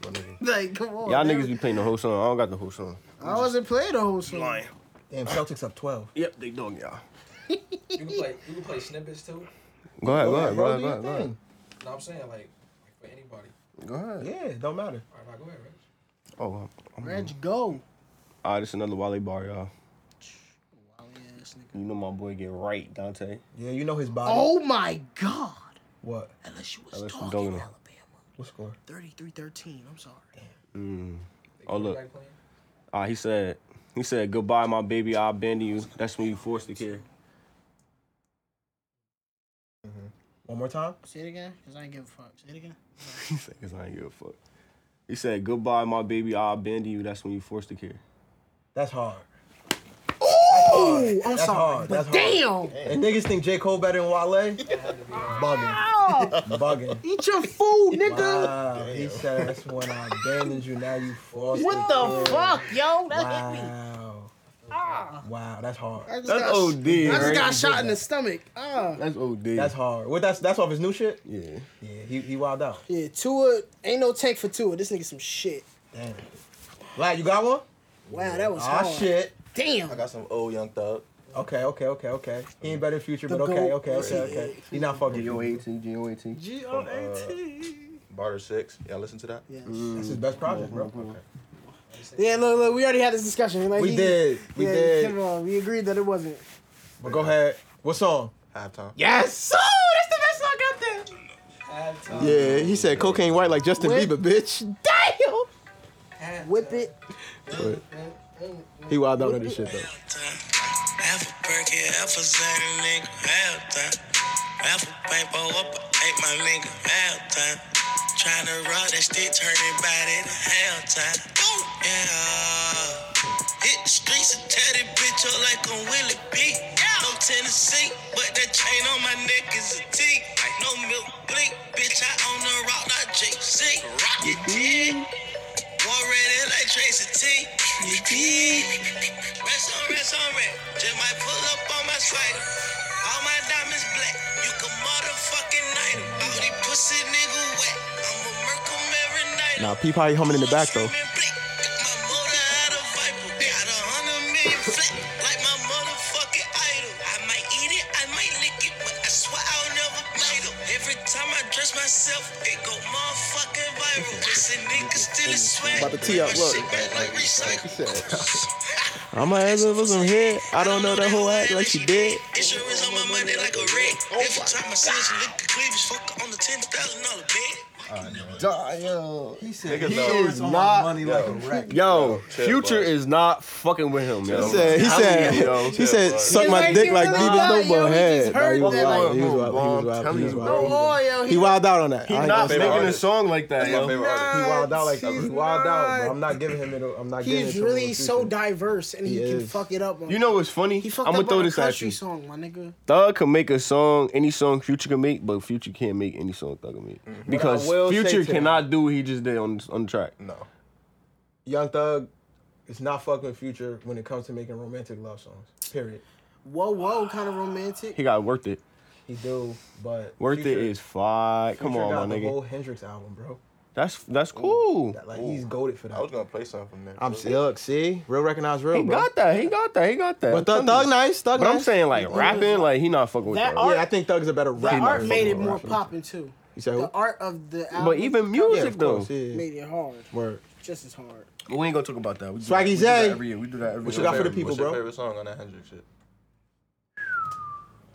Speaker 6: like, come on.
Speaker 2: Y'all
Speaker 6: man.
Speaker 2: niggas be playing the whole song. I don't got the whole song.
Speaker 6: I wasn't playing the whole song.
Speaker 1: Damn, Celtics up twelve.
Speaker 2: Yep, they dog y'all.
Speaker 5: You can play, you can play snippets too.
Speaker 2: Go ahead, go ahead, go
Speaker 1: bro,
Speaker 2: ahead,
Speaker 1: do
Speaker 2: go
Speaker 1: your
Speaker 2: ahead, go ahead.
Speaker 1: thing.
Speaker 5: No, I'm saying like, like for anybody.
Speaker 2: Go ahead.
Speaker 1: Yeah, it don't matter.
Speaker 5: All right, all right, go ahead, Rich.
Speaker 2: Oh, I'm- I'm,
Speaker 6: Reg, go.
Speaker 2: all right, Ah, this another Wally bar, y'all. You know my boy get right, Dante.
Speaker 1: Yeah, you know his body.
Speaker 6: Oh my God.
Speaker 1: What?
Speaker 6: LSU was
Speaker 2: Unless you
Speaker 6: talking
Speaker 2: don't know.
Speaker 6: Alabama.
Speaker 1: What score?
Speaker 6: 33-13. I'm sorry.
Speaker 2: Mm. Oh look. Ah, he said, he said, goodbye, my baby. I'll bend you. That's when you forced to care.
Speaker 1: One more time.
Speaker 6: Say it again, cause I ain't give a fuck. Say it again.
Speaker 2: he said, cause I ain't give a fuck. He said, goodbye, my baby. I'll bend you. That's when you forced to care.
Speaker 1: That's hard.
Speaker 6: Oh, I'm
Speaker 1: That's
Speaker 6: sorry.
Speaker 1: hard.
Speaker 6: but
Speaker 1: That's hard.
Speaker 6: damn.
Speaker 1: And niggas think J Cole better than Wale. Bugging,
Speaker 6: Oh,
Speaker 1: bugging.
Speaker 6: eat your food, nigga.
Speaker 1: Wow, he said that's when I abandoned you. Now you forced.
Speaker 6: What the fuck, yo? That hit me.
Speaker 1: Wow.
Speaker 6: Ah.
Speaker 1: Wow, that's
Speaker 6: I
Speaker 1: hard.
Speaker 6: just
Speaker 2: That's
Speaker 6: got,
Speaker 2: OD.
Speaker 6: I just
Speaker 2: right?
Speaker 6: got shot in the stomach. Ah.
Speaker 2: That's OD.
Speaker 1: That's hard. What? That's that's off his new shit.
Speaker 2: yeah.
Speaker 1: Yeah, he he wild out.
Speaker 6: Yeah, Tua ain't no tank for Tua. This nigga some shit.
Speaker 1: Damn. Vlad, you got one?
Speaker 6: Wow, that was
Speaker 1: Ah,
Speaker 6: hard.
Speaker 1: shit.
Speaker 6: Damn.
Speaker 8: I got some old young thug.
Speaker 1: Okay, okay, okay, okay. He ain't better future,
Speaker 6: The
Speaker 1: but okay,
Speaker 6: GOAT.
Speaker 1: okay, okay, okay. He not fucking. with you.
Speaker 2: G-O-A-T, G-O-A-T.
Speaker 6: G O A T.
Speaker 8: Barter six. Y'all listen to that?
Speaker 6: Yes.
Speaker 1: That's his best project, bro.
Speaker 6: Yeah, look, look, we already had this discussion. Like,
Speaker 1: We
Speaker 6: he-
Speaker 1: did, we
Speaker 6: yeah,
Speaker 1: did.
Speaker 6: come on, we agreed that it wasn't.
Speaker 1: But go ahead. What song?
Speaker 8: Halftime.
Speaker 1: Yes.
Speaker 6: that's the best song out there.
Speaker 5: Halftime.
Speaker 1: Yeah, he said cocaine white like Justin
Speaker 6: Whip.
Speaker 1: Bieber, bitch.
Speaker 6: Damn.
Speaker 5: Halftime.
Speaker 6: Whip it.
Speaker 1: He wild out on this shit though.
Speaker 4: Half a perky, half a sack, nigga, half time. Half a paper up, ate my nigga, half time. Tryna rock that stick, turn it body to half time. Boom, yeah. Hit the streets and tear that bitch up like a Willie B. No Tennessee, but that chain on my neck is a T. Like no milk bleak, bitch, I own the rock, not JC. Rock it, yeah. One red in like Tracy T. You did. Rest on rest on red. Just might pull up on my slider. All my diamonds black. You can motherfucking night 'em. All these pussy nigga wet. I'ma murk 'em every night.
Speaker 1: Nah, P probably humming in the back though.
Speaker 4: My motor out of Viper. Got a hundred million flat. Like my motherfucking idol. I might eat it, I might lick it, but I swear I'll never bite 'em. Every time I dress myself, it go motherfucking viral. Pussy nigga still in sweat.
Speaker 1: About to tee up,
Speaker 4: My
Speaker 1: look.
Speaker 4: shit act like recycle.
Speaker 1: I'ma ask her for some head. I don't know the whole act like she did.
Speaker 4: Insurance on my money like a wreck. Every time I see she lick the cleavage, fuck her on the ten thousand dollar bed.
Speaker 18: He said
Speaker 8: Niggas
Speaker 18: he
Speaker 8: love-
Speaker 18: is on
Speaker 2: not-
Speaker 18: money like a wreck.
Speaker 2: Yo,
Speaker 8: chill,
Speaker 2: Future
Speaker 8: bud.
Speaker 2: is not fucking with him, yo.
Speaker 1: He said, he said,
Speaker 2: yo.
Speaker 1: he said, suck my
Speaker 6: like,
Speaker 1: dick
Speaker 6: you
Speaker 1: like
Speaker 6: really
Speaker 1: Bieber
Speaker 6: not,
Speaker 1: no
Speaker 6: yo,
Speaker 1: more
Speaker 6: he
Speaker 1: head.
Speaker 6: just heard
Speaker 1: Nah,
Speaker 6: that,
Speaker 1: wild,
Speaker 8: like,
Speaker 1: he was wild,
Speaker 8: boom,
Speaker 1: he was wild,
Speaker 8: telling
Speaker 1: he was
Speaker 8: you,
Speaker 1: wild,
Speaker 8: bro.
Speaker 1: he was wild.
Speaker 6: Oh, yo,
Speaker 1: He
Speaker 6: he,
Speaker 1: wild out on that.
Speaker 2: He
Speaker 1: I ain't
Speaker 2: not
Speaker 1: gonna
Speaker 2: making
Speaker 1: lie.
Speaker 2: a
Speaker 8: artist.
Speaker 2: song like that,
Speaker 8: That's my
Speaker 2: yo.
Speaker 8: favorite artist.
Speaker 1: He wild out like that.
Speaker 6: She's
Speaker 1: He wild out,
Speaker 6: not.
Speaker 1: bro. I'm not giving him it. I'm not giving it.
Speaker 6: he's
Speaker 1: to him
Speaker 6: really
Speaker 1: with
Speaker 6: so
Speaker 1: Future.
Speaker 6: diverse and he,
Speaker 1: He
Speaker 6: can
Speaker 1: is.
Speaker 6: fuck it up. On.
Speaker 2: You know what's funny?
Speaker 6: he fucked
Speaker 2: I'm gonna
Speaker 6: up
Speaker 2: throw
Speaker 6: on
Speaker 2: this
Speaker 6: a
Speaker 2: at
Speaker 6: country
Speaker 2: you.
Speaker 6: song, my nigga.
Speaker 2: Thug can make a song, any song Future can make, but Future can't make any song Thug can make because
Speaker 1: will say
Speaker 2: Future
Speaker 1: to
Speaker 2: cannot do what he just did on on the track.
Speaker 8: No.
Speaker 1: Young Thug is not fucking with Future when it comes to making romantic love songs. Period.
Speaker 6: Whoa, whoa, kind of romantic.
Speaker 2: He got worth it.
Speaker 1: He do, but
Speaker 2: Worth
Speaker 1: Future-
Speaker 2: it is fine. Come
Speaker 1: Future
Speaker 2: on,
Speaker 1: got
Speaker 2: my
Speaker 1: the
Speaker 2: nigga.
Speaker 1: whole Hendrix album, bro.
Speaker 2: That's that's cool.
Speaker 1: That, like he's goaded for that.
Speaker 8: I was gonna play something from there.
Speaker 1: I'm
Speaker 8: too.
Speaker 1: look, see, real recognize real,
Speaker 2: He
Speaker 1: bro.
Speaker 2: got that. He got that. He got that.
Speaker 1: But Thug,
Speaker 2: I'm telling
Speaker 1: Thug
Speaker 2: you.
Speaker 1: nice, Thug
Speaker 2: But I'm
Speaker 1: nice.
Speaker 2: saying like rapping, like he not fucking with
Speaker 6: That
Speaker 2: that.
Speaker 6: art-
Speaker 1: yeah, I think Thug's a better
Speaker 6: The
Speaker 1: rapper.
Speaker 6: art
Speaker 1: than
Speaker 6: made it
Speaker 1: fucking
Speaker 6: more
Speaker 1: rapper.
Speaker 6: popping too.
Speaker 1: You said
Speaker 6: The
Speaker 1: who?
Speaker 6: art of the album
Speaker 2: But even
Speaker 1: Yeah,
Speaker 2: music
Speaker 1: of
Speaker 2: though,
Speaker 1: course, yeah.
Speaker 6: made it hard,
Speaker 1: Word.
Speaker 6: just as hard.
Speaker 2: we ain't gonna talk about that. We do
Speaker 1: Swaggy
Speaker 2: that- we do
Speaker 1: Zay.
Speaker 2: that every year. We do that every
Speaker 1: What
Speaker 2: year.
Speaker 1: you got for the people,
Speaker 8: What's your
Speaker 1: bro?
Speaker 8: favorite song on that Hendrix shit?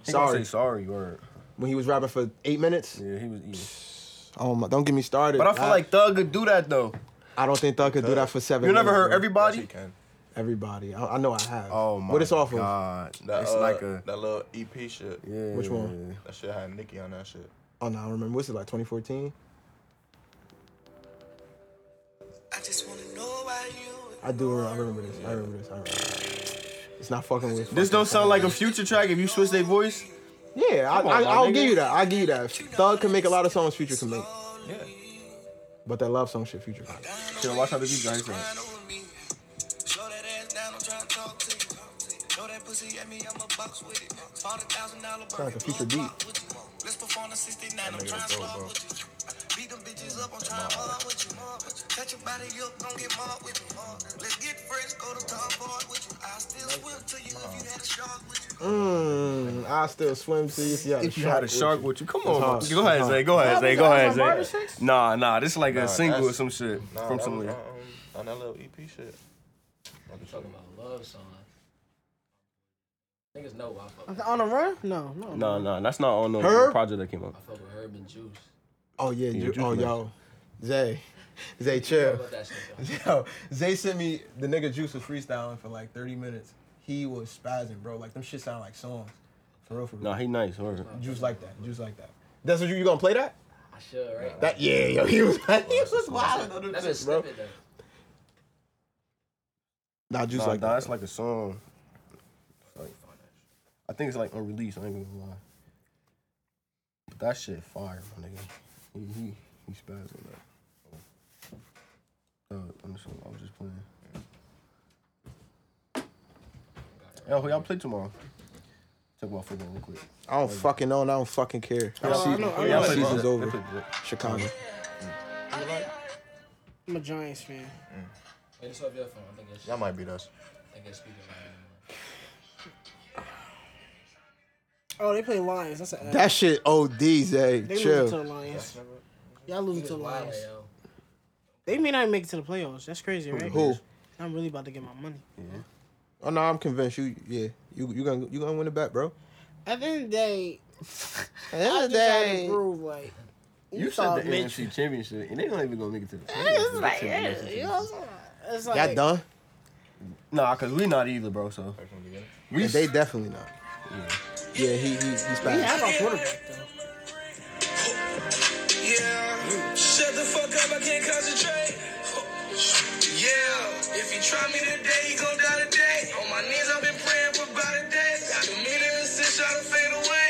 Speaker 2: He gonna
Speaker 1: Sorry.
Speaker 2: say sorry word.
Speaker 1: When he was rapping for eight minutes.
Speaker 2: Yeah, he was eating.
Speaker 1: Oh my, don't get me started.
Speaker 2: But I feel like Thug could do that though.
Speaker 1: I don't think Thug could do that for seven.
Speaker 2: You never
Speaker 1: minutes,
Speaker 2: heard
Speaker 1: bro.
Speaker 8: Yes, he
Speaker 2: everybody?
Speaker 8: can.
Speaker 1: Everybody. I, I know I have.
Speaker 2: Oh my
Speaker 1: What it's off of?
Speaker 2: god.
Speaker 8: That,
Speaker 2: it's
Speaker 8: uh,
Speaker 2: like a
Speaker 8: that little EP shit.
Speaker 2: yeah.
Speaker 1: Which one?
Speaker 8: That shit had Nicki on that shit.
Speaker 1: Oh no, I remember. What's it like? 2014.
Speaker 9: I just wanna know why you
Speaker 1: I do. re- I remember this. I remember this. I remember. This. It's not fucking with.
Speaker 2: This don't sound like a future track if you switch their voice.
Speaker 1: Yeah, I,
Speaker 2: Come on,
Speaker 1: I,
Speaker 2: my
Speaker 1: I'll
Speaker 2: nigga.
Speaker 1: give you that. I'll give you that. Thug can make a lot of songs. Future can make,
Speaker 2: Yeah.
Speaker 1: but that love song shit, Future.
Speaker 2: Should watch how the beat guys are.
Speaker 1: It's like a Future beat. Mmm. I still swim to you if you had a
Speaker 2: Mm, If you
Speaker 1: shark
Speaker 2: had a shark with you, come
Speaker 1: It's
Speaker 2: on,
Speaker 1: hard.
Speaker 2: go ahead,
Speaker 1: It's
Speaker 2: Zay.
Speaker 1: hard.
Speaker 2: Go ahead, Zay. Go ahead,
Speaker 1: Nah, that's
Speaker 2: Zay. Nah, nah, this is like a single or some shit
Speaker 19: nah,
Speaker 2: from
Speaker 19: that
Speaker 2: some.
Speaker 19: was, um, on that little
Speaker 8: E
Speaker 19: EP shit.
Speaker 5: Talking about love song. Niggas know why I fuck.
Speaker 6: On the run? No, no.
Speaker 2: No, no, that's not on the
Speaker 1: Herb?
Speaker 2: project that came out.
Speaker 5: I fuck with Herb and Juice.
Speaker 1: Oh yeah,
Speaker 2: Yeah,
Speaker 1: Ju-
Speaker 2: Juice
Speaker 1: oh
Speaker 2: Man.
Speaker 1: yo, Zay, Zay chill.
Speaker 5: about that
Speaker 1: Yo, Zay sent me the nigga Juice was freestyling for like 30 minutes. He was spazzing, bro. Like them shit sound like songs. For real, for real.
Speaker 2: Nah, he nice. Herb.
Speaker 1: Juice like that. Juice like that. That's what you, you gonna play that?
Speaker 5: I should, right?
Speaker 1: That yeah, yo, he was he was wild.
Speaker 5: That's a-
Speaker 1: on them
Speaker 5: that's a
Speaker 1: shits, bro.
Speaker 5: snippet though.
Speaker 1: Nah, Juice
Speaker 2: Nah,
Speaker 1: like
Speaker 2: nah,
Speaker 1: that.
Speaker 2: it's like a song. Like, I think it's like unreleased. I ain't even gonna lie. But that shit fire, my nigga. He he, he spazzed on that. Uh, on the song I was just playing. Yo, who y'all play tomorrow? Talk about football real quick.
Speaker 1: I don't fucking know and I don't fucking care.
Speaker 2: Oh,
Speaker 1: Our
Speaker 2: I
Speaker 1: season,
Speaker 2: know- I know
Speaker 1: our
Speaker 2: that.
Speaker 1: season's
Speaker 2: They
Speaker 1: over.
Speaker 2: played good.
Speaker 1: Chicago.
Speaker 6: I'm a Giants fan.
Speaker 5: Hey, just off your phone. I think it's.
Speaker 19: Y'all might beat us.
Speaker 5: I think it's speaking right
Speaker 6: Oh, they play Lions. That's an F.
Speaker 1: That shit OD,
Speaker 6: They
Speaker 1: Zay.
Speaker 6: losing to
Speaker 1: Chill.
Speaker 6: the Lions. Y'all losing to the
Speaker 5: now.
Speaker 6: Lions. They may not make it to the playoffs. That's crazy, right?
Speaker 1: Who?
Speaker 6: I'm really about to get my money.
Speaker 1: Oh no, I'm convinced you. Yeah, you you gonna you gonna win it back, bro.
Speaker 6: At the end of the day,
Speaker 1: At the end
Speaker 6: I
Speaker 1: of
Speaker 6: just
Speaker 1: the
Speaker 6: had to
Speaker 1: day,
Speaker 6: prove like
Speaker 2: You, said
Speaker 6: thought
Speaker 2: the
Speaker 6: Mitch-
Speaker 2: AFC Championship, and they not even gonna make it to the.
Speaker 6: It's like, eh.
Speaker 2: the
Speaker 6: yeah,
Speaker 2: championship.
Speaker 6: you know what I'm saying? It's like
Speaker 1: that done.
Speaker 2: Nah, cause we not either, bro. So we
Speaker 1: Yeah, they definitely not.
Speaker 2: Yeah.
Speaker 1: Yeah, he he he's
Speaker 6: We
Speaker 1: fast.
Speaker 6: have our quarterback though.
Speaker 9: Yeah, shut the fuck up, I can't concentrate. Yeah, if you try me today, you gon' die today. On my knees, I've been praying for about a day. The meaning of since y'all to fade away.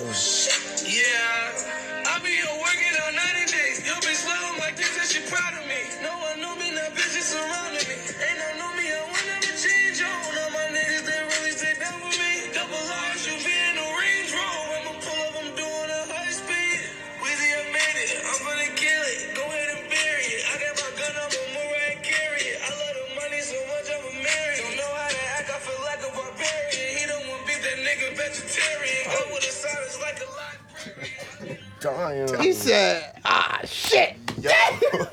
Speaker 9: Oh shit. Yeah, I be here working on 90 days. Yo, bitch, love like this, and she proud of me. No one knew me, now bitches surrounding me. Ain't no knew me, I will never change. on all my niggas that really stay down with me. Double R, SUV, in the Range Rover. I'ma pull up, I'm doing a high speed. Weezy, I made it. I'm gonna kill it. Go ahead and bury it. I got my gun, I'm a Murray carry it. I love the money so much, I'm a marry. Don't know how to act, I feel like a barbarian. He don't want to be that nigga vegetarian. Go with the silence like a library.
Speaker 2: Damn.
Speaker 1: He said, ah, shit.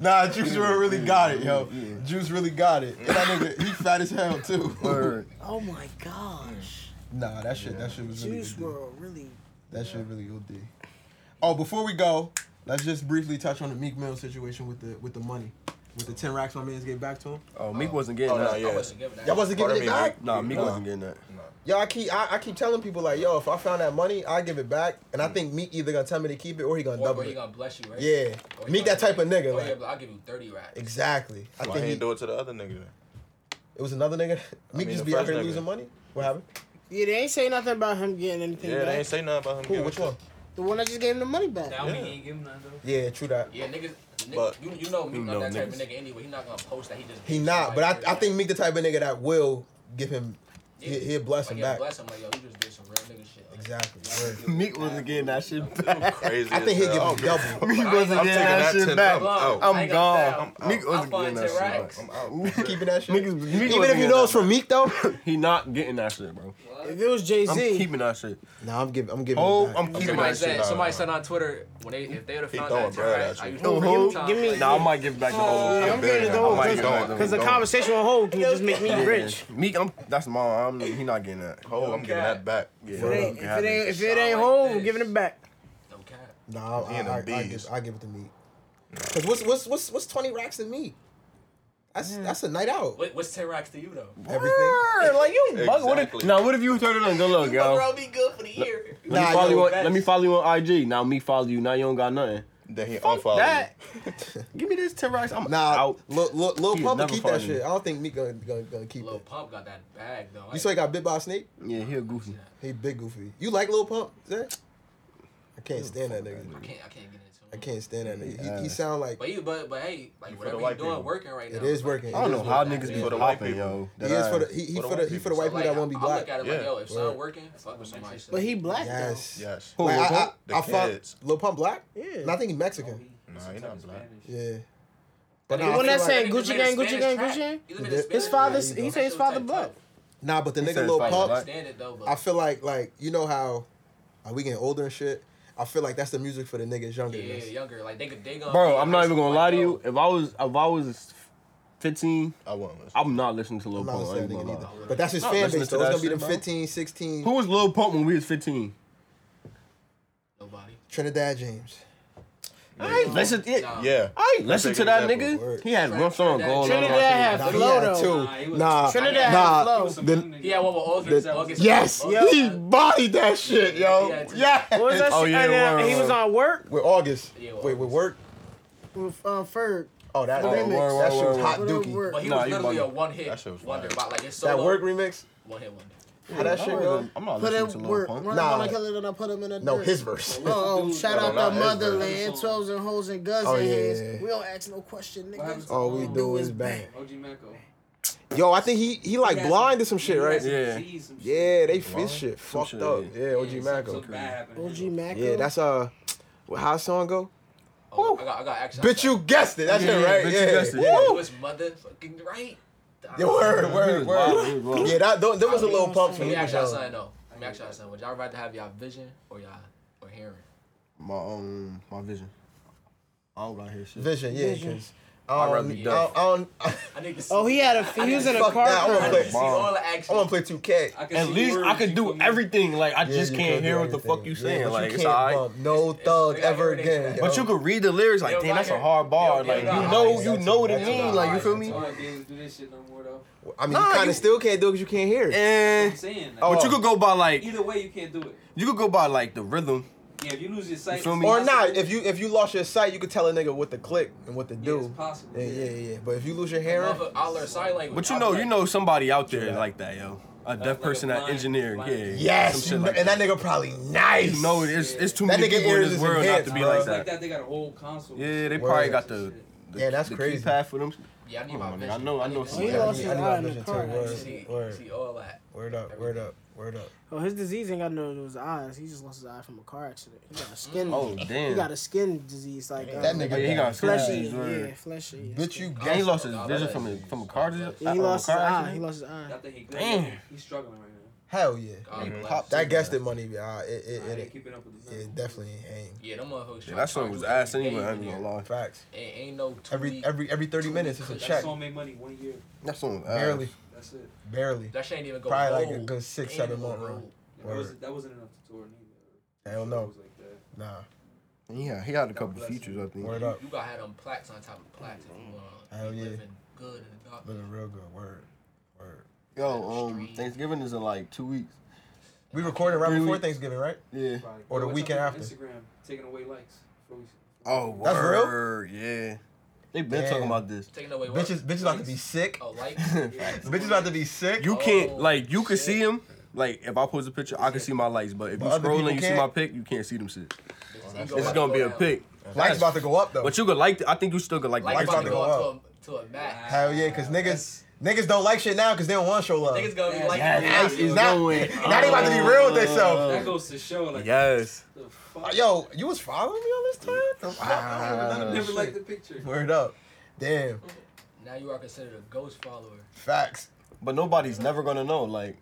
Speaker 1: nah, Juice really got it, yo. Juice really got it. And That nigga, he fat as hell too.
Speaker 2: Word.
Speaker 6: Oh my gosh.
Speaker 1: Nah, that shit, that shit was really
Speaker 6: Juice
Speaker 1: good.
Speaker 6: World really
Speaker 1: That shit really OD. Oh, before we go, let's just briefly touch on the Meek Mill situation with the with the money, with the ten racks my man's gave back to him.
Speaker 2: Oh, Meek wasn't getting
Speaker 19: Oh no,
Speaker 2: that.
Speaker 19: yeah.
Speaker 1: Y'all wasn't
Speaker 19: Part
Speaker 1: giving
Speaker 19: of
Speaker 1: it
Speaker 19: me,
Speaker 1: back.
Speaker 2: Nah, Meek wasn't getting that.
Speaker 1: Yo, I keep I, I keep telling people like, yo, if I found that money, I give it back, and I think Meek either gonna tell me to keep it or he gonna
Speaker 5: Or,
Speaker 1: double
Speaker 5: or he
Speaker 1: it.
Speaker 5: gonna bless you, right?
Speaker 1: Yeah,
Speaker 5: Or he
Speaker 1: Meek
Speaker 5: gonna
Speaker 1: that type of
Speaker 5: say,
Speaker 1: nigga,
Speaker 5: "Oh, yeah,
Speaker 1: like-
Speaker 5: but I'll give you thirty racks.
Speaker 1: Exactly. I
Speaker 19: Why
Speaker 1: think
Speaker 19: he
Speaker 1: he,
Speaker 19: ain't do it to the other nigga then?
Speaker 1: it was another nigga.
Speaker 19: I mean,
Speaker 1: Meek just
Speaker 19: the
Speaker 1: be out
Speaker 19: first
Speaker 1: here
Speaker 19: nigga.
Speaker 1: losing money. What happened?
Speaker 6: Yeah, they ain't say nothing about him getting anything
Speaker 19: Yeah, they
Speaker 6: back.
Speaker 19: ain't say nothing about him.
Speaker 1: Who?
Speaker 19: giving
Speaker 1: Which
Speaker 19: shit.
Speaker 1: one?
Speaker 6: The one that just gave him the money back.
Speaker 5: Now
Speaker 19: Yeah.
Speaker 5: he ain't give him none though.
Speaker 1: Yeah, true that.
Speaker 5: Yeah, niggas, niggas
Speaker 19: But-
Speaker 5: you, you know me,
Speaker 2: You
Speaker 5: not
Speaker 2: know
Speaker 5: that type of
Speaker 2: niggas.
Speaker 5: nigga anyway. He not gonna post that he just.
Speaker 1: He not, but I, I think Meek the type of nigga that will give him, he, he'll bless
Speaker 5: like,
Speaker 1: him
Speaker 5: yeah,
Speaker 1: back.
Speaker 5: Bless him like yo, he just did some real nigga shit. Like,
Speaker 1: Exactly. word.
Speaker 2: Meek wasn't getting that shit back.
Speaker 19: Crazy.
Speaker 1: I think
Speaker 19: as
Speaker 1: he'll give
Speaker 8: Oh,
Speaker 19: hell.
Speaker 1: him double.
Speaker 2: Meek
Speaker 5: I'm
Speaker 2: wasn't
Speaker 19: I'm taking
Speaker 2: getting that
Speaker 19: that
Speaker 2: shit
Speaker 19: ten.
Speaker 2: back. Oh,
Speaker 19: I'm out.
Speaker 5: I ain't gonna
Speaker 2: I'm gone.
Speaker 19: foul.
Speaker 2: Meek wasn't
Speaker 5: I'm
Speaker 2: getting that
Speaker 5: fine,
Speaker 2: shit
Speaker 5: T-Rex.
Speaker 2: back.
Speaker 19: I'm out.
Speaker 1: Keeping that shit.
Speaker 2: Meek is- Meek
Speaker 1: Even if
Speaker 2: wasn't
Speaker 1: you
Speaker 2: getting
Speaker 1: know
Speaker 2: that
Speaker 1: it's from Meek though.
Speaker 2: He not getting that shit, bro.
Speaker 6: If it was Jay
Speaker 2: I'm
Speaker 6: Z,
Speaker 2: keeping that shit.
Speaker 1: Nah, I'm giving. I'm giving.
Speaker 2: Oh,
Speaker 1: it back.
Speaker 2: I'm keeping
Speaker 5: Somebody
Speaker 2: that shit.
Speaker 5: said,
Speaker 19: out.
Speaker 5: somebody said on Twitter when they if they would have
Speaker 19: He
Speaker 5: found
Speaker 19: throwing
Speaker 5: that ten
Speaker 19: bread
Speaker 5: racks,
Speaker 19: at
Speaker 5: I
Speaker 19: you.
Speaker 5: used
Speaker 2: No
Speaker 5: to
Speaker 2: hoe.
Speaker 5: time.
Speaker 6: Give me-
Speaker 2: Nah, I might give back the whole.
Speaker 6: I'm getting it
Speaker 19: I
Speaker 6: though,
Speaker 19: might go
Speaker 2: though.
Speaker 19: with them.
Speaker 6: because the
Speaker 19: Go.
Speaker 6: conversation with Hov can just make me rich.
Speaker 2: Meek, I'm that's mine. I'm he not getting that.
Speaker 19: Oh, I'm giving that back.
Speaker 2: Yeah.
Speaker 6: If it ain't, if it ain't, if it ain't
Speaker 5: Sound like
Speaker 6: Hov, I'm
Speaker 5: this.
Speaker 6: giving it back.
Speaker 5: No cap.
Speaker 1: Nah, I,
Speaker 19: He in
Speaker 1: I, I, I,
Speaker 19: them
Speaker 1: give,
Speaker 19: Bs.
Speaker 1: I give it to Meek. Cause what's what's what's what's twenty racks to me? That's that's a night out.
Speaker 5: What, what's ten racks to you though?
Speaker 1: Everything.
Speaker 2: Like you, bug- what if,
Speaker 19: Exactly.
Speaker 2: now what if you turn it on? Go look, yo.
Speaker 5: be good for the year.
Speaker 2: Let me follow you on. Let me follow you on IG. Now me follow you. Now you don't got nothing.
Speaker 20: Then he
Speaker 2: unfollow
Speaker 20: unfollowed
Speaker 2: that. Give me this ten rocks. I'm
Speaker 1: Nah,
Speaker 2: out.
Speaker 1: Lil, Lil, Lil
Speaker 2: He
Speaker 1: Pump will
Speaker 2: never
Speaker 1: keep
Speaker 2: follow
Speaker 1: that
Speaker 2: me.
Speaker 1: shit. I don't think Meek gonna, gonna, gonna keep
Speaker 5: Lil
Speaker 1: it.
Speaker 5: Pump got that bag though.
Speaker 1: You saw he got bit by a snake?
Speaker 2: Yeah, he a goofy.
Speaker 1: He big goofy. You like Lil Pump, Zay? I can't stand that nigga.
Speaker 5: I can't. I can't get into it.
Speaker 1: I can't stand that nigga. He, he sound like
Speaker 5: But you, but but hey, like
Speaker 20: for the
Speaker 5: whatever you
Speaker 20: white
Speaker 5: doing,
Speaker 20: people.
Speaker 5: working right now.
Speaker 1: It is working.
Speaker 2: I don't
Speaker 1: It
Speaker 2: know
Speaker 1: is
Speaker 2: how
Speaker 1: working.
Speaker 2: niggas be
Speaker 20: For the white
Speaker 2: popping,
Speaker 20: people.
Speaker 2: yo.
Speaker 1: He is for the he, he for the he for the white people
Speaker 5: Like,
Speaker 1: that won't be
Speaker 5: I
Speaker 1: black.
Speaker 5: look at it
Speaker 20: Yeah.
Speaker 5: like, yo, if
Speaker 1: Right.
Speaker 5: something working, fuck with somebody.
Speaker 6: But he black
Speaker 1: Yes.
Speaker 20: Yes.
Speaker 2: Who,
Speaker 1: Like,
Speaker 2: Lil
Speaker 1: I, I,
Speaker 2: Pump?
Speaker 20: The
Speaker 1: I fuck
Speaker 20: kids.
Speaker 1: Lil Pump black?
Speaker 6: Yeah.
Speaker 1: No, I think he's Mexican.
Speaker 20: Nah, he not black.
Speaker 1: Yeah.
Speaker 5: But
Speaker 1: nah, I
Speaker 6: When that
Speaker 1: feel
Speaker 6: said Gucci Gang, Gucci Gang, Gucci Gang. His father,
Speaker 1: Yeah, he
Speaker 6: he said his father black.
Speaker 1: Nah, but the
Speaker 2: He
Speaker 1: nigga
Speaker 2: said
Speaker 1: Lil
Speaker 2: it's
Speaker 1: Pump,
Speaker 2: fire, right?
Speaker 5: Stand it though, but
Speaker 1: I feel like like you know how like, we getting older and shit. I feel like that's the music for the niggas younger than
Speaker 5: yeah,
Speaker 1: us.
Speaker 5: younger. Like they could dig on.
Speaker 2: Bro, I'm not even gonna lie to you. If I was, if I was 15,
Speaker 20: I wouldn't listen.
Speaker 2: I'm not listening to Lil
Speaker 1: I'm not
Speaker 2: Pump. I
Speaker 1: listening
Speaker 2: ain't
Speaker 1: to that
Speaker 2: gonna
Speaker 1: nigga
Speaker 2: lie.
Speaker 1: neither. But that's his
Speaker 2: Not
Speaker 1: fan
Speaker 2: listening
Speaker 1: base
Speaker 2: to
Speaker 1: though. It's
Speaker 2: that
Speaker 1: gonna be
Speaker 2: shit,
Speaker 1: them
Speaker 2: bro.
Speaker 1: 15, 16
Speaker 2: Who was Lil Pump when we was 15?
Speaker 5: Nobody.
Speaker 1: Trinidad James.
Speaker 2: I ain't listen.
Speaker 5: Nah.
Speaker 20: Yeah.
Speaker 2: I ain't listen to
Speaker 20: Take
Speaker 2: that
Speaker 20: example.
Speaker 2: nigga. He had one song
Speaker 5: Trinidad-
Speaker 2: going
Speaker 6: Trinidad
Speaker 2: on.
Speaker 6: had
Speaker 1: Nah, he
Speaker 6: flow
Speaker 1: had
Speaker 6: though.
Speaker 1: two.
Speaker 21: Nah, he was-
Speaker 1: Nah,
Speaker 6: Trinidad
Speaker 1: nah.
Speaker 6: had flow.
Speaker 1: the-
Speaker 21: Yeah, well, well, August, August.
Speaker 1: yes,
Speaker 21: August,
Speaker 1: he
Speaker 21: uh,
Speaker 1: bodied that shit, yo.
Speaker 21: Yeah, it's-
Speaker 1: Yeah.
Speaker 6: What was that
Speaker 2: Oh,
Speaker 6: shit?
Speaker 2: yeah,
Speaker 6: and, then
Speaker 2: word,
Speaker 6: he was
Speaker 2: word.
Speaker 6: on work
Speaker 1: With August.
Speaker 5: Yeah, well,
Speaker 1: Wait, with work.
Speaker 6: with uh, Ferg.
Speaker 1: Oh, that
Speaker 6: Oh,
Speaker 1: that-
Speaker 6: remix.
Speaker 1: that shit was
Speaker 2: word,
Speaker 1: hot
Speaker 6: word,
Speaker 1: dookie.
Speaker 6: word.
Speaker 5: But he
Speaker 2: Nah,
Speaker 5: was
Speaker 2: you
Speaker 5: literally a
Speaker 2: bugging.
Speaker 5: one hit
Speaker 20: That shit was
Speaker 5: wonder.
Speaker 20: fire.
Speaker 5: About like it's
Speaker 1: That
Speaker 5: solo.
Speaker 1: work remix.
Speaker 5: One hit wonder.
Speaker 1: How that shit go?
Speaker 2: I'm not
Speaker 6: Put
Speaker 2: listening
Speaker 6: him
Speaker 2: to
Speaker 6: work.
Speaker 2: Lil Pump.
Speaker 6: Run,
Speaker 1: Nah.
Speaker 6: wanna kill it and I put him in a
Speaker 1: No,
Speaker 6: dirt.
Speaker 1: his verse.
Speaker 6: Oh, oh shout
Speaker 20: No,
Speaker 6: out
Speaker 20: not
Speaker 6: the
Speaker 20: his verse.
Speaker 6: motherland, twelves and hoes and guns
Speaker 1: Oh,
Speaker 6: and
Speaker 1: yeah,
Speaker 6: heads.
Speaker 1: yeah, yeah.
Speaker 6: We don't ask no question,
Speaker 21: What happens
Speaker 6: niggas.
Speaker 21: to
Speaker 1: All we do is bang.
Speaker 21: OG Mako.
Speaker 1: Yo, I think he he like
Speaker 21: He had
Speaker 1: blind to some shit,
Speaker 21: he
Speaker 1: right?
Speaker 21: had some
Speaker 2: Yeah.
Speaker 21: disease, some shit.
Speaker 1: Yeah, they this
Speaker 2: Wow.
Speaker 1: shit
Speaker 2: Some
Speaker 1: fucked
Speaker 2: shit,
Speaker 1: up.
Speaker 2: yeah.
Speaker 1: Yeah, OG
Speaker 21: Yeah,
Speaker 1: Maco.
Speaker 21: something bad happened.
Speaker 6: OG Mac.
Speaker 1: Yeah, that's uh, what- how song go?
Speaker 5: Oh, I got, I got action.
Speaker 1: Bitch, you guessed it. That's
Speaker 2: Yeah,
Speaker 1: it, right?
Speaker 2: bitch, you
Speaker 1: Yeah,
Speaker 2: guessed it.
Speaker 5: It
Speaker 1: Woo!
Speaker 5: was motherfucking right.
Speaker 1: Yeah, word, word, word.
Speaker 2: He was wild.
Speaker 1: Yeah, that th- there was a little pump
Speaker 5: Let
Speaker 1: for me.
Speaker 5: me ask y'all
Speaker 1: though.
Speaker 5: something though. Let me ask y'all something. Would y'all rather have y'all vision or y'all or hearing?
Speaker 2: My um, my vision. I don't gotta hear shit.
Speaker 1: Vision, yeah, because I
Speaker 2: I'd rather
Speaker 1: don't,
Speaker 2: be
Speaker 1: I
Speaker 2: dumb.
Speaker 1: don't, I don't, I
Speaker 5: I need to see.
Speaker 6: Oh, he had a he was in a
Speaker 1: Fuck
Speaker 6: car.
Speaker 1: that, I wanna
Speaker 6: crash.
Speaker 1: play-
Speaker 5: see all the action.
Speaker 1: want to play 2K.
Speaker 21: I can
Speaker 2: At
Speaker 21: see
Speaker 2: least I
Speaker 21: words,
Speaker 2: could
Speaker 21: you
Speaker 2: do
Speaker 21: feel me?
Speaker 2: everything. Like I
Speaker 1: Yeah,
Speaker 2: just
Speaker 1: you
Speaker 2: can't
Speaker 1: could
Speaker 2: hear
Speaker 1: do
Speaker 2: what the fuck
Speaker 1: everything.
Speaker 2: you
Speaker 1: Yeah,
Speaker 2: saying.
Speaker 1: but
Speaker 2: like
Speaker 1: you
Speaker 2: it's
Speaker 1: can't
Speaker 2: alright.
Speaker 1: bump no thug
Speaker 5: it's-
Speaker 1: ever
Speaker 5: it's-
Speaker 1: again.
Speaker 2: But
Speaker 1: yo.
Speaker 2: you could read the lyrics like,
Speaker 5: Yo,
Speaker 2: damn, that's a
Speaker 5: Roger.
Speaker 2: hard bar.
Speaker 5: Yo,
Speaker 2: Like
Speaker 5: yo,
Speaker 2: you
Speaker 5: yo,
Speaker 2: know,
Speaker 1: yo,
Speaker 2: you know what it
Speaker 1: yo,
Speaker 2: means.
Speaker 5: yo,
Speaker 2: Like you feel
Speaker 5: yo,
Speaker 2: me?
Speaker 5: yo,
Speaker 21: All "Oh, I did was do this shit no more though.
Speaker 1: I mean,
Speaker 2: Nah,
Speaker 1: you kind
Speaker 2: you-
Speaker 1: of still can't do it because you can't hear it.
Speaker 2: Eh,
Speaker 21: I'm saying. Like,
Speaker 1: Oh.
Speaker 2: but
Speaker 7: Oh.
Speaker 2: you could go by like
Speaker 21: either way, you can't do it.
Speaker 2: you could go by like the rhythm.
Speaker 21: Yeah, if you lose your sight,
Speaker 2: feel
Speaker 21: it's
Speaker 2: me?
Speaker 1: Or
Speaker 21: possible.
Speaker 1: not, if you if you lost your sight, you could tell a nigga what to click and what to
Speaker 21: yeah, it's
Speaker 1: do.
Speaker 21: possible.
Speaker 1: Yeah, yeah, yeah. But if you lose your hearing,
Speaker 5: Motherfucker, I learned sign language.
Speaker 2: But
Speaker 5: I
Speaker 2: you know,
Speaker 5: was
Speaker 2: you
Speaker 5: like,
Speaker 2: know somebody out there like that, yo. A deaf person, that
Speaker 21: blind-
Speaker 2: engineer,
Speaker 21: blind-
Speaker 2: yeah. some
Speaker 1: yes,
Speaker 2: shit
Speaker 1: you
Speaker 2: like
Speaker 1: kn- and that nigga probably nice.
Speaker 2: You know, it's it's too
Speaker 1: That
Speaker 2: many
Speaker 1: nigga
Speaker 2: people in
Speaker 1: ears
Speaker 2: this
Speaker 1: is
Speaker 2: world not
Speaker 1: enhanced,
Speaker 2: to be
Speaker 1: bro.
Speaker 2: like
Speaker 21: It's like
Speaker 2: that.
Speaker 21: that. They got a whole console.
Speaker 2: Yeah, they
Speaker 1: Word.
Speaker 2: probably got the, the
Speaker 1: Yeah, that's
Speaker 2: the
Speaker 1: crazy.
Speaker 2: keypad for them.
Speaker 5: Yeah, I need
Speaker 2: Come
Speaker 5: my
Speaker 2: on,
Speaker 5: vision.
Speaker 2: nigga, I know- I
Speaker 5: need
Speaker 2: know
Speaker 5: to
Speaker 2: some
Speaker 5: see
Speaker 6: he
Speaker 1: Yeah,
Speaker 5: all
Speaker 1: I
Speaker 6: lost
Speaker 1: need-
Speaker 5: that.
Speaker 6: his
Speaker 1: I need
Speaker 6: eye
Speaker 1: my
Speaker 6: in the
Speaker 1: vision too.
Speaker 6: car.
Speaker 5: I need to
Speaker 1: Word,
Speaker 5: see-
Speaker 1: word,
Speaker 5: See all that.
Speaker 1: word up, word up, word up.
Speaker 6: Oh, his disease ain't got no to do with his eyes. He just lost his eye from a car accident. He got a skin.
Speaker 2: Oh
Speaker 6: He
Speaker 2: damn!
Speaker 6: got a skin disease like uh,
Speaker 1: That nigga
Speaker 2: yeah, he got
Speaker 6: fleshy.
Speaker 2: skin disease, word.
Speaker 6: Yeah, fleshy.
Speaker 1: Bitch, you
Speaker 2: And he
Speaker 1: guessed.
Speaker 2: lost his vision from a from a car. dis-
Speaker 6: Yeah, he
Speaker 2: from a
Speaker 6: lost his
Speaker 2: car
Speaker 6: eye.
Speaker 2: accident?
Speaker 6: He lost his
Speaker 21: I
Speaker 6: eye.
Speaker 21: think he good.
Speaker 2: Damn.
Speaker 21: He's struggling right now.
Speaker 1: Hell yeah.
Speaker 5: God bless.
Speaker 2: Pop
Speaker 1: That guessed it money, yeah. It,
Speaker 21: I
Speaker 1: it,
Speaker 21: ain't
Speaker 1: it,
Speaker 21: keeping up with the
Speaker 1: it,
Speaker 21: numbers.
Speaker 1: definitely ain't.
Speaker 5: Yeah, them motherfuckers.
Speaker 2: Yeah, that song was ass anyway. I ain't gonna lie.
Speaker 1: Facts.
Speaker 5: Ain't ain't no two
Speaker 1: Every
Speaker 5: week-
Speaker 1: every every thirty minutes it's a
Speaker 21: That
Speaker 1: check.
Speaker 21: song made money one year.
Speaker 2: That song was ass.
Speaker 1: Barely,
Speaker 21: That's it.
Speaker 1: barely.
Speaker 5: That shit ain't even go.
Speaker 1: Probably like a
Speaker 5: gold.
Speaker 1: good six,
Speaker 5: Ain't
Speaker 1: seven
Speaker 5: even go
Speaker 1: month run.
Speaker 5: gold.
Speaker 21: That, was,
Speaker 1: Word.
Speaker 21: that wasn't enough to tour neither.
Speaker 1: Hell
Speaker 21: It
Speaker 1: no.
Speaker 21: was like that.
Speaker 1: Nah.
Speaker 2: Yeah, he had a couple
Speaker 21: bless
Speaker 2: features. I think.
Speaker 1: Word up.
Speaker 5: You gotta have them plaques on top of plaques if you want.
Speaker 1: Hell yeah.
Speaker 5: Living good in the dark.
Speaker 1: Living real good. Word. Word.
Speaker 2: Yo, um, Thanksgiving is in like two weeks.
Speaker 1: We recorded right
Speaker 2: Three
Speaker 1: before
Speaker 2: weeks.
Speaker 1: Thanksgiving, right?
Speaker 2: Yeah.
Speaker 21: Probably.
Speaker 1: Or the
Speaker 21: Yo, it's
Speaker 1: weekend
Speaker 21: up on
Speaker 1: after.
Speaker 21: Instagram taking away likes. Before we-
Speaker 2: Oh,
Speaker 1: That's real?
Speaker 2: word. Yeah. They been
Speaker 1: Damn.
Speaker 2: talking about this.
Speaker 5: Taking away what?
Speaker 1: Bitches, bitches about to be sick.
Speaker 5: Oh, like.
Speaker 1: Bitches about to be sick.
Speaker 2: You can't
Speaker 5: Oh,
Speaker 2: like you can
Speaker 5: shit.
Speaker 2: see him. Like if I post a picture, I can see my likes. But if
Speaker 1: But
Speaker 2: you
Speaker 1: other
Speaker 2: scroll
Speaker 1: people
Speaker 2: and you see my
Speaker 1: can't?
Speaker 2: pic, you can't see them shit.
Speaker 5: It's
Speaker 2: It's gonna be a pic.
Speaker 1: Likes about to go up though.
Speaker 2: But you could like. I think you still could like. the
Speaker 5: Like
Speaker 1: Lights
Speaker 5: about
Speaker 2: picture.
Speaker 5: to
Speaker 1: go
Speaker 5: go up
Speaker 1: up.
Speaker 5: to a, to a max.
Speaker 1: Hell yeah, cause niggas, niggas don't like shit now because they don't want to show love.
Speaker 5: Niggas gonna be
Speaker 21: Yeah.
Speaker 5: like,
Speaker 21: Yeah,
Speaker 5: yeah,
Speaker 1: Now,
Speaker 21: is
Speaker 1: now,
Speaker 2: going
Speaker 1: now they about to be real with themselves.
Speaker 5: Oh.
Speaker 21: That goes to show like
Speaker 2: Yes.
Speaker 21: the fuck.
Speaker 1: Yo, you was following me all this time? The fuck? I don't even know
Speaker 21: never
Speaker 1: this
Speaker 21: liked
Speaker 1: shit.
Speaker 21: the picture.
Speaker 1: Word up. Damn.
Speaker 5: now you are considered a ghost follower.
Speaker 1: Facts.
Speaker 2: But nobody's never gonna know. Like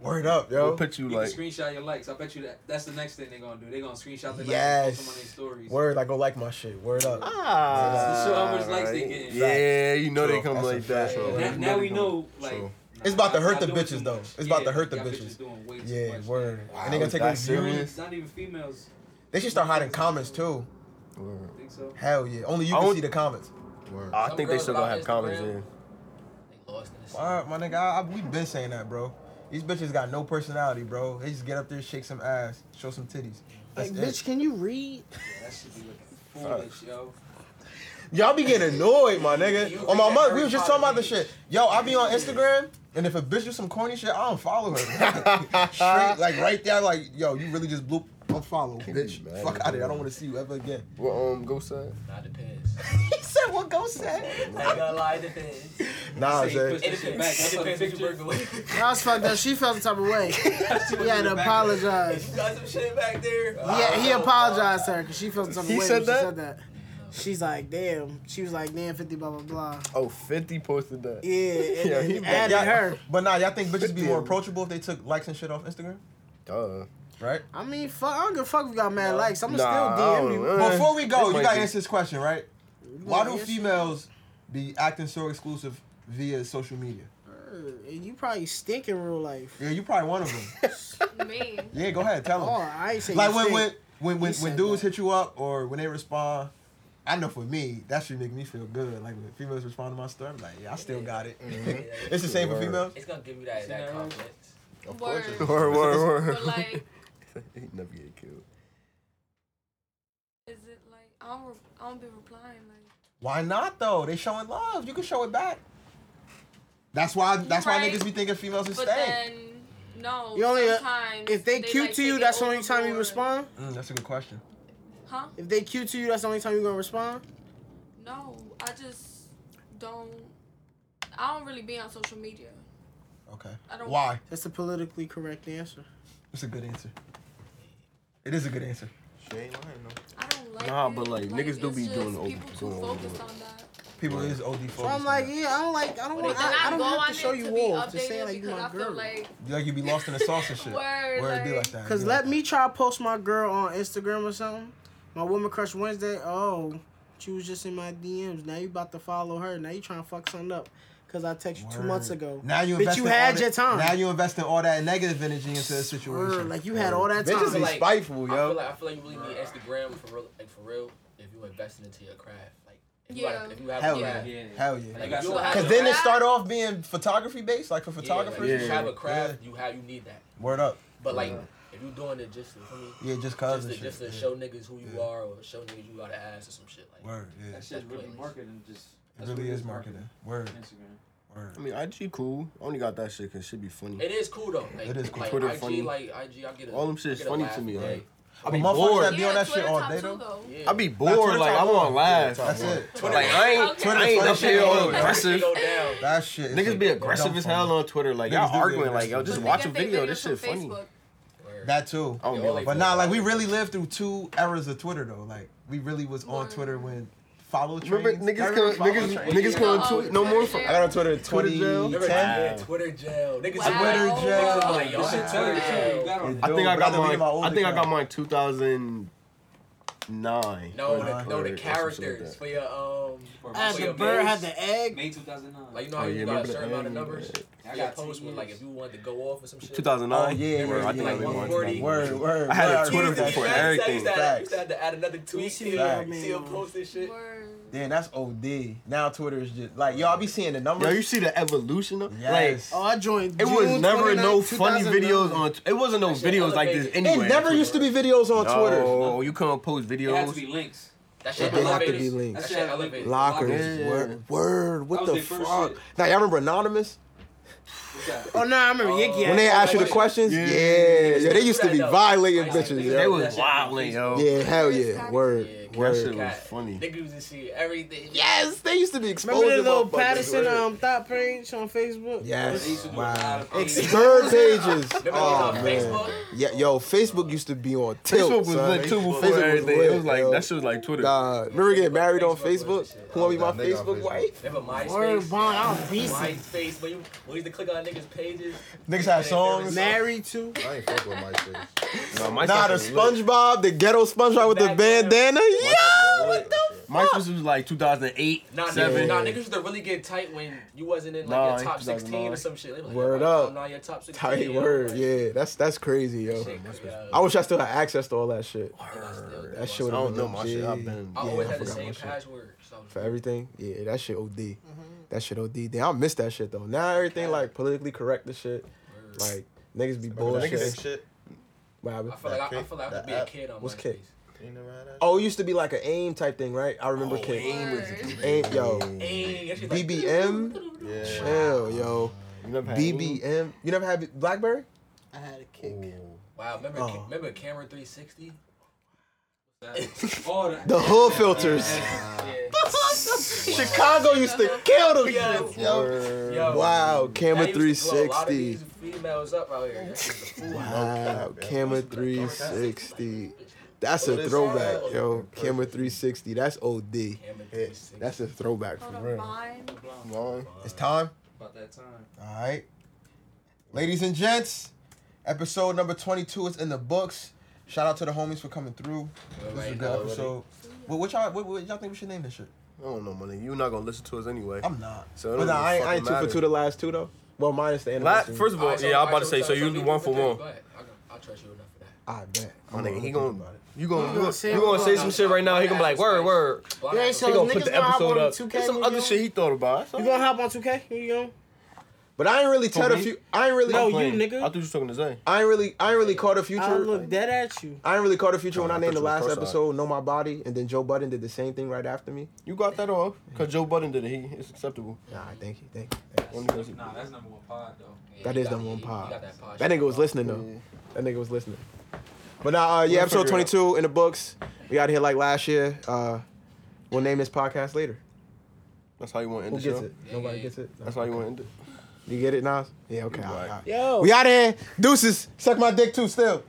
Speaker 1: Word up,
Speaker 2: what
Speaker 1: yo.
Speaker 2: picture you
Speaker 21: You
Speaker 2: like.
Speaker 21: can screenshot your likes. I bet you that that's the next thing they're gonna do. They're gonna screenshot their likes and post them on their
Speaker 1: Yes.
Speaker 21: stories.
Speaker 1: Word, I go like my shit. Word up.
Speaker 2: Ah.
Speaker 21: To show how much likes they getting.
Speaker 2: Yeah, you know they
Speaker 20: True.
Speaker 2: come
Speaker 20: That's a
Speaker 2: like that.
Speaker 20: fact.
Speaker 21: Now, now we know like
Speaker 20: True.
Speaker 21: nah,
Speaker 1: It's about to
Speaker 21: y'all-
Speaker 1: hurt
Speaker 21: y'all
Speaker 1: the
Speaker 21: doing
Speaker 1: bitches,
Speaker 21: too
Speaker 1: though.
Speaker 21: much.
Speaker 1: It's about to hurt the
Speaker 21: y'all
Speaker 1: bitches.
Speaker 21: doing way too
Speaker 1: Yeah,
Speaker 21: much.
Speaker 1: word. And they
Speaker 2: Wow,
Speaker 1: gonna
Speaker 2: is that
Speaker 1: take away views.
Speaker 2: serious?
Speaker 21: It's not even females.
Speaker 1: They should start hiding comments too.
Speaker 21: Think so?
Speaker 1: Hell yeah. Only you
Speaker 2: I
Speaker 1: can
Speaker 2: don't-
Speaker 1: see the comments.
Speaker 20: Word.
Speaker 2: I
Speaker 5: Some
Speaker 2: think they
Speaker 5: girls
Speaker 2: still
Speaker 5: about
Speaker 2: gonna have comments
Speaker 5: Instagram.
Speaker 2: in.
Speaker 5: They lost in the
Speaker 1: All right, my nigga, I, I, we been saying that, bro. These bitches got no personality, bro. They just get up there, shake some ass, show some titties.
Speaker 6: Like,
Speaker 1: That's it.
Speaker 6: bitch, can you read?
Speaker 4: that should be looking foolish, yo.
Speaker 1: Y'all be getting annoyed, my nigga. On my mother, we was just talking about the shit. Yo, I be on Instagram, and if a bitch do some corny shit, I don't follow her. Straight, like right there, like yo, you really just blew. Unfollow, bitch.
Speaker 2: mad
Speaker 1: Fuck
Speaker 2: at
Speaker 1: out of
Speaker 2: you.
Speaker 1: it. I don't want to see you ever again.
Speaker 2: What um go said?
Speaker 5: Nah, depends.
Speaker 1: he said what Ghost said.
Speaker 4: I ain't gonna lie, it depends.
Speaker 1: Nah,
Speaker 4: Say he
Speaker 1: Zay.
Speaker 4: pushed the shit back. That's what the picture away.
Speaker 6: I was fucked up. She felt the type of way.
Speaker 4: She
Speaker 6: He
Speaker 4: was in
Speaker 6: had
Speaker 4: the
Speaker 6: to
Speaker 4: back.
Speaker 6: apologize.
Speaker 4: You got some shit back there.
Speaker 6: Yeah, he apologized to her because she felt the type of
Speaker 2: He
Speaker 6: way
Speaker 2: said
Speaker 6: when
Speaker 2: that?
Speaker 6: she said that. She's like, damn. She was like, damn, 50, blah, blah, blah.
Speaker 2: Oh, 50 posted that.
Speaker 6: Yeah, and
Speaker 2: Yeah,
Speaker 6: then
Speaker 2: he
Speaker 6: added
Speaker 1: Y'all-
Speaker 6: her.
Speaker 1: But nah, y'all think bitches be more approachable if they took likes and shit off Instagram,
Speaker 2: Duh.
Speaker 1: right?
Speaker 6: I mean, fuck, I don't give a fuck if you got mad likes. I'm gonna
Speaker 2: Nah, I
Speaker 6: still
Speaker 2: don't
Speaker 6: DM you.
Speaker 2: know. Eh,
Speaker 1: Before we go,
Speaker 2: it
Speaker 1: you
Speaker 2: might
Speaker 1: gotta
Speaker 2: be.
Speaker 1: answer this question, right? Why do
Speaker 6: yes, sir.
Speaker 1: females be acting so exclusive via social media?
Speaker 6: Err, And you probably stink in real life.
Speaker 1: Yeah, you probably one of them.
Speaker 11: Me.
Speaker 1: yeah, go ahead, tell
Speaker 6: Oh,
Speaker 1: them.
Speaker 6: I ain't say
Speaker 1: like
Speaker 6: you
Speaker 1: when
Speaker 6: stink.
Speaker 1: when when when,
Speaker 6: You
Speaker 1: when
Speaker 6: said
Speaker 1: dudes hit you up or when they respond, I know for me that should make me feel good. Like when females respond to my story, I'm like, yeah, I still got it. it's the same for
Speaker 2: Word.
Speaker 1: females.
Speaker 5: It's gonna give you that, that confidence.
Speaker 11: Word.
Speaker 2: Word, word, word.
Speaker 11: But like,
Speaker 2: he never get killed.
Speaker 11: is it like I don't, re- I don't be replying like.
Speaker 1: Why not though? They showing love. You can show it back. That's why. That's why
Speaker 11: right.
Speaker 1: niggas be thinking females is
Speaker 11: But
Speaker 1: stank.
Speaker 11: then no.
Speaker 6: You only uh,
Speaker 11: sometimes
Speaker 6: if they, cute
Speaker 11: like,
Speaker 6: to you,
Speaker 11: take it
Speaker 6: that's the only time you
Speaker 11: overboard.
Speaker 6: respond.
Speaker 1: Mm, that's a good question.
Speaker 11: Huh?
Speaker 6: If they cute to you, that's the only time you gonna respond.
Speaker 11: No, I just don't. I don't really be on social media.
Speaker 1: Okay.
Speaker 11: I don't-
Speaker 1: Why?
Speaker 6: That's the politically correct answer.
Speaker 1: It's a good answer. It is a good answer.
Speaker 22: She ain't lying, though.
Speaker 11: I don't like.
Speaker 23: Nah,
Speaker 11: it.
Speaker 23: but, like, niggas do
Speaker 11: it's
Speaker 23: be
Speaker 11: just
Speaker 23: doing over-
Speaker 11: People too
Speaker 23: doing
Speaker 11: focused
Speaker 23: overboard.
Speaker 11: on that.
Speaker 1: People is OD
Speaker 6: So
Speaker 1: focused.
Speaker 6: I'm like, yeah, I don't like, I don't,
Speaker 11: But then
Speaker 6: want, I, I
Speaker 11: I
Speaker 6: don't
Speaker 11: go
Speaker 6: have
Speaker 11: on
Speaker 6: to show
Speaker 11: it
Speaker 6: you
Speaker 11: to be
Speaker 6: off to say
Speaker 11: updated
Speaker 6: like you
Speaker 11: because
Speaker 6: my
Speaker 11: I feel
Speaker 6: girl.
Speaker 11: like
Speaker 1: like you be lost in the sauce and shit.
Speaker 11: Word,
Speaker 1: Word, it be
Speaker 11: like-
Speaker 1: like that.
Speaker 6: Cause
Speaker 1: It be
Speaker 6: let
Speaker 1: like
Speaker 6: me try to post my girl on Instagram or something. My woman crush Wednesday. Oh, she was just in my DMs. Now you about to follow her. Now you trying to fuck something up. Cause I texted you
Speaker 1: that.
Speaker 6: two months
Speaker 1: Word.
Speaker 6: ago.
Speaker 1: Now you
Speaker 6: Bitch,
Speaker 1: investing
Speaker 6: you had
Speaker 1: all
Speaker 6: your
Speaker 1: that-
Speaker 6: time.
Speaker 1: Now you investing all that negative energy into the situation.
Speaker 6: Word, like you had all that time.
Speaker 1: Bitches be
Speaker 5: Like,
Speaker 1: spiteful,
Speaker 5: I feel
Speaker 1: yo.
Speaker 5: like I feel like you really need Instagram for real, like for real, if you investing into your craft. Like, if you,
Speaker 11: Yeah.
Speaker 5: got, if you have
Speaker 1: Hell
Speaker 5: a
Speaker 1: yeah.
Speaker 5: craft,
Speaker 1: Hell yeah.
Speaker 5: like,
Speaker 4: got
Speaker 5: if you
Speaker 4: some-
Speaker 5: have
Speaker 1: Cause
Speaker 5: a
Speaker 1: then it
Speaker 5: craft-
Speaker 1: start off being photography based, like for
Speaker 5: yeah, like,
Speaker 1: photographers.
Speaker 5: if you have a craft,
Speaker 1: Yeah.
Speaker 5: you have you need that.
Speaker 1: Word up.
Speaker 5: But like, if you doing it just to, for me,
Speaker 1: Yeah, just
Speaker 5: just
Speaker 1: cause and
Speaker 5: to,
Speaker 1: shit.
Speaker 5: just to
Speaker 1: Yeah.
Speaker 5: show niggas who you are or show niggas you got an ass or some shit like.
Speaker 1: Word, yeah.
Speaker 4: That shit's really
Speaker 5: That's
Speaker 4: marketing. Just
Speaker 1: It really is marketing. Word,
Speaker 4: Instagram.
Speaker 1: word.
Speaker 2: I mean, IG cool. I only got that shit because shit be funny.
Speaker 5: It is cool though. Like,
Speaker 1: It is cool.
Speaker 5: Like,
Speaker 2: Twitter
Speaker 5: IG,
Speaker 2: funny.
Speaker 5: like IG, I get a,
Speaker 2: All them
Speaker 5: I
Speaker 2: shit's
Speaker 5: get a
Speaker 2: funny
Speaker 5: laugh
Speaker 2: to me.
Speaker 5: a day.
Speaker 2: Like,
Speaker 1: I
Speaker 2: I be
Speaker 1: mean, motherfuckers
Speaker 2: bored.
Speaker 1: that be on that shit
Speaker 11: Twitter
Speaker 1: all
Speaker 11: top
Speaker 1: day
Speaker 11: too,
Speaker 1: though.
Speaker 5: Yeah.
Speaker 2: I be
Speaker 1: Nah,
Speaker 2: bored.
Speaker 1: Twitter
Speaker 2: Like I
Speaker 1: top
Speaker 2: want
Speaker 1: one.
Speaker 2: to laugh.
Speaker 1: That's it.
Speaker 2: Like I ain't,
Speaker 11: Okay.
Speaker 2: I ain't
Speaker 1: Twitter's
Speaker 2: up
Speaker 1: funny
Speaker 2: here
Speaker 1: as
Speaker 2: all
Speaker 1: hell.
Speaker 2: aggressive.
Speaker 5: Go down.
Speaker 1: That shit. is
Speaker 2: Niggas be
Speaker 1: like
Speaker 2: aggressive
Speaker 1: dumb
Speaker 2: as
Speaker 1: funny.
Speaker 2: hell on Twitter. Like
Speaker 1: Niggas
Speaker 2: y'all
Speaker 1: do be
Speaker 2: arguing. Like yo,
Speaker 1: aggressive.
Speaker 2: just
Speaker 11: But
Speaker 2: watch
Speaker 11: they
Speaker 2: a
Speaker 11: get their
Speaker 2: video.
Speaker 11: videos
Speaker 2: This
Speaker 11: from
Speaker 2: shit funny.
Speaker 11: Facebook.
Speaker 1: That too.
Speaker 2: I don't give a
Speaker 1: But nah, like we really lived through two eras of Twitter though. Like we really was on
Speaker 11: Word.
Speaker 1: Twitter when follow trains.
Speaker 2: Remember niggas
Speaker 1: Everyone
Speaker 2: come,
Speaker 1: follow
Speaker 2: niggas,
Speaker 1: trains.
Speaker 2: niggas
Speaker 11: No,
Speaker 2: come tweet no more.
Speaker 11: Twitter
Speaker 2: From,
Speaker 11: jail.
Speaker 1: I got on Twitter in
Speaker 2: Twitter jail?
Speaker 1: 2010.
Speaker 5: Remember, yeah,
Speaker 2: Wow.
Speaker 5: Twitter jail. Niggas
Speaker 11: Wow. Twitter
Speaker 5: Twitter jail.
Speaker 11: jail.
Speaker 5: Like, yo,
Speaker 4: This shit
Speaker 5: Twitter
Speaker 4: Twitter too. You
Speaker 5: jail.
Speaker 4: got on
Speaker 1: Yeah.
Speaker 2: I think
Speaker 1: Dude,
Speaker 2: I
Speaker 1: but I
Speaker 2: got
Speaker 1: deleted
Speaker 2: mine.
Speaker 1: my old
Speaker 2: I think I got
Speaker 1: account.
Speaker 2: mine 2009.
Speaker 5: No,
Speaker 2: or
Speaker 5: the, no, the
Speaker 2: or some shit like
Speaker 5: characters
Speaker 2: that.
Speaker 5: for your um.
Speaker 4: For
Speaker 6: I had
Speaker 5: for
Speaker 4: May-
Speaker 5: your
Speaker 6: the bird, had
Speaker 5: posts.
Speaker 6: the egg.
Speaker 4: May 2009.
Speaker 5: Like you know
Speaker 2: Oh,
Speaker 5: how
Speaker 2: yeah,
Speaker 5: you got a
Speaker 2: remember the
Speaker 5: certain amount of
Speaker 2: end,
Speaker 5: numbers.
Speaker 4: I
Speaker 5: I
Speaker 4: got
Speaker 5: got
Speaker 4: two
Speaker 5: posts with like
Speaker 4: years.
Speaker 5: if you wanted to go off or some shit.
Speaker 2: 2009.
Speaker 1: Oh, yeah,
Speaker 2: Or I think
Speaker 1: yeah,
Speaker 2: I
Speaker 1: yeah,
Speaker 2: went
Speaker 5: yeah.
Speaker 1: Word, word.
Speaker 2: I had a
Speaker 5: You
Speaker 2: Twitter
Speaker 1: word.
Speaker 5: used to
Speaker 2: for
Speaker 5: do that, you used to add-
Speaker 1: everything.
Speaker 5: You used to add to add another tweet.
Speaker 6: see
Speaker 5: See
Speaker 1: that,
Speaker 5: him see
Speaker 6: man.
Speaker 5: him post this shit.
Speaker 11: Word.
Speaker 1: Then that's OD. Now Twitter is just like y'all be seeing the numbers.
Speaker 2: Yo, you see the evolution of
Speaker 1: Yes.
Speaker 6: Oh, I joined.
Speaker 2: like. It was
Speaker 6: June
Speaker 2: never
Speaker 6: 29th,
Speaker 2: no funny
Speaker 6: 2009.
Speaker 2: videos on. It wasn't no
Speaker 5: That shit
Speaker 2: videos like this
Speaker 5: elevated.
Speaker 2: anyway.
Speaker 1: it never used to be videos on Twitter.
Speaker 2: No, you couldn't post
Speaker 4: It had to be
Speaker 2: videos.
Speaker 4: links.
Speaker 5: That shit
Speaker 1: They have to
Speaker 5: elevated.
Speaker 1: be linked.
Speaker 5: That shit elevated.
Speaker 1: Lockers.
Speaker 2: Yeah.
Speaker 1: Word. Word. What
Speaker 4: That was
Speaker 1: the
Speaker 4: their first
Speaker 1: fuck?
Speaker 4: shit.
Speaker 1: Now y'all remember Anonymous?
Speaker 4: What's that?
Speaker 6: Oh no, I remember Yiki.
Speaker 1: When they
Speaker 6: asked-
Speaker 1: ask you the
Speaker 5: yeah.
Speaker 1: questions? Yeah.
Speaker 2: Yeah.
Speaker 1: Yeah, they used to be
Speaker 5: Yeah.
Speaker 1: violating
Speaker 5: Yeah.
Speaker 1: bitches.
Speaker 2: They
Speaker 1: yo.
Speaker 2: was wilding, yo.
Speaker 1: Yeah, hell yeah. Word.
Speaker 5: Yeah,
Speaker 2: That
Speaker 1: Word.
Speaker 2: shit was
Speaker 5: Cat.
Speaker 2: funny.
Speaker 5: Niggas used to see everything.
Speaker 1: Yes, they used to be exposed.
Speaker 6: remember that little Patterson um thought page on Facebook?
Speaker 4: They used
Speaker 1: Yes.
Speaker 4: to do a lot
Speaker 1: Wow.
Speaker 4: of things.
Speaker 1: Bird pages.
Speaker 5: Remember
Speaker 1: Oh
Speaker 5: on
Speaker 1: man.
Speaker 5: Facebook?
Speaker 1: Yeah, yo, Facebook used to be on tilt.
Speaker 2: Facebook was
Speaker 1: son.
Speaker 2: lit too before
Speaker 1: Facebook was
Speaker 2: everything.
Speaker 1: lit,
Speaker 2: it was like
Speaker 1: yo.
Speaker 2: that shit was like Twitter.
Speaker 1: Nah, remember getting married on
Speaker 5: Facebook was
Speaker 1: Facebook?
Speaker 5: the shit.
Speaker 1: Who wanna be my
Speaker 22: Nah, nigga on
Speaker 1: Facebook
Speaker 22: Facebook.
Speaker 1: wife?
Speaker 5: Remember
Speaker 6: Word
Speaker 5: MySpace?
Speaker 6: bond, I was beasting.
Speaker 5: MySpace, when you when you used to click on niggas' pages.
Speaker 1: Niggas had songs.
Speaker 6: Married to.
Speaker 22: I ain't fuck with MySpace.
Speaker 2: Nah, my
Speaker 1: Nah, the SpongeBob, the ghetto SpongeBob with the
Speaker 5: Back then.
Speaker 1: bandana. Yo, what
Speaker 2: what
Speaker 1: the
Speaker 2: MySpace was like 2008,
Speaker 5: Nah,
Speaker 2: seven.
Speaker 5: niggas, nah, niggas used to really get tight when you wasn't in like
Speaker 2: Nah,
Speaker 5: your top
Speaker 2: it's like,
Speaker 5: 16
Speaker 2: nah.
Speaker 5: or some shit. They be Like,
Speaker 1: Word
Speaker 5: yo,
Speaker 1: up.
Speaker 5: I'm not your top 16.
Speaker 1: tight
Speaker 5: yo.
Speaker 1: word?
Speaker 5: Like,
Speaker 1: Yeah, that's that's crazy, yo.
Speaker 5: shit, yo.
Speaker 1: I wish I still had access to all that
Speaker 5: And
Speaker 1: shit.
Speaker 5: I still do.
Speaker 1: That shit
Speaker 2: I
Speaker 1: would have
Speaker 2: don't
Speaker 1: been
Speaker 2: know my shit. I've
Speaker 1: legit.
Speaker 2: been.
Speaker 5: I always had
Speaker 1: Yeah, I
Speaker 5: the
Speaker 1: forgot my
Speaker 5: same
Speaker 1: shit.
Speaker 5: password. So
Speaker 1: for everything. Yeah,
Speaker 5: Mm-hmm.
Speaker 1: that shit OD. That shit OD. Damn, I miss that shit though. Now everything like politically correct. The shit. Like niggas be
Speaker 5: Remember that
Speaker 1: bullshit.
Speaker 5: Kick shit?
Speaker 1: What happened?
Speaker 5: I feel like I, I feel like I could be a kid on
Speaker 1: What's
Speaker 5: MySpace.
Speaker 1: kick? Oh, it used to be like an AIM type thing, right? I
Speaker 8: Oh,
Speaker 1: remember kick.
Speaker 5: AIM was
Speaker 1: AIM, yo.
Speaker 5: AIM, that shit like-
Speaker 1: BBM. Chill, yo.
Speaker 5: had
Speaker 1: BBM. You never had BlackBerry?
Speaker 5: I had a kick. Wow, remember
Speaker 1: Oh.
Speaker 5: remember Camera 360? oh, that-
Speaker 1: The hood filters. Chicago used to kill them shits, yo. Wow, camera
Speaker 5: That used to blow A lot of
Speaker 1: 360.
Speaker 5: these females up out here. That shit's a fool.
Speaker 1: Wow, camera 360. That's
Speaker 5: What
Speaker 1: a
Speaker 5: is
Speaker 1: throwback,
Speaker 5: that?
Speaker 1: yo. Camera 360. That's OD. That's a throwback for real. Mine. It's time.
Speaker 24: About that time.
Speaker 1: All right. Ladies and gents, episode number 22 is in the books. Shout out to the homies for coming through. This was a
Speaker 2: Alright,
Speaker 1: good
Speaker 2: already.
Speaker 1: episode. What, what, y'all, what, what y'all think we should name this shit?
Speaker 2: I don't know, money. You're not gonna listen to us anyway.
Speaker 1: I'm not.
Speaker 2: So it
Speaker 1: But
Speaker 2: don't
Speaker 1: nah,
Speaker 2: really
Speaker 1: I ain't, I
Speaker 2: fucking
Speaker 1: ain't two for
Speaker 2: matter.
Speaker 1: two the last two, though. Well, minus the
Speaker 2: La-
Speaker 1: anniversary.
Speaker 2: first of all, yeah, I'm about to say. So you do one for
Speaker 5: Go
Speaker 2: one.
Speaker 5: ahead. I'll, I'll trust you enough for that.
Speaker 1: I bet.
Speaker 2: My nigga, he gonna you
Speaker 5: You
Speaker 2: gonna you
Speaker 5: gonna
Speaker 2: gonna
Speaker 5: say-
Speaker 2: say, you gonna say
Speaker 5: I'm
Speaker 2: some
Speaker 5: not-
Speaker 2: shit right now. He gonna be like word word.
Speaker 5: Yeah,
Speaker 2: He
Speaker 5: so
Speaker 2: gonna
Speaker 5: niggas
Speaker 2: put the
Speaker 5: gonna hop
Speaker 2: episode
Speaker 5: on
Speaker 2: up.
Speaker 5: the 2K
Speaker 2: There's some
Speaker 5: when
Speaker 2: other
Speaker 5: you-
Speaker 2: shit he thought about.
Speaker 6: You gonna hop on 2K? Here you go.
Speaker 1: But I ain't really tell the
Speaker 2: me?
Speaker 1: future. I ain't really.
Speaker 2: No, you, nigga. I thought you was talking to Zay.
Speaker 1: I ain't really. I ain't really caught the future.
Speaker 2: I
Speaker 1: look
Speaker 6: dead at you.
Speaker 1: I ain't really caught the future when
Speaker 2: Oh,
Speaker 1: I
Speaker 2: I
Speaker 1: named the
Speaker 2: thought you was
Speaker 1: last
Speaker 2: cross-eyed.
Speaker 1: episode "Know My Body," and then Joe Budden did the same thing right after me.
Speaker 2: You got that off because Joe Budden did it. He it's acceptable.
Speaker 1: Nah, thank you, thank you.
Speaker 24: Nah, that's number one pod though.
Speaker 1: that
Speaker 24: you
Speaker 1: is
Speaker 24: got
Speaker 1: number
Speaker 24: the-
Speaker 1: one
Speaker 24: you got
Speaker 1: pod.
Speaker 24: that pod.
Speaker 1: That, nigga was listening though. That nigga was listening. But now, uh, yeah,
Speaker 2: We'll
Speaker 1: episode
Speaker 2: figure it
Speaker 1: twenty
Speaker 2: out.
Speaker 1: two in the books. We got here like last year. Uh, we'll name this podcast later.
Speaker 2: That's how you want to end
Speaker 1: Who
Speaker 2: the
Speaker 1: gets
Speaker 2: show.
Speaker 1: it? Nobody gets it.
Speaker 2: That's how you want to end it.
Speaker 1: You get it, Nas? Yeah, okay. all right, all right.
Speaker 6: Yo.
Speaker 1: We out of here. Deuces. Suck my dick too. Still.